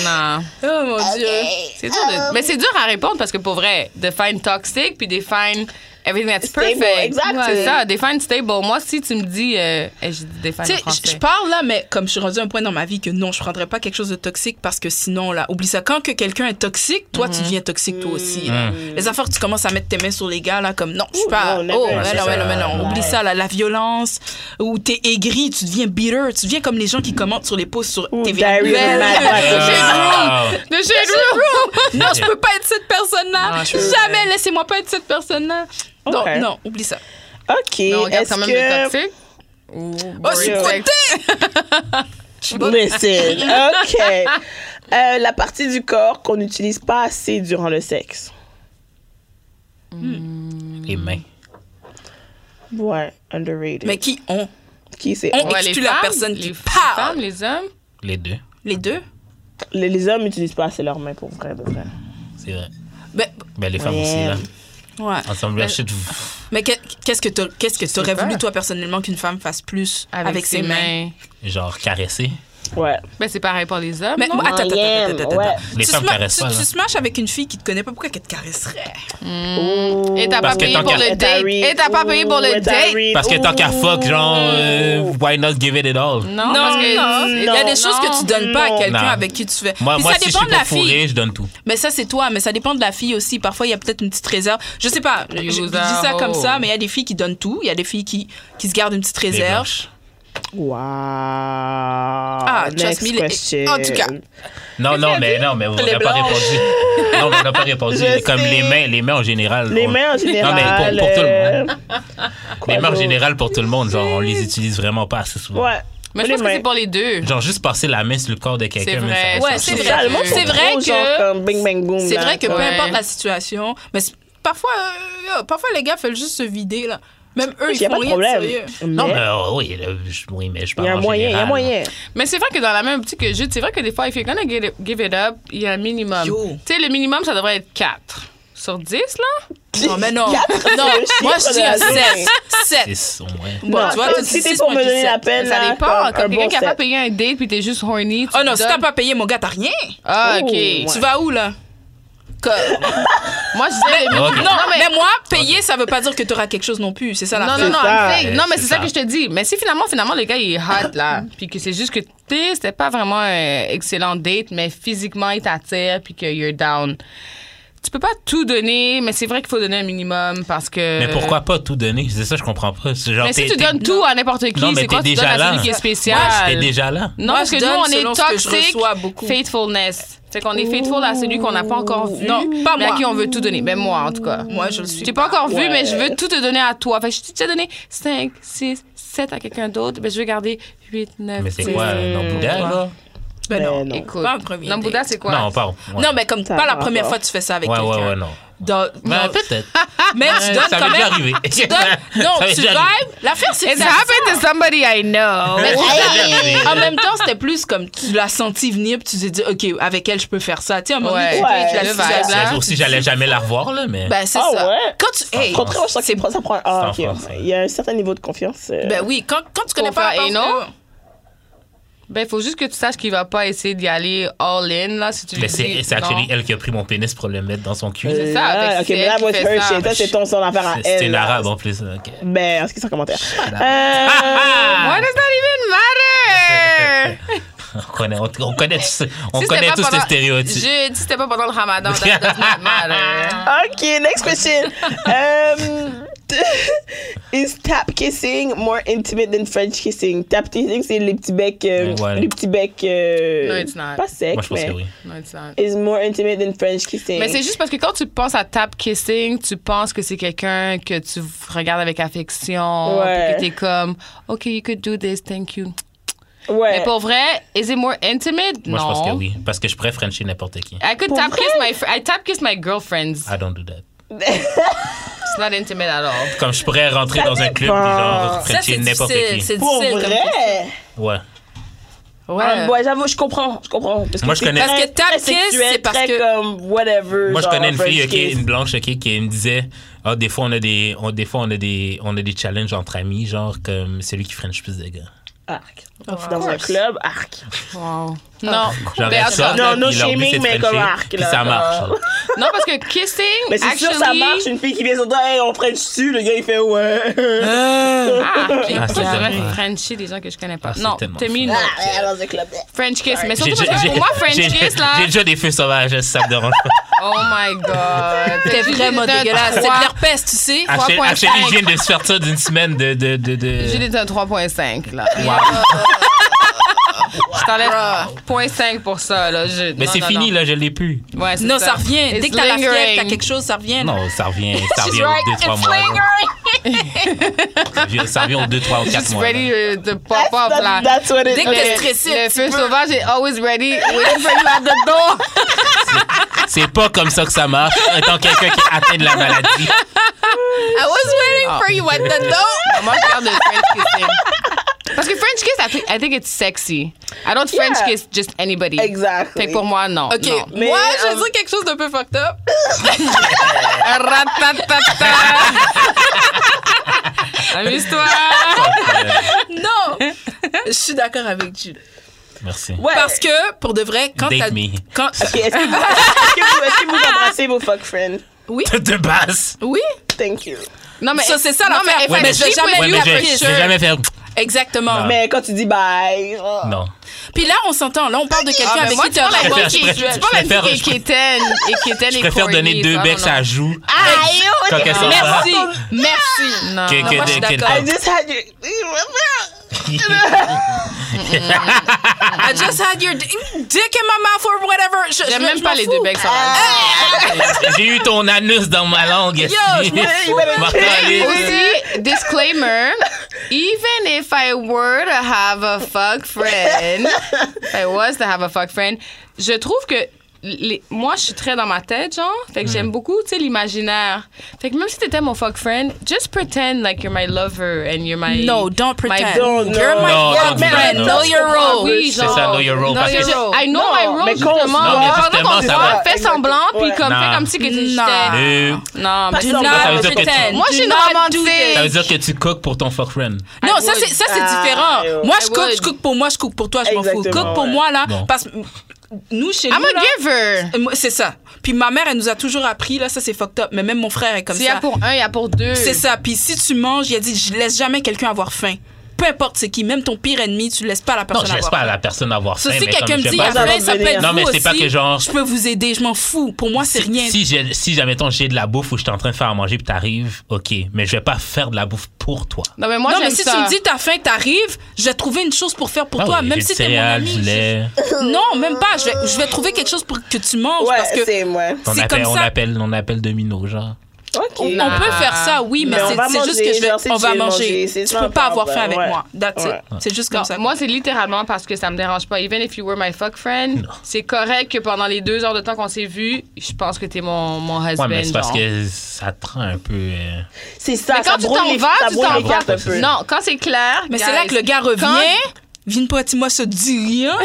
[SPEAKER 6] Non.
[SPEAKER 5] oh mon dieu. Um.
[SPEAKER 6] C'est dur de... Mais c'est dur à répondre parce que pour vrai, define toxic puis define everything that's
[SPEAKER 3] Stable,
[SPEAKER 6] perfect.
[SPEAKER 3] exactly.
[SPEAKER 6] C'est ça, define stable. Moi, si tu me dis, euh, eh, je dis define
[SPEAKER 5] Tu
[SPEAKER 6] en
[SPEAKER 5] sais,
[SPEAKER 6] français.
[SPEAKER 5] je je parle là, mais comme je suis rendue à un point dans ma vie que non, je prendrais pas quelque chose de toxique parce que sinon là, oublie ça. Quand que quelqu'un est toxique, toi tu deviens toxique toi aussi. là. Les affaires, tu commences à mettre tes mains sur les gars là, comme non, je suis pas.
[SPEAKER 3] non, never.
[SPEAKER 5] Oh,
[SPEAKER 3] Ouais,
[SPEAKER 5] mais
[SPEAKER 2] c'est
[SPEAKER 5] non,
[SPEAKER 2] ça.
[SPEAKER 5] mais non, mais non,
[SPEAKER 2] Ouais.
[SPEAKER 5] oublie ça là, la violence où t'es aigri, tu deviens bitter, tu deviens comme les gens qui commentent sur les posts sur
[SPEAKER 3] Ooh,
[SPEAKER 5] TV.
[SPEAKER 3] diary of a mad black woman.
[SPEAKER 2] Wow.
[SPEAKER 6] Le shade room!
[SPEAKER 5] Non, je peux pas être cette personne-là.
[SPEAKER 6] Ah, je peux
[SPEAKER 5] Jamais, laissez-moi pas être cette personne-là. Donc,
[SPEAKER 3] Ok.
[SPEAKER 5] non, oublie ça.
[SPEAKER 3] Ok.
[SPEAKER 6] Mais on regarde
[SPEAKER 3] Est-ce
[SPEAKER 6] quand même
[SPEAKER 3] que...
[SPEAKER 6] le toxique. Ou boring
[SPEAKER 5] je suis
[SPEAKER 6] sex.
[SPEAKER 3] Listen, OK. Euh, la partie du corps qu'on n'utilise pas assez durant le sexe.
[SPEAKER 2] Les mains.
[SPEAKER 3] Ouais, underrated.
[SPEAKER 5] Mais qui ont
[SPEAKER 3] qui c'est?
[SPEAKER 5] on-
[SPEAKER 6] Ouais, les
[SPEAKER 5] Exclus la
[SPEAKER 6] femmes,
[SPEAKER 5] personne qui
[SPEAKER 6] les
[SPEAKER 5] parle.
[SPEAKER 6] femmes, les hommes.
[SPEAKER 2] Les deux,
[SPEAKER 5] Les deux
[SPEAKER 3] Les, les hommes n'utilisent pas assez leurs mains pour vrai, de vrai.
[SPEAKER 2] c'est vrai.
[SPEAKER 5] Ben,
[SPEAKER 2] Ben, les femmes
[SPEAKER 3] Ouais.
[SPEAKER 2] aussi, là.
[SPEAKER 5] ouais.
[SPEAKER 2] Ensemble, la shit, vous-
[SPEAKER 5] Mais que- qu'est-ce que t'a- qu'est-ce que t'aurais
[SPEAKER 6] pas.
[SPEAKER 5] voulu, toi, personnellement, qu'une femme fasse plus avec, ses mains?
[SPEAKER 2] genre, caresser.
[SPEAKER 3] Ouais.
[SPEAKER 6] Ben, c'est pareil pour les hommes.
[SPEAKER 5] Mais
[SPEAKER 6] non?
[SPEAKER 5] moi, attends, attends,
[SPEAKER 3] Yeah,
[SPEAKER 5] attends, attends,
[SPEAKER 3] ouais.
[SPEAKER 5] attends.
[SPEAKER 2] Les
[SPEAKER 5] tu,
[SPEAKER 2] femmes
[SPEAKER 5] sma-
[SPEAKER 2] caressent
[SPEAKER 5] tu-
[SPEAKER 2] pas,
[SPEAKER 5] tu
[SPEAKER 2] là.
[SPEAKER 5] smashes avec une fille qui te connaît pas, pourquoi qu'elle te caresserait?
[SPEAKER 6] Et t'as pas
[SPEAKER 2] Parce que
[SPEAKER 6] payé
[SPEAKER 2] tant
[SPEAKER 6] pour
[SPEAKER 2] qu'à-
[SPEAKER 6] le date. Et t'as pas payé pour le date.
[SPEAKER 2] Parce que tant
[SPEAKER 5] Oh.
[SPEAKER 2] qu'à fuck, genre, euh, why not give it at all?
[SPEAKER 6] Non,
[SPEAKER 5] Non,
[SPEAKER 6] parce que
[SPEAKER 5] non, Il y a des choses que tu donnes pas à
[SPEAKER 3] non.
[SPEAKER 5] quelqu'un
[SPEAKER 2] Non.
[SPEAKER 5] avec qui tu fais.
[SPEAKER 2] Moi,
[SPEAKER 5] Puis
[SPEAKER 2] moi
[SPEAKER 5] ça
[SPEAKER 2] si je
[SPEAKER 5] dépend
[SPEAKER 2] suis
[SPEAKER 5] de la
[SPEAKER 2] pas
[SPEAKER 5] fille.
[SPEAKER 2] fourré, je donne tout.
[SPEAKER 5] Mais ça, c'est toi. Mais ça dépend de la fille aussi. Parfois, il y a peut-être une petite réserve. Je sais pas. Je, je dis ça
[SPEAKER 6] Bizarro.
[SPEAKER 5] comme ça, mais il y a des filles qui donnent tout. Il y a des filles qui, qui se gardent une petite
[SPEAKER 2] Les
[SPEAKER 5] réserve.
[SPEAKER 2] blanches.
[SPEAKER 3] Wow.
[SPEAKER 5] Ah,
[SPEAKER 3] Ah,
[SPEAKER 5] trust me, les- en tout cas.
[SPEAKER 2] Non, non, mais non, mais on
[SPEAKER 5] Les
[SPEAKER 2] n'a pas
[SPEAKER 5] blanches.
[SPEAKER 2] répondu. Non, mais on n'a pas répondu.
[SPEAKER 3] Je
[SPEAKER 2] Comme
[SPEAKER 3] sais.
[SPEAKER 2] les mains, les mains en général.
[SPEAKER 3] Les
[SPEAKER 2] on-
[SPEAKER 3] mains en général.
[SPEAKER 2] mais pour- pour tout le
[SPEAKER 3] euh,
[SPEAKER 2] Les mains en
[SPEAKER 3] Bonjour.
[SPEAKER 2] général pour tout le monde, genre, on les utilise vraiment pas assez souvent.
[SPEAKER 3] Ouais.
[SPEAKER 6] Mais je
[SPEAKER 3] Les
[SPEAKER 6] pense que
[SPEAKER 3] mains.
[SPEAKER 6] c'est pour les deux.
[SPEAKER 2] Genre, juste passer la main sur le corps de quelqu'un.
[SPEAKER 6] C'est
[SPEAKER 2] mais
[SPEAKER 6] vrai.
[SPEAKER 2] ça- ça-
[SPEAKER 5] Ouais, c'est
[SPEAKER 2] ça-
[SPEAKER 5] vrai.
[SPEAKER 3] Ça, le monde
[SPEAKER 5] C'est
[SPEAKER 3] sont
[SPEAKER 5] vrai
[SPEAKER 3] trop,
[SPEAKER 5] que-
[SPEAKER 3] genre, comme bing, bang, boom,
[SPEAKER 5] C'est
[SPEAKER 3] là,
[SPEAKER 5] vrai que peu
[SPEAKER 3] comme-
[SPEAKER 6] Ouais.
[SPEAKER 5] importe la situation, mais c'est- parfois, euh, euh, parfois les gars veulent juste se vider là. Même eux,
[SPEAKER 3] Il
[SPEAKER 5] ils
[SPEAKER 3] n'y a
[SPEAKER 5] font
[SPEAKER 3] pas de
[SPEAKER 5] rien de
[SPEAKER 3] problème.
[SPEAKER 5] sérieux.
[SPEAKER 2] Non,
[SPEAKER 3] Mais
[SPEAKER 2] mais oh, oui, là, je- oui, mais je
[SPEAKER 3] Il
[SPEAKER 2] parle
[SPEAKER 3] y a
[SPEAKER 2] en
[SPEAKER 3] un moyen, il y a un
[SPEAKER 2] général,
[SPEAKER 3] moyen.
[SPEAKER 6] Mais c'est vrai que dans la même optique que Jude, c'est vrai que des fois, if you're gonna give it- give it up, il y a un minimum.
[SPEAKER 5] Yo.
[SPEAKER 6] Tu sais, le minimum, ça devrait être 4 sur 10, là.
[SPEAKER 5] Non, mais non.
[SPEAKER 3] Quatre,
[SPEAKER 5] non,
[SPEAKER 3] c'est le
[SPEAKER 5] moi
[SPEAKER 3] chiffre
[SPEAKER 5] je
[SPEAKER 3] de
[SPEAKER 5] dis
[SPEAKER 3] la
[SPEAKER 5] un
[SPEAKER 3] journée.
[SPEAKER 5] 7. 7.
[SPEAKER 2] C'est- ouais.
[SPEAKER 5] Bon, tu vois,
[SPEAKER 3] Non,
[SPEAKER 5] t'as
[SPEAKER 3] si
[SPEAKER 5] dit
[SPEAKER 3] c'est
[SPEAKER 5] six,
[SPEAKER 3] pour
[SPEAKER 5] moi,
[SPEAKER 3] me
[SPEAKER 5] je dis
[SPEAKER 3] donner la
[SPEAKER 5] sept.
[SPEAKER 3] peine,
[SPEAKER 6] Ça
[SPEAKER 3] là,
[SPEAKER 6] dépend. Comme
[SPEAKER 3] un
[SPEAKER 6] quelqu'un
[SPEAKER 3] bon
[SPEAKER 6] qui a pas
[SPEAKER 3] set.
[SPEAKER 6] payé un date puis t'es juste horny. tu
[SPEAKER 5] Oh non,
[SPEAKER 6] te
[SPEAKER 5] si t'as
[SPEAKER 6] donnes-
[SPEAKER 5] pas payé, mon gars, t'as rien.
[SPEAKER 6] Ah, OK.
[SPEAKER 3] Oh.
[SPEAKER 5] Tu vas où là? Que-
[SPEAKER 6] Moi, je disais.
[SPEAKER 2] Mais- Ok.
[SPEAKER 5] Non, mais... moi, payer, ça veut pas dire que t'auras quelque chose non plus. C'est ça la
[SPEAKER 6] Non,
[SPEAKER 5] phrase.
[SPEAKER 6] non, non,
[SPEAKER 3] ça.
[SPEAKER 6] I'm saying- non, mais
[SPEAKER 2] C'est
[SPEAKER 6] c'est ça
[SPEAKER 2] ça.
[SPEAKER 6] que je te dis. Mais si finalement, finalement, le gars, il est hot, là, puis que c'est juste que, tu sais, c'était pas vraiment un excellent date, mais physiquement, il t'attire, puis que you're down. Tu peux pas tout donner, mais c'est vrai qu'il faut donner un minimum parce que.
[SPEAKER 2] Mais pourquoi pas tout donner? C'est ça, je comprends pas. C'est genre,
[SPEAKER 6] Mais si
[SPEAKER 2] t'es-
[SPEAKER 6] tu
[SPEAKER 2] t'es-
[SPEAKER 6] donnes tout à n'importe qui,
[SPEAKER 2] Non, mais
[SPEAKER 6] c'est quoi
[SPEAKER 2] t'es
[SPEAKER 6] tu donnes
[SPEAKER 2] déjà
[SPEAKER 6] à
[SPEAKER 2] là.
[SPEAKER 6] celui qui est spécial?
[SPEAKER 2] Ouais, t'es déjà là.
[SPEAKER 6] Non,
[SPEAKER 5] Moi,
[SPEAKER 6] parce
[SPEAKER 5] je
[SPEAKER 6] que nous,
[SPEAKER 5] donne
[SPEAKER 6] on est
[SPEAKER 5] selon ce que je
[SPEAKER 6] toxic
[SPEAKER 5] reçois beaucoup.
[SPEAKER 6] faithfulness. Fait qu'on est faithful à celui qu'on n'a pas encore vu,
[SPEAKER 5] Non, pas
[SPEAKER 6] mais
[SPEAKER 5] moi.
[SPEAKER 6] à qui on veut tout donner. Ben moi, en tout cas.
[SPEAKER 5] Moi, je le suis.
[SPEAKER 6] Je t'ai pas encore vu,
[SPEAKER 3] Ouais.
[SPEAKER 6] mais je veux tout te donner à toi. Fait que je t'ai déjà donné 5, 6, 7 à quelqu'un d'autre. Ben, je vais garder 8, 9,
[SPEAKER 2] Mais
[SPEAKER 6] 10.
[SPEAKER 2] c'est quoi, non, Bouddha, là?
[SPEAKER 5] Ben non.
[SPEAKER 3] Ben non.
[SPEAKER 6] Écoute.
[SPEAKER 5] Pas un premier
[SPEAKER 6] Non,
[SPEAKER 5] date.
[SPEAKER 6] Bouddha, c'est quoi?
[SPEAKER 2] Non, pardon. Ouais.
[SPEAKER 5] Non, mais comme
[SPEAKER 3] Ça
[SPEAKER 5] pas la
[SPEAKER 3] va
[SPEAKER 5] première
[SPEAKER 3] pas.
[SPEAKER 5] fois que tu fais ça avec
[SPEAKER 2] Ouais,
[SPEAKER 5] quelqu'un.
[SPEAKER 2] ouais, ouais, non.
[SPEAKER 5] Dans-
[SPEAKER 2] Mais
[SPEAKER 5] non.
[SPEAKER 2] peut-être.
[SPEAKER 5] Mais tu donnes
[SPEAKER 2] Ça
[SPEAKER 5] quand
[SPEAKER 2] m'est déjà
[SPEAKER 5] même.
[SPEAKER 2] arrivé.
[SPEAKER 5] Tu donnes. Non,
[SPEAKER 2] Ça m'est
[SPEAKER 5] tu
[SPEAKER 2] déjà arrivé.
[SPEAKER 5] vibes. L'affaire, c'est que
[SPEAKER 6] It's
[SPEAKER 5] ça-
[SPEAKER 6] happened to somebody I know.
[SPEAKER 5] Mais-
[SPEAKER 2] Hey!
[SPEAKER 5] en même temps, c'était plus comme tu l'as senti venir, puis tu t'es dit, OK, avec elle, je peux faire ça. Tu sais, à un moment donné,
[SPEAKER 6] Ouais.
[SPEAKER 5] tu dates la
[SPEAKER 6] Le
[SPEAKER 5] situation.
[SPEAKER 6] vibe, là.
[SPEAKER 2] Un jour, si j'allais jamais la revoir, là, mais.
[SPEAKER 5] Ben, c'est
[SPEAKER 3] Ah
[SPEAKER 5] ça.
[SPEAKER 3] ouais?
[SPEAKER 5] Quand tu. Hey,
[SPEAKER 3] Au contraire, je sens que ça prend. Ah,
[SPEAKER 2] C'est
[SPEAKER 3] ok.
[SPEAKER 2] en français.
[SPEAKER 3] Il y a un certain niveau de confiance. euh,
[SPEAKER 5] ben oui, quand, quand tu connais
[SPEAKER 6] Pour
[SPEAKER 5] pas
[SPEAKER 6] faire
[SPEAKER 5] la
[SPEAKER 6] et
[SPEAKER 5] personne-
[SPEAKER 6] Ben, faut juste que tu saches qu'il va pas essayer d'y aller all-in, là, si tu
[SPEAKER 2] Mais
[SPEAKER 6] lui
[SPEAKER 2] c'est
[SPEAKER 6] dis
[SPEAKER 2] c'est
[SPEAKER 6] non.
[SPEAKER 2] actually elle qui a pris mon pénis pour le mettre dans son cul.
[SPEAKER 3] là,
[SPEAKER 6] c'est ça, fait que
[SPEAKER 3] Ah, Ok,
[SPEAKER 6] c'est
[SPEAKER 3] mais
[SPEAKER 6] elle
[SPEAKER 3] là,
[SPEAKER 6] qui
[SPEAKER 3] moi,
[SPEAKER 6] fait ça.
[SPEAKER 3] ça, c'est ton son affaire à Euh, elle.
[SPEAKER 2] C'est une
[SPEAKER 3] là.
[SPEAKER 2] arabe hein. en plus. ok.
[SPEAKER 3] Ben, est-ce que c'est un commentaire?
[SPEAKER 2] Ah,
[SPEAKER 3] Euh,
[SPEAKER 6] Why does that even matter?
[SPEAKER 2] On connaît, on, on connaît tous, on
[SPEAKER 6] Si c'était
[SPEAKER 2] connaît
[SPEAKER 6] pas
[SPEAKER 2] tous
[SPEAKER 6] pendant-
[SPEAKER 2] les stéréotypes.
[SPEAKER 6] Je dis c'était pas pendant le ramadan, that does not matter.
[SPEAKER 3] Ok, next question. um, is tap kissing more intimate than French kissing? Tap kissing, c'est les petits becs. euh,
[SPEAKER 2] Ouais.
[SPEAKER 3] Les petits becs. euh,
[SPEAKER 6] No, it's not.
[SPEAKER 3] Pas secs,
[SPEAKER 2] Moi, je pense
[SPEAKER 3] mais.
[SPEAKER 2] que oui.
[SPEAKER 6] Non, it's not.
[SPEAKER 3] Is more intimate than French kissing.
[SPEAKER 6] Mais c'est juste parce que quand tu penses à tap kissing, tu penses que c'est quelqu'un que tu regardes avec affection,
[SPEAKER 3] Ouais.
[SPEAKER 6] puis que t'es comme, OK, you could do this, thank you.
[SPEAKER 3] Ouais.
[SPEAKER 6] Mais pour vrai, is it more intimate?
[SPEAKER 2] Moi,
[SPEAKER 6] non.
[SPEAKER 2] je pense que oui. Parce que je pourrais Frencher n'importe qui.
[SPEAKER 6] I could tap kiss my fr- I tap kiss my girlfriends.
[SPEAKER 2] I don't do that.
[SPEAKER 6] It's not intimate at all.
[SPEAKER 2] Comme je pourrais rentrer dans un club et
[SPEAKER 3] dépend.
[SPEAKER 2] genre
[SPEAKER 5] Ça, c'est
[SPEAKER 2] Frencher n'importe
[SPEAKER 5] difficile.
[SPEAKER 2] qui.
[SPEAKER 5] C'est
[SPEAKER 3] Pour
[SPEAKER 5] difficile. comme-
[SPEAKER 3] vrai?
[SPEAKER 2] Ouais.
[SPEAKER 3] Ah, ouais, j'avoue, je comprends, je comprends. Parce que
[SPEAKER 2] Moi, je
[SPEAKER 3] c'est
[SPEAKER 2] connais-
[SPEAKER 3] très-
[SPEAKER 5] Parce que tap
[SPEAKER 3] très
[SPEAKER 5] kiss,
[SPEAKER 3] sexuel,
[SPEAKER 5] c'est parce
[SPEAKER 3] très
[SPEAKER 5] que-
[SPEAKER 3] comme whatever.
[SPEAKER 2] Moi, je
[SPEAKER 3] genre,
[SPEAKER 2] connais une
[SPEAKER 3] French
[SPEAKER 2] fille, ok,
[SPEAKER 3] kiss.
[SPEAKER 2] une blanche, ok, qui me disait, ah, des fois, on a des, on, des fois, on a des, on a des challenges entre amis, genre, comme celui qui French plus de gars.
[SPEAKER 3] Arc. Dans un club, arc.
[SPEAKER 6] Wow. Non.
[SPEAKER 2] Genre,
[SPEAKER 6] Ben,
[SPEAKER 2] elles sortent,
[SPEAKER 6] attends.
[SPEAKER 2] là,
[SPEAKER 3] Ah. Non, no
[SPEAKER 2] puis leur but,
[SPEAKER 3] shaming,
[SPEAKER 2] c'est de
[SPEAKER 3] mais
[SPEAKER 2] Frencher,
[SPEAKER 3] comme arc,
[SPEAKER 2] Puis
[SPEAKER 3] là,
[SPEAKER 2] ça
[SPEAKER 3] comme-
[SPEAKER 2] marche. genre.
[SPEAKER 6] Non, parce que kissing,
[SPEAKER 3] Mais c'est sûr,
[SPEAKER 6] actually,
[SPEAKER 3] ça marche. Une fille qui vient sur toi, hey, on French tu le gars, il fait ouais.
[SPEAKER 6] Ah, j'ai
[SPEAKER 2] Ah,
[SPEAKER 6] pas
[SPEAKER 2] c'est tellement-
[SPEAKER 6] jamais Frenchie des gens que je connais pas.
[SPEAKER 2] Ah, c'est
[SPEAKER 6] non,
[SPEAKER 2] tellement
[SPEAKER 6] Tommy, non.
[SPEAKER 3] Ah, Dans un club.
[SPEAKER 6] French kiss.
[SPEAKER 2] J'ai
[SPEAKER 6] Mais surtout
[SPEAKER 2] déjà-
[SPEAKER 6] parce que pour moi,
[SPEAKER 2] j'ai-
[SPEAKER 6] French
[SPEAKER 2] j'ai-
[SPEAKER 6] kiss, là.
[SPEAKER 2] J'ai déjà des feux sauvages, ça me dérange pas.
[SPEAKER 6] Oh my god.
[SPEAKER 5] T'es vraiment dégueulasse. C'est de l'herpès, tu sais.
[SPEAKER 6] Ah, 3.5.
[SPEAKER 2] Actually, je viens de se faire ça d'une semaine de. de, de, de...
[SPEAKER 6] J'ai des un 3.5 là. Je t'enlève 0.5 pour ça là. Je-
[SPEAKER 2] Mais
[SPEAKER 6] non,
[SPEAKER 2] c'est
[SPEAKER 6] non,
[SPEAKER 2] fini,
[SPEAKER 6] non.
[SPEAKER 2] là, je l'ai plus.
[SPEAKER 6] Ouais, c'est
[SPEAKER 5] Non, ça revient. Dès
[SPEAKER 6] It's
[SPEAKER 5] que t'as la fièvre,
[SPEAKER 6] lingering.
[SPEAKER 5] t'as quelque chose, ça revient. là.
[SPEAKER 2] Non, ça revient, ça revient aux deux, trois mois. là. Ça revient- Ça revient aux deux, trois, ou quatre
[SPEAKER 6] Just
[SPEAKER 2] mois. là.
[SPEAKER 6] ready euh, to pop up
[SPEAKER 3] That-
[SPEAKER 6] là.
[SPEAKER 3] That's what it
[SPEAKER 5] Dès que t'es
[SPEAKER 3] is.
[SPEAKER 5] stressé,
[SPEAKER 6] Le
[SPEAKER 5] tu
[SPEAKER 6] feu
[SPEAKER 5] peux-
[SPEAKER 6] sauvage est always ready, waiting for you at the door.
[SPEAKER 2] C'est pas comme ça que ça marche. Étant quelqu'un qui est atteint de la maladie.
[SPEAKER 5] I was waiting for you at the door.
[SPEAKER 6] Ah, Moi, je parle de French kissing. Parce que French kiss, I think, I think it's sexy. I don't French
[SPEAKER 3] Yeah.
[SPEAKER 6] kiss just anybody.
[SPEAKER 3] Exactly.
[SPEAKER 6] Fait que pour moi, non.
[SPEAKER 5] OK,
[SPEAKER 6] non.
[SPEAKER 3] Mais,
[SPEAKER 5] moi, je
[SPEAKER 3] euh,
[SPEAKER 5] veux dire quelque chose d'un peu fucked up.
[SPEAKER 6] Ratatata. Amuse-toi.
[SPEAKER 5] Non! Je suis d'accord avec Jules.
[SPEAKER 2] Merci.
[SPEAKER 3] Ouais.
[SPEAKER 5] Parce que, pour de vrai, quand
[SPEAKER 2] Date
[SPEAKER 5] t'as...
[SPEAKER 2] me.
[SPEAKER 5] Quand...
[SPEAKER 3] Ok, est-ce que, vous- est-ce que vous, est-ce que vous embrassez vos fuck friends?
[SPEAKER 5] Oui,
[SPEAKER 2] de base.
[SPEAKER 5] oui.
[SPEAKER 3] Thank you.
[SPEAKER 6] Non, mais.
[SPEAKER 5] Ça, c'est ça
[SPEAKER 6] non,
[SPEAKER 5] l'affaire.
[SPEAKER 6] mais if
[SPEAKER 5] Ouais,
[SPEAKER 6] I
[SPEAKER 5] mais
[SPEAKER 6] sleep
[SPEAKER 5] j'ai jamais
[SPEAKER 6] with
[SPEAKER 2] Ouais,
[SPEAKER 5] vu
[SPEAKER 6] you,
[SPEAKER 2] mais
[SPEAKER 5] la
[SPEAKER 6] I
[SPEAKER 2] je,
[SPEAKER 6] feel
[SPEAKER 2] je
[SPEAKER 6] sure.
[SPEAKER 2] vais jamais faire.
[SPEAKER 5] Exactement.
[SPEAKER 2] Non.
[SPEAKER 3] Mais quand tu dis bye. oh.
[SPEAKER 2] Ah. Non.
[SPEAKER 5] Puis là, on s'entend. Là, on parle de
[SPEAKER 6] Ah,
[SPEAKER 5] quelqu'un
[SPEAKER 6] mais
[SPEAKER 5] avec
[SPEAKER 6] moi,
[SPEAKER 5] qui
[SPEAKER 6] tu
[SPEAKER 5] t'as
[SPEAKER 6] parles
[SPEAKER 5] rapport.
[SPEAKER 6] la
[SPEAKER 2] je
[SPEAKER 6] fille qui-
[SPEAKER 2] préfère-
[SPEAKER 6] tu parles
[SPEAKER 2] je
[SPEAKER 6] la fille
[SPEAKER 2] préfère-
[SPEAKER 6] qui est quétaine et qui est
[SPEAKER 2] Je préfère donner deux becs à la joue
[SPEAKER 3] Aïe,
[SPEAKER 2] quand
[SPEAKER 3] oh,
[SPEAKER 2] elle sort ça.
[SPEAKER 5] Merci. Merci.
[SPEAKER 6] Non,
[SPEAKER 2] que-
[SPEAKER 6] non,
[SPEAKER 2] que-
[SPEAKER 6] moi, je suis
[SPEAKER 2] que- que-
[SPEAKER 6] d'accord.
[SPEAKER 3] I just had you.
[SPEAKER 5] I just had your dick in my mouth or whatever. Je-
[SPEAKER 6] J'aime
[SPEAKER 5] je-
[SPEAKER 6] même
[SPEAKER 5] je
[SPEAKER 6] pas
[SPEAKER 5] m'en
[SPEAKER 6] les
[SPEAKER 5] fous.
[SPEAKER 6] deux becs sur la
[SPEAKER 2] J'ai eu ton anus dans ma langue. Yo,
[SPEAKER 5] je
[SPEAKER 6] Aussi, disclaimer, even if I were to have a fuck friend, if I was to have a fuck friend, je trouve que les- moi, je suis très dans ma tête, genre. Fait que j'aime beaucoup, tu sais, l'imaginaire. Fait que même si t'étais mon fuck friend, just pretend like you're my lover and you're my...
[SPEAKER 5] No, don't pretend.
[SPEAKER 3] Don't, no.
[SPEAKER 5] You're my
[SPEAKER 2] Non,
[SPEAKER 5] fuck
[SPEAKER 2] don't
[SPEAKER 5] friend.
[SPEAKER 2] pretend.
[SPEAKER 5] Know your
[SPEAKER 6] Ah
[SPEAKER 5] role.
[SPEAKER 6] oui,
[SPEAKER 2] C'est
[SPEAKER 6] genre,
[SPEAKER 2] ça, know your role, parce que-
[SPEAKER 6] I know
[SPEAKER 3] Oh. Non,
[SPEAKER 6] my role,
[SPEAKER 3] mais qu'on
[SPEAKER 6] justement.
[SPEAKER 3] se
[SPEAKER 2] voit. Non, mais
[SPEAKER 6] Pendant qu'on
[SPEAKER 2] justement,
[SPEAKER 6] se
[SPEAKER 2] ça
[SPEAKER 6] voit,
[SPEAKER 3] va.
[SPEAKER 6] fais semblant, puis
[SPEAKER 3] Ouais.
[SPEAKER 6] comme,
[SPEAKER 2] Non.
[SPEAKER 6] fais comme si que t'étais...
[SPEAKER 5] Non.
[SPEAKER 6] j'étais-
[SPEAKER 2] Euh,
[SPEAKER 6] Non,
[SPEAKER 3] Pas
[SPEAKER 6] mais
[SPEAKER 3] semblant.
[SPEAKER 5] not
[SPEAKER 2] Ça veut dire que tu-
[SPEAKER 5] pretend.
[SPEAKER 6] Moi, je suis
[SPEAKER 5] Do
[SPEAKER 6] une
[SPEAKER 5] not do
[SPEAKER 6] romantique.
[SPEAKER 5] this.
[SPEAKER 2] Ça veut dire que tu coques pour ton fuck friend.
[SPEAKER 5] Non,
[SPEAKER 6] I
[SPEAKER 5] ça
[SPEAKER 6] would.
[SPEAKER 5] c'est ça c'est
[SPEAKER 3] Ah,
[SPEAKER 5] différent.
[SPEAKER 3] I would.
[SPEAKER 5] Moi
[SPEAKER 6] I
[SPEAKER 5] je cook,
[SPEAKER 6] would.
[SPEAKER 5] je cook pour moi, je cook pour toi, je m'en fous.
[SPEAKER 3] Exactement,
[SPEAKER 5] Cook pour
[SPEAKER 3] ouais.
[SPEAKER 5] moi là,
[SPEAKER 2] Bon.
[SPEAKER 5] parce que nous chez
[SPEAKER 6] I'm
[SPEAKER 5] nous là,
[SPEAKER 6] a giver.
[SPEAKER 5] euh, moi, c'est ça. Puis ma mère elle nous a toujours appris là, ça c'est fucked up. Mais même mon frère est comme
[SPEAKER 6] S'il y a
[SPEAKER 5] ça.
[SPEAKER 6] pour un, il y a pour deux.
[SPEAKER 5] C'est ça. Puis si tu manges, il a dit je laisse jamais quelqu'un avoir faim. Peu importe c'est qui, même ton pire ennemi, tu laisses pas la
[SPEAKER 2] Non,
[SPEAKER 5] personne
[SPEAKER 2] je laisse
[SPEAKER 5] avoir.
[SPEAKER 2] pas à
[SPEAKER 5] faim.
[SPEAKER 2] la personne avoir
[SPEAKER 5] Ça,
[SPEAKER 2] faim.
[SPEAKER 5] si
[SPEAKER 2] Eh, mais comme
[SPEAKER 5] quelqu'un me
[SPEAKER 2] je
[SPEAKER 5] dit
[SPEAKER 2] vais
[SPEAKER 5] il y
[SPEAKER 2] pas-
[SPEAKER 5] a faim,
[SPEAKER 3] Ça
[SPEAKER 5] ça
[SPEAKER 3] va
[SPEAKER 5] peut être
[SPEAKER 3] venir.
[SPEAKER 2] Non,
[SPEAKER 5] vous
[SPEAKER 2] mais c'est pas
[SPEAKER 5] aussi.
[SPEAKER 2] que genre-
[SPEAKER 5] Je peux vous aider, je m'en fous. Pour moi Ah, c'est
[SPEAKER 2] Si-
[SPEAKER 5] rien.
[SPEAKER 2] Si, j'ai- si jamais ton j'ai de la bouffe ou je suis en train de faire à manger puis t'arrives, ok, mais je vais pas faire de la bouffe pour toi.
[SPEAKER 6] Non, mais moi,
[SPEAKER 5] non, mais
[SPEAKER 6] j'aime
[SPEAKER 5] si
[SPEAKER 6] ça.
[SPEAKER 5] tu me dis t'as faim, t'arrives, je vais trouver une chose pour faire pour
[SPEAKER 2] Ah
[SPEAKER 5] toi,
[SPEAKER 2] oui,
[SPEAKER 5] même
[SPEAKER 2] j'ai
[SPEAKER 5] si
[SPEAKER 2] du
[SPEAKER 5] t'es mon
[SPEAKER 2] céréales,
[SPEAKER 5] ami.
[SPEAKER 2] du lait.
[SPEAKER 5] Non, même pas. Je vais, je vais trouver quelque chose pour que tu manges
[SPEAKER 3] Ouais,
[SPEAKER 5] parce que
[SPEAKER 3] c'est moi.
[SPEAKER 2] On
[SPEAKER 5] C'est
[SPEAKER 2] appelle,
[SPEAKER 5] comme
[SPEAKER 2] on
[SPEAKER 5] ça.
[SPEAKER 2] appelle, on appelle Domino, genre.
[SPEAKER 3] Ok. Ah.
[SPEAKER 5] On, on peut faire ça, oui, mais,
[SPEAKER 3] Mais on
[SPEAKER 5] c'est-
[SPEAKER 3] va
[SPEAKER 5] c'est juste
[SPEAKER 3] manger,
[SPEAKER 5] que je vais-
[SPEAKER 3] genre, c'est
[SPEAKER 5] on va
[SPEAKER 3] chill,
[SPEAKER 5] manger.
[SPEAKER 3] manger, c'est
[SPEAKER 5] Tu
[SPEAKER 3] ça,
[SPEAKER 5] peux pas
[SPEAKER 3] on
[SPEAKER 5] avoir faim
[SPEAKER 3] parle,
[SPEAKER 5] avec
[SPEAKER 3] ouais.
[SPEAKER 5] moi. That's
[SPEAKER 3] Ouais.
[SPEAKER 5] it. C'est juste
[SPEAKER 6] Non,
[SPEAKER 5] comme ça.
[SPEAKER 6] moi, c'est littéralement parce que ça me dérange pas. Even if you were my fuck friend, c'est correct que pendant les deux heures de temps qu'on s'est vus, je pense que t'es mon, mon husband.
[SPEAKER 2] Ouais, mais c'est parce
[SPEAKER 6] genre.
[SPEAKER 2] que ça te rend un peu. euh,
[SPEAKER 3] C'est ça.
[SPEAKER 6] Mais quand
[SPEAKER 3] Ah, ça
[SPEAKER 6] tu
[SPEAKER 3] brouille
[SPEAKER 6] t'en
[SPEAKER 3] les-
[SPEAKER 6] vas,
[SPEAKER 3] ça
[SPEAKER 6] tu
[SPEAKER 3] brouille
[SPEAKER 6] t'en
[SPEAKER 3] les
[SPEAKER 2] vas.
[SPEAKER 3] cartes un peu.
[SPEAKER 6] Non, quand c'est clair.
[SPEAKER 5] mais c'est là
[SPEAKER 6] guys,
[SPEAKER 5] que le gars revient. Viens pas, dis-moi ce dit rien.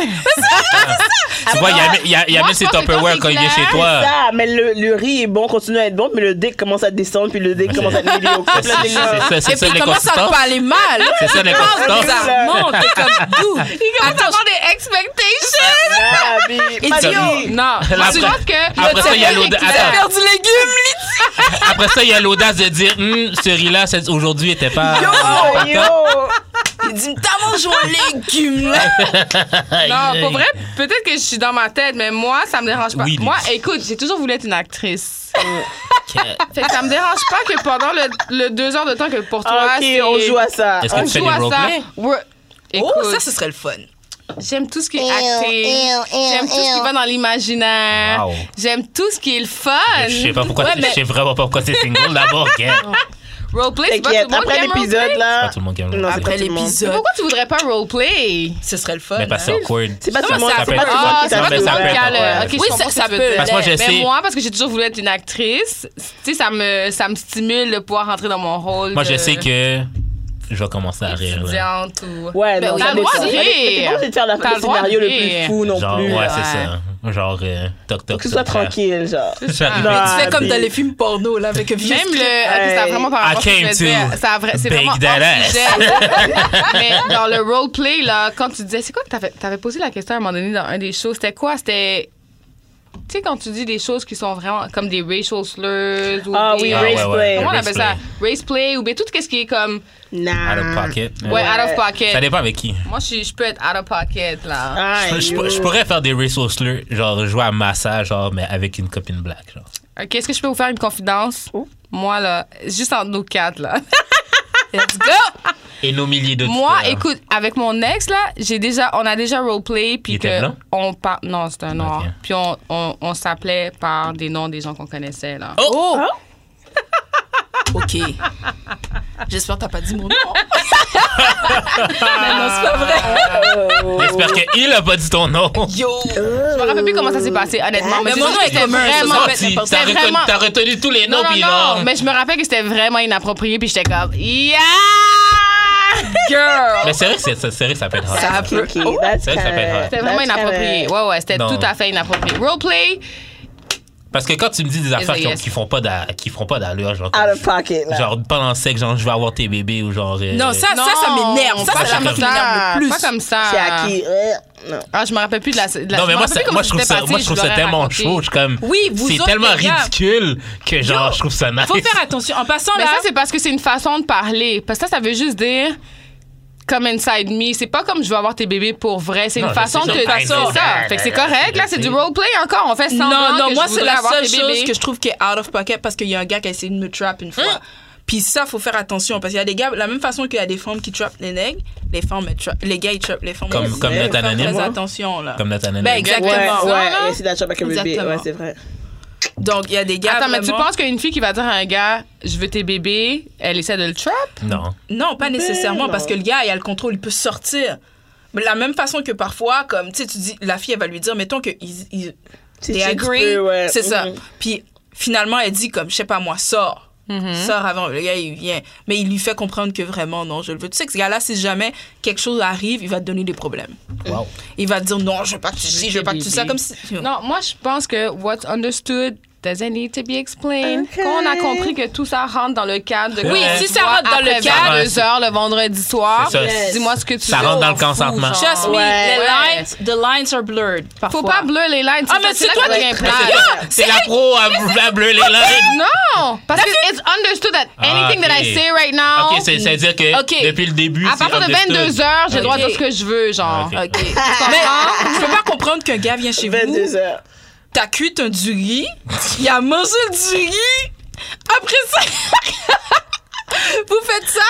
[SPEAKER 2] Tu vois, il y a, il y a, il y a
[SPEAKER 6] Moi,
[SPEAKER 2] même
[SPEAKER 6] je
[SPEAKER 2] ses
[SPEAKER 6] pense que quand
[SPEAKER 2] Tupperware
[SPEAKER 6] c'est
[SPEAKER 2] quand il est
[SPEAKER 6] clair,
[SPEAKER 2] chez toi.
[SPEAKER 3] Ça, mais le, le riz est bon, continue à être bon, mais le dick commence à descendre, puis le dick commence à être médiocre.
[SPEAKER 2] C'est
[SPEAKER 3] Puis là, t'es comme-
[SPEAKER 2] ça,
[SPEAKER 5] Et
[SPEAKER 2] c'est ça
[SPEAKER 5] puis, il commence à
[SPEAKER 2] l'inconsistance.
[SPEAKER 5] te parler mal.
[SPEAKER 2] C'est ça
[SPEAKER 5] Parle
[SPEAKER 2] l'inconsistance.
[SPEAKER 5] bizarrement. T'es comme d'où?
[SPEAKER 6] Il commence à avoir des expectations.
[SPEAKER 3] Ah, puis- pas de riz.
[SPEAKER 6] Non,
[SPEAKER 2] Après-
[SPEAKER 6] je pense que.
[SPEAKER 2] après ça, il y a l'audace.
[SPEAKER 5] T'as
[SPEAKER 2] Attends.
[SPEAKER 5] perdu légumes,
[SPEAKER 2] Après ça, il y a l'audace de dire Hum, ce riz-là, c'est- aujourd'hui, était pas.
[SPEAKER 3] Oh,
[SPEAKER 2] Ah,
[SPEAKER 3] yo!
[SPEAKER 5] lui. Il dit, t'as mangé un légume, là.
[SPEAKER 6] Non, pour vrai, peut-être que je suis dans ma tête, mais moi, ça me dérange pas.
[SPEAKER 2] Oui, Lily.
[SPEAKER 6] moi, écoute, j'ai toujours voulu être une actrice. fait que ça me dérange pas que pendant le, le deux heures de temps que pour toi,
[SPEAKER 3] Ok,
[SPEAKER 6] c'est-
[SPEAKER 3] on joue à ça.
[SPEAKER 2] Est-ce
[SPEAKER 6] on
[SPEAKER 2] que tu fais
[SPEAKER 6] joue
[SPEAKER 2] des
[SPEAKER 6] à ça.
[SPEAKER 2] roleplays?
[SPEAKER 6] Ouais. Écoute,
[SPEAKER 5] Oh, ça, ce serait le fun.
[SPEAKER 6] j'aime tout ce qui est acté. J'aime tout ce qui va dans l'imaginaire.
[SPEAKER 2] Wow.
[SPEAKER 6] J'aime tout ce qui est le fun.
[SPEAKER 2] Je sais pas pourquoi,
[SPEAKER 6] Ouais,
[SPEAKER 2] t'es- je
[SPEAKER 6] mais
[SPEAKER 2] sais vraiment pas pourquoi t'es single d'abord, gars.
[SPEAKER 6] roleplay, c'est pas tout
[SPEAKER 3] T'inquiète,
[SPEAKER 6] le monde
[SPEAKER 3] après
[SPEAKER 6] qui aime
[SPEAKER 3] l'épisode,
[SPEAKER 6] roleplay.
[SPEAKER 2] Pas
[SPEAKER 3] là.
[SPEAKER 2] tout le monde qui aime le
[SPEAKER 3] Non, c'est
[SPEAKER 2] roleplay.
[SPEAKER 5] Après
[SPEAKER 3] pas tout le monde.
[SPEAKER 6] Mais
[SPEAKER 5] l'épisode,
[SPEAKER 6] Pourquoi tu voudrais pas roleplay?
[SPEAKER 5] ce serait le fun.
[SPEAKER 2] Mais pas
[SPEAKER 5] hein.
[SPEAKER 2] c'est awkward.
[SPEAKER 3] C'est pas tout le
[SPEAKER 5] Comment
[SPEAKER 3] monde,
[SPEAKER 5] ça
[SPEAKER 3] c'est pas tout le
[SPEAKER 2] peut-
[SPEAKER 3] monde
[SPEAKER 6] Ah,
[SPEAKER 3] qui
[SPEAKER 6] c'est
[SPEAKER 2] ça
[SPEAKER 6] pas
[SPEAKER 3] t'aime
[SPEAKER 6] tout
[SPEAKER 2] peut-
[SPEAKER 6] le
[SPEAKER 3] le
[SPEAKER 6] monde
[SPEAKER 2] ça
[SPEAKER 3] faire.
[SPEAKER 2] peut
[SPEAKER 6] qui a le-
[SPEAKER 3] euh,
[SPEAKER 2] ouais.
[SPEAKER 6] Ok,
[SPEAKER 5] Oui,
[SPEAKER 6] je comprends
[SPEAKER 5] ça-
[SPEAKER 6] ce que
[SPEAKER 5] ça
[SPEAKER 6] tu veux
[SPEAKER 5] peut.
[SPEAKER 6] dire.
[SPEAKER 2] Parce que moi, je sais-
[SPEAKER 6] Mais moi, parce que j'ai toujours voulu être une actrice, tu sais, ça me, ça me stimule de pouvoir rentrer dans mon rôle.
[SPEAKER 2] Moi, je
[SPEAKER 6] de
[SPEAKER 2] sais que je vais commencer à rire. là.
[SPEAKER 6] étudiante ou-
[SPEAKER 3] Ouais,
[SPEAKER 6] Ben
[SPEAKER 3] non,
[SPEAKER 6] oui,
[SPEAKER 3] ça
[SPEAKER 6] t'as le droit
[SPEAKER 3] dépend.
[SPEAKER 6] de
[SPEAKER 3] Ça dépend, C'est
[SPEAKER 6] rire.
[SPEAKER 3] pas obligé de faire la-
[SPEAKER 6] T'as le
[SPEAKER 3] le
[SPEAKER 6] droit de
[SPEAKER 3] scénario le
[SPEAKER 6] rire.
[SPEAKER 3] plus fou non
[SPEAKER 2] Genre,
[SPEAKER 3] plus.
[SPEAKER 2] ouais,
[SPEAKER 3] là.
[SPEAKER 2] c'est ça. Genre, euh, toc toc.
[SPEAKER 3] Faut que ce soit
[SPEAKER 2] toc, frère.
[SPEAKER 3] tranquille, genre.
[SPEAKER 2] J'arrive.
[SPEAKER 6] Non,
[SPEAKER 5] Tu fais comme
[SPEAKER 3] mais-
[SPEAKER 5] dans les films porno, là, avec un vieux
[SPEAKER 6] Même
[SPEAKER 5] script.
[SPEAKER 6] le. ok, ça a vraiment par
[SPEAKER 2] I
[SPEAKER 6] rapport à ce que je
[SPEAKER 2] came
[SPEAKER 6] voulais dire.
[SPEAKER 2] to
[SPEAKER 6] Ça a vrai- C'est
[SPEAKER 2] bake
[SPEAKER 6] vraiment hors
[SPEAKER 2] that ass.
[SPEAKER 6] sujet. Mais dans le roleplay, là, quand tu disais. C'est quoi que t'avais avais posé la question à un moment donné dans un des shows? C'était quoi? C'était. Tu sais, quand tu dis des choses qui sont vraiment comme des racial slurs ou.
[SPEAKER 3] Ah
[SPEAKER 6] des-
[SPEAKER 3] oui,
[SPEAKER 2] Ah, ouais,
[SPEAKER 3] race
[SPEAKER 2] ouais.
[SPEAKER 3] play.
[SPEAKER 6] Comment on
[SPEAKER 2] Race
[SPEAKER 6] appelle ben, ça? Race play ou bien tout ce qui est comme.
[SPEAKER 2] Out of
[SPEAKER 3] Nah.
[SPEAKER 2] pocket.
[SPEAKER 6] Ouais, out of pocket.
[SPEAKER 2] Ça dépend avec qui.
[SPEAKER 6] Moi, je, suis- je peux être out of pocket, là.
[SPEAKER 3] Aïe,
[SPEAKER 2] Je, je-
[SPEAKER 3] yo.
[SPEAKER 2] je pourrais faire des racial slurs, genre jouer à Massa, genre, mais avec une copine black. Genre.
[SPEAKER 6] OK, est-ce que je peux vous faire une confidence?
[SPEAKER 3] Oh.
[SPEAKER 6] Moi, là, juste entre nos quatre, là. Let's go!
[SPEAKER 2] Et nos milliers d'autres.
[SPEAKER 6] Moi,
[SPEAKER 2] euh,
[SPEAKER 6] écoute, avec mon ex là, j'ai déjà, on a déjà roleplay
[SPEAKER 2] Il
[SPEAKER 6] puis
[SPEAKER 2] était
[SPEAKER 6] que
[SPEAKER 2] blanc?
[SPEAKER 6] on par- non, c'était un noir.
[SPEAKER 2] Ok.
[SPEAKER 6] Puis on, on, on s'appelait par des noms des gens qu'on connaissait là.
[SPEAKER 5] Oh! OK. J'espère que t'as pas dit mon nom. non, non, c'est pas vrai.
[SPEAKER 6] oh!
[SPEAKER 2] J'espère qu'il a pas dit ton nom.
[SPEAKER 5] Yo!
[SPEAKER 6] Je me rappelle plus comment ça s'est passé honnêtement, mais, c'est
[SPEAKER 5] Mais mon
[SPEAKER 6] juste
[SPEAKER 5] nom
[SPEAKER 6] que
[SPEAKER 5] est
[SPEAKER 6] c'était
[SPEAKER 5] commun, ça,
[SPEAKER 6] vraiment
[SPEAKER 5] ça
[SPEAKER 2] Menti.
[SPEAKER 5] c'est
[SPEAKER 2] T'as
[SPEAKER 6] c'est
[SPEAKER 2] reconnu,
[SPEAKER 6] vraiment-
[SPEAKER 2] t'as retenu tous les noms,
[SPEAKER 6] non, non,
[SPEAKER 2] puis
[SPEAKER 6] non,
[SPEAKER 2] genre-
[SPEAKER 6] mais je me rappelle que c'était vraiment inapproprié puis j'étais comme yeah
[SPEAKER 2] Mais
[SPEAKER 6] girl.
[SPEAKER 2] c'est vrai que c'est- c'est vrai que ça peut être hard.
[SPEAKER 5] Ça peut.
[SPEAKER 3] Ok, that's
[SPEAKER 2] C'est vrai que ça peut être hot.
[SPEAKER 3] correct.
[SPEAKER 6] C'était
[SPEAKER 3] That's
[SPEAKER 6] vraiment
[SPEAKER 3] correct.
[SPEAKER 6] inapproprié. Ouais ouais, c'était
[SPEAKER 2] Non.
[SPEAKER 6] tout à fait inapproprié. Roleplay,
[SPEAKER 2] Parce que quand tu me dis des affaires qui, ont-
[SPEAKER 6] yes.
[SPEAKER 2] qui font pas d'a- qui feront pas d'allure, genre,
[SPEAKER 3] Out of pocket, là.
[SPEAKER 2] genre pendant le sexe, genre je vais avoir tes bébés ou genre. euh,
[SPEAKER 5] Non, ça, ça, ça m'énerve. Ça,
[SPEAKER 6] pas
[SPEAKER 5] c'est la
[SPEAKER 6] comme
[SPEAKER 5] chose qui
[SPEAKER 6] ça.
[SPEAKER 5] m'énerve le plus.
[SPEAKER 6] Pas comme ça.
[SPEAKER 3] C'est acquis. Euh, non.
[SPEAKER 6] Ah, je me rappelle plus de la. de la-
[SPEAKER 2] Non, mais
[SPEAKER 6] me
[SPEAKER 2] moi,
[SPEAKER 6] rappelle
[SPEAKER 2] ça-
[SPEAKER 6] plus
[SPEAKER 2] moi,
[SPEAKER 6] comment
[SPEAKER 2] je trouve
[SPEAKER 6] c'était
[SPEAKER 2] ça,
[SPEAKER 6] passé,
[SPEAKER 2] moi, je trouve
[SPEAKER 6] l'aurais
[SPEAKER 2] ça tellement
[SPEAKER 6] raconté.
[SPEAKER 2] chaud. Je suis comme.
[SPEAKER 5] Oui, vous
[SPEAKER 2] C'est
[SPEAKER 5] autres,
[SPEAKER 2] tellement
[SPEAKER 5] les gars.
[SPEAKER 2] ridicule que genre,
[SPEAKER 5] Yo,
[SPEAKER 2] je trouve ça nice.
[SPEAKER 5] Faut faire attention. En passant,
[SPEAKER 6] Mais
[SPEAKER 5] là.
[SPEAKER 6] ça, c'est parce que c'est une façon de parler. Parce que ça, ça veut juste dire comme inside me. C'est pas comme je veux avoir tes bébés pour vrai. C'est
[SPEAKER 2] Non,
[SPEAKER 6] une
[SPEAKER 2] je
[SPEAKER 6] façon
[SPEAKER 2] sais,
[SPEAKER 6] de.
[SPEAKER 2] je sais,
[SPEAKER 6] C'est
[SPEAKER 2] je sais,
[SPEAKER 6] ça. Fait que c'est correct.
[SPEAKER 2] je
[SPEAKER 6] Là,
[SPEAKER 2] sais.
[SPEAKER 6] c'est du roleplay encore. On fait semblant.
[SPEAKER 5] Non, non,
[SPEAKER 6] que
[SPEAKER 5] moi,
[SPEAKER 6] je
[SPEAKER 5] c'est
[SPEAKER 6] voudrais
[SPEAKER 5] la
[SPEAKER 6] avoir
[SPEAKER 5] seule
[SPEAKER 6] tes
[SPEAKER 5] chose
[SPEAKER 6] bébés.
[SPEAKER 5] que je trouve qui est out of pocket parce qu'il y a un gars qui a essayé de me trap une fois. Hein? Puis ça, faut faire attention parce qu'il y a des gars, la même façon qu'il y a des femmes qui trappent les nègres, les femmes, elles trappent- les gars, ils trappent les femmes.
[SPEAKER 2] Comme-
[SPEAKER 5] aussi.
[SPEAKER 2] comme
[SPEAKER 5] Faut
[SPEAKER 2] notre
[SPEAKER 5] faire
[SPEAKER 2] anonyme.
[SPEAKER 5] Très attention, là.
[SPEAKER 2] Comme Nathan
[SPEAKER 5] Ben, exactement.
[SPEAKER 3] Ouais, ouais,
[SPEAKER 6] là.
[SPEAKER 3] et c'est d'achat avec un bébé.
[SPEAKER 5] Exactement.
[SPEAKER 3] Ouais, c'est vrai.
[SPEAKER 5] Donc, il y a des gars.
[SPEAKER 6] Attends, mais tu
[SPEAKER 5] vraiment-
[SPEAKER 6] penses qu'une fille qui va dire à un gars, je veux tes bébés, elle essaie de le trap?
[SPEAKER 2] Non.
[SPEAKER 5] Non, pas nécessairement,
[SPEAKER 3] Ben non.
[SPEAKER 5] parce que le gars, il a le contrôle, il peut sortir. Mais la même façon que parfois, comme, tu sais, tu dis, la fille, elle va lui dire, mettons que ils, ils-
[SPEAKER 3] Si
[SPEAKER 5] they
[SPEAKER 3] tu
[SPEAKER 5] agree,
[SPEAKER 3] peux, ouais.
[SPEAKER 5] c'est ça.
[SPEAKER 3] Mhm.
[SPEAKER 5] Puis finalement, elle dit, comme, je sais pas moi, sors. Sors avant, le gars, il vient. Mais il lui fait comprendre que vraiment, non, je le veux. Tu sais que ce gars-là, si jamais quelque chose arrive, il va te donner des problèmes.
[SPEAKER 2] Wow.
[SPEAKER 5] Il va te dire, non, je veux pas que tu dis, je veux pas que tu dis ça, comme si.
[SPEAKER 6] Non, moi, je pense que what's understood doesn't need to be explained.
[SPEAKER 3] Ok.
[SPEAKER 6] Qu'on a compris que tout ça rentre dans le cadre de.
[SPEAKER 5] Oui,
[SPEAKER 2] Ouais.
[SPEAKER 5] si ça rentre dans le cadre.
[SPEAKER 2] Ouais.
[SPEAKER 6] 2 heures le vendredi soir,
[SPEAKER 2] C'est ça.
[SPEAKER 3] Yes.
[SPEAKER 6] dis-moi ce que tu
[SPEAKER 2] Ça
[SPEAKER 6] veux.
[SPEAKER 2] rentre dans le
[SPEAKER 6] On s'en fout,
[SPEAKER 2] consentement.
[SPEAKER 6] genre.
[SPEAKER 5] Trust me,
[SPEAKER 3] Ouais.
[SPEAKER 5] the,
[SPEAKER 6] Ouais.
[SPEAKER 5] lines, the lines are blurred. Parfois.
[SPEAKER 6] Faut pas bleu les lines.
[SPEAKER 5] Ah,
[SPEAKER 6] ça,
[SPEAKER 5] mais c'est
[SPEAKER 6] là
[SPEAKER 5] toi
[SPEAKER 6] que ça
[SPEAKER 5] qui-
[SPEAKER 6] devient plate.
[SPEAKER 2] C'est la pro à à bleu les lèvres.
[SPEAKER 6] Non, parce que it's understood that
[SPEAKER 2] Ah,
[SPEAKER 6] anything that I
[SPEAKER 2] ok.
[SPEAKER 6] say right now.
[SPEAKER 2] Ok, c'est- c'est-à-dire que
[SPEAKER 6] Ok.
[SPEAKER 2] depuis le début,
[SPEAKER 6] À
[SPEAKER 2] c'est
[SPEAKER 6] partir de
[SPEAKER 2] understood.
[SPEAKER 6] 22 heures, j'ai le droit de
[SPEAKER 5] Ok.
[SPEAKER 6] dire ce que je veux, genre.
[SPEAKER 2] Ah,
[SPEAKER 5] OK. Mais je peux pas comprendre qu'un gars vient chez vous.
[SPEAKER 3] 22 heures.
[SPEAKER 5] T'as cuit un du riz, il a mangé du riz. Après ça, vous faites ça,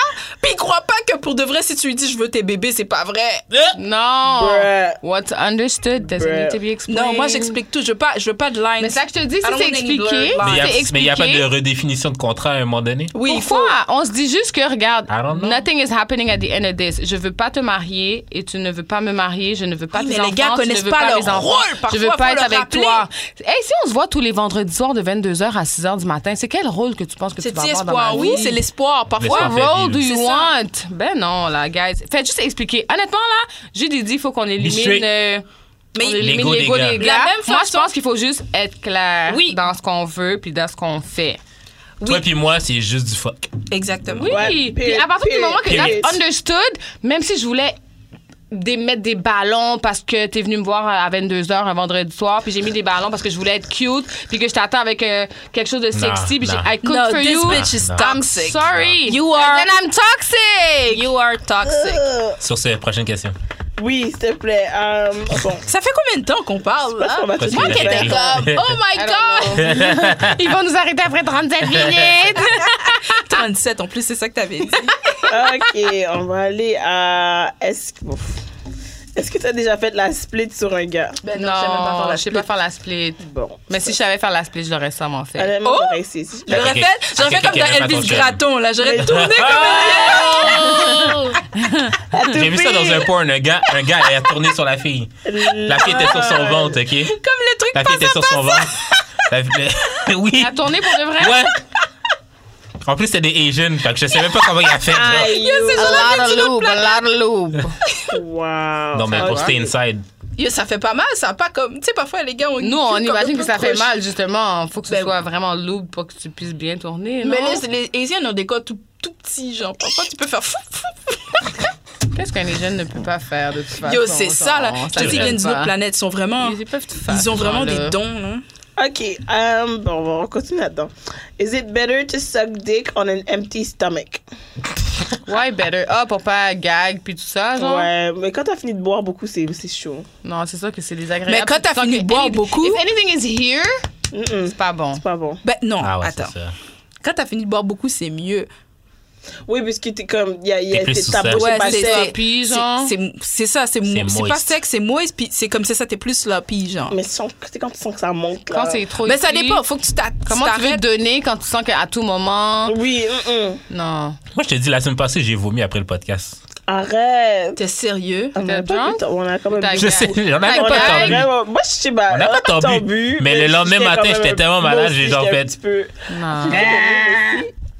[SPEAKER 5] puis il croit pas que pour de vrai, si tu lui dis je veux tes bébés, c'est pas vrai.
[SPEAKER 6] Non.
[SPEAKER 3] Bruh.
[SPEAKER 6] What's understood doesn't
[SPEAKER 3] Bruh.
[SPEAKER 6] need to be explained.
[SPEAKER 5] Non, moi j'explique tout, je veux pas, je veux pas de line.
[SPEAKER 6] Mais ça que je te dis, si
[SPEAKER 5] I don't
[SPEAKER 6] c'est
[SPEAKER 5] want any
[SPEAKER 6] expliqué,
[SPEAKER 5] blurred
[SPEAKER 2] Mais il y a-
[SPEAKER 6] Bah, c'est
[SPEAKER 2] Mais il n'y a pas de
[SPEAKER 6] expliqué.
[SPEAKER 2] redéfinition de contrat à un moment donné.
[SPEAKER 5] Oui, il faut.
[SPEAKER 6] Pourquoi? On se dit juste que, regarde,
[SPEAKER 2] I don't know.
[SPEAKER 6] nothing is happening at the end of this. Je veux pas te marier et tu ne veux pas me marier. Je ne veux pas
[SPEAKER 5] Oui,
[SPEAKER 6] tes
[SPEAKER 5] Ah, mais les
[SPEAKER 6] enfants.
[SPEAKER 5] gars
[SPEAKER 6] tu ne
[SPEAKER 5] connaissent
[SPEAKER 6] veux
[SPEAKER 5] pas leur
[SPEAKER 6] mes enfants.
[SPEAKER 5] rôle.
[SPEAKER 6] Je
[SPEAKER 5] Parfois,
[SPEAKER 6] veux pas
[SPEAKER 5] faut
[SPEAKER 6] être
[SPEAKER 5] leur
[SPEAKER 6] avec
[SPEAKER 5] rappeler.
[SPEAKER 6] toi. Hey, si on se voit tous les vendredis soirs de 22h à 6h du matin, c'est quel rôle que tu penses que tu
[SPEAKER 5] C'est
[SPEAKER 6] vas
[SPEAKER 5] petit
[SPEAKER 6] avoir dans la
[SPEAKER 5] espoir, oui,
[SPEAKER 6] vie?
[SPEAKER 5] c'est l'espoir. Parfois,
[SPEAKER 2] L'espoir.
[SPEAKER 6] What
[SPEAKER 2] fait
[SPEAKER 6] role do
[SPEAKER 2] vivre.
[SPEAKER 6] you
[SPEAKER 5] C'est ça.
[SPEAKER 6] want? Ben non, là, guys. Faites juste expliquer. Honnêtement, là, j'ai dit, il faut qu'on élimine...
[SPEAKER 2] straight.
[SPEAKER 6] euh,
[SPEAKER 5] Mais
[SPEAKER 6] on élimine
[SPEAKER 2] L'ego des
[SPEAKER 6] l'ego
[SPEAKER 2] gars.
[SPEAKER 6] des
[SPEAKER 5] La
[SPEAKER 6] gars.
[SPEAKER 5] même
[SPEAKER 6] Moi, je
[SPEAKER 5] façon-
[SPEAKER 6] pense qu'il faut juste être clair
[SPEAKER 5] Oui.
[SPEAKER 6] dans ce qu'on veut puis dans ce qu'on fait.
[SPEAKER 2] Toi puis moi, c'est juste du fuck.
[SPEAKER 5] exactement.
[SPEAKER 6] Oui,
[SPEAKER 3] Ouais,
[SPEAKER 6] puis
[SPEAKER 3] period,
[SPEAKER 6] à partir du
[SPEAKER 3] period,
[SPEAKER 6] moment que
[SPEAKER 2] period.
[SPEAKER 6] that's understood, même si je voulais des, mettre des ballons parce que t'es venu me voir à 22h un vendredi soir, puis j'ai mis des ballons parce que je voulais être cute, puis que je t'attends avec euh, quelque chose de sexy, puis
[SPEAKER 2] non.
[SPEAKER 6] j'ai I cook
[SPEAKER 5] No,
[SPEAKER 6] for
[SPEAKER 5] this
[SPEAKER 6] you.
[SPEAKER 5] bitch is
[SPEAKER 2] Non.
[SPEAKER 6] I'm
[SPEAKER 5] toxic.
[SPEAKER 6] sorry.
[SPEAKER 5] You are-
[SPEAKER 6] And then I'm toxic.
[SPEAKER 5] You are toxic.
[SPEAKER 2] Sur ces prochaines questions.
[SPEAKER 3] Euh, Oui, s'il te plaît. Euh, bon.
[SPEAKER 5] Ça fait combien de temps qu'on parle
[SPEAKER 3] Parce
[SPEAKER 5] là?
[SPEAKER 3] qu'on va
[SPEAKER 2] Parce
[SPEAKER 3] tout
[SPEAKER 2] qu'il
[SPEAKER 5] Moi qui
[SPEAKER 2] a-
[SPEAKER 3] faire.
[SPEAKER 5] étais comme, oh my
[SPEAKER 6] I don't
[SPEAKER 5] god!
[SPEAKER 6] know. Ils vont nous arrêter après 37 minutes.
[SPEAKER 5] 37 en plus, c'est ça que t'avais dit.
[SPEAKER 3] Ok, on va aller à. Est-ce que. ouf. Est-ce que tu as déjà fait la split sur un gars?
[SPEAKER 5] Ben
[SPEAKER 6] non, je sais pas faire la split.
[SPEAKER 3] Bon.
[SPEAKER 6] Mais si je savais faire la split, je l'aurais sûrement fait.
[SPEAKER 3] Honnêtement,
[SPEAKER 5] Oh!
[SPEAKER 3] j'aurais essayé.
[SPEAKER 5] Je le
[SPEAKER 2] Ok.
[SPEAKER 5] répète, j'aurais
[SPEAKER 2] Ok,
[SPEAKER 5] fait comme
[SPEAKER 2] ok,
[SPEAKER 5] dans
[SPEAKER 2] ok,
[SPEAKER 5] Elvis
[SPEAKER 2] attends,
[SPEAKER 5] Gratton, là, j'aurais tourné comme
[SPEAKER 2] J'ai vu ça dans un porn. Un gars, un gars, elle a tourné sur la fille. La fille était sur son ventre, ok?
[SPEAKER 5] comme le truc
[SPEAKER 2] La fille était sur son ventre. La fille- oui.
[SPEAKER 6] La tournée pour de vrai?
[SPEAKER 2] Ouais. En plus, c'était des Asians, fait que je sais même pas comment il a fait. genre.
[SPEAKER 3] Aïe!
[SPEAKER 6] A lot of lube, a lot of lube.
[SPEAKER 3] Wow!
[SPEAKER 2] Non, mais pour stay inside.
[SPEAKER 5] Yo, ça fait pas mal, ça a pas comme. Tu sais, parfois, les gars, on.
[SPEAKER 6] Nous, on
[SPEAKER 5] comme un
[SPEAKER 6] imagine
[SPEAKER 5] peu
[SPEAKER 6] que ça fait
[SPEAKER 5] croche.
[SPEAKER 6] mal, justement. Faut que ce
[SPEAKER 5] Ben
[SPEAKER 6] soit vraiment lourd pour que tu puisses bien tourner.
[SPEAKER 5] Mais
[SPEAKER 6] non?
[SPEAKER 5] les, les Asiens ont des corps tout, tout petits, genre. Parfois, tu peux faire fou, fou.
[SPEAKER 6] Qu'est-ce qu'un jeune ne peut pas faire de toute façon?
[SPEAKER 5] Yo, c'est ça, là.
[SPEAKER 6] on
[SPEAKER 5] Je te dis,
[SPEAKER 6] s'adresse
[SPEAKER 5] ils viennent d'une autre
[SPEAKER 6] pas.
[SPEAKER 5] planète. Ils sont vraiment.
[SPEAKER 6] Ils peuvent tout faire.
[SPEAKER 5] Ils ont
[SPEAKER 6] ces
[SPEAKER 5] vraiment
[SPEAKER 6] gens-là.
[SPEAKER 5] des dons, là.
[SPEAKER 3] Ok, um, bon, on va continuer là-dedans. Is it better to suck dick on an empty stomach?
[SPEAKER 6] Ouais, better. Ah, pour pas gag puis tout
[SPEAKER 2] Ah
[SPEAKER 6] ça, genre.
[SPEAKER 3] Ouais, mais quand t'as fini de boire beaucoup, c'est c'est chaud.
[SPEAKER 6] Non, c'est ça que c'est
[SPEAKER 5] Mais
[SPEAKER 6] désagréable.
[SPEAKER 5] quand t'as
[SPEAKER 6] Tant
[SPEAKER 5] fini
[SPEAKER 6] que
[SPEAKER 5] de boire
[SPEAKER 6] any-
[SPEAKER 5] beaucoup.
[SPEAKER 6] If anything is here,
[SPEAKER 3] Mm-mm,
[SPEAKER 6] c'est pas bon.
[SPEAKER 3] c'est pas bon.
[SPEAKER 5] Ben, non,
[SPEAKER 2] Ah ouais, c'est
[SPEAKER 5] attends.
[SPEAKER 2] ça.
[SPEAKER 5] Quand t'as fini de boire beaucoup, c'est mieux.
[SPEAKER 3] Oui, parce que t'es comme. Y a, y
[SPEAKER 2] T'es
[SPEAKER 3] a,
[SPEAKER 2] plus
[SPEAKER 3] t'es-
[SPEAKER 2] sous
[SPEAKER 3] ta
[SPEAKER 2] ça.
[SPEAKER 3] bouche
[SPEAKER 2] Ouais,
[SPEAKER 3] est pas
[SPEAKER 5] c'est
[SPEAKER 3] sèche.
[SPEAKER 5] ça.
[SPEAKER 6] sloppy,
[SPEAKER 5] C'est-
[SPEAKER 6] genre.
[SPEAKER 5] c'est- C'est ça, c'est mou.
[SPEAKER 2] C'est
[SPEAKER 5] C'est pas
[SPEAKER 2] moist.
[SPEAKER 5] sec, c'est moist, puis c'est comme ça, ça, t'es plus sloppy, genre.
[SPEAKER 3] Mais sans- c'est quand tu sens que ça monte. Là.
[SPEAKER 6] Quand c'est trop.
[SPEAKER 5] Mais ça
[SPEAKER 6] ici,
[SPEAKER 5] dépend, faut que tu t'a- tu
[SPEAKER 6] Comment tu veux
[SPEAKER 5] t'arrêtes.
[SPEAKER 6] donner quand tu sens qu'à tout moment.
[SPEAKER 3] Oui, mm-mm.
[SPEAKER 6] Non.
[SPEAKER 2] Moi, je te dis, la semaine passée, j'ai vomi après le podcast.
[SPEAKER 3] arrête.
[SPEAKER 5] T'es sérieux?
[SPEAKER 3] On a pas
[SPEAKER 6] T'étais drunk?
[SPEAKER 3] bu- on a quand même
[SPEAKER 6] T'as-
[SPEAKER 3] bu.
[SPEAKER 2] Je sais, j'en avais
[SPEAKER 6] Like
[SPEAKER 3] On a
[SPEAKER 2] pas
[SPEAKER 6] that.
[SPEAKER 2] tant bu.
[SPEAKER 3] vraiment- Moi, je suis ben, euh, mal.
[SPEAKER 2] On a pas Ah! tant bu. Mais le lendemain matin, j'étais tellement malade, j'ai genre fait-
[SPEAKER 6] Non.
[SPEAKER 3] Ah.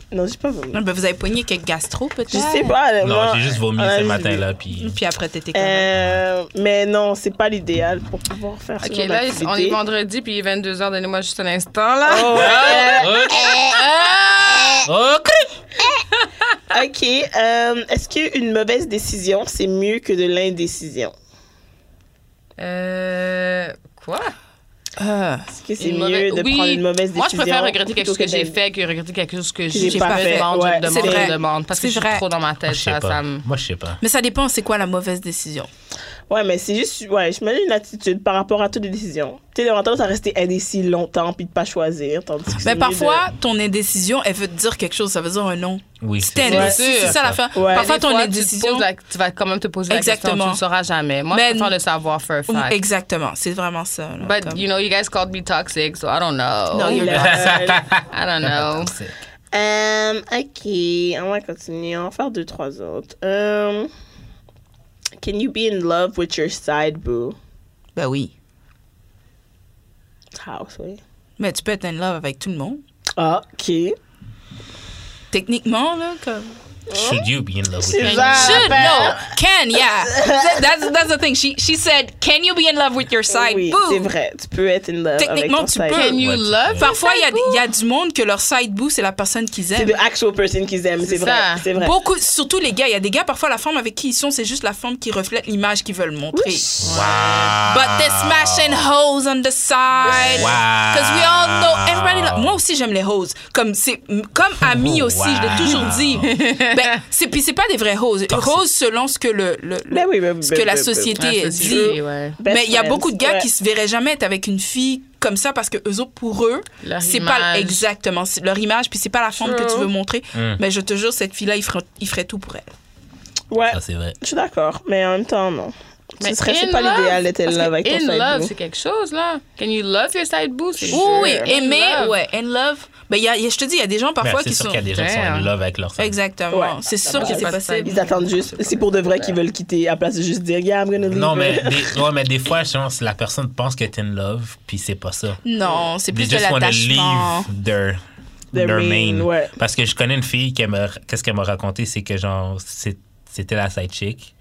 [SPEAKER 3] Non, j'ai pas vomi.
[SPEAKER 5] Ah, ben, vous avez pogné quelques gastro,
[SPEAKER 3] Je
[SPEAKER 5] peut-être.
[SPEAKER 3] sais pas. là,
[SPEAKER 2] Non,
[SPEAKER 3] moi,
[SPEAKER 2] j'ai juste vomi
[SPEAKER 3] on a
[SPEAKER 2] ce
[SPEAKER 3] juste
[SPEAKER 2] matin-là, puis
[SPEAKER 5] Puis après, t'étais
[SPEAKER 3] bu.
[SPEAKER 5] comme.
[SPEAKER 3] Euh, mais non, c'est pas l'idéal pour pouvoir faire ce
[SPEAKER 6] OK,
[SPEAKER 3] genre
[SPEAKER 6] là,
[SPEAKER 3] d'activité.
[SPEAKER 6] on est vendredi, puis il est 22h. Donnez-moi juste un instant, là.
[SPEAKER 3] Oh, ouais.
[SPEAKER 2] Oh, oh, cric.
[SPEAKER 3] Ok. euh, Est-ce qu'une mauvaise décision, c'est mieux que de l'indécision?
[SPEAKER 6] Euh... Quoi? euh.
[SPEAKER 5] Ah.
[SPEAKER 3] Est-ce que c'est
[SPEAKER 6] Une
[SPEAKER 3] mieux
[SPEAKER 6] mauvaise-
[SPEAKER 3] de
[SPEAKER 6] oui.
[SPEAKER 3] prendre une mauvaise décision?
[SPEAKER 6] Moi, je préfère regretter quelque
[SPEAKER 3] plutôt
[SPEAKER 6] chose que, j'ai
[SPEAKER 3] d'être-
[SPEAKER 6] fait que regretter quelque chose que
[SPEAKER 3] j'ai
[SPEAKER 6] j'ai
[SPEAKER 3] pas
[SPEAKER 6] pas
[SPEAKER 3] fait.
[SPEAKER 6] fait. Demande,
[SPEAKER 3] Ouais,
[SPEAKER 6] je demande,
[SPEAKER 5] c'est vrai.
[SPEAKER 6] je demande. Parce que
[SPEAKER 5] C'est
[SPEAKER 6] je
[SPEAKER 5] vrai.
[SPEAKER 6] suis trop dans ma tête.
[SPEAKER 2] Moi, je sais
[SPEAKER 6] Ça, ça
[SPEAKER 2] pas.
[SPEAKER 6] me...
[SPEAKER 2] Moi, je sais pas.
[SPEAKER 5] Mais ça dépend, c'est quoi la mauvaise décision?
[SPEAKER 3] Ouais, mais c'est juste, ouais, je me mets une attitude par rapport à toutes les décisions. Tu sais, on a tendance à rester indécis longtemps puis de pas choisir. Tandis que c'est
[SPEAKER 5] Mais
[SPEAKER 3] mieux
[SPEAKER 5] Ben, parfois, ton indécision, elle veut te dire quelque chose, ça veut dire un non.
[SPEAKER 2] Oui,
[SPEAKER 5] Si t'es
[SPEAKER 2] ça.
[SPEAKER 5] indécis,
[SPEAKER 6] Ouais.
[SPEAKER 5] c'est ça la fin.
[SPEAKER 3] Ouais.
[SPEAKER 5] Parfois,
[SPEAKER 6] Des fois,
[SPEAKER 5] ton
[SPEAKER 6] tu te
[SPEAKER 5] indécision.
[SPEAKER 6] poses la- tu vas quand même te poser la
[SPEAKER 5] Exactement.
[SPEAKER 6] question. Tu ne sauras jamais. Moi,
[SPEAKER 5] Mais-
[SPEAKER 6] je préfère le savoir for a
[SPEAKER 5] Ou-
[SPEAKER 6] fact.
[SPEAKER 5] Exactement, c'est vraiment ça. là,
[SPEAKER 6] But,
[SPEAKER 5] comme-
[SPEAKER 6] you know, you guys called me toxic, so I don't know.
[SPEAKER 5] No,
[SPEAKER 3] de-
[SPEAKER 5] you're
[SPEAKER 3] Là,
[SPEAKER 6] I don't know.
[SPEAKER 2] C'est-
[SPEAKER 3] euh, ok, on va continuer. On va faire deux, trois autres. Euh, can you be in love with your side boo?
[SPEAKER 5] Ben oui.
[SPEAKER 3] House, oui.
[SPEAKER 5] Mais tu peux être in love avec tout le monde.
[SPEAKER 3] Ah, ok.
[SPEAKER 5] Techniquement, là, comme.
[SPEAKER 2] Should you be in love with
[SPEAKER 3] C'est
[SPEAKER 2] me?
[SPEAKER 3] ça,
[SPEAKER 5] Should,
[SPEAKER 3] ben,
[SPEAKER 5] no, can, yeah. that's, that's the thing. She, she said, can you be in love with your side
[SPEAKER 3] Oui,
[SPEAKER 5] boo?
[SPEAKER 3] c'est vrai. Tu peux être in love
[SPEAKER 5] Techniquement,
[SPEAKER 3] avec
[SPEAKER 5] tu
[SPEAKER 3] ton side
[SPEAKER 5] peux.
[SPEAKER 3] boo.
[SPEAKER 6] Can you
[SPEAKER 2] Ouais,
[SPEAKER 6] love
[SPEAKER 5] Parfois, il y a, il y a du monde que leur side boo, c'est la personne qu'ils
[SPEAKER 3] C'est
[SPEAKER 5] aiment.
[SPEAKER 3] the actual person qu'ils aiment, c'est
[SPEAKER 6] C'est
[SPEAKER 3] vrai.
[SPEAKER 6] ça.
[SPEAKER 3] C'est vrai.
[SPEAKER 5] Beaucoup, surtout les gars. Il y a des gars, parfois, la forme avec qui ils sont, c'est juste la forme qui reflète l'image qu'ils veulent montrer.
[SPEAKER 2] Wow.
[SPEAKER 5] But they're smashing hoes on the side.
[SPEAKER 2] Wow.
[SPEAKER 5] Cause we all know everybody. lo- Moi aussi j'aime les hoes. Comme c'est comme
[SPEAKER 3] Oh,
[SPEAKER 5] ami aussi, je l'ai toujours dit. ben c'est puis c'est pas des vraies hoes. Hoes selon ce que le, le- le-
[SPEAKER 3] Ben oui, ben-
[SPEAKER 5] ce
[SPEAKER 3] ben-
[SPEAKER 5] que la
[SPEAKER 3] ben-
[SPEAKER 5] société
[SPEAKER 6] Ouais, ça, Ah, c'est
[SPEAKER 5] dit.
[SPEAKER 6] vrai, ouais.
[SPEAKER 3] Best
[SPEAKER 5] mais il y a
[SPEAKER 3] friends,
[SPEAKER 5] beaucoup de gars
[SPEAKER 3] ouais.
[SPEAKER 5] qui se verraient jamais être avec une fille comme ça parce que eux autres pour eux
[SPEAKER 6] Leur
[SPEAKER 5] c'est pas
[SPEAKER 6] image.
[SPEAKER 5] exactement c'est leur image puis c'est pas la forme que tu
[SPEAKER 6] True.
[SPEAKER 5] veux montrer
[SPEAKER 2] Hmm.
[SPEAKER 5] mais je te jure cette fille là il ferait, il ferait tout pour elle
[SPEAKER 3] Ouais,
[SPEAKER 2] Ça, Ah, c'est vrai.
[SPEAKER 3] je suis d'accord. Mais en même temps, non. Ce
[SPEAKER 6] Mais
[SPEAKER 3] serait c'est
[SPEAKER 6] in
[SPEAKER 3] pas
[SPEAKER 6] love,
[SPEAKER 3] l'idéal d'être in
[SPEAKER 6] parce que
[SPEAKER 3] love avec ton
[SPEAKER 6] in
[SPEAKER 3] side
[SPEAKER 6] love,
[SPEAKER 3] boo.
[SPEAKER 6] c'est quelque chose, là. Can you love your side boo? C'est
[SPEAKER 3] Sure.
[SPEAKER 5] oui aimer
[SPEAKER 6] Love.
[SPEAKER 5] ouais and love ben il y a- il y a- je te dis il y a des gens
[SPEAKER 2] Ben,
[SPEAKER 5] parfois
[SPEAKER 2] C'est
[SPEAKER 5] qui
[SPEAKER 2] sûr
[SPEAKER 5] sont hein.
[SPEAKER 2] qu'il y a des gens qui sont in
[SPEAKER 6] Damn.
[SPEAKER 2] love avec leur femme.
[SPEAKER 5] exactement
[SPEAKER 3] Ouais.
[SPEAKER 5] c'est sûr que
[SPEAKER 6] J'ai
[SPEAKER 5] c'est
[SPEAKER 6] pas de
[SPEAKER 5] possible
[SPEAKER 3] Ils attendent juste. C'est pour de vrai qu'ils veulent quitter à place de juste dire, yeah, I'm gonna leave.
[SPEAKER 2] Non, mais des, ouais, mais des fois, je pense que la personne pense que t'es in love, puis c'est pas ça.
[SPEAKER 5] non c'est
[SPEAKER 2] They
[SPEAKER 5] plus de
[SPEAKER 2] just wanna
[SPEAKER 5] l'attachement
[SPEAKER 2] leave their,
[SPEAKER 3] Their
[SPEAKER 2] their
[SPEAKER 3] main,
[SPEAKER 2] main.
[SPEAKER 3] ouais.
[SPEAKER 2] Parce que je connais une fille qui m'a, qu'est-ce qu'elle m'a raconté, c'est que genre, c'est- c'était la side chick.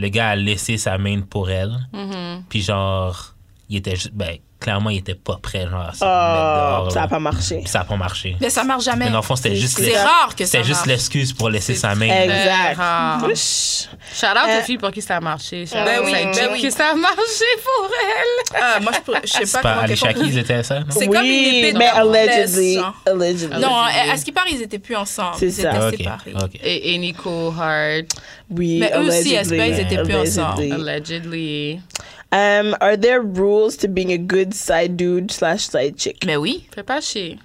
[SPEAKER 2] Le gars a laissé sa main pour elle.
[SPEAKER 5] Mm-hmm.
[SPEAKER 2] Puis genre, il était juste, ben, clairement, il était pas prêt, genre, à se mettre
[SPEAKER 3] Ah,
[SPEAKER 2] dehors,
[SPEAKER 3] ça
[SPEAKER 2] là.
[SPEAKER 3] a pas marché.
[SPEAKER 2] Puis ça a pas marché.
[SPEAKER 5] mais ça marche jamais
[SPEAKER 2] Mais dans le fond, c'était juste,
[SPEAKER 5] c'est
[SPEAKER 2] l'ex-
[SPEAKER 5] rare que ça
[SPEAKER 2] c'était juste
[SPEAKER 5] marche.
[SPEAKER 2] l'excuse pour laisser sa main.
[SPEAKER 3] Exact.
[SPEAKER 6] Ah.
[SPEAKER 3] Ouch.
[SPEAKER 6] Shout out
[SPEAKER 3] Euh,
[SPEAKER 6] aux filles pour qui ça a marché. Shout out
[SPEAKER 5] Ben
[SPEAKER 6] aux
[SPEAKER 5] oui,
[SPEAKER 6] side
[SPEAKER 5] ben
[SPEAKER 6] chicks
[SPEAKER 5] oui.
[SPEAKER 6] qui ça a marché pour elle.
[SPEAKER 5] Ah, moi je, pourrais- je sais
[SPEAKER 2] C'est
[SPEAKER 5] pas,
[SPEAKER 2] pas
[SPEAKER 5] comment
[SPEAKER 2] Alicia
[SPEAKER 5] quelqu'un-
[SPEAKER 2] Keys était ça, non?
[SPEAKER 5] C'est
[SPEAKER 3] oui,
[SPEAKER 5] comme une épée de
[SPEAKER 3] mais
[SPEAKER 5] Damoclès,
[SPEAKER 3] allegedly.
[SPEAKER 5] genre.
[SPEAKER 3] Allegedly.
[SPEAKER 5] non à, à ce qui paraît ils étaient plus ensemble
[SPEAKER 3] C'est
[SPEAKER 5] ils
[SPEAKER 3] ça.
[SPEAKER 5] étaient
[SPEAKER 2] Ah,
[SPEAKER 5] séparés
[SPEAKER 2] OK, OK.
[SPEAKER 6] Et, et Nico Hart,
[SPEAKER 3] Oui,
[SPEAKER 5] Mais eux aussi, à ce
[SPEAKER 3] allegedly.
[SPEAKER 5] point, ils étaient plus ensemble.
[SPEAKER 3] Allegedly.
[SPEAKER 6] allegedly.
[SPEAKER 3] Um, are there rules to being a good side dude slash side chick?
[SPEAKER 5] mais oui
[SPEAKER 6] Fais pas chier.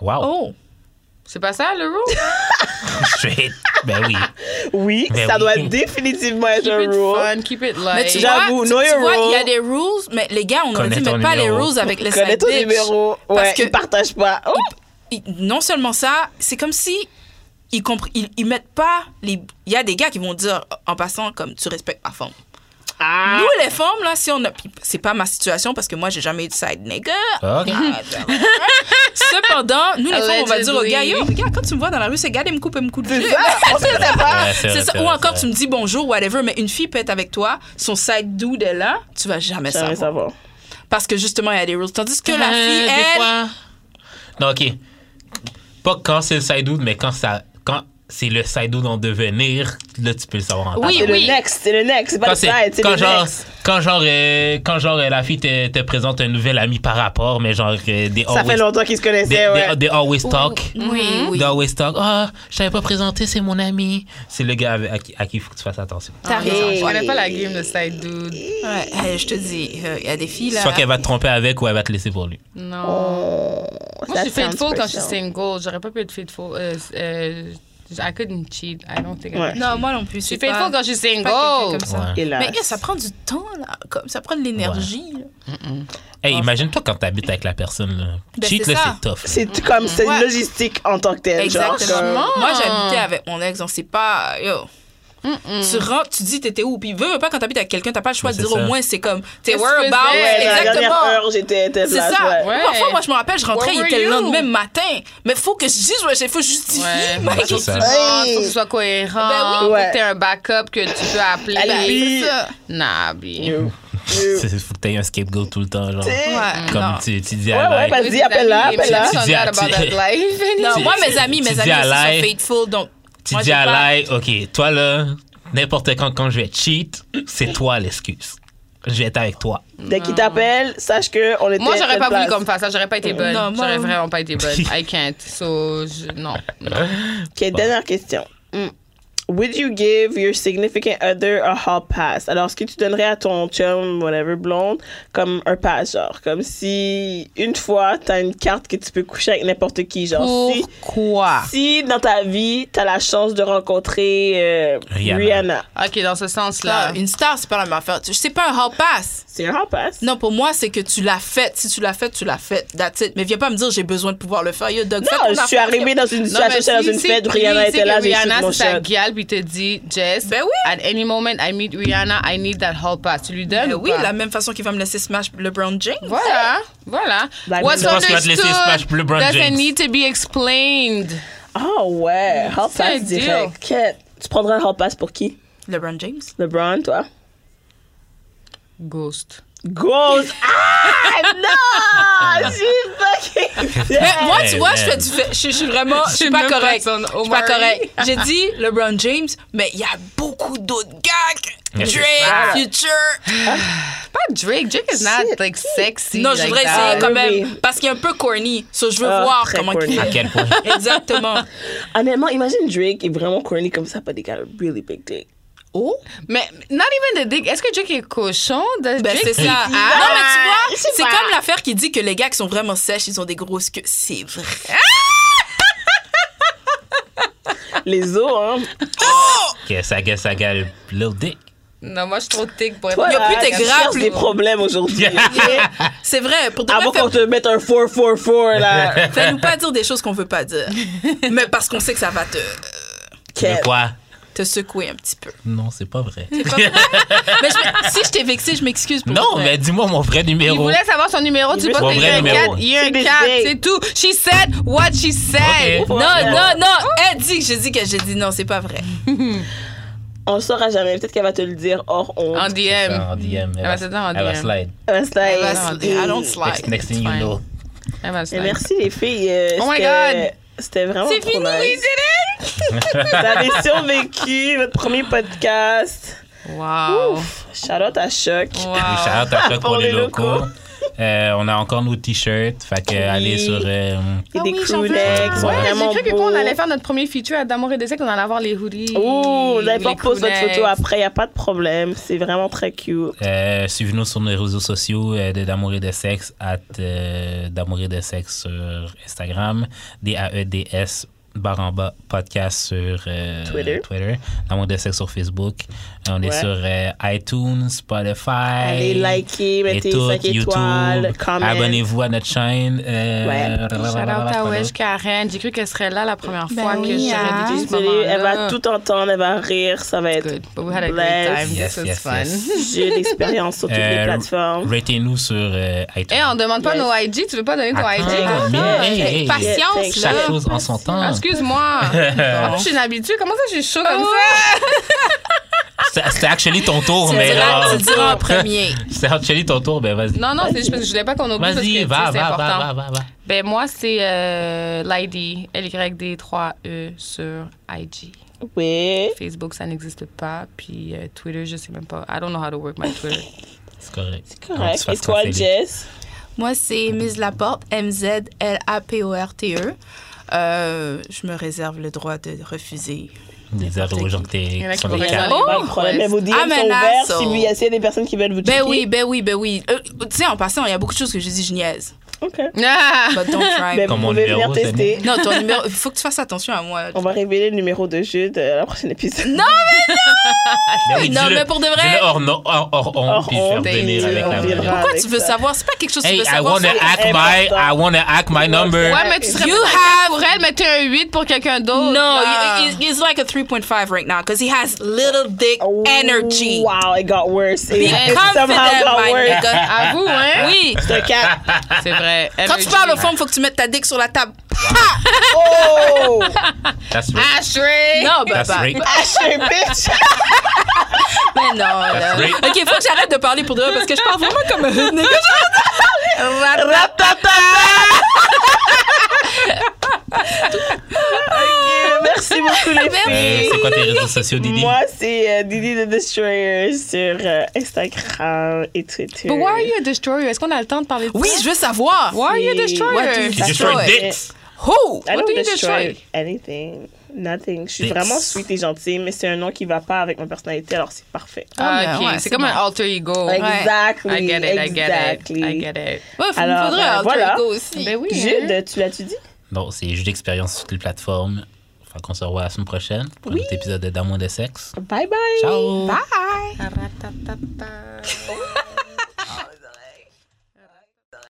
[SPEAKER 2] Wow.
[SPEAKER 5] oh
[SPEAKER 6] C'est pas ça, le rule?
[SPEAKER 2] Straight. Ben oui.
[SPEAKER 3] Oui,
[SPEAKER 2] Mais
[SPEAKER 3] ça
[SPEAKER 2] oui.
[SPEAKER 3] doit définitivement être
[SPEAKER 6] Keep
[SPEAKER 3] un
[SPEAKER 6] it
[SPEAKER 3] rule.
[SPEAKER 6] fun, keep it light.
[SPEAKER 5] Mais tu vois,
[SPEAKER 3] J'avoue,
[SPEAKER 5] tu-
[SPEAKER 3] know
[SPEAKER 5] tu
[SPEAKER 3] your
[SPEAKER 5] vois, il y a
[SPEAKER 3] role.
[SPEAKER 5] des rules, mais les gars, on aurait
[SPEAKER 2] Connais
[SPEAKER 5] dit,
[SPEAKER 2] ton
[SPEAKER 5] mais pas les
[SPEAKER 2] numéro.
[SPEAKER 5] rules avec les
[SPEAKER 3] Connais
[SPEAKER 5] side
[SPEAKER 3] ton
[SPEAKER 5] bitch.
[SPEAKER 3] numéro.
[SPEAKER 5] Parce
[SPEAKER 3] Ouais,
[SPEAKER 5] que-
[SPEAKER 3] ils partagent pas. Oh,
[SPEAKER 5] Ils- non seulement ça, c'est comme si ils, compr- ils, ils mettent pas les. Il y a des gars qui vont dire, en passant, comme tu respectes ma forme.
[SPEAKER 3] ah.
[SPEAKER 5] Nous, les femmes, là, si on a. puis C'est pas ma situation parce que moi, j'ai jamais eu de side nigga. Ah,
[SPEAKER 2] OK.
[SPEAKER 5] Cependant, nous, les femmes, on va dire aux gars,
[SPEAKER 6] Allegedly.
[SPEAKER 5] yo, regarde, quand tu me vois dans la rue, ce gars, il me coupe, il me coupe de
[SPEAKER 3] C'est
[SPEAKER 5] jeu.
[SPEAKER 3] ça, on sait pas.
[SPEAKER 2] Ouais, c'est vrai,
[SPEAKER 5] C'est ça.
[SPEAKER 2] c'est
[SPEAKER 5] Ou
[SPEAKER 2] vrai,
[SPEAKER 5] encore,
[SPEAKER 2] c'est
[SPEAKER 5] tu me dis bonjour, whatever, mais une fille peut être avec toi, son side dude est là, tu vas jamais
[SPEAKER 3] J'aimerais savoir.
[SPEAKER 5] savoir. Parce que justement, il y a des rules. Tandis que la
[SPEAKER 6] Euh,
[SPEAKER 5] fille,
[SPEAKER 6] des
[SPEAKER 5] elle,
[SPEAKER 6] fois-
[SPEAKER 2] Non, OK. Pas quand c'est le side dude, mais quand ça quand c'est le side dude en devenir, là tu peux le savoir en
[SPEAKER 6] Oui,
[SPEAKER 3] Ah, C'est
[SPEAKER 2] tabarnak.
[SPEAKER 3] le next, c'est le next, c'est pas
[SPEAKER 2] Quand
[SPEAKER 3] le
[SPEAKER 2] c'est
[SPEAKER 3] side, c'est
[SPEAKER 2] quand
[SPEAKER 3] le
[SPEAKER 2] genre
[SPEAKER 3] next.
[SPEAKER 2] quand genre euh, quand genre euh, la fille te, te présente un nouvel ami par rapport, mais genre euh, des
[SPEAKER 3] Ça fait
[SPEAKER 2] always
[SPEAKER 3] longtemps qu'ils se
[SPEAKER 2] des,
[SPEAKER 3] connaissaient,
[SPEAKER 2] des-
[SPEAKER 3] ouais.
[SPEAKER 2] des always talk.
[SPEAKER 5] Oui, oui.
[SPEAKER 2] They always talk. Ah, je t'avais pas présenté, c'est mon ami. C'est le gars avec- à qui- à qui il faut que tu fasses attention.
[SPEAKER 5] T'as raison.
[SPEAKER 6] Je
[SPEAKER 5] Ouais.
[SPEAKER 6] connais pas la game de side dude.
[SPEAKER 5] Ouais, hey, je te dis, euh, il y a des filles là.
[SPEAKER 2] Soit qu'elle va te tromper avec ou elle va te laisser pour lui.
[SPEAKER 6] Non. Moi, je suis
[SPEAKER 3] Oh, That sounds
[SPEAKER 6] faithful quand je suis
[SPEAKER 3] personal.
[SPEAKER 6] single. J'aurais pas pu être faithful. Euh, euh, I couldn't cheat. I don't think I
[SPEAKER 3] Ouais.
[SPEAKER 6] could.
[SPEAKER 5] Non, moi non plus.
[SPEAKER 6] Je suis faithful quand je suis single.
[SPEAKER 2] ça. Ouais.
[SPEAKER 3] Hélas.
[SPEAKER 5] Mais eh, ça prend du temps là, comme ça prend de l'énergie. là.
[SPEAKER 2] Hey, imagine-toi quand t'habites avec la personne. Là.
[SPEAKER 5] Ben,
[SPEAKER 2] Cheat,
[SPEAKER 5] c'est
[SPEAKER 2] là,
[SPEAKER 5] ça.
[SPEAKER 2] c'est tough. là.
[SPEAKER 3] C'est tout comme, c'est une
[SPEAKER 5] Ouais.
[SPEAKER 3] logistique en tant que telle. genre,
[SPEAKER 5] Exactement.
[SPEAKER 3] comme-
[SPEAKER 5] Moi j'habitais avec mon ex, on sait pas. Yo. Tu rentres, tu dis t'étais où. Puis veux, veux pas quand t'habites avec quelqu'un, t'as pas le choix
[SPEAKER 2] Mais
[SPEAKER 5] de dire
[SPEAKER 2] c'est
[SPEAKER 5] au
[SPEAKER 2] ça.
[SPEAKER 5] moins c'est comme t'es
[SPEAKER 6] Qu'est-ce que
[SPEAKER 5] whereabouts.
[SPEAKER 6] tu faisais?
[SPEAKER 3] Ouais, la dernière
[SPEAKER 5] Exactement.
[SPEAKER 3] heure, j'étais telle
[SPEAKER 5] C'est
[SPEAKER 3] place,
[SPEAKER 5] ça.
[SPEAKER 3] ouais.
[SPEAKER 6] Ouais.
[SPEAKER 5] Parfois, moi, je me rappelle, je rentrais,
[SPEAKER 6] Where
[SPEAKER 5] il
[SPEAKER 6] were
[SPEAKER 5] était le
[SPEAKER 6] you?
[SPEAKER 5] lendemain matin. Mais faut que je dise, ouais, j'ai- faut justifier.
[SPEAKER 6] Ouais,
[SPEAKER 5] ma-
[SPEAKER 6] faut que tu
[SPEAKER 2] ça.
[SPEAKER 6] rentres,
[SPEAKER 3] Hey.
[SPEAKER 6] Ah, faut que tu sois cohérent,
[SPEAKER 5] Ben
[SPEAKER 6] faut
[SPEAKER 3] Ouais.
[SPEAKER 6] que t'aies un backup que tu peux appeler.
[SPEAKER 3] Alibi.
[SPEAKER 6] Ben, c'est ça. Nah, bien.
[SPEAKER 3] You. You.
[SPEAKER 2] Il faut que t'aies un scapegoat tout le temps, genre.
[SPEAKER 3] T'sais,
[SPEAKER 5] Ouais,
[SPEAKER 2] Comme
[SPEAKER 5] non.
[SPEAKER 2] tu, tu dis
[SPEAKER 3] Ouais, ouais,
[SPEAKER 2] à
[SPEAKER 3] parce-
[SPEAKER 2] l'aide.
[SPEAKER 3] Vas-y, appelle-la,
[SPEAKER 6] Les
[SPEAKER 3] appelle-la.
[SPEAKER 6] petits
[SPEAKER 2] Tu dis à-
[SPEAKER 6] sont not about
[SPEAKER 2] tu-
[SPEAKER 6] that life.
[SPEAKER 5] Non,
[SPEAKER 2] Tu-
[SPEAKER 5] moi,
[SPEAKER 2] tu-
[SPEAKER 5] mes amis,
[SPEAKER 2] tu
[SPEAKER 5] mes
[SPEAKER 2] dis
[SPEAKER 5] amis,
[SPEAKER 2] à
[SPEAKER 5] ils sont
[SPEAKER 2] l'ail.
[SPEAKER 5] faithful. Donc,
[SPEAKER 2] Tu
[SPEAKER 5] moi,
[SPEAKER 2] dis
[SPEAKER 5] j'ai
[SPEAKER 2] à
[SPEAKER 5] pas-
[SPEAKER 2] l'ail, OK, toi là, n'importe quand, quand je vais cheat, c'est toi l'excuse. Je vais être avec toi.
[SPEAKER 3] Dès qu'il t'appelle, sache que on était
[SPEAKER 6] Moi,
[SPEAKER 3] à
[SPEAKER 6] j'aurais
[SPEAKER 3] telle
[SPEAKER 6] pas voulu
[SPEAKER 3] place.
[SPEAKER 6] qu'on me fasse ça. J'aurais pas été bonne.
[SPEAKER 5] Non, moi-
[SPEAKER 6] J'aurais vraiment pas été bonne. I can't. So, je- non.
[SPEAKER 3] OK, dernière question. Mm. Would you give your significant other a hot pass? Alors, est-ce que tu donnerais à ton chum, whatever, blonde, comme un pass, genre? Comme si, une fois, t'as une carte que tu peux coucher avec n'importe qui, genre. Si,
[SPEAKER 6] Pourquoi?
[SPEAKER 5] Ah.
[SPEAKER 3] si, dans ta vie, t'as la chance de rencontrer euh,
[SPEAKER 2] Rihanna.
[SPEAKER 3] Rihanna.
[SPEAKER 6] OK, dans ce
[SPEAKER 5] Ah,
[SPEAKER 6] sens-là.
[SPEAKER 5] Une star, c'est pas la même affaire. Tu- C'est pas un hall pass.
[SPEAKER 3] C'est un hot pass.
[SPEAKER 5] Non, pour moi, c'est que tu l'as faite. Si tu l'as faite, tu l'as faite. That's it. Mais viens pas me dire j'ai besoin de pouvoir le faire. Yo, Doug, fais ton
[SPEAKER 3] Non, je suis
[SPEAKER 5] affaire.
[SPEAKER 3] arrivée dans une situation, j'étais dans une fête, Rihanna était là, j'ai
[SPEAKER 6] Rihanna,
[SPEAKER 3] shoot mon
[SPEAKER 6] c'est sa
[SPEAKER 3] shot.
[SPEAKER 6] gueule, puis il te dit, Jess,
[SPEAKER 5] Ben oui.
[SPEAKER 6] at any moment I meet Rihanna, I need that hall pass. Tu lui donnes
[SPEAKER 5] Ben
[SPEAKER 6] ou
[SPEAKER 5] oui,
[SPEAKER 6] pas?
[SPEAKER 5] la même façon qu'il va me laisser smash LeBron James.
[SPEAKER 6] Voilà, voilà.
[SPEAKER 3] Ben,
[SPEAKER 6] What's
[SPEAKER 3] je pense
[SPEAKER 2] qu'il va te laisser smash
[SPEAKER 6] understood
[SPEAKER 2] LeBron
[SPEAKER 6] doesn't
[SPEAKER 2] James.
[SPEAKER 6] need to be explained.
[SPEAKER 3] Ah ouais, hot
[SPEAKER 6] C'est un
[SPEAKER 3] pass
[SPEAKER 6] deal.
[SPEAKER 3] direct. Quête. Tu prendrais un hot pass pour qui?
[SPEAKER 5] LeBron James.
[SPEAKER 3] LeBron, toi?
[SPEAKER 6] Ghost.
[SPEAKER 3] Ghost. Ah non, j'ai fucking.
[SPEAKER 5] Mais moi, tu
[SPEAKER 2] Hey,
[SPEAKER 5] vois,
[SPEAKER 2] man.
[SPEAKER 5] je fais du fait. Je, je suis vraiment. Je suis pas
[SPEAKER 6] même pas
[SPEAKER 5] correcte.
[SPEAKER 6] son
[SPEAKER 5] Je suis pas
[SPEAKER 6] Omari.
[SPEAKER 5] correcte. J'ai dit LeBron James, mais il y a beaucoup d'autres gars. que
[SPEAKER 2] Mais c'est
[SPEAKER 5] Drake,
[SPEAKER 2] ça.
[SPEAKER 5] Future.
[SPEAKER 6] Pas Drake. Drake is not
[SPEAKER 3] Shit.
[SPEAKER 6] like sexy.
[SPEAKER 5] Non, je
[SPEAKER 6] like
[SPEAKER 5] voudrais
[SPEAKER 6] that.
[SPEAKER 5] essayer
[SPEAKER 3] Ah,
[SPEAKER 5] quand
[SPEAKER 3] oui,
[SPEAKER 5] même. Parce qu'il est un peu corny. So, je veux
[SPEAKER 3] Ah,
[SPEAKER 5] voir
[SPEAKER 3] très
[SPEAKER 5] comment
[SPEAKER 3] corny.
[SPEAKER 5] il
[SPEAKER 2] À quel point?
[SPEAKER 5] Exactement.
[SPEAKER 3] Honnêtement, imagine Drake est vraiment corny comme ça, but they got a really big dick.
[SPEAKER 5] Oh?
[SPEAKER 6] Mais not even the dick. Est-ce que Drake est cochon? Ben,
[SPEAKER 5] Ben, c'est ça.
[SPEAKER 6] Ah.
[SPEAKER 5] non, mais tu
[SPEAKER 3] je
[SPEAKER 5] vois,
[SPEAKER 3] sais
[SPEAKER 5] c'est
[SPEAKER 3] pas.
[SPEAKER 5] comme l'affaire qui dit que les gars qui sont vraiment sèches, ils ont des grosses queues. C'est vrai.
[SPEAKER 3] Les os, hein.
[SPEAKER 2] OK, ça gueule, ça gueule, little dick.
[SPEAKER 6] Non, moi, je suis trop thick pour être...
[SPEAKER 3] Toi,
[SPEAKER 5] Il y a
[SPEAKER 3] là,
[SPEAKER 5] plus de
[SPEAKER 3] tu
[SPEAKER 5] grappes,
[SPEAKER 3] cherches des problèmes aujourd'hui. ok?
[SPEAKER 5] C'est vrai. Pour de vrai,
[SPEAKER 3] Avant
[SPEAKER 5] fais-
[SPEAKER 3] qu'on te mette un 444 là.
[SPEAKER 5] fais-nous pas dire des choses qu'on veut pas dire. mais parce qu'on sait que ça va te,
[SPEAKER 2] Mais
[SPEAKER 3] Quête.
[SPEAKER 2] quoi?
[SPEAKER 5] te secouer un petit peu.
[SPEAKER 2] Non, c'est pas vrai.
[SPEAKER 5] Mais je- si je t'ai vexé, je m'excuse pour
[SPEAKER 2] Non,
[SPEAKER 5] vrai.
[SPEAKER 2] mais dis-moi mon vrai
[SPEAKER 6] Il
[SPEAKER 2] numéro.
[SPEAKER 6] voulait savoir son numéro. Tu
[SPEAKER 3] veut
[SPEAKER 6] penses
[SPEAKER 2] son
[SPEAKER 6] qu'il y a
[SPEAKER 2] vrai
[SPEAKER 6] un
[SPEAKER 2] numéro.
[SPEAKER 6] 4? Il y a un
[SPEAKER 3] C'est des
[SPEAKER 6] 4,
[SPEAKER 3] idées.
[SPEAKER 6] c'est tout. She said what she said.
[SPEAKER 2] Ok.
[SPEAKER 5] Non,
[SPEAKER 2] Ouais.
[SPEAKER 5] non, non. Oh, Elle dit que j'ai dit que j'ai dit non, c'est pas vrai.
[SPEAKER 3] On le saura jamais. Peut-être qu'elle va te le dire hors honte. Ah, ben,
[SPEAKER 6] En DM.
[SPEAKER 2] En DM. Elle
[SPEAKER 6] va se dire en
[SPEAKER 2] Elle va
[SPEAKER 6] DM.
[SPEAKER 2] slide.
[SPEAKER 3] Elle va se la-
[SPEAKER 5] Elle va se- I don't slide.
[SPEAKER 2] Next, next thing you
[SPEAKER 6] fine.
[SPEAKER 2] know.
[SPEAKER 6] Elle va se
[SPEAKER 3] Et
[SPEAKER 6] faire.
[SPEAKER 3] merci les filles. euh,
[SPEAKER 6] Oh my
[SPEAKER 3] c'était-
[SPEAKER 6] God.
[SPEAKER 3] C'était vraiment
[SPEAKER 6] C'est
[SPEAKER 3] Oh, trop
[SPEAKER 6] fini, we
[SPEAKER 3] nice.
[SPEAKER 6] did it!
[SPEAKER 3] Vous avez survécu votre premier podcast.
[SPEAKER 6] Wow.
[SPEAKER 3] Charlotte à choc.
[SPEAKER 2] Les
[SPEAKER 6] Wow.
[SPEAKER 2] shout-outs à choc
[SPEAKER 3] Pour
[SPEAKER 2] pour les
[SPEAKER 3] les
[SPEAKER 2] locaux.
[SPEAKER 3] locaux.
[SPEAKER 2] Euh, on a encore nos t-shirts. Fait que allez sur. euh,
[SPEAKER 5] Ah
[SPEAKER 3] Et des
[SPEAKER 6] Ah oui, j'en
[SPEAKER 3] crew
[SPEAKER 6] veux
[SPEAKER 3] necks.
[SPEAKER 2] un. Ouais,
[SPEAKER 3] vraiment
[SPEAKER 6] j'ai cru que
[SPEAKER 3] beaux.
[SPEAKER 6] quand on allait faire notre premier feature à D'amour et des on allait avoir les hoodies.
[SPEAKER 3] Oh, vous allez pas
[SPEAKER 6] les
[SPEAKER 3] poser votre
[SPEAKER 6] crewnecks.
[SPEAKER 3] photo après, y a pas de problème. C'est vraiment très cute.
[SPEAKER 2] Euh, Suivez-nous sur nos réseaux sociaux euh, de D'amour et de sexe, at euh, D'amour et de sexe sur Instagram, D-A-E-D-S, barre en bas, podcast sur euh,
[SPEAKER 3] Twitter.
[SPEAKER 2] D'amour et de sexe sur Facebook. Euh, on est
[SPEAKER 3] Ouais.
[SPEAKER 2] sur euh, iTunes, Spotify.
[SPEAKER 3] Allez liker, mettez
[SPEAKER 2] et tout,
[SPEAKER 3] 5 étoiles,
[SPEAKER 2] YouTube.
[SPEAKER 3] comment.
[SPEAKER 2] Abonnez-vous à notre chaîne.
[SPEAKER 3] Ouais.
[SPEAKER 2] Euh,
[SPEAKER 6] Shout out à Wesh Karen. J'ai cru qu'elle serait là la première fois que
[SPEAKER 5] oui, hein.
[SPEAKER 6] j'aurais vécu ce
[SPEAKER 3] Désolée,
[SPEAKER 6] moment-là.
[SPEAKER 3] elle va tout entendre, elle va rire, ça va être
[SPEAKER 6] Good. But we had a great
[SPEAKER 3] Bless.
[SPEAKER 6] time.
[SPEAKER 2] Yes,
[SPEAKER 6] This was
[SPEAKER 2] yes,
[SPEAKER 6] fun.
[SPEAKER 2] yes.
[SPEAKER 3] j'ai l'expérience sur toutes les
[SPEAKER 2] Euh,
[SPEAKER 3] plateformes.
[SPEAKER 2] Ratez-nous sur euh, iTunes.
[SPEAKER 6] Eh, on demande pas
[SPEAKER 3] Yes.
[SPEAKER 6] nos IG. Tu veux pas donner ton
[SPEAKER 2] Attends,
[SPEAKER 6] IG? comme
[SPEAKER 2] mais,
[SPEAKER 6] ça?
[SPEAKER 2] hey, hey,
[SPEAKER 6] Ah, Patience,
[SPEAKER 3] hey.
[SPEAKER 2] Chaque
[SPEAKER 6] là.
[SPEAKER 2] chose en son temps.
[SPEAKER 6] Ah, Excuse-moi.
[SPEAKER 2] Euh,
[SPEAKER 6] Moi, je suis une habituée. Comment ça, je suis chaud comme
[SPEAKER 5] Ah
[SPEAKER 6] ça?
[SPEAKER 2] C'est- C'était actually ton tour,
[SPEAKER 5] Tu
[SPEAKER 2] mais
[SPEAKER 5] diras,
[SPEAKER 2] genre-
[SPEAKER 5] tu diras en premier.
[SPEAKER 2] C'est actually ton tour, ben vas-y.
[SPEAKER 6] Non, non, c'est juste parce que je voulais pas qu'on oublie. parce que, tu
[SPEAKER 2] Vas-y,
[SPEAKER 6] sais,
[SPEAKER 2] va,
[SPEAKER 6] c'est
[SPEAKER 2] va, va,
[SPEAKER 6] important.
[SPEAKER 2] va, va, va.
[SPEAKER 6] Ben, moi, c'est euh, Lady, L-Y-D-3-E E sur IG.
[SPEAKER 3] Oui.
[SPEAKER 6] Facebook, ça n'existe pas. Puis euh, Twitter, je sais même pas. I don't know how to work my Twitter.
[SPEAKER 2] C'est correct. C'est
[SPEAKER 3] Correct. Et toi, Jess?
[SPEAKER 5] Moi, c'est Mise Laporte, M-Z-L-A-P-O-R-T-E. E. Euh, je me réserve le droit de refuser.
[SPEAKER 2] Des aux gens que
[SPEAKER 6] Il y
[SPEAKER 2] t'es.
[SPEAKER 6] en a
[SPEAKER 2] qui
[SPEAKER 6] qui
[SPEAKER 2] sont
[SPEAKER 6] vont
[SPEAKER 2] des
[SPEAKER 6] raison.
[SPEAKER 2] cadres.
[SPEAKER 6] Oh,
[SPEAKER 3] pas de problème.
[SPEAKER 6] ouais. oh.
[SPEAKER 3] Mais vos DM
[SPEAKER 5] I'm
[SPEAKER 3] sont
[SPEAKER 5] an
[SPEAKER 3] ouverts
[SPEAKER 5] asshole.
[SPEAKER 3] si vous- s'il y a des personnes qui veulent vous checker.
[SPEAKER 5] Ben oui, ben oui, ben oui. Euh, tu sais, en passant, il y a beaucoup de choses que je dis, je niaise.
[SPEAKER 3] OK.
[SPEAKER 6] Ah!
[SPEAKER 5] But don't try.
[SPEAKER 3] Ben,
[SPEAKER 2] Comme
[SPEAKER 3] vous
[SPEAKER 2] mon
[SPEAKER 3] pouvez venir
[SPEAKER 2] numéro, c'est
[SPEAKER 3] tester.
[SPEAKER 5] Non, ton numéro, il faut que tu fasses attention à moi.
[SPEAKER 3] On va révéler le numéro de Jude euh, à la prochaine épisode.
[SPEAKER 2] Ben oui,
[SPEAKER 5] non,
[SPEAKER 2] dis-le.
[SPEAKER 5] mais pour de vrai-
[SPEAKER 2] Dis-le hors, no- hors- hors honte,
[SPEAKER 3] Hors
[SPEAKER 2] Ah, puis je vais
[SPEAKER 3] honte,
[SPEAKER 2] revenir
[SPEAKER 3] et
[SPEAKER 2] avec
[SPEAKER 3] on
[SPEAKER 2] la vraie.
[SPEAKER 3] verra.
[SPEAKER 5] Pourquoi
[SPEAKER 3] avec
[SPEAKER 5] tu veux
[SPEAKER 3] ça.
[SPEAKER 5] savoir? C'est pas quelque chose que tu
[SPEAKER 2] Hey,
[SPEAKER 5] veux
[SPEAKER 2] I
[SPEAKER 5] savoir.
[SPEAKER 2] wanna
[SPEAKER 5] c'est-
[SPEAKER 2] hack
[SPEAKER 3] important.
[SPEAKER 2] my, I wanna hack my number.
[SPEAKER 6] Ouais, mais tu serais
[SPEAKER 5] You
[SPEAKER 6] pas
[SPEAKER 5] have-
[SPEAKER 6] pour elle, mais t'es un 8 pour quelqu'un d'autre.
[SPEAKER 5] No,
[SPEAKER 6] Ah.
[SPEAKER 5] he- he's like a 3.5 right now because he has little dick
[SPEAKER 2] Oh,
[SPEAKER 5] energy.
[SPEAKER 3] Oh, Wow, it got worse. It,
[SPEAKER 5] Be
[SPEAKER 3] it
[SPEAKER 5] confident,
[SPEAKER 3] somehow got
[SPEAKER 5] my
[SPEAKER 3] worse.
[SPEAKER 5] nigga.
[SPEAKER 6] Avoue, hein?
[SPEAKER 5] Oui.
[SPEAKER 3] C'est un quatre.
[SPEAKER 6] C'est vrai.
[SPEAKER 5] Quand tu parles aux femmes, faut que tu mettes ta dick sur la table. Ha!
[SPEAKER 3] Oh!
[SPEAKER 2] That's
[SPEAKER 6] Ah,
[SPEAKER 2] right.
[SPEAKER 6] Ashrey!
[SPEAKER 5] Non, bah,
[SPEAKER 2] That's
[SPEAKER 5] bah.
[SPEAKER 2] right.
[SPEAKER 3] Asher, bitch!
[SPEAKER 5] Mais non, là.
[SPEAKER 2] right.
[SPEAKER 5] OK, faut que j'arrête de parler pour de vrai parce que je parle vraiment comme euh, un nigga.
[SPEAKER 3] Merci beaucoup, les filles.
[SPEAKER 2] Euh, c'est quoi tes réseaux sociaux, Didi?
[SPEAKER 3] Moi, c'est euh, Didi the Destroyer sur euh, Instagram et Twitter.
[SPEAKER 6] But why are you a destroyer? Est-ce qu'on a le temps de parler de
[SPEAKER 5] Oui,
[SPEAKER 6] ça?
[SPEAKER 5] je veux savoir.
[SPEAKER 6] Why are you a
[SPEAKER 5] What do you-
[SPEAKER 6] destroyer?
[SPEAKER 2] She destroyed dicks.
[SPEAKER 5] Who?
[SPEAKER 3] I
[SPEAKER 6] What
[SPEAKER 3] don't
[SPEAKER 6] do you
[SPEAKER 3] destroy,
[SPEAKER 6] destroy?
[SPEAKER 3] anything. Nothing. Je suis
[SPEAKER 2] Dicks.
[SPEAKER 3] vraiment sweet et gentille, mais c'est un nom qui va pas avec ma personnalité, alors c'est parfait.
[SPEAKER 6] Ah, ok.
[SPEAKER 5] Ouais,
[SPEAKER 6] c'est
[SPEAKER 5] c'est
[SPEAKER 6] comme
[SPEAKER 5] bon.
[SPEAKER 6] un alter ego.
[SPEAKER 3] Exactly.
[SPEAKER 6] I get it,
[SPEAKER 3] exactly.
[SPEAKER 6] I get it. I get it.
[SPEAKER 5] Ouais,
[SPEAKER 3] Alors,
[SPEAKER 5] faudrait
[SPEAKER 3] euh,
[SPEAKER 5] un alter
[SPEAKER 3] voilà.
[SPEAKER 5] ego aussi.
[SPEAKER 6] Ben oui. hein.
[SPEAKER 3] Jude, tu l'as-tu dit?
[SPEAKER 2] Non, c'est juste l'expérience sur toutes les plateformes. Fait qu'on se revoit la semaine prochaine pour un autre épisode de Dans mon de sexe.
[SPEAKER 3] Bye bye!
[SPEAKER 2] Ciao!
[SPEAKER 5] Bye.
[SPEAKER 6] Ratatata.